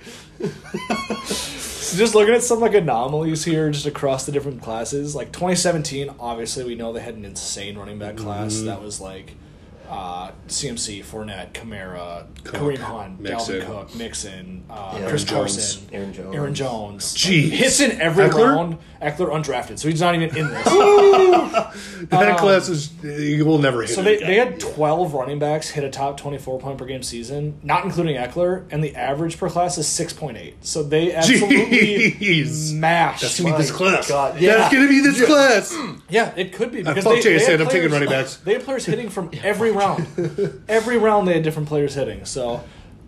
Speaker 1: So just looking at some like anomalies here, just across the different classes. Like 2017, obviously we know they had an insane running back class
Speaker 2: Mm-hmm.
Speaker 1: that was like uh, CMC, Fournette, Kamara, Kareem Hunt,
Speaker 2: Mixon.
Speaker 1: Dalvin Cook, Mixon, uh,
Speaker 3: Yeah.
Speaker 1: Chris
Speaker 2: Aaron Jones.
Speaker 1: Carson,
Speaker 3: Aaron Jones.
Speaker 1: Aaron Jones.
Speaker 2: Jeez.
Speaker 1: hits in every
Speaker 2: Eckler?
Speaker 1: round. Eckler undrafted, so he's not even in this.
Speaker 2: That class is you will never hit.
Speaker 1: So
Speaker 2: it
Speaker 1: they,
Speaker 2: again.
Speaker 1: they had 12 running backs hit a top 24 point per game season, not including Eckler, and the average per class is 6.8. So they absolutely
Speaker 2: Jeez.
Speaker 1: smashed.
Speaker 2: That's gonna be this
Speaker 3: My
Speaker 2: class.
Speaker 3: God,
Speaker 2: That's
Speaker 3: yeah.
Speaker 2: gonna be this class.
Speaker 1: yeah, it could be. Because
Speaker 2: fuck
Speaker 1: they, they
Speaker 2: JSN,
Speaker 1: had
Speaker 2: I'm taking
Speaker 1: players-
Speaker 2: running backs.
Speaker 1: They had players hitting from every round. every round they had different players hitting. So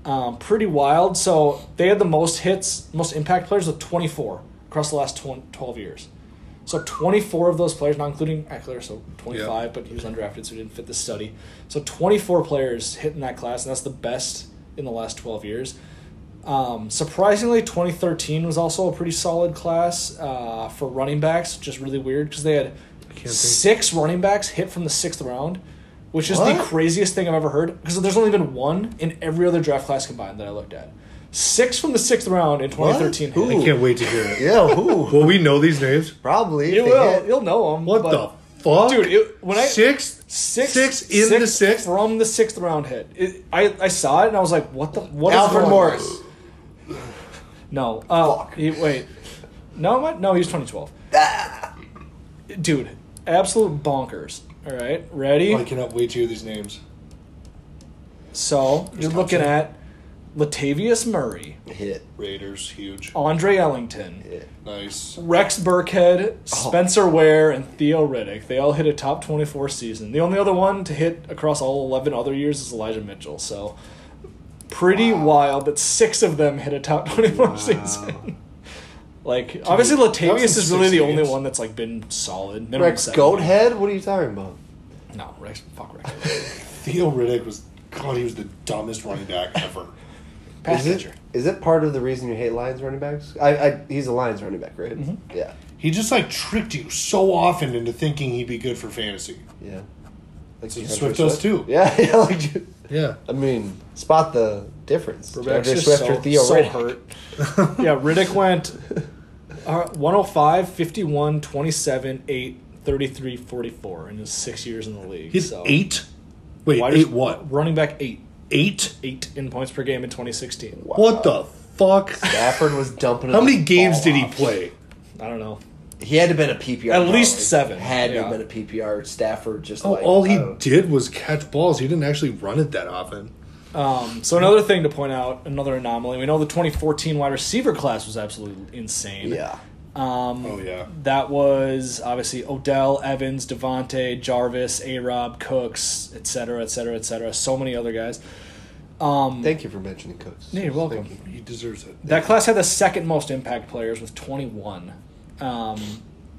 Speaker 1: um, pretty wild. So they had the most hits, most impact players with 24 across the last 20, 12 years. So 24 of those players, not including Eckler, so 25,
Speaker 2: Yeah.
Speaker 1: but he was undrafted, so he didn't fit the study. So 24 players hit in that class, and that's the best in the last 12 years. Um, surprisingly, 2013 was also a pretty solid class uh, for running backs, just really weird because they had six running backs hit from the sixth round, which is the
Speaker 3: What?
Speaker 1: craziest thing I've ever heard because there's only been one in every other draft class combined that I looked at. Six from the sixth round in 2013.
Speaker 3: Who?
Speaker 1: hit.
Speaker 2: I can't wait to hear it.
Speaker 3: Yeah, who?
Speaker 2: Will we know these names?
Speaker 3: Probably. if
Speaker 1: You
Speaker 3: they
Speaker 1: will.
Speaker 3: hit.
Speaker 1: You'll know them.
Speaker 2: What the fuck,
Speaker 1: Dude, it, when I
Speaker 2: six,
Speaker 1: six,
Speaker 2: six in the sixth.
Speaker 1: from the sixth round hit. It, I I saw it and I was like, what the what is
Speaker 3: Alfred
Speaker 1: going on?
Speaker 3: Morris.
Speaker 1: No, uh,
Speaker 3: Fuck.
Speaker 1: he- wait, no, what? No, he's twenty twelve.
Speaker 3: Ah.
Speaker 1: Dude, absolute bonkers. All right, ready?
Speaker 2: I cannot wait to hear these names.
Speaker 1: so you're looking at Latavius Murray,
Speaker 3: Hit.
Speaker 2: Raiders, huge,
Speaker 1: Andre Ellington.
Speaker 3: Hit.
Speaker 2: nice.
Speaker 1: Rex
Speaker 2: Oh.
Speaker 1: Burkhead, Spencer Ware, and Theo Riddick. They all hit a top 24 season. The only other one to hit across all 11 other years is Elijah Mitchell. So pretty wild that six of them hit a top 24 season. like, obviously,
Speaker 2: that was
Speaker 1: Latavius
Speaker 2: in
Speaker 1: is really
Speaker 2: six
Speaker 1: the only
Speaker 2: games.
Speaker 1: one that's like been solid. Minimum
Speaker 3: Rex
Speaker 1: seven.
Speaker 3: Goathead? What are you talking about?
Speaker 1: No, Rex. Fuck Rex.
Speaker 2: Theo Riddick was God. He was the dumbest running back ever.
Speaker 1: Pass
Speaker 3: is it,
Speaker 1: catcher.
Speaker 3: is it part of the reason you hate Lions running backs? I, I he's a Lions running back, right?
Speaker 1: Mm-hmm.
Speaker 3: Yeah,
Speaker 2: he just like tricked you so often into thinking he'd be good for fantasy.
Speaker 3: yeah. Like
Speaker 2: So
Speaker 3: DeAndre
Speaker 2: Swift does too.
Speaker 3: Yeah, yeah. Like,
Speaker 2: Yeah.
Speaker 3: I mean, spot the difference.
Speaker 1: Rex
Speaker 3: DeAndre
Speaker 1: is
Speaker 3: Swift
Speaker 1: so,
Speaker 3: or Theo
Speaker 1: so
Speaker 3: Riddick.
Speaker 1: hurt. yeah, Riddick went uh, 105, 51, 27, 8, 33, 44 in his six years in the league.
Speaker 2: He's
Speaker 1: so
Speaker 2: eight. Wait,
Speaker 1: wide
Speaker 2: eight
Speaker 1: rec-
Speaker 2: what?
Speaker 1: Running back eight.
Speaker 2: Eight?
Speaker 1: Eight in points per game in 2016.
Speaker 2: What the fuck?
Speaker 3: Stafford was dumping.
Speaker 2: How
Speaker 3: the
Speaker 2: many games
Speaker 3: ball
Speaker 2: did he
Speaker 3: off.
Speaker 2: play?
Speaker 1: I don't know.
Speaker 3: He had to been a PPR.
Speaker 1: At least
Speaker 3: probably.
Speaker 1: seven,
Speaker 3: Had to
Speaker 1: yeah.
Speaker 3: have been a PPR. Stafford just
Speaker 2: Oh,
Speaker 3: like
Speaker 2: all he
Speaker 3: I don't-
Speaker 2: did was catch balls. He didn't actually run it that often.
Speaker 1: Um, so another thing to point out, another anomaly. We know the 2014 wide receiver class was absolutely insane.
Speaker 3: Yeah,
Speaker 1: Um,
Speaker 2: Oh yeah.
Speaker 1: That was obviously Odell, Evans, Devontae, Jarvis, A Rob, Cooks, et cetera, et cetera, et cetera. So many other guys. Um,
Speaker 3: thank you for mentioning Cooks.
Speaker 1: yeah, you're welcome.
Speaker 2: He deserves it.
Speaker 1: That class had the second most impact players with 21. Um,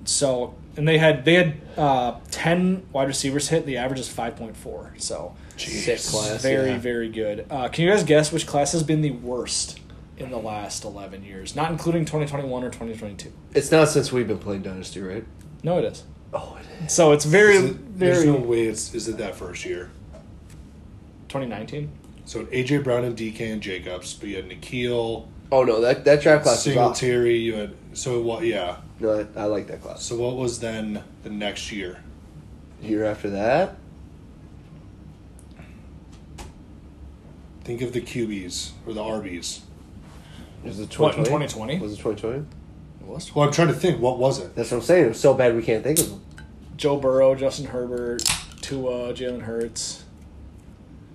Speaker 1: so and they had they had uh, 10 wide receivers hit. The average is 5.4. So
Speaker 3: Sick class.
Speaker 1: very
Speaker 3: yeah.
Speaker 1: very good. Uh, can you guys guess which class has been the worst in the last 11 years, not including 2021 or 2022?
Speaker 3: It's not since we've been playing Dynasty, right?
Speaker 1: No, it is.
Speaker 3: Oh, it is.
Speaker 1: So it's very
Speaker 2: Is it-
Speaker 1: very
Speaker 2: there's no way it's is it that first year.
Speaker 1: 2019.
Speaker 2: So AJ Brown and DK and Jacobs, but you had Nikhil,
Speaker 3: Oh no, that that draft class is awesome.
Speaker 2: Singletary. You had so what? Yeah.
Speaker 3: No, I, I like that class.
Speaker 2: So what was then the next year?
Speaker 3: Year after that,
Speaker 2: Think of the QBs or the RBs.
Speaker 3: was it
Speaker 1: What,
Speaker 3: twenty
Speaker 1: in
Speaker 3: twenty?
Speaker 1: 2020?
Speaker 3: Was it twenty twenty?
Speaker 2: Well, I'm trying to think. What was it?
Speaker 3: That's what I'm saying. It was so bad we can't think of them.
Speaker 1: Joe Burrow, Justin Herbert, Tua, Jalen Hurts.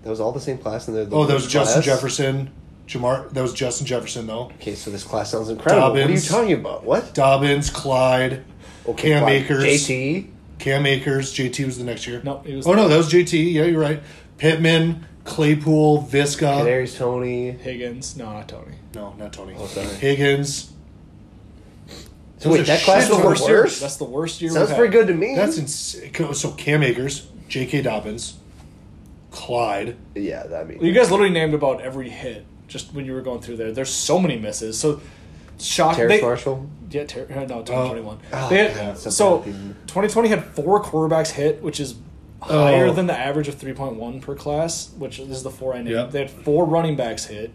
Speaker 3: That was all the same class, and they're the
Speaker 2: Oh, that was
Speaker 3: worst
Speaker 2: Justin
Speaker 3: class.
Speaker 2: Jefferson. Jamar. That was Justin Jefferson though.
Speaker 3: Okay, so this class sounds incredible.
Speaker 2: Dobbins.
Speaker 3: What are you talking about? What?
Speaker 2: Dobbins, Clyde,
Speaker 3: Okay,
Speaker 2: Cam
Speaker 3: fine.
Speaker 2: Akers.
Speaker 3: JT.
Speaker 2: Cam Akers. JT was the next year.
Speaker 1: No, it was
Speaker 2: Oh no, that was JT. Yeah, you're right. Pittman, Claypool, Visca.
Speaker 3: Canaries. Tony.
Speaker 1: Higgins. No, not Tony.
Speaker 2: Oh, No, not Tony.
Speaker 3: sorry.
Speaker 2: Higgins.
Speaker 3: So wait,
Speaker 2: That's a
Speaker 3: that class
Speaker 2: shit
Speaker 3: was
Speaker 2: ton
Speaker 3: the
Speaker 2: of
Speaker 3: worst
Speaker 2: work.
Speaker 3: year?
Speaker 1: That's the worst year.
Speaker 3: Sounds
Speaker 1: we've
Speaker 3: pretty
Speaker 1: had.
Speaker 3: good to me.
Speaker 2: That's insane. So Cam Akers, J.K. Dobbins, Clyde.
Speaker 3: yeah, I mean,
Speaker 1: You guys literally named about every hit just when you were going through there. There's so many misses. So shock.
Speaker 3: Terrace
Speaker 1: they-
Speaker 3: Marshall.
Speaker 1: Yeah, ter- uh, no, 2021.
Speaker 3: Oh,
Speaker 1: They had-
Speaker 3: God, so
Speaker 1: so
Speaker 3: bad people.
Speaker 1: 2020 had four quarterbacks hit, which is higher than the average of 3.1 per class, which is the four I named.
Speaker 2: Yeah.
Speaker 1: They had four running backs hit,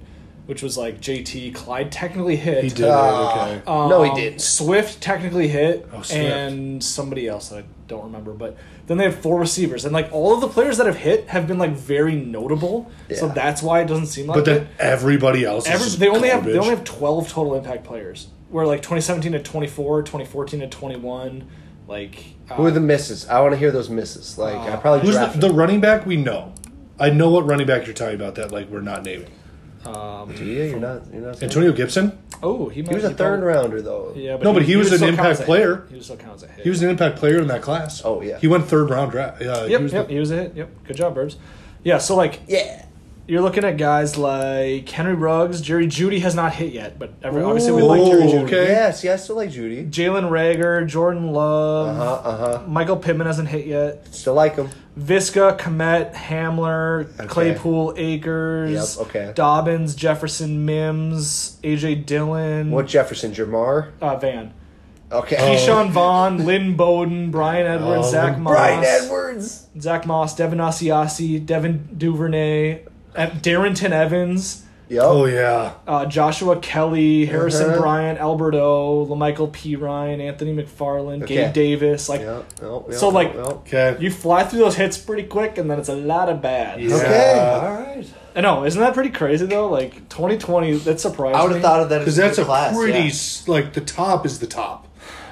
Speaker 1: which was like JT, Clyde technically hit.
Speaker 2: He did.
Speaker 3: Ah.
Speaker 2: okay.
Speaker 1: Um,
Speaker 3: No, he didn't.
Speaker 1: Swift technically hit,
Speaker 2: Oh, Swift.
Speaker 1: and somebody else that I don't remember. But then they had four receivers, and like all of the players that have hit have been like very notable. So
Speaker 3: Yeah.
Speaker 1: that's why it doesn't seem like.
Speaker 2: but
Speaker 1: it.
Speaker 2: then everybody else.
Speaker 1: Average,
Speaker 2: is
Speaker 1: they only have they
Speaker 2: garbage.
Speaker 1: only have 12 total impact players. Where like 2017 to 24, 2014 to 21, like uh,
Speaker 3: Who are the misses? I want to hear those misses. Like I probably
Speaker 2: Who's
Speaker 3: drafted
Speaker 2: the, the running back? We know. I know what running back you're talking about. That like we're not naming.
Speaker 1: um,
Speaker 3: Do you? You're not. You're not.
Speaker 2: Antonio Gibson.
Speaker 1: oh he, might,
Speaker 3: He was a third
Speaker 1: probably-
Speaker 3: rounder though.
Speaker 1: Yeah, but
Speaker 2: No, but he was
Speaker 1: would
Speaker 2: an
Speaker 1: still count
Speaker 2: impact
Speaker 1: as a
Speaker 2: player.
Speaker 1: hit. He was still count as a hit.
Speaker 2: He was an impact player in that class.
Speaker 3: Oh, yeah.
Speaker 2: He went third round draft.
Speaker 1: Yep,
Speaker 2: Yeah. he was
Speaker 1: yep,
Speaker 2: the-
Speaker 1: he was a hit. Yep, good job, Burbs. Yeah, so like
Speaker 3: Yeah.
Speaker 1: you're looking at guys like Henry Ruggs, Jerry Judy has not hit yet, but every, obviously we like Jerry
Speaker 2: Ooh.
Speaker 1: Judy.
Speaker 2: Okay.
Speaker 3: Yeah. See, I still like Judy.
Speaker 1: Jalen Rager, Jordan Love,
Speaker 2: Uh-huh,
Speaker 3: Uh huh. Uh huh.
Speaker 1: Michael Pittman hasn't hit yet.
Speaker 3: Still like him.
Speaker 1: Visca, Komet, Hamler,
Speaker 3: Okay.
Speaker 1: Claypool, Akers,
Speaker 3: Yep, okay.
Speaker 1: Dobbins, Jefferson, Mims, AJ Dillon,
Speaker 3: What Oh. Jefferson? Jamar.
Speaker 1: Uh, Van,
Speaker 3: Okay.
Speaker 1: Keyshawn Vaughn, Lynn Bowden, Brian Edwards,
Speaker 2: Oh,
Speaker 1: Zach
Speaker 2: the
Speaker 1: Moss,
Speaker 3: Brian Edwards.
Speaker 1: Zach Moss, Devin Asiasi, Devin Duvernay, uh, Darrington Evans,
Speaker 3: Yep.
Speaker 2: Oh yeah.
Speaker 1: uh, Joshua Kelly, Harrison
Speaker 3: Uh-huh.
Speaker 1: Bryant, Alberto, Lamichael P. Ryan, Anthony McFarland,
Speaker 3: Okay.
Speaker 1: Gabe Davis, like.
Speaker 3: Yep, yep,
Speaker 1: So,
Speaker 3: yep,
Speaker 1: like-
Speaker 3: yep.
Speaker 2: Okay.
Speaker 1: You fly through those hits pretty quick, and then it's a lot of bad.
Speaker 2: Yeah.
Speaker 3: Okay.
Speaker 2: Yeah.
Speaker 3: All right.
Speaker 1: I know, isn't that pretty crazy though? Like 2020, that surprised
Speaker 3: I would
Speaker 1: me.
Speaker 3: have thought of that
Speaker 2: Because
Speaker 3: as a
Speaker 2: that's a
Speaker 3: good class.
Speaker 2: pretty
Speaker 3: yeah.
Speaker 2: s like the top is the top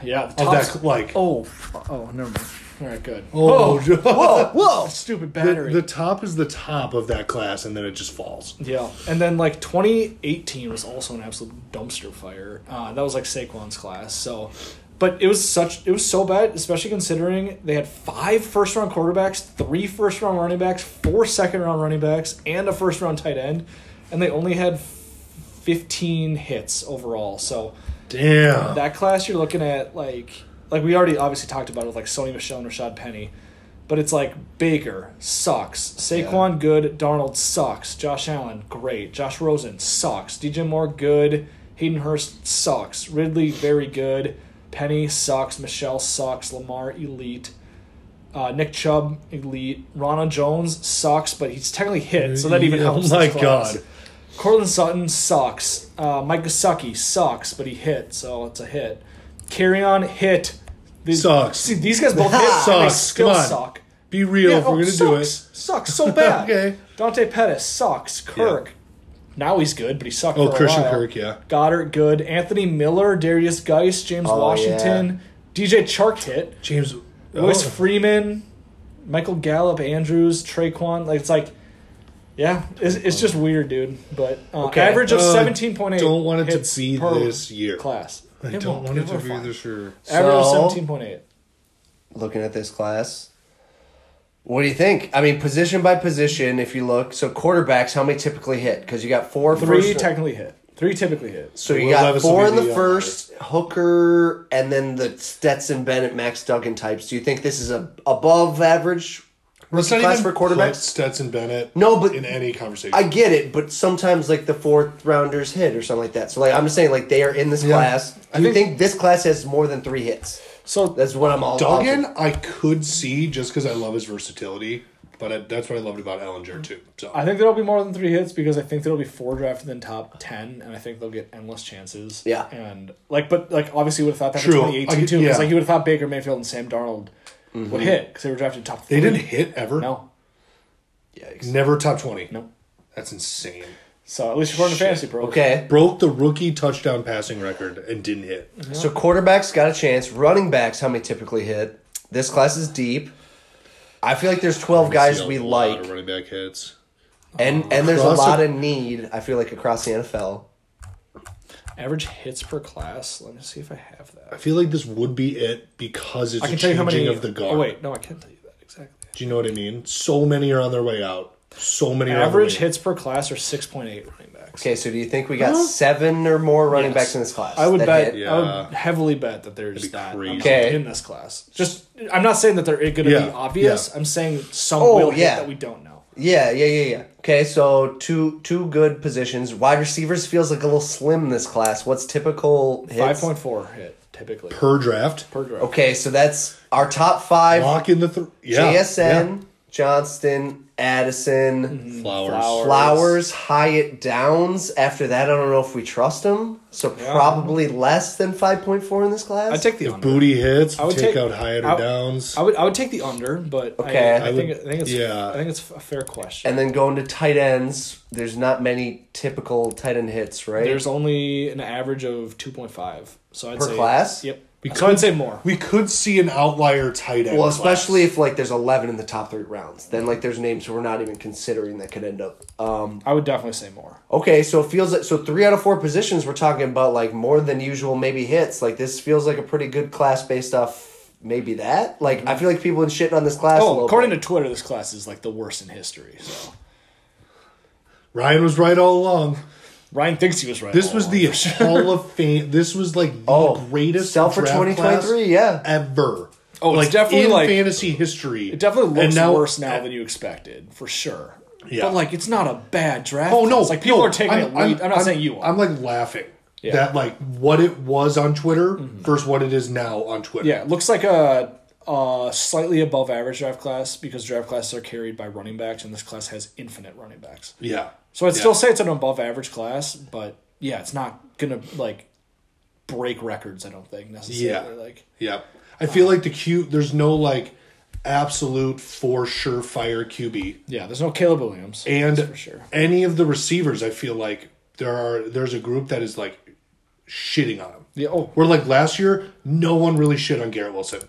Speaker 1: Yeah, the
Speaker 2: of
Speaker 1: top's-
Speaker 2: that like.
Speaker 1: Oh, f- oh, never mind. All right, good.
Speaker 2: Oh,
Speaker 1: whoa, whoa, stupid
Speaker 2: the,
Speaker 1: battery.
Speaker 2: the top is the top of that class, and then it just falls.
Speaker 1: yeah, and then like 2018 was also an absolute dumpster fire. Uh, that was like Saquon's class. So, but it was such, it was so bad, especially considering they had five first round quarterbacks, three first round running backs, four second round running backs, and a first round tight end, and they only had 15 hits overall. So.
Speaker 2: Damn.
Speaker 1: that class you're looking at like like we already obviously talked about it with like Sony Michelle and Rashad Penny. But it's like Baker sucks. Saquon good. Darnold sucks. Josh Allen great. Josh Rosen sucks. DJ Moore good. Hayden Hurst sucks. Ridley very good. Penny sucks. Michelle sucks. Lamar elite. Uh, Nick Chubb elite. Ronald Jones sucks, but he's technically hit, so that even
Speaker 2: Yeah,
Speaker 1: helps.
Speaker 2: Oh my
Speaker 1: this class.
Speaker 2: god.
Speaker 1: Cortland Sutton sucks. Uh, Mike Gesicki sucks, but he hit, so it's a hit. Carry on hit. These,
Speaker 2: Sucks.
Speaker 1: See, these guys both hit. And they
Speaker 2: Sucks.
Speaker 1: still
Speaker 2: Come on.
Speaker 1: suck.
Speaker 2: Be real if we're
Speaker 1: oh,
Speaker 2: gonna do it.
Speaker 1: sucks. Sucks so bad.
Speaker 2: Okay.
Speaker 1: Dante Pettis sucks. Kirk. Now he's good, but he sucked.
Speaker 2: Oh,
Speaker 1: for a
Speaker 2: Christian
Speaker 1: while.
Speaker 2: Kirk, yeah.
Speaker 1: Goddard good. Anthony Miller, Darius Geis, James
Speaker 3: Oh,
Speaker 1: Washington, DJ Chark hit.
Speaker 2: James.
Speaker 1: Lewis
Speaker 2: oh.
Speaker 1: Freeman, Michael Gallup, Andrews, Traquan. Like it's like, yeah, it's, it's just weird, dude. But uh,
Speaker 3: Okay.
Speaker 1: average of
Speaker 2: Uh,
Speaker 1: seventeen point eight.
Speaker 2: don't want it to
Speaker 1: hits
Speaker 2: be
Speaker 1: per
Speaker 2: this year.
Speaker 1: class.
Speaker 2: I
Speaker 1: It
Speaker 2: don't
Speaker 1: won't-
Speaker 2: want it
Speaker 1: we're
Speaker 2: to be
Speaker 1: fine.
Speaker 2: this year.
Speaker 1: Average of
Speaker 3: So-
Speaker 1: seventeen point eight.
Speaker 3: Looking at this class. What do you think? I mean, position by position, if you look. So quarterbacks, how many typically hit? Because you got four
Speaker 1: Three
Speaker 3: first-
Speaker 1: technically hit. Three typically hit.
Speaker 3: So you
Speaker 2: Will
Speaker 3: got
Speaker 2: Levis will
Speaker 3: four
Speaker 2: be
Speaker 3: in the
Speaker 2: the, uh,
Speaker 3: first, Hooker, and then the Stetson Bennett, Max Duggan types. Do you think this is a above average
Speaker 2: Let's
Speaker 3: rookie class for
Speaker 2: put
Speaker 3: quarterbacks?
Speaker 2: Stetson Bennett.
Speaker 3: No, but-
Speaker 2: in any conversation,
Speaker 3: I get it, but sometimes like the fourth rounders hit or something like that. So like I'm just saying, like they are in this class. Do you
Speaker 2: think-
Speaker 3: think, this class has more than three hits?
Speaker 1: So
Speaker 3: That's what I'm all
Speaker 2: Duggan, I could see just because I love his versatility, but I, that's what I loved about Ellinger too. So
Speaker 1: I think there'll be more than three hits because I think there'll be four drafted in top ten, and I think they'll get endless chances.
Speaker 3: Yeah.
Speaker 1: and like, but like, obviously, you would have thought that
Speaker 2: True.
Speaker 1: for twenty
Speaker 2: I
Speaker 1: eighteen
Speaker 2: could-
Speaker 1: too. Because
Speaker 2: yeah.
Speaker 1: like, you would have thought Baker Mayfield and Sam Darnold
Speaker 3: Mm-hmm.
Speaker 1: would hit because they were drafted top. Three.
Speaker 2: they didn't hit ever.
Speaker 1: No,
Speaker 3: Yikes.
Speaker 2: never top twenty.
Speaker 1: no.
Speaker 2: That's insane.
Speaker 1: So at least according to Fantasy Pro.
Speaker 3: Okay,
Speaker 2: Broke the rookie touchdown passing record and didn't hit.
Speaker 1: Mm-hmm.
Speaker 3: so quarterbacks got a chance. Running backs, how many typically hit? This class is deep. I feel like there's 12 guys
Speaker 2: See
Speaker 3: we
Speaker 2: a lot
Speaker 3: like,
Speaker 2: of running back hits.
Speaker 3: and and there's a
Speaker 2: Across the-
Speaker 3: lot of need. I feel like across the NFL.
Speaker 1: Average hits per class. Let me see if I have
Speaker 2: I
Speaker 1: that.
Speaker 2: feel like this would be it because it's
Speaker 1: I
Speaker 2: a
Speaker 1: can tell you
Speaker 2: changing
Speaker 1: how many
Speaker 2: of the guard.
Speaker 1: Oh wait, no, I can't tell you that exactly.
Speaker 2: Do you know what I mean? So many are on their way out. So many are on their
Speaker 1: Average
Speaker 2: way-
Speaker 1: hits per class are six point eight running back. backs.
Speaker 3: Okay, so do you think we got seven or more running
Speaker 1: Yes.
Speaker 3: backs in this class?
Speaker 1: I would
Speaker 3: that
Speaker 1: bet.
Speaker 3: hit?
Speaker 1: I
Speaker 2: Yeah.
Speaker 1: would heavily bet that there's
Speaker 2: That'd be
Speaker 1: that
Speaker 2: crazy.
Speaker 3: Okay.
Speaker 1: in this class. Just, I'm not saying that they're going to
Speaker 2: Yeah,
Speaker 1: be obvious.
Speaker 2: yeah.
Speaker 1: I'm saying some
Speaker 3: Oh,
Speaker 1: will hit
Speaker 3: yeah.
Speaker 1: that we don't know.
Speaker 3: Yeah, yeah, yeah, yeah. Okay, so two two good positions. Wide receivers feels like a little slim this class. What's typical hits?
Speaker 1: Five point four hit typically per,
Speaker 2: per draft.
Speaker 1: draft.
Speaker 3: Okay, so that's our top five.
Speaker 2: Lock in the th- yeah,
Speaker 3: JSN, Johnston, Addison,
Speaker 1: Mm-hmm.
Speaker 2: yeah. flowers.
Speaker 1: Flowers.
Speaker 3: Flowers, Hyatt, Downs. After that, I don't know if we trust them. So probably less than five point four in this class.
Speaker 1: I take the
Speaker 2: If
Speaker 1: under.
Speaker 2: booty hits,
Speaker 1: would
Speaker 2: take,
Speaker 1: take-
Speaker 2: out Hyatt or
Speaker 1: I-
Speaker 2: Downs.
Speaker 1: I would I would take the under, but
Speaker 3: Okay.
Speaker 1: I, I,
Speaker 3: I
Speaker 1: think
Speaker 2: would-
Speaker 1: I think it's
Speaker 2: yeah.
Speaker 1: I think it's a fair question.
Speaker 3: and then going to tight ends, there's not many typical tight end hits, right?
Speaker 1: There's only an average of two point five, so I'd
Speaker 3: Per
Speaker 1: say,
Speaker 3: class?
Speaker 1: Yep,
Speaker 2: We
Speaker 1: so I'd
Speaker 2: could-
Speaker 1: say more.
Speaker 2: we could see an outlier tight end.
Speaker 3: well,
Speaker 2: class.
Speaker 3: especially if like there's eleven in the top three rounds, then like there's names we're not even considering that could end up. Um,
Speaker 1: I would definitely say more.
Speaker 3: okay, so it feels like so three out of four positions we're talking about like more than usual maybe hits. Like this feels like a pretty good class based off maybe that. Like I feel like people have been shitting on this class.
Speaker 1: Oh, according to Twitter, this class is like the worst in history. So
Speaker 2: Ryan was right all along.
Speaker 1: Ryan thinks he was right.
Speaker 2: This
Speaker 1: all
Speaker 2: was
Speaker 1: along.
Speaker 2: the Hall of Fame. This was like the
Speaker 3: Oh,
Speaker 2: greatest
Speaker 3: sell for
Speaker 2: draft
Speaker 3: 2023,
Speaker 2: class
Speaker 3: yeah.
Speaker 2: ever.
Speaker 1: Oh, it's definitely,
Speaker 2: in
Speaker 1: like-
Speaker 2: fantasy history.
Speaker 1: It definitely
Speaker 2: And
Speaker 1: looks worse now than you expected, for sure.
Speaker 2: Yeah.
Speaker 1: But like, it's not a bad draft.
Speaker 2: Oh no!
Speaker 1: class. like people
Speaker 2: no,
Speaker 1: are taking it. Late. I'm, not saying you are.
Speaker 2: I'm like laughing
Speaker 1: Yeah. Mm-hmm.
Speaker 2: that like what it was on Twitter versus what it is now on Twitter.
Speaker 1: yeah, it looks like a, a slightly above average draft class because draft classes are carried by running backs, and this class has infinite running backs.
Speaker 2: yeah.
Speaker 1: So I'd
Speaker 2: Yeah.
Speaker 1: still say it's an above average class, but yeah, it's not gonna like break records. I don't think necessarily.
Speaker 2: Yeah.
Speaker 1: Like
Speaker 2: Yeah. I feel like the Q there's no like absolute for sure fire QB.
Speaker 1: yeah, there's no Caleb Williams
Speaker 2: And
Speaker 1: that's for sure.
Speaker 2: any of the receivers I feel like there are there's a group that is like shitting on them.
Speaker 1: Yeah. Oh,
Speaker 2: Where like last year no one really shit on Garrett Wilson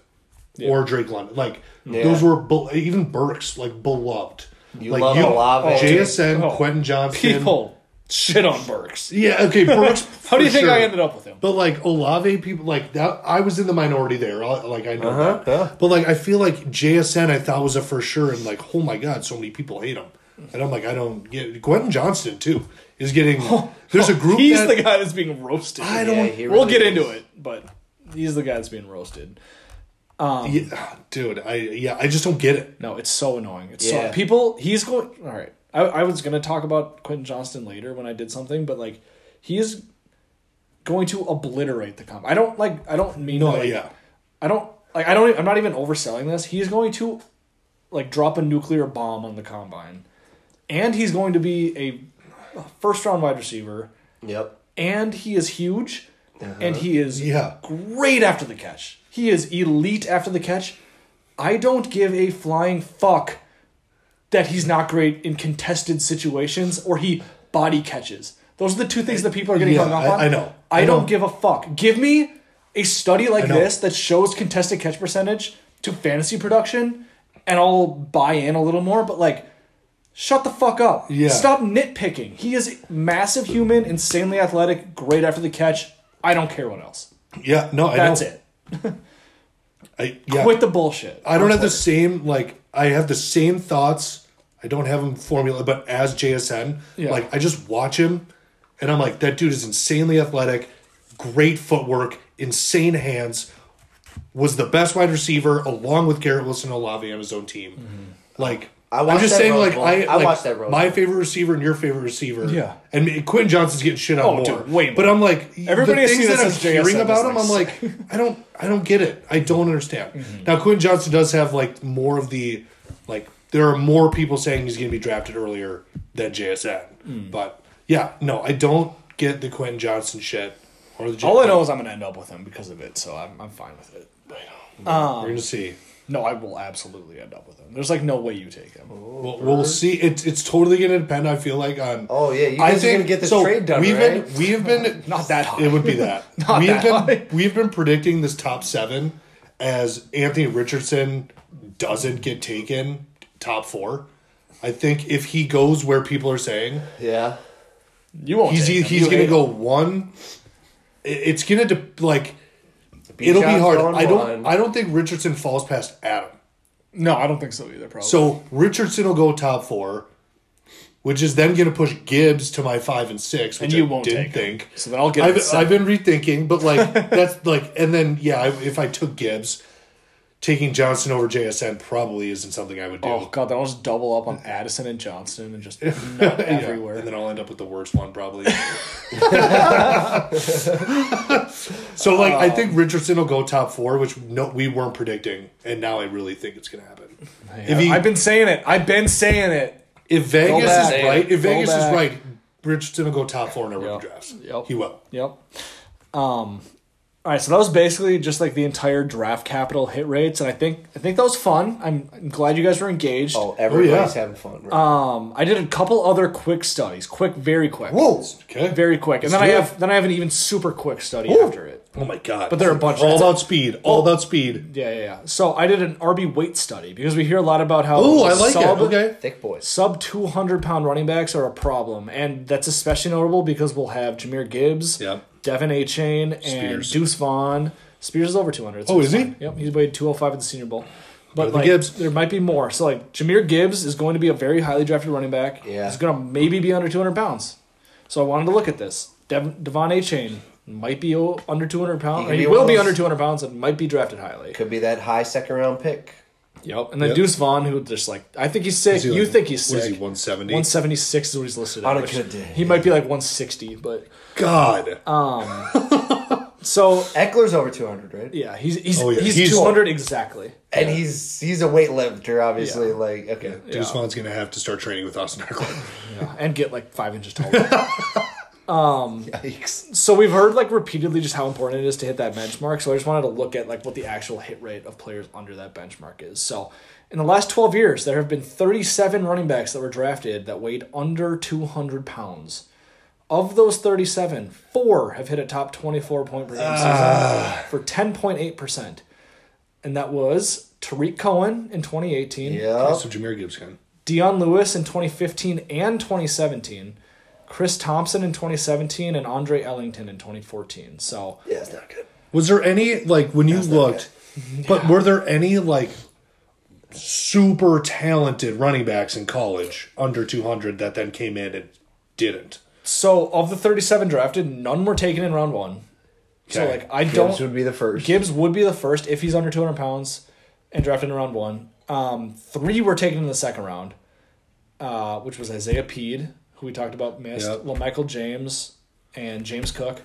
Speaker 2: or Drake London. Like those were be- even Burks like beloved.
Speaker 3: You
Speaker 2: like
Speaker 3: love Olave.
Speaker 2: JSN,
Speaker 1: Oh.
Speaker 2: Quentin Johnson.
Speaker 1: people shit on Burks.
Speaker 2: Yeah, okay, Burks.
Speaker 1: How do you think I ended up with him?
Speaker 2: But like Olave, people like that. I was in the minority there. I- Like I know that.
Speaker 3: yeah.
Speaker 2: But like I feel like JSN, I thought was a for sure, and like oh my god, so many people hate him, and I'm like I don't get. Gwenton Johnston too is getting. There's a group.
Speaker 1: Oh, He's
Speaker 2: that-
Speaker 1: the guy that's being roasted.
Speaker 2: I don't.
Speaker 3: Yeah, he
Speaker 1: we'll
Speaker 3: really
Speaker 1: get
Speaker 3: is.
Speaker 1: into it, but he's the guy that's being roasted.
Speaker 2: yeah, dude, I yeah, I just don't get it.
Speaker 1: No, it's so annoying. It's
Speaker 3: Yeah.
Speaker 1: so people. He's going. All right, I, I was gonna talk about Quentin Johnston later when I did something, but like he is going to obliterate the comp. I don't like. I don't mean.
Speaker 2: No,
Speaker 1: to, like,
Speaker 2: yeah,
Speaker 1: I don't like. I don't. e, I'm not even overselling this. He's going to like drop a nuclear bomb on the combine, and he's going to be a first round wide receiver,
Speaker 3: yep.
Speaker 1: and he is huge, and he is
Speaker 2: Uh-huh. yeah.
Speaker 1: great after the catch. He is elite after the catch. I don't give a flying fuck that he's not great in contested situations or he body catches. Those are the two things that people are getting
Speaker 2: Yeah,
Speaker 1: hung up
Speaker 2: I-
Speaker 1: on.
Speaker 2: I know.
Speaker 1: I,
Speaker 2: I
Speaker 1: don't
Speaker 2: know.
Speaker 1: give a fuck. Give me a study like
Speaker 2: know.
Speaker 1: this that shows contested catch percentage to fantasy production and I'll buy in a little more, but like Shut the fuck up.
Speaker 2: Yeah.
Speaker 1: Stop nitpicking. He is massive human, insanely athletic, great after the catch. I don't care what else.
Speaker 2: Yeah, no, I
Speaker 1: That's
Speaker 2: know.
Speaker 1: it.
Speaker 2: I, yeah.
Speaker 1: Quit the bullshit.
Speaker 2: I don't have the same like I have the same thoughts. I don't have them formula, but as JSN,
Speaker 1: Yeah.
Speaker 2: like I just watch him, and I'm like, that dude is insanely athletic, great footwork, insane hands, was the best wide receiver along with Garrett Wilson and Olave on his own team. Like
Speaker 3: I
Speaker 2: I am
Speaker 3: watched
Speaker 2: just
Speaker 3: that
Speaker 2: saying,
Speaker 3: Rose
Speaker 2: like
Speaker 3: Bowl.
Speaker 2: I,
Speaker 3: I
Speaker 2: like,
Speaker 3: watched that Rose
Speaker 2: my
Speaker 3: Bowl.
Speaker 2: favorite receiver and your favorite receiver.
Speaker 1: Yeah.
Speaker 2: and Quinn Johnson's getting shit on
Speaker 1: Oh,
Speaker 2: more.
Speaker 1: dude, way
Speaker 2: But
Speaker 1: more.
Speaker 2: I'm like,
Speaker 1: Everybody I
Speaker 2: the
Speaker 1: see
Speaker 2: things
Speaker 1: that
Speaker 2: that I'm
Speaker 1: says
Speaker 2: hearing
Speaker 1: JSN
Speaker 2: about
Speaker 1: is
Speaker 2: him, I'm like,
Speaker 1: like,
Speaker 2: I don't I don't get it. I don't understand.
Speaker 1: Mm-hmm.
Speaker 2: Now Quinn Johnson does have like more of the like there are more people saying he's going to be drafted earlier than JSN.
Speaker 1: Mm.
Speaker 2: But yeah, no, I don't get the Quinn Johnson shit or the.
Speaker 1: All I know is I'm gonna end up with him because of it, so I'm I'm fine with it.
Speaker 2: we're
Speaker 1: um,
Speaker 2: going to see.
Speaker 1: No, I will absolutely end up with him. There's like no way you take him.
Speaker 2: We'll, we'll see. It's it's totally going to depend. I feel like on.
Speaker 3: Oh, yeah, you guys are gonna get this trade done,
Speaker 2: We've
Speaker 3: right?
Speaker 2: been we've been
Speaker 1: Not that high.
Speaker 2: It would be that.
Speaker 1: Not
Speaker 2: we've
Speaker 1: that
Speaker 2: been
Speaker 1: high.
Speaker 2: we've been predicting this top seven as Anthony Richardson doesn't get taken top four. I think if he goes where people are saying,
Speaker 3: Yeah.
Speaker 1: You won't.
Speaker 2: he's e-
Speaker 1: take him.
Speaker 2: he's
Speaker 1: You
Speaker 2: going to
Speaker 1: hate
Speaker 2: go one. It- It's going to de- like it'll be hard. I don't I don't think Richardson falls past Adam.
Speaker 1: him. No, I don't think so either. Probably.
Speaker 2: So Richardson will go top four. which is then going to push Gibbs to my five and six, which
Speaker 1: And you
Speaker 2: I
Speaker 1: won't
Speaker 2: didn't
Speaker 1: take him.
Speaker 2: think.
Speaker 1: So then I'll get
Speaker 2: I've,
Speaker 1: upset.
Speaker 2: I've been rethinking, but like that's like, and then yeah, I, if I took Gibbs, taking Johnson over JSN probably isn't something I would do.
Speaker 1: Oh god, then I'll just double up on Addison and Johnston and just nut
Speaker 2: Yeah,
Speaker 1: everywhere.
Speaker 2: and then I'll end up with the worst one probably. so like, I
Speaker 1: Um,
Speaker 2: think Richardson will go top four, which no, we weren't predicting, and now I really think it's going to happen. If he,
Speaker 1: I've been saying it. I've been saying it.
Speaker 2: if Vegas is
Speaker 1: back.
Speaker 2: right, if
Speaker 1: Go
Speaker 2: Vegas
Speaker 1: back.
Speaker 2: is right, Richardson will go top four in our rookie drafts.
Speaker 1: Yep.
Speaker 2: He will.
Speaker 1: Yep. Um. All right, so that was basically just like the entire draft capital hit rates, and I think I think that was fun. I'm, I'm glad you guys were engaged.
Speaker 3: Oh, everybody's
Speaker 2: yeah.
Speaker 3: having fun. Right?
Speaker 1: Um, I did a couple other quick studies, quick, very quick,
Speaker 2: Whoa. Okay.
Speaker 1: very quick, and
Speaker 2: Let's
Speaker 1: then I
Speaker 2: do it.
Speaker 1: have then I have an even super quick study after it.
Speaker 2: Oh my god!
Speaker 1: But there are a bunch. Oh.
Speaker 2: All
Speaker 1: That's
Speaker 2: about speed. All about speed.
Speaker 1: Yeah, yeah, yeah. So I did an RB weight study because we hear a lot about how
Speaker 2: Oh, I like
Speaker 1: sub-
Speaker 2: it. Okay.
Speaker 3: Thick boys.
Speaker 1: sub 200 pound running backs are a problem and that's especially notable because we'll have Jameer Gibbs,
Speaker 2: Yep.
Speaker 1: Devin A. Chain, and
Speaker 2: Spears.
Speaker 1: Deuce Vaughn. Spears is over 200. It's
Speaker 2: Oh, is he?
Speaker 1: fine. Yep, he's weighed 205 at the Senior Bowl.
Speaker 2: Better
Speaker 1: But
Speaker 2: than
Speaker 1: like,
Speaker 2: Gibbs.
Speaker 1: there might be more. So like Jameer Gibbs is going to be a very highly drafted running back.
Speaker 3: Yeah.
Speaker 1: he's going to maybe be under 200 pounds. So I wanted to look at this. Dev- Devon A. Chain might be o- under 200 pounds.
Speaker 3: could
Speaker 1: He,
Speaker 3: be one
Speaker 1: will
Speaker 3: of
Speaker 1: be
Speaker 3: those-
Speaker 1: under 200 pounds and might be drafted highly.
Speaker 3: Could be that high second round pick.
Speaker 1: Yep. And then
Speaker 2: Yep.
Speaker 1: Deuce Vaughn, who just like I think he's sick.
Speaker 2: Is he
Speaker 1: you
Speaker 2: like-
Speaker 1: think he's sick.
Speaker 2: what is he, 170?
Speaker 1: 176 is what he's listed. at,
Speaker 3: On a
Speaker 1: which
Speaker 3: good day.
Speaker 1: He might be like 160, but
Speaker 2: God.
Speaker 1: Uh, so
Speaker 3: Eckler's over 200, right?
Speaker 1: yeah, he's he's
Speaker 2: Oh, yeah.
Speaker 1: he's,
Speaker 2: He's-
Speaker 1: 200 exactly.
Speaker 3: And he's he's a weightlifter, obviously.
Speaker 1: Yeah.
Speaker 3: Like, okay.
Speaker 2: Deuce Vaughn's gonna have to start training with Austin Eckler.
Speaker 1: Yeah, and get like five inches taller.
Speaker 3: Yikes.
Speaker 1: so we've heard like repeatedly just how important it is to hit that benchmark. So I just wanted to look at like what the actual hit rate of players under that benchmark is. So in the last 12 years, there have been 37 running backs that were drafted that weighed under 200 pounds. Of those 37, four have hit a top 24 point per game season for 10.8%. And that was Tariq Cohen in 2018,
Speaker 3: Yeah.
Speaker 2: so Jameer Gibbs can.
Speaker 1: Dion Lewis in 2015 and 2017, Chris Thompson in 2017, and Andre Ellington in 2014. So
Speaker 3: Yeah, it's not good.
Speaker 2: Was there any like when you looked? But were there any like super talented running backs in college under 200 that then came in and didn't?
Speaker 1: So of the 37 drafted, none were taken in round one. So
Speaker 2: Okay.
Speaker 1: like I
Speaker 3: Jones
Speaker 1: don't
Speaker 3: would be the first.
Speaker 1: Gibbs would be the first if he's under 200 pounds and drafted in round one. Um, three were taken in the second round, uh, which was Isaiah Peed, who we talked about missed,
Speaker 2: Yep.
Speaker 1: Michael James, and James Cook.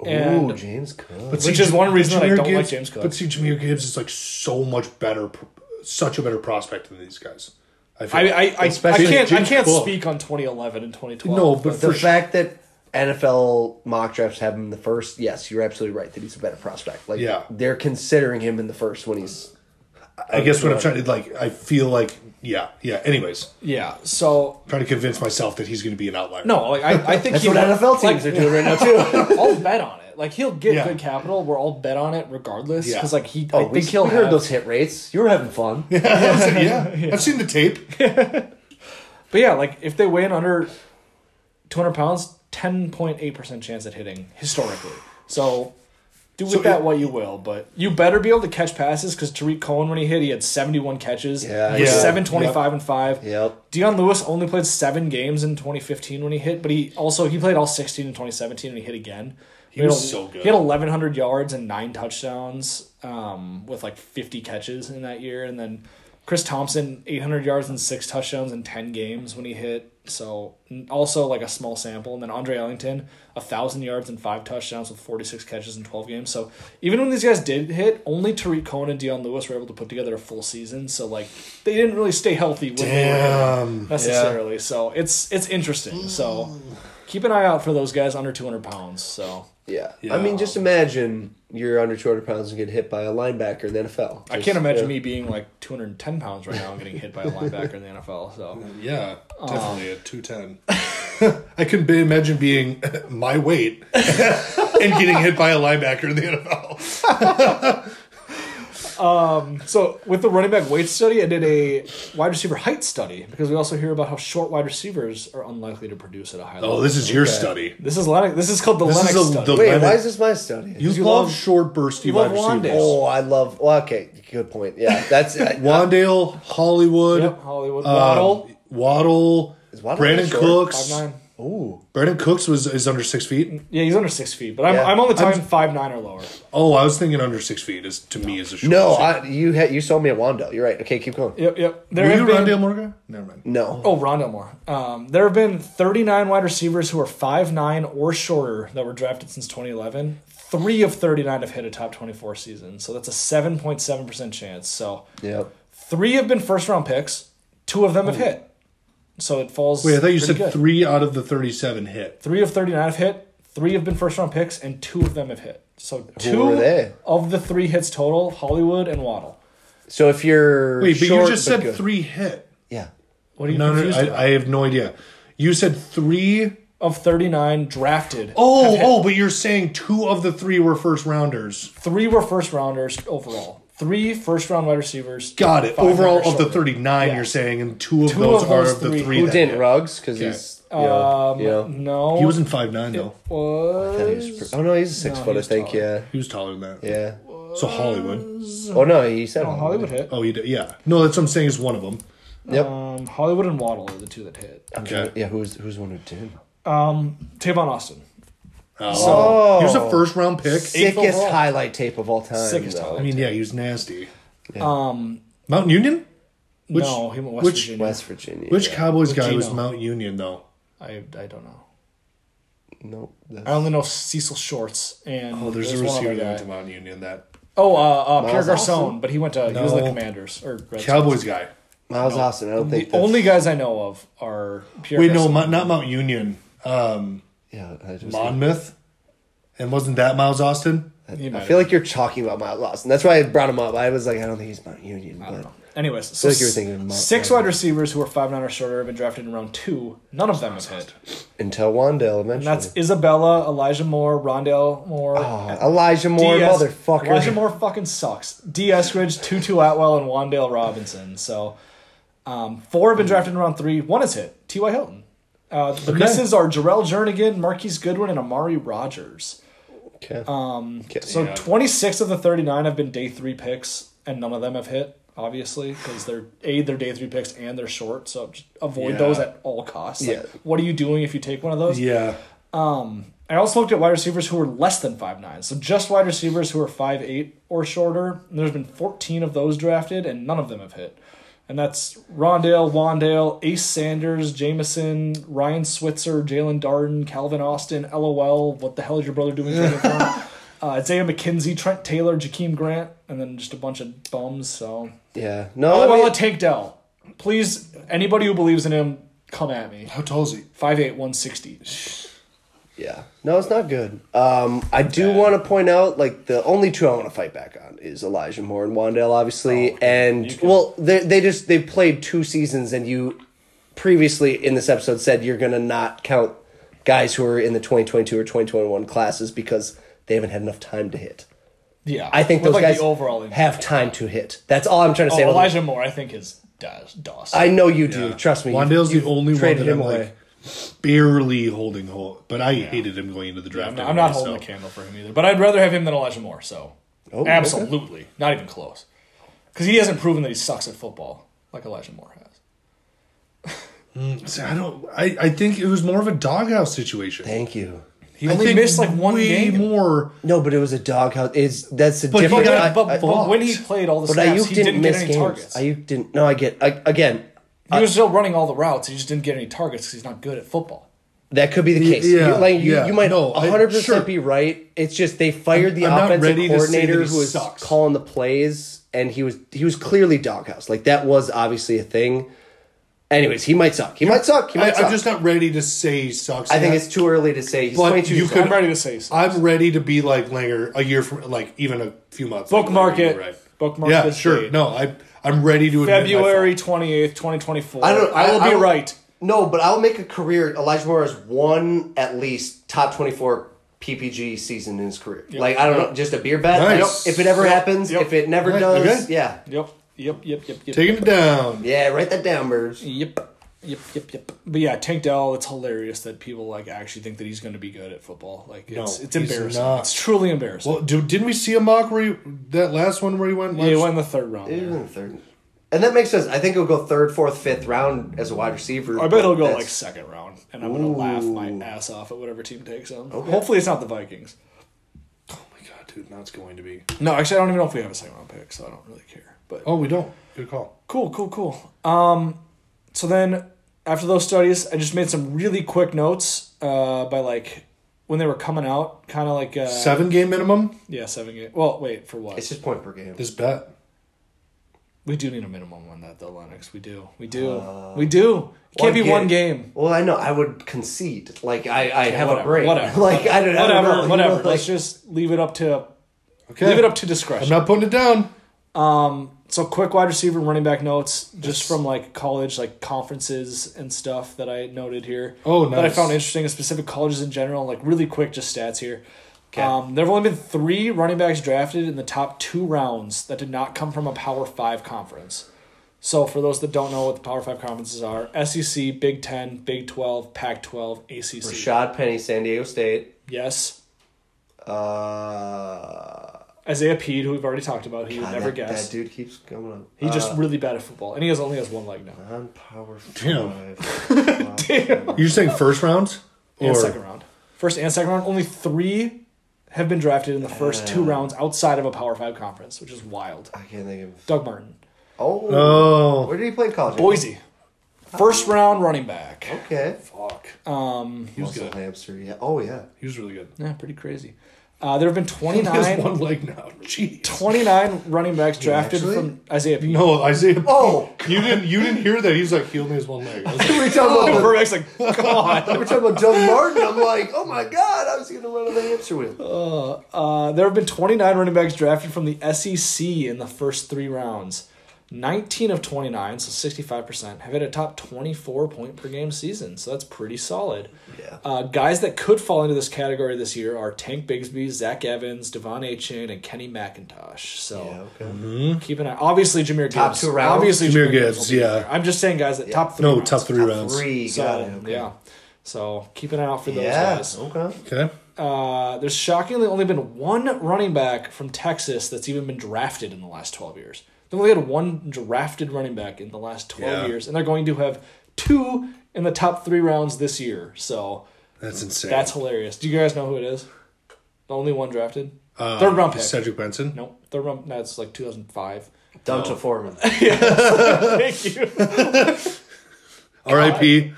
Speaker 3: Ooh,
Speaker 1: And
Speaker 3: James Cook.
Speaker 1: Which is one reason that I
Speaker 2: Jameer
Speaker 1: don't like
Speaker 2: Gibbs-
Speaker 1: James Cook.
Speaker 2: But see, Jameer Gibbs is like so much better, pro- such a better prospect than these guys. feel.
Speaker 1: I I, I, I
Speaker 2: Especially
Speaker 1: can't I
Speaker 2: James
Speaker 1: can't
Speaker 2: Cook.
Speaker 1: speak on 2011 and 2012.
Speaker 2: No, but
Speaker 3: the
Speaker 2: for sure.
Speaker 3: fact that NFL mock drafts have him in the first, yes, you're absolutely right that he's a better prospect. Like,
Speaker 2: Yeah.
Speaker 3: they're considering him in the first when he's.
Speaker 2: I guess what I'm trying to like, I feel like, yeah, yeah. Anyways,
Speaker 1: yeah. So
Speaker 2: trying to convince myself that he's going to be an outlier.
Speaker 1: no, like I, I think
Speaker 3: That's
Speaker 1: he
Speaker 3: what
Speaker 1: will-
Speaker 3: NFL teams
Speaker 1: like,
Speaker 3: are doing right now too.
Speaker 1: I'll bet on it. Like he'll get
Speaker 2: Yeah.
Speaker 1: good capital. We're all bet on it regardless.
Speaker 2: Yeah.
Speaker 1: Because like he, I
Speaker 3: oh,
Speaker 1: think
Speaker 3: we,
Speaker 1: he'll
Speaker 3: we heard
Speaker 1: have-
Speaker 3: those hit rates. You were having fun.
Speaker 2: yeah, I've seen the tape.
Speaker 1: But yeah, like if they weigh in under two hundred pounds, ten point eight percent chance at hitting historically. So do with
Speaker 2: So
Speaker 1: that
Speaker 2: it-
Speaker 1: what you will, but you better be able to catch passes because Tariq Cohen when he hit, he had seventy one catches.
Speaker 3: Yeah,
Speaker 2: yeah.
Speaker 1: seven twenty five and five.
Speaker 3: Yep.
Speaker 1: Deion Lewis only played seven games in 2015 when he hit, but he also he played all 16 in 2017 and he hit again. He
Speaker 2: was
Speaker 1: had,
Speaker 2: so good.
Speaker 1: He had 1,100 yards and nine touchdowns, um, with like 50 catches in that year, and then Chris Thompson 800 yards and six touchdowns in 10 games when he hit. So and also like a small sample, and then Andre Ellington thousand yards and five touchdowns with 46 catches in 12 games. So even when these guys did hit, only Tariq Cohen and Deion Lewis were able to put together a full season. So like they didn't really stay healthy when they were hitting
Speaker 2: Um,
Speaker 1: necessarily. So it's it's interesting. So keep an eye out for those guys under 200 pounds. So
Speaker 3: Yeah.
Speaker 2: Yeah.
Speaker 3: I mean, just imagine you're under 200 pounds and get hit by a linebacker in the NFL.
Speaker 1: I can't imagine me being like 210 pounds right now and getting hit by a linebacker in the NFL. So
Speaker 2: yeah, definitely at two ten. I can be, imagine being my weight and getting hit by a linebacker in the NFL.
Speaker 1: so with the running back weight study, I did a wide receiver height study because we also hear about how short wide receivers are unlikely to produce at a high level.
Speaker 2: Oh, this is your study.
Speaker 1: This is Lennox. This is called the
Speaker 2: This
Speaker 1: Lennox
Speaker 2: is a-
Speaker 1: study.
Speaker 2: the-
Speaker 3: Wait,
Speaker 2: Lennon-
Speaker 3: why is this my study?
Speaker 2: You,
Speaker 1: You
Speaker 2: love,
Speaker 1: love-
Speaker 2: short, bursty
Speaker 1: you
Speaker 2: wide
Speaker 1: love
Speaker 2: receivers.
Speaker 1: Wandale.
Speaker 2: Oh,
Speaker 3: oh, I love. Well, okay, good point. Yeah, that's. I,
Speaker 2: Wandale, Hollywood,
Speaker 1: Yep, Hollywood
Speaker 2: um,
Speaker 1: Waddle.
Speaker 2: Waddle,
Speaker 3: is Waddle
Speaker 2: Brandon
Speaker 3: short?
Speaker 2: Cooks.
Speaker 1: Five nine.
Speaker 3: Ooh,
Speaker 2: Brandon Cooks was is under six feet.
Speaker 1: Yeah, he's under six feet, but I'm
Speaker 3: Yeah.
Speaker 1: I'm on the time
Speaker 2: I'm-
Speaker 1: five nine or lower.
Speaker 2: Oh, I was thinking under six feet is to me is a short.
Speaker 3: no,
Speaker 2: I,
Speaker 3: I, you had you sold me a Wando. You're right. Okay, keep going.
Speaker 1: Yep, yep. There
Speaker 2: were
Speaker 1: have
Speaker 2: you
Speaker 1: been-
Speaker 2: Rondale Moore guy? Never mind.
Speaker 3: No,
Speaker 1: Oh, Rondell Moore. Um, there have been 39 wide receivers who are 5'9 or shorter that were drafted since 2011. Three of 39 have hit a top 24 season. So that's a 7.7% chance. So
Speaker 3: yep.
Speaker 1: three have been first round picks, two of them have hit. So it falls.
Speaker 2: Wait, I thought you
Speaker 1: pretty
Speaker 2: said
Speaker 1: good.
Speaker 2: three out of the thirty-seven hit.
Speaker 1: Three of 39 have hit, three have been first round picks, and two of them have hit. So
Speaker 3: were
Speaker 1: two
Speaker 3: they?
Speaker 1: of the three hits total Hollywood and Waddle.
Speaker 3: So if you're
Speaker 2: Wait, but
Speaker 3: short
Speaker 2: you just
Speaker 3: but
Speaker 2: said
Speaker 3: good-
Speaker 2: three hit.
Speaker 3: Yeah.
Speaker 1: What are you
Speaker 2: No, no,
Speaker 1: confused about?
Speaker 2: I, I have no idea. You said three.
Speaker 1: of 39 drafted.
Speaker 2: Oh, oh, but you're saying two of the three were first rounders.
Speaker 1: Three were first rounders overall. Three first round wide receivers.
Speaker 2: Got it.
Speaker 1: Five
Speaker 2: Overall,
Speaker 1: rounders
Speaker 2: of the
Speaker 1: shorter.
Speaker 2: 39,
Speaker 1: Yeah.
Speaker 2: you're saying, and two of
Speaker 1: Two
Speaker 2: those
Speaker 1: of
Speaker 2: are
Speaker 1: those
Speaker 2: of the
Speaker 1: three.
Speaker 2: three.
Speaker 1: Who
Speaker 2: that
Speaker 3: Who didn't
Speaker 2: hit.
Speaker 3: Ruggs? Because
Speaker 2: Okay.
Speaker 3: he's you know,
Speaker 1: Um,
Speaker 3: you know.
Speaker 1: no.
Speaker 2: He wasn't five nine though.
Speaker 1: was-
Speaker 3: He was pr- oh no, he's six
Speaker 1: No,
Speaker 3: foot.
Speaker 1: he
Speaker 3: I
Speaker 1: was
Speaker 3: think.
Speaker 1: taller.
Speaker 3: Yeah.
Speaker 2: He was taller than that.
Speaker 3: Yeah.
Speaker 2: So Hollywood.
Speaker 3: Oh no, he said
Speaker 1: Oh, Hollywood hit.
Speaker 2: Oh, he did. Yeah. No, that's what I'm saying. Is one of them.
Speaker 3: Yep.
Speaker 1: Um, Hollywood and Waddle are the two that hit.
Speaker 2: Okay.
Speaker 3: yeah. Who's who's the one who did?
Speaker 1: Tavon Austin.
Speaker 2: Oh. He was a first round pick.
Speaker 3: Sickest
Speaker 1: overall.
Speaker 3: highlight tape of all time.
Speaker 1: Sickest
Speaker 3: though.
Speaker 2: I mean, yeah, he was nasty.
Speaker 1: Um,
Speaker 2: Mountain Union. Which-
Speaker 1: no, he went West
Speaker 2: which-
Speaker 1: Virginia.
Speaker 3: West Virginia.
Speaker 2: Which
Speaker 3: yeah.
Speaker 2: Cowboys guy was
Speaker 1: Geno.
Speaker 2: Mount Union though?
Speaker 1: I I don't know.
Speaker 3: Nope.
Speaker 1: I only know Cecil Shorts and
Speaker 2: Oh, there's, a
Speaker 1: one other
Speaker 2: receiver that
Speaker 1: guy.
Speaker 2: went to Mount Union. That
Speaker 1: Oh, uh, uh, Pierre
Speaker 3: Miles Austin?
Speaker 1: Garcon, but he went to he was with the
Speaker 2: No.
Speaker 1: Commanders or Redskins.
Speaker 2: Cowboys guy.
Speaker 3: Miles Austin. I don't
Speaker 1: The
Speaker 3: think that's-
Speaker 1: only guys I know of are Pierre.
Speaker 2: Wait, no,
Speaker 1: Garcon.
Speaker 2: Mount- not Mount Union. Um,
Speaker 3: Yeah. I, just,
Speaker 2: Monmouth. And wasn't that Miles Austin?
Speaker 1: He
Speaker 3: I
Speaker 1: might
Speaker 3: feel like you're talking about Miles Austin. That's why I brought him up. I was like, I don't think he's Mount Union. But
Speaker 1: Anyways, so
Speaker 3: like you were
Speaker 1: s-
Speaker 3: thinking Mount-
Speaker 1: six wide receivers who are five nine or shorter have been drafted in round two. None of them have hit.
Speaker 3: until Wandale eventually.
Speaker 1: And that's Isabella, Elijah Moore, Rondell Moore.
Speaker 3: Oh, Elijah Moore,
Speaker 1: DS
Speaker 3: motherfucker.
Speaker 1: Elijah Moore fucking sucks. D. Eskridge, Tutu Atwell, and Wandale Robinson. So um, four have been drafted in round three. One is hit. T.Y. Hilton. Uh, the misses are Jarrell Jernigan, Marquise Goodwin, and Amari Rogers.
Speaker 3: Okay. Um,
Speaker 1: So 26 of the 39 have been day three picks, and none of them have hit, obviously, because they're A, they're day three picks and they're short. So just avoid
Speaker 2: Yeah.
Speaker 1: those at all costs. Like,
Speaker 3: Yeah.
Speaker 1: What are you doing if you take one of those?
Speaker 2: Yeah.
Speaker 1: I also looked at wide receivers who were less than 5'9. So just wide receivers who are 5'8 or shorter. And there's been 14 of those drafted, and none of them have hit. And that's Rondale, Wandale, Ace Sanders, Jameson, Ryan Switzer, Jalen Darden, Calvin Austin, LOL, what the hell is your brother doing? trading for him? uh, Isaiah McKenzie, Trent Taylor, Jakeem Grant, and then just a bunch of bums. So,
Speaker 3: yeah. No.
Speaker 1: oh,
Speaker 3: I mean-
Speaker 1: well, Tank Dell. Please, anybody who believes in him, come at me.
Speaker 2: How tall is he?
Speaker 1: 5'8, 160.
Speaker 3: Yeah. No, it's not good. Um, I do want to point out, like, the only two I want to fight back on is Elijah Moore and Wandale, obviously. And, well, they, they just, they played two seasons, and you previously in this episode said you're going to not count guys who are in the 2022 or 2021 classes because they haven't had enough time to hit.
Speaker 1: Yeah.
Speaker 3: I think
Speaker 1: With,
Speaker 3: those
Speaker 1: like,
Speaker 3: guys
Speaker 1: the overall impact.
Speaker 3: have time to hit. That's all I'm trying to say.
Speaker 1: Oh,
Speaker 3: about-
Speaker 1: Elijah Moore, I think, is does Dawson.
Speaker 3: I know you do.
Speaker 2: Yeah.
Speaker 3: Trust me. You've-
Speaker 2: Wandale's the
Speaker 3: you've
Speaker 2: only one
Speaker 3: traded
Speaker 2: that I'm
Speaker 3: him away.
Speaker 2: like barely holding hold. But I hated him going into the draft.
Speaker 1: I'm not, I'm not
Speaker 2: anyway,
Speaker 1: holding
Speaker 2: so-
Speaker 1: a candle for him either, but I'd rather have him than Elijah Moore. So,
Speaker 3: Oh, okay.
Speaker 1: absolutely, not even close, because he hasn't proven that he sucks at football like Elijah Moore has.
Speaker 2: See, I don't. I, I think it was more of a doghouse situation.
Speaker 3: Thank you.
Speaker 1: He
Speaker 2: I
Speaker 1: only
Speaker 2: think
Speaker 1: missed like one
Speaker 2: way
Speaker 1: game.
Speaker 2: more.
Speaker 3: No, but it was a doghouse. It's that's a
Speaker 2: he
Speaker 1: But,
Speaker 3: different.
Speaker 2: got
Speaker 3: I-
Speaker 1: but-
Speaker 3: I-
Speaker 1: but when he played all the
Speaker 3: but
Speaker 1: snaps,
Speaker 3: Ayuk
Speaker 1: he
Speaker 3: didn't,
Speaker 1: didn't get
Speaker 3: miss
Speaker 1: any
Speaker 3: games.
Speaker 1: targets.
Speaker 3: Ayuk didn't. No, I get I, again.
Speaker 1: he was still running all the routes. He just didn't get any targets because he's not good at football.
Speaker 3: That could be the case.
Speaker 2: yeah,
Speaker 3: you, like you,
Speaker 2: yeah.
Speaker 3: you might
Speaker 2: No, I-
Speaker 3: 100
Speaker 2: sure.
Speaker 3: percent be right. It's just they fired the
Speaker 2: I'm not
Speaker 3: offensive
Speaker 2: ready to say that
Speaker 3: coordinator
Speaker 2: he
Speaker 3: who was
Speaker 2: sucks.
Speaker 3: calling the plays, and he was he was clearly doghouse. Like that was obviously a thing. Anyways, he might suck. He might suck. He
Speaker 2: I,
Speaker 3: might suck.
Speaker 2: I'm just not ready to say he sucks.
Speaker 3: I think
Speaker 2: yet.
Speaker 3: it's too early to say he's
Speaker 2: But
Speaker 3: 22.
Speaker 2: you
Speaker 3: so-
Speaker 2: could-
Speaker 1: I'm ready to say so.
Speaker 2: I'm ready to be like Langer a year from like even a few months.
Speaker 1: Bookmark
Speaker 2: later, you're
Speaker 1: it.
Speaker 2: Right.
Speaker 1: Bookmark
Speaker 2: Yeah,
Speaker 1: this
Speaker 2: sure.
Speaker 1: date.
Speaker 2: No, I I'm ready to admit my
Speaker 1: February
Speaker 2: fault.
Speaker 1: twenty eighth, twenty twenty four.
Speaker 3: I don't.
Speaker 1: I will be
Speaker 3: I'll-
Speaker 1: right.
Speaker 3: No, but I'll make a career. Elijah Moore has one at least top twenty four PPG season in his career. Like I don't know, just a beer bet. I
Speaker 2: Nice.
Speaker 3: don't- If it ever
Speaker 1: Yep.
Speaker 3: happens,
Speaker 1: Yep.
Speaker 3: if it never
Speaker 2: Right,
Speaker 3: does,
Speaker 2: okay.
Speaker 3: yeah,
Speaker 1: Yep. Yep. Yep. Yep. Yep.
Speaker 2: Taking it down.
Speaker 3: yeah, write that down, birds.
Speaker 1: Yep. Yep, yep, yep. But yeah, Tank Dell, it's hilarious that people like actually think that he's going to be good at football. Like it's
Speaker 2: No,
Speaker 1: it's
Speaker 2: he's
Speaker 1: embarrassing.
Speaker 2: not.
Speaker 1: It's truly embarrassing.
Speaker 2: Well, do, didn't we see a mock where he, that last one where he went?
Speaker 1: yeah, he
Speaker 2: last-
Speaker 1: won the third round.
Speaker 3: Even
Speaker 1: there.
Speaker 3: the third. And that makes sense. I think he'll go third, fourth, fifth round as a wide receiver.
Speaker 1: I bet he'll go
Speaker 3: That's-
Speaker 1: like second round, and I'm gonna laugh my
Speaker 3: Ooh.
Speaker 1: ass off at whatever team takes him.
Speaker 3: Okay.
Speaker 1: Hopefully, it's not the Vikings.
Speaker 2: Oh my god, dude, now it's going to be.
Speaker 1: No, actually, I don't even know if we have a second round pick, so I don't really care. But
Speaker 2: Oh, we don't. Good call.
Speaker 1: Cool, cool, cool. Um, so then after those studies, I just made some really quick notes uh, by like when they were coming out, kind of like uh,
Speaker 2: Seven game minimum.
Speaker 1: yeah, seven game. Well, wait for what?
Speaker 3: It's just point per game.
Speaker 2: This bet.
Speaker 1: we do need a minimum on that though, Lennox. We do, we do,
Speaker 3: Uh,
Speaker 1: we do. It can't be one game.
Speaker 3: Well, I know. I would concede. Like I, I have
Speaker 1: whatever,
Speaker 3: a brain.
Speaker 1: whatever,
Speaker 3: like I don't, I don't
Speaker 1: Whatever,
Speaker 3: know. you
Speaker 1: whatever.
Speaker 3: know, like,
Speaker 1: Let's just leave it up to
Speaker 2: Okay.
Speaker 1: leave it up to
Speaker 2: I'm
Speaker 1: discretion.
Speaker 2: not putting it down.
Speaker 1: so quick wide receiver and running back notes just from like college like conferences and stuff that I noted here.
Speaker 2: Oh,
Speaker 1: That I
Speaker 2: nice.
Speaker 1: found interesting in specific colleges in general. Like really quick, just stats here.
Speaker 3: 'Kay.
Speaker 1: Um, there have only been three running backs drafted in the top two rounds that did not come from a Power Five conference. So for those that don't know what the Power Five conferences are, SEC, Big Ten, Big Twelve, Pac Twelve, ACC.
Speaker 3: Rashad Penny, San Diego State.
Speaker 1: Yes.
Speaker 3: Uh,
Speaker 1: Isaiah Pede, who we've already talked about, who you
Speaker 3: God,
Speaker 1: never
Speaker 3: Ah, that,
Speaker 1: guessed.
Speaker 3: That dude uh, keeps coming up.
Speaker 1: He's just really bad at football, and he has only has one leg now.
Speaker 3: on power
Speaker 2: Damn.
Speaker 3: five. Damn.
Speaker 2: You're saying first round or
Speaker 1: and second round. First and second round, only three have been drafted in the first
Speaker 2: Uh.
Speaker 1: two rounds outside of a Power Five conference, which is wild.
Speaker 3: I can't think of.
Speaker 1: Doug Martin,
Speaker 3: Oh,
Speaker 2: Oh.
Speaker 3: where did he play in college?
Speaker 1: Boise, first round running back.
Speaker 3: Okay.
Speaker 2: Fuck.
Speaker 1: Um,
Speaker 2: He was
Speaker 3: Muscle
Speaker 2: good.
Speaker 3: hamster. Yeah. Oh yeah.
Speaker 2: He was really good.
Speaker 1: yeah, pretty crazy. Uh, there have been
Speaker 2: He has
Speaker 1: 29,
Speaker 2: one leg now. Jeez.
Speaker 1: 29 running backs drafted
Speaker 3: actually?
Speaker 1: from Isaiah P.
Speaker 2: No, Isaiah.
Speaker 3: Oh.
Speaker 2: you didn't. You didn't hear that. He's like, he only has one leg. I was like,
Speaker 3: We're talking about,
Speaker 1: Burbeck's like, God.
Speaker 3: we're talking about Doug Martin. I'm like, oh my god, I was gonna run on the hamster wheel.
Speaker 1: Uh, there have been 29 running backs drafted from the SEC in the first three rounds. 19 of 29, so 65%, have had a top 24 point per game season. So that's pretty solid.
Speaker 3: Yeah.
Speaker 1: Uh, guys that could fall into this category this year are Tank Bigsby, Zach Evans, Devon Achin, and Kenny McIntosh.
Speaker 3: Yeah.
Speaker 1: So
Speaker 3: Okay.
Speaker 1: keep an eye. Obviously, Jameer Gibbs.
Speaker 3: Top two rounds?
Speaker 1: Obviously,
Speaker 2: Hmm? Jameer
Speaker 1: will
Speaker 2: Gibbs,
Speaker 1: be
Speaker 2: yeah.
Speaker 1: there. I'm just saying, guys, that top three.
Speaker 2: no,
Speaker 1: rounds.
Speaker 2: top three
Speaker 3: Top
Speaker 2: rounds.
Speaker 3: Three.
Speaker 1: So,
Speaker 3: got it. Okay.
Speaker 1: Yeah. So keep an eye out for those
Speaker 3: Yeah.
Speaker 1: guys.
Speaker 3: Okay.
Speaker 2: Okay.
Speaker 1: Uh, there's shockingly only been one running back from Texas that's even been drafted in the last 12 years. They only had one drafted running back in the last 12
Speaker 2: Yeah.
Speaker 1: years, and they're going to have two in the top three rounds this year. So
Speaker 2: That's insane.
Speaker 1: that's hilarious. Do you guys know who it is? The only one drafted? third round pick.
Speaker 2: Cedric Benson.
Speaker 1: no, third round. That's like 2005.
Speaker 3: Down to Foreman.
Speaker 1: Thank you.
Speaker 2: R.I.P.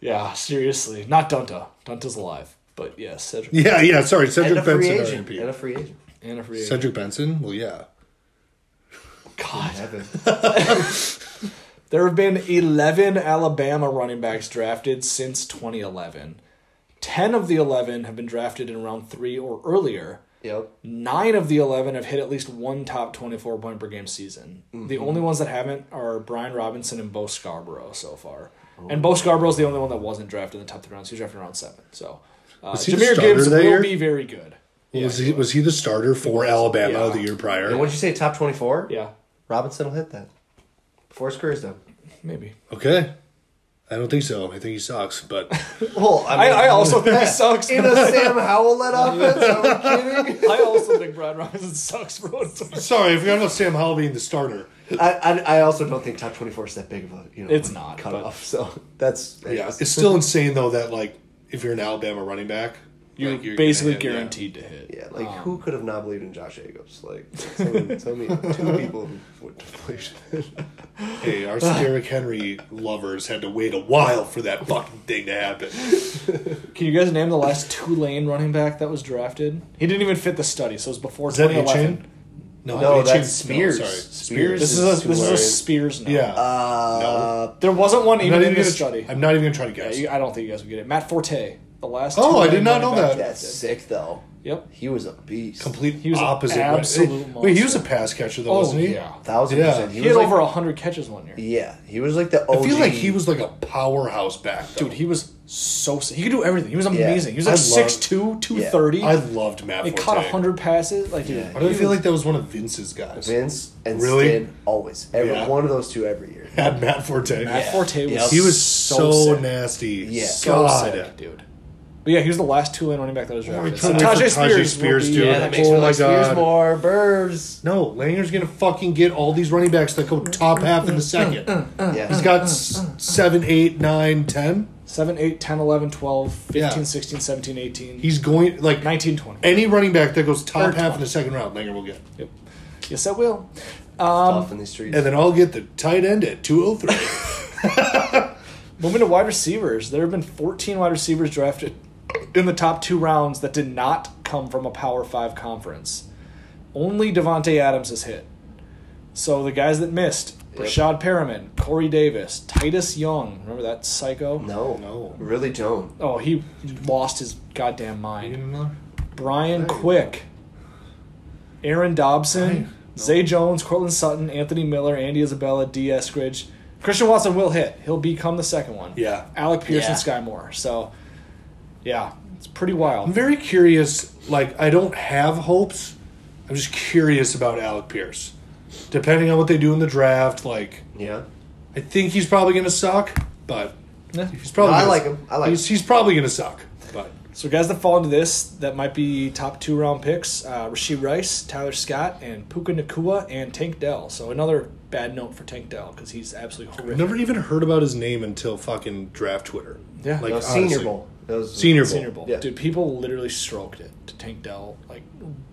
Speaker 1: yeah, seriously. Not Dunta. Dunta's alive. But yes, Cedric.
Speaker 2: Yeah, yeah. Sorry,
Speaker 3: And
Speaker 2: Cedric
Speaker 3: a free
Speaker 2: Benson.
Speaker 3: agent. And a
Speaker 2: R.I.P.
Speaker 3: free agent.
Speaker 1: And a free agent.
Speaker 2: Cedric Benson. Well, yeah.
Speaker 1: God.
Speaker 3: Heaven.
Speaker 1: There have been 11 Alabama running backs drafted since 2011. 10 of the 11 have been drafted in round 3 or earlier.
Speaker 3: Yep.
Speaker 1: 9 of the 11 have hit at least one top 24 point per game season. The
Speaker 2: Mm-hmm.
Speaker 1: only ones that haven't are Brian Robinson and Bo Scarborough so far. And Bo Scarborough's the only one that wasn't drafted in the top 3 rounds. He was drafted in round 7. So, uh,
Speaker 2: he the
Speaker 1: Jameer
Speaker 2: starter
Speaker 1: Gibbs
Speaker 2: that
Speaker 1: will
Speaker 2: year?
Speaker 1: be very good.
Speaker 2: was he was he the starter for Alabama
Speaker 1: Yeah.
Speaker 2: the year prior?
Speaker 3: And what'd you say? Top twenty-four.
Speaker 1: Yeah,
Speaker 3: Robinson will hit that before his career's done.
Speaker 1: maybe.
Speaker 2: Okay. I don't think so. I think he sucks, but
Speaker 3: Well, I,
Speaker 1: I,
Speaker 3: mean,
Speaker 1: I also think he sucks.
Speaker 3: in a Sam Howell led offense. Are we kidding?
Speaker 1: I also think Brian Robinson sucks, bro.
Speaker 2: sorry, I forgot about Sam Howell being the starter.
Speaker 3: I, I, I also don't think top 24 is that big of a you know
Speaker 1: It's not,
Speaker 3: cut
Speaker 1: but-
Speaker 3: off so that's
Speaker 2: Yeah, it's still insane though that like if you're an Alabama running back,
Speaker 1: You're
Speaker 2: like, gonna
Speaker 1: basically
Speaker 2: hit- yeah. Um,
Speaker 1: guaranteed to hit.
Speaker 3: yeah like who could have not believed in Josh Jacobs like tell me, tell me two people who would have believed in
Speaker 2: Hey, our Derrick Henry lovers had to wait a while for that fucking thing to happen.
Speaker 1: Can you guys name the last Tulane running back that was drafted? He didn't even fit the study, so it was before
Speaker 2: Is that
Speaker 1: 2011.
Speaker 2: Achin? No,
Speaker 3: No,
Speaker 2: Achin-
Speaker 3: that's Spears.
Speaker 2: sorry.
Speaker 3: Spears
Speaker 1: This
Speaker 2: Spears.
Speaker 1: is a, this is
Speaker 3: Tulane.
Speaker 1: a Spears now.
Speaker 2: Yeah.
Speaker 3: uh,
Speaker 1: There wasn't one
Speaker 2: I'm not
Speaker 1: even in
Speaker 2: even
Speaker 1: the
Speaker 2: gonna
Speaker 1: study.
Speaker 2: I'm not even gonna try to
Speaker 1: Yeah,
Speaker 2: guess.
Speaker 1: you- I don't think you guys would get it. Matt Forte, the last.
Speaker 2: Oh, I
Speaker 1: Tulane
Speaker 2: did not
Speaker 1: running
Speaker 2: know
Speaker 1: back
Speaker 2: that.
Speaker 3: that's
Speaker 1: drafted.
Speaker 3: sick though
Speaker 1: Yep.
Speaker 3: he was a beast
Speaker 2: Complete
Speaker 1: He was an
Speaker 2: opposite. way.
Speaker 1: absolute
Speaker 2: Wait, he was a
Speaker 1: monster.
Speaker 2: pass catcher though,
Speaker 1: Oh
Speaker 2: wasn't he?
Speaker 1: yeah.
Speaker 3: thousand
Speaker 2: Yeah.
Speaker 3: percent
Speaker 1: He,
Speaker 3: was
Speaker 1: had
Speaker 3: like,
Speaker 1: over over hundred catches one year.
Speaker 3: yeah he was like the OG
Speaker 2: I feel like he was like a powerhouse back. Though.
Speaker 1: Dude, he was so sick. He could do everything. He was amazing. He was like
Speaker 2: I love-
Speaker 1: 6'2", 230.
Speaker 2: I loved Matt
Speaker 1: and
Speaker 2: Forte.
Speaker 1: caught hundred passes. Like dude,
Speaker 3: Yeah.
Speaker 2: Why
Speaker 1: he
Speaker 2: do I feel
Speaker 1: was-
Speaker 2: like that was one of Vince's guys?
Speaker 3: Vince and
Speaker 2: Really?
Speaker 3: Stin always every
Speaker 2: Yeah.
Speaker 3: one of those two every year
Speaker 2: Had Matt Forte.
Speaker 1: Matt Forte was
Speaker 3: Yeah.
Speaker 2: He was
Speaker 1: so
Speaker 2: so,
Speaker 1: sick.
Speaker 2: nasty.
Speaker 3: Yeah.
Speaker 1: so
Speaker 2: God.
Speaker 1: sick, dude. But yeah, he was the last two lane running back that was drafted.
Speaker 2: I can't wait for Tajay Spears,
Speaker 1: will be-
Speaker 2: dude.
Speaker 3: Yeah, that makes
Speaker 2: Oh
Speaker 3: me
Speaker 2: my
Speaker 3: like Spears
Speaker 2: God.
Speaker 3: more. Burrs.
Speaker 2: No, Langer's gonna fucking get all these running backs that go top half in the second.
Speaker 3: yeah.
Speaker 2: He's got s- seven, eight, nine, ten.
Speaker 1: 7, 8, 10, 11, 12, 15,
Speaker 2: Yeah.
Speaker 1: 16, 17, 18,
Speaker 2: He's going like
Speaker 1: 19, 20.
Speaker 2: any running back that goes top
Speaker 1: Or
Speaker 2: half in the second round, Langer will get.
Speaker 1: Yep. Yes, I will.
Speaker 3: Tough in these streets.
Speaker 2: And then I'll get the tight end at two oh three.
Speaker 1: Moving to wide receivers, there have been 14 wide receivers drafted in the top two rounds that did not come from a Power Five conference. Only Devonte Adams has hit. So the guys that missed:
Speaker 3: Yep.
Speaker 1: Rashad Perriman, Corey Davis, Titus Young. Remember that psycho?
Speaker 3: no,
Speaker 2: No.
Speaker 3: really don't.
Speaker 1: Oh, he lost his goddamn mind. Brian Quick, Aaron Dobson,
Speaker 2: Brian, no.
Speaker 1: Zay Jones, Cortland Sutton, Anthony Miller, Andy Isabella, D. Eskridge. Christian Watson will hit. He'll become the second one.
Speaker 2: Yeah.
Speaker 1: Alec Pierce and
Speaker 3: Yeah.
Speaker 1: Sky Moore. So, yeah, it's pretty
Speaker 2: I'm
Speaker 1: wild.
Speaker 2: very curious. Like, I don't have hopes. I'm just curious about Alec Pierce. Depending on what they do in the draft, like,
Speaker 3: Yeah.
Speaker 2: I think he's probably going to suck, but
Speaker 1: Yeah.
Speaker 2: he's probably.
Speaker 3: No, I
Speaker 2: gonna-
Speaker 3: like him. I like
Speaker 2: he's,
Speaker 3: him.
Speaker 2: he's probably going to suck, but
Speaker 1: So, guys that fall into this, that might be top two round picks uh, Rasheed Rice, Tyler Scott, and Puka Nakua, and Tank Dell. So, another bad note for Tank Dell because he's absolutely horrific.
Speaker 2: I've never even heard about his name until fucking draft Twitter.
Speaker 1: Yeah.
Speaker 2: like
Speaker 3: No,
Speaker 2: honestly.
Speaker 3: senior bowl. That was-
Speaker 2: Senior Bowl.
Speaker 1: Senior Bowl.
Speaker 3: Yeah.
Speaker 1: Dude, people literally stroked it to Tank Dell. Like,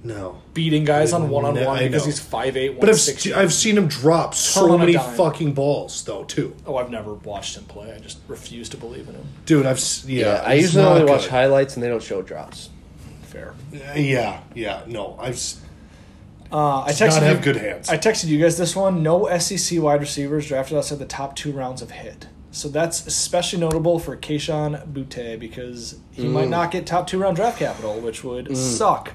Speaker 2: No,
Speaker 1: beating guys on
Speaker 2: I've
Speaker 1: one on
Speaker 2: ne-
Speaker 1: one
Speaker 2: I
Speaker 1: because
Speaker 2: know.
Speaker 1: he's 5'8",
Speaker 2: but I've
Speaker 1: 160.
Speaker 2: st- I've seen him drop
Speaker 1: Turn
Speaker 2: so
Speaker 1: on a
Speaker 2: many
Speaker 1: dime.
Speaker 2: fucking balls though too,
Speaker 1: oh, I've never watched him play. I just refuse to believe in him.
Speaker 2: dude. I've s- yeah.
Speaker 3: Yeah, I
Speaker 2: it's
Speaker 3: usually
Speaker 2: not
Speaker 3: only
Speaker 2: good.
Speaker 3: watch highlights and they don't show drops.
Speaker 1: Fair.
Speaker 2: Yeah, yeah. No, I've s-
Speaker 1: Uh, I
Speaker 2: not
Speaker 1: texted
Speaker 2: have
Speaker 1: you,
Speaker 2: good hands.
Speaker 1: I texted you guys this one. No SEC wide receivers drafted outside the top two rounds of hit. So that's especially notable for Keishon Butte because he
Speaker 2: Mm.
Speaker 1: might not get top two round draft capital, which would suck.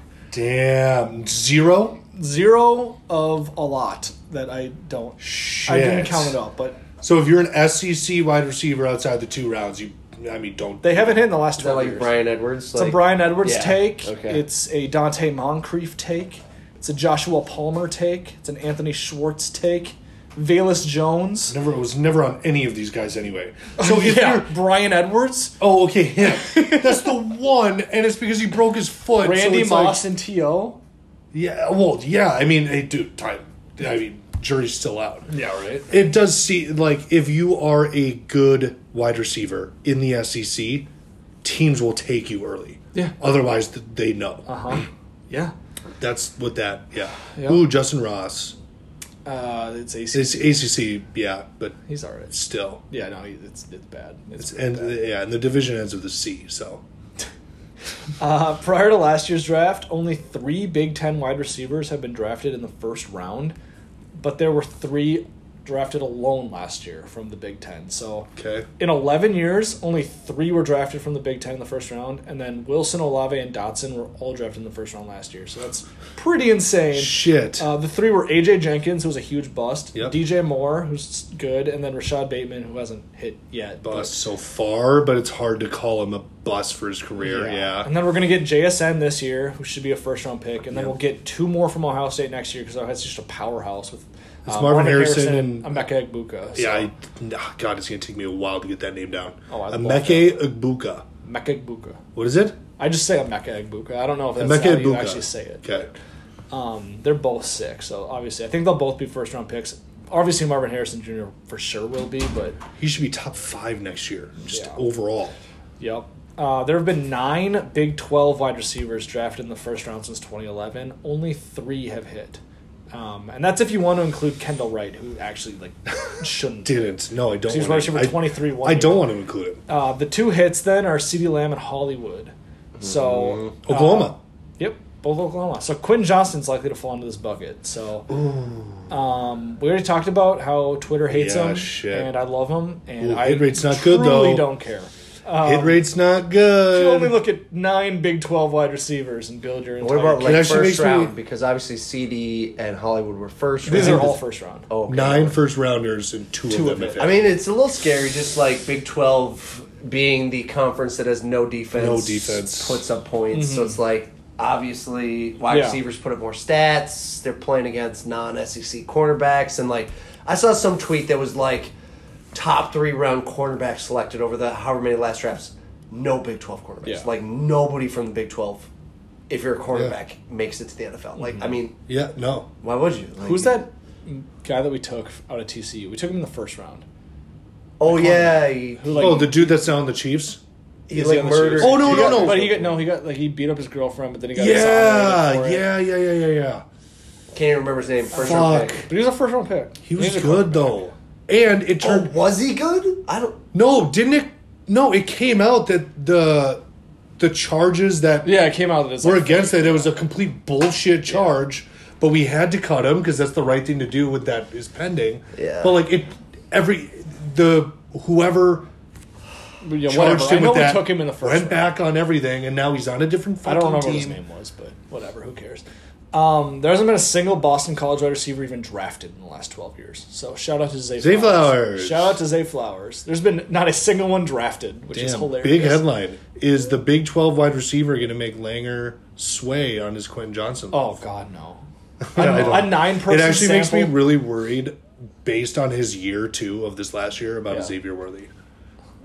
Speaker 2: Damn zero.
Speaker 1: Zero of a lot that I don't.
Speaker 2: Shit.
Speaker 1: I didn't count it up, but
Speaker 2: So if you're an SEC wide receiver outside the two rounds, you I mean don't
Speaker 1: they haven't hit in the last
Speaker 3: Is that
Speaker 1: twelve
Speaker 3: like
Speaker 1: years.
Speaker 3: Brian Edwards?
Speaker 1: It's a Brian Edwards
Speaker 3: Yeah,
Speaker 1: take.
Speaker 3: okay.
Speaker 1: It's a Dante Moncrief take. It's a Joshua Palmer take. It's an Anthony Schwartz take. Valus Jones.
Speaker 2: never it was never on any of these guys anyway. So if
Speaker 1: yeah,
Speaker 2: you're
Speaker 1: Brian Edwards,
Speaker 2: oh okay him that's the one, and it's because he broke his foot. so
Speaker 1: Randy
Speaker 2: it's like-
Speaker 1: Moss, and T.O.
Speaker 2: yeah, well, yeah. I mean, hey, dude, time. I mean, jury's still out.
Speaker 1: Yeah, right.
Speaker 2: It does seem like if you are a good wide receiver in the SEC, teams will take you early.
Speaker 1: Yeah.
Speaker 2: Otherwise, th- they know.
Speaker 1: Uh huh. Yeah.
Speaker 2: That's what that. Yeah.
Speaker 1: Yeah.
Speaker 2: Ooh, Justin Ross.
Speaker 1: Uh, it's AC.
Speaker 2: It's ACC. Yeah, but
Speaker 1: He's alright.
Speaker 2: still.
Speaker 1: Yeah, no, he- it's it's bad. It's, really
Speaker 2: And
Speaker 1: bad.
Speaker 2: yeah, and the division ends with the C. So
Speaker 1: Uh, prior to last year's draft, only three Big Ten wide receivers have been drafted in the first round, but there were three drafted alone last year from the Big Ten. So
Speaker 2: okay.
Speaker 1: in 11 years, only three were drafted from the Big Ten in the first round, and then Wilson, Olave, and Dotson were all drafted in the first round last year. So that's pretty insane.
Speaker 2: Shit.
Speaker 1: Uh, the three were AJ Jenkins, who was a huge bust,
Speaker 2: Yep.
Speaker 1: DJ Moore, who's good, and then Rashad Bateman, who hasn't hit yet. but-
Speaker 2: bust so far, but it's hard to call him a bust for his career. Yeah.
Speaker 1: And then we're going to get JSN this year, who should be a first round pick. And then we'll get two more from Ohio State next year because Ohio State's just a powerhouse with uh,
Speaker 2: It's Marvin Harrison
Speaker 1: and Emeka Egbuka. So
Speaker 2: Yeah, I, nah, God, it's gonna take me a while to get that name down.
Speaker 1: Oh, I love
Speaker 2: Emeke Egbuka.
Speaker 1: Emeka Egbuka.
Speaker 2: What is it?
Speaker 1: I just say Emeka Egbuka. I don't know if that's
Speaker 2: Emeka
Speaker 1: how you
Speaker 2: Egbuka.
Speaker 1: actually say it.
Speaker 2: Okay.
Speaker 1: Um, they're both sick, so obviously I think they'll both be first round picks. Obviously Marvin Harrison Jr. for sure will be, but
Speaker 2: He should be top five next year, just
Speaker 1: Yeah.
Speaker 2: overall.
Speaker 1: Yep. Uh, there have been nine Big 12 wide receivers drafted in the first round since 2011. Only three have hit. Um, and that's if you want to include Kendall Wright, who actually like shouldn't.
Speaker 2: Didn't. No, I don't.
Speaker 1: He's
Speaker 2: want
Speaker 1: wide
Speaker 2: to,
Speaker 1: receiver
Speaker 2: I,
Speaker 1: 23 one
Speaker 2: I
Speaker 1: year.
Speaker 2: don't want to include him.
Speaker 1: Uh, the two hits then are CeeDee Lamb and Hollywood. So uh,
Speaker 2: Oklahoma.
Speaker 1: yep, both Oklahoma. So Quinn Johnson's likely to fall into this bucket. So um, we already talked about how Twitter hates
Speaker 2: Yeah,
Speaker 1: him,
Speaker 2: shit.
Speaker 1: and I love him, and
Speaker 2: Ooh,
Speaker 1: I
Speaker 2: hit rate's not good,
Speaker 1: truly
Speaker 2: though. Uh,
Speaker 1: don't care.
Speaker 2: Hit rate's not
Speaker 1: uh, You only
Speaker 2: good.
Speaker 1: look at nine Big Twelve wide receivers and build your entire.
Speaker 3: What about
Speaker 1: team.
Speaker 2: It
Speaker 3: like
Speaker 2: actually makes
Speaker 3: first
Speaker 2: me-
Speaker 3: round? Because obviously CD and Hollywood were first.
Speaker 1: These
Speaker 3: round.
Speaker 1: are all first round.
Speaker 3: Oh, okay.
Speaker 2: Nine first rounders and two,
Speaker 1: Two
Speaker 2: of them.
Speaker 1: of it.
Speaker 2: I
Speaker 3: I
Speaker 2: mean,
Speaker 3: mean, it's a little scary, just like Big Twelve being the conference that has no defense,
Speaker 2: No defense.
Speaker 3: puts up points. So it's like obviously wide
Speaker 1: Yeah.
Speaker 3: receivers put up more stats. They're playing against non-SEC cornerbacks, and like I saw some tweet that was like top three round cornerback selected over the however many last drafts. no Big Twelve quarterbacks.
Speaker 1: Yeah.
Speaker 3: Like nobody from the Big Twelve, if you're a quarterback, makes it to the NFL. Like I mean,
Speaker 2: Yeah, no.
Speaker 3: why would you? Like,
Speaker 1: Who's that guy that we took out of TCU? We took him in the first round.
Speaker 3: Oh yeah, he,
Speaker 1: Who like?
Speaker 2: oh, the dude that's on the Chiefs.
Speaker 3: he,
Speaker 1: is he
Speaker 3: like
Speaker 1: on the
Speaker 3: murdered.
Speaker 1: Chiefs? Oh,
Speaker 2: no,
Speaker 3: he
Speaker 2: no,
Speaker 3: got-
Speaker 2: no.
Speaker 1: but he got no. He got like he beat up his girlfriend, but then he got exonerated
Speaker 2: Yeah,
Speaker 1: for it.
Speaker 2: yeah, yeah, yeah, yeah, yeah.
Speaker 3: Can't even remember his name. First round
Speaker 2: Fuck.
Speaker 3: pick.
Speaker 1: But he was a first round pick.
Speaker 2: He was
Speaker 1: He's a quarterback.
Speaker 2: good though, and it
Speaker 3: Oh,
Speaker 2: turned.
Speaker 3: was he good? I don't.
Speaker 2: No, didn't it? No, it came out that the the charges that
Speaker 1: Yeah, it came out that it's
Speaker 2: were
Speaker 1: like,
Speaker 2: against it, it was a complete bullshit charge. But we had to cut him because that's the right thing to do. With that is pending.
Speaker 3: Yeah.
Speaker 2: But like it, every the whoever
Speaker 1: you know,
Speaker 2: charged
Speaker 1: whatever. I
Speaker 2: him
Speaker 1: know
Speaker 2: with
Speaker 1: we
Speaker 2: that
Speaker 1: took him in the first.
Speaker 2: went
Speaker 1: round.
Speaker 2: back on everything, and now he's on a different.
Speaker 1: I don't
Speaker 2: fucking
Speaker 1: remember
Speaker 2: team.
Speaker 1: what his name was, but whatever. Who cares? Um, there hasn't been a single Boston college wide receiver even drafted in the last twelve years. So shout out to Zay,
Speaker 2: Zay Flowers.
Speaker 1: Shout out to Zay Flowers. There's been not a single one drafted, which is
Speaker 2: Damn,
Speaker 1: hilarious.
Speaker 2: Big headline. Is the Big 12 wide receiver going to make Langer sway on his Quentin Johnson?
Speaker 1: Oh God, no.
Speaker 2: Yeah, I
Speaker 1: a,
Speaker 2: don't-
Speaker 1: nine
Speaker 2: It
Speaker 1: person.
Speaker 2: actually makes me
Speaker 1: sample-
Speaker 2: really worried based on his year two of this last year about
Speaker 1: Yeah.
Speaker 2: Xavier Worthy.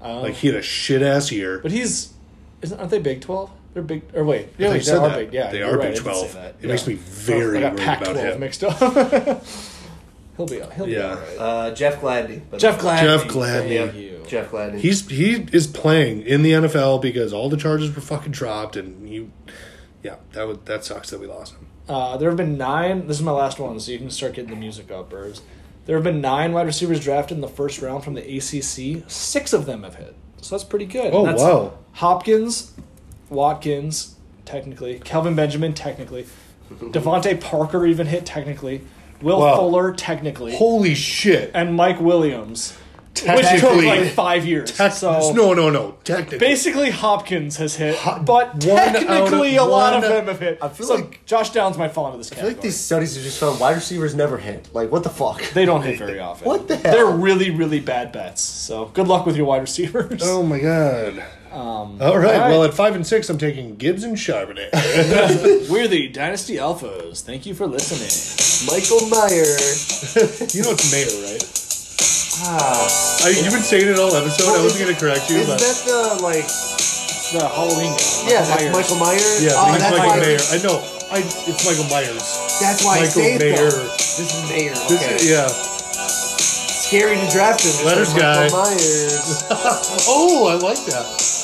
Speaker 1: Um,
Speaker 2: Like, he had a shit ass year.
Speaker 1: But he's isn't aren't they Big Twelve? They're big or wait, yeah,
Speaker 2: I
Speaker 1: they
Speaker 2: said
Speaker 1: are
Speaker 2: that.
Speaker 1: big. Yeah,
Speaker 2: they
Speaker 1: you're
Speaker 2: are
Speaker 1: right, I
Speaker 2: Big
Speaker 1: did say
Speaker 2: 12. It
Speaker 1: that,
Speaker 2: makes
Speaker 1: yeah.
Speaker 2: me very
Speaker 1: I got
Speaker 2: worried
Speaker 1: Pac
Speaker 2: about
Speaker 1: twelve
Speaker 2: him.
Speaker 1: mixed up. he'll be he'll be
Speaker 2: Yeah.
Speaker 1: all right.
Speaker 3: Uh, Jeff Gladney. by the
Speaker 1: Jeff
Speaker 3: way.
Speaker 1: Gladney.
Speaker 2: Jeff Gladney.
Speaker 1: Thank you.
Speaker 3: Jeff Gladney.
Speaker 2: He's he is playing in the NFL because all the charges were fucking dropped and you, yeah that would that sucks that we lost him.
Speaker 1: Uh, there have been nine. This is my last one, so you can start getting the music up, birds. There have been nine wide receivers drafted in the first round from the ACC. Six of them have hit, so that's pretty good.
Speaker 2: Oh,
Speaker 1: That's
Speaker 2: wow.
Speaker 1: Hopkins, Watkins, technically Calvin Benjamin, technically Devontae Parker even hit technically, Will
Speaker 2: Wow.
Speaker 1: Fuller technically,
Speaker 2: Holy shit!
Speaker 1: and Mike Williams, which took
Speaker 2: Technically-
Speaker 1: like five years.
Speaker 2: Tec-
Speaker 1: so
Speaker 2: no no no technically
Speaker 1: basically Hopkins has hit,
Speaker 2: Ho-
Speaker 1: but
Speaker 2: one out of-
Speaker 1: technically a lot of
Speaker 2: one-
Speaker 1: them have hit. I
Speaker 3: feel
Speaker 1: feel so
Speaker 3: like-
Speaker 1: like Josh Downs might fall into this
Speaker 3: I feel
Speaker 1: category.
Speaker 3: like these studies are just on wide receivers never hit. Like what the fuck?
Speaker 1: They don't hit very often.
Speaker 3: What the hell?
Speaker 1: They're really, really bad bets. So good luck with your wide receivers.
Speaker 2: Oh my god. Um, all, right.
Speaker 1: all right.
Speaker 2: Well, at five and six, I'm taking Gibbs and Charbonnet.
Speaker 1: We're the Dynasty Alphas. Thank you for listening.
Speaker 3: Michael Meyer.
Speaker 2: you know it's Mayor, right?
Speaker 3: Ah,
Speaker 2: I, you've been saying it all episode. I wasn't going to correct you,
Speaker 3: is
Speaker 2: but
Speaker 3: that the like?
Speaker 1: It's the Halloween guy.
Speaker 3: Yeah,
Speaker 1: Michael Myers.
Speaker 3: that's Michael Meyer.
Speaker 2: yeah,
Speaker 3: oh,
Speaker 2: it's
Speaker 3: that's
Speaker 2: Michael
Speaker 3: why,
Speaker 2: Mayer. I know. I, it's Michael Myers.
Speaker 3: That's why I
Speaker 2: Michael
Speaker 3: saved them.
Speaker 2: Mayer.
Speaker 3: This is Mayer.
Speaker 2: This,
Speaker 3: Okay.
Speaker 2: Yeah.
Speaker 3: Scary to draft him.
Speaker 2: Letters
Speaker 3: Michael
Speaker 2: guy.
Speaker 3: Myers.
Speaker 2: Oh, I like that.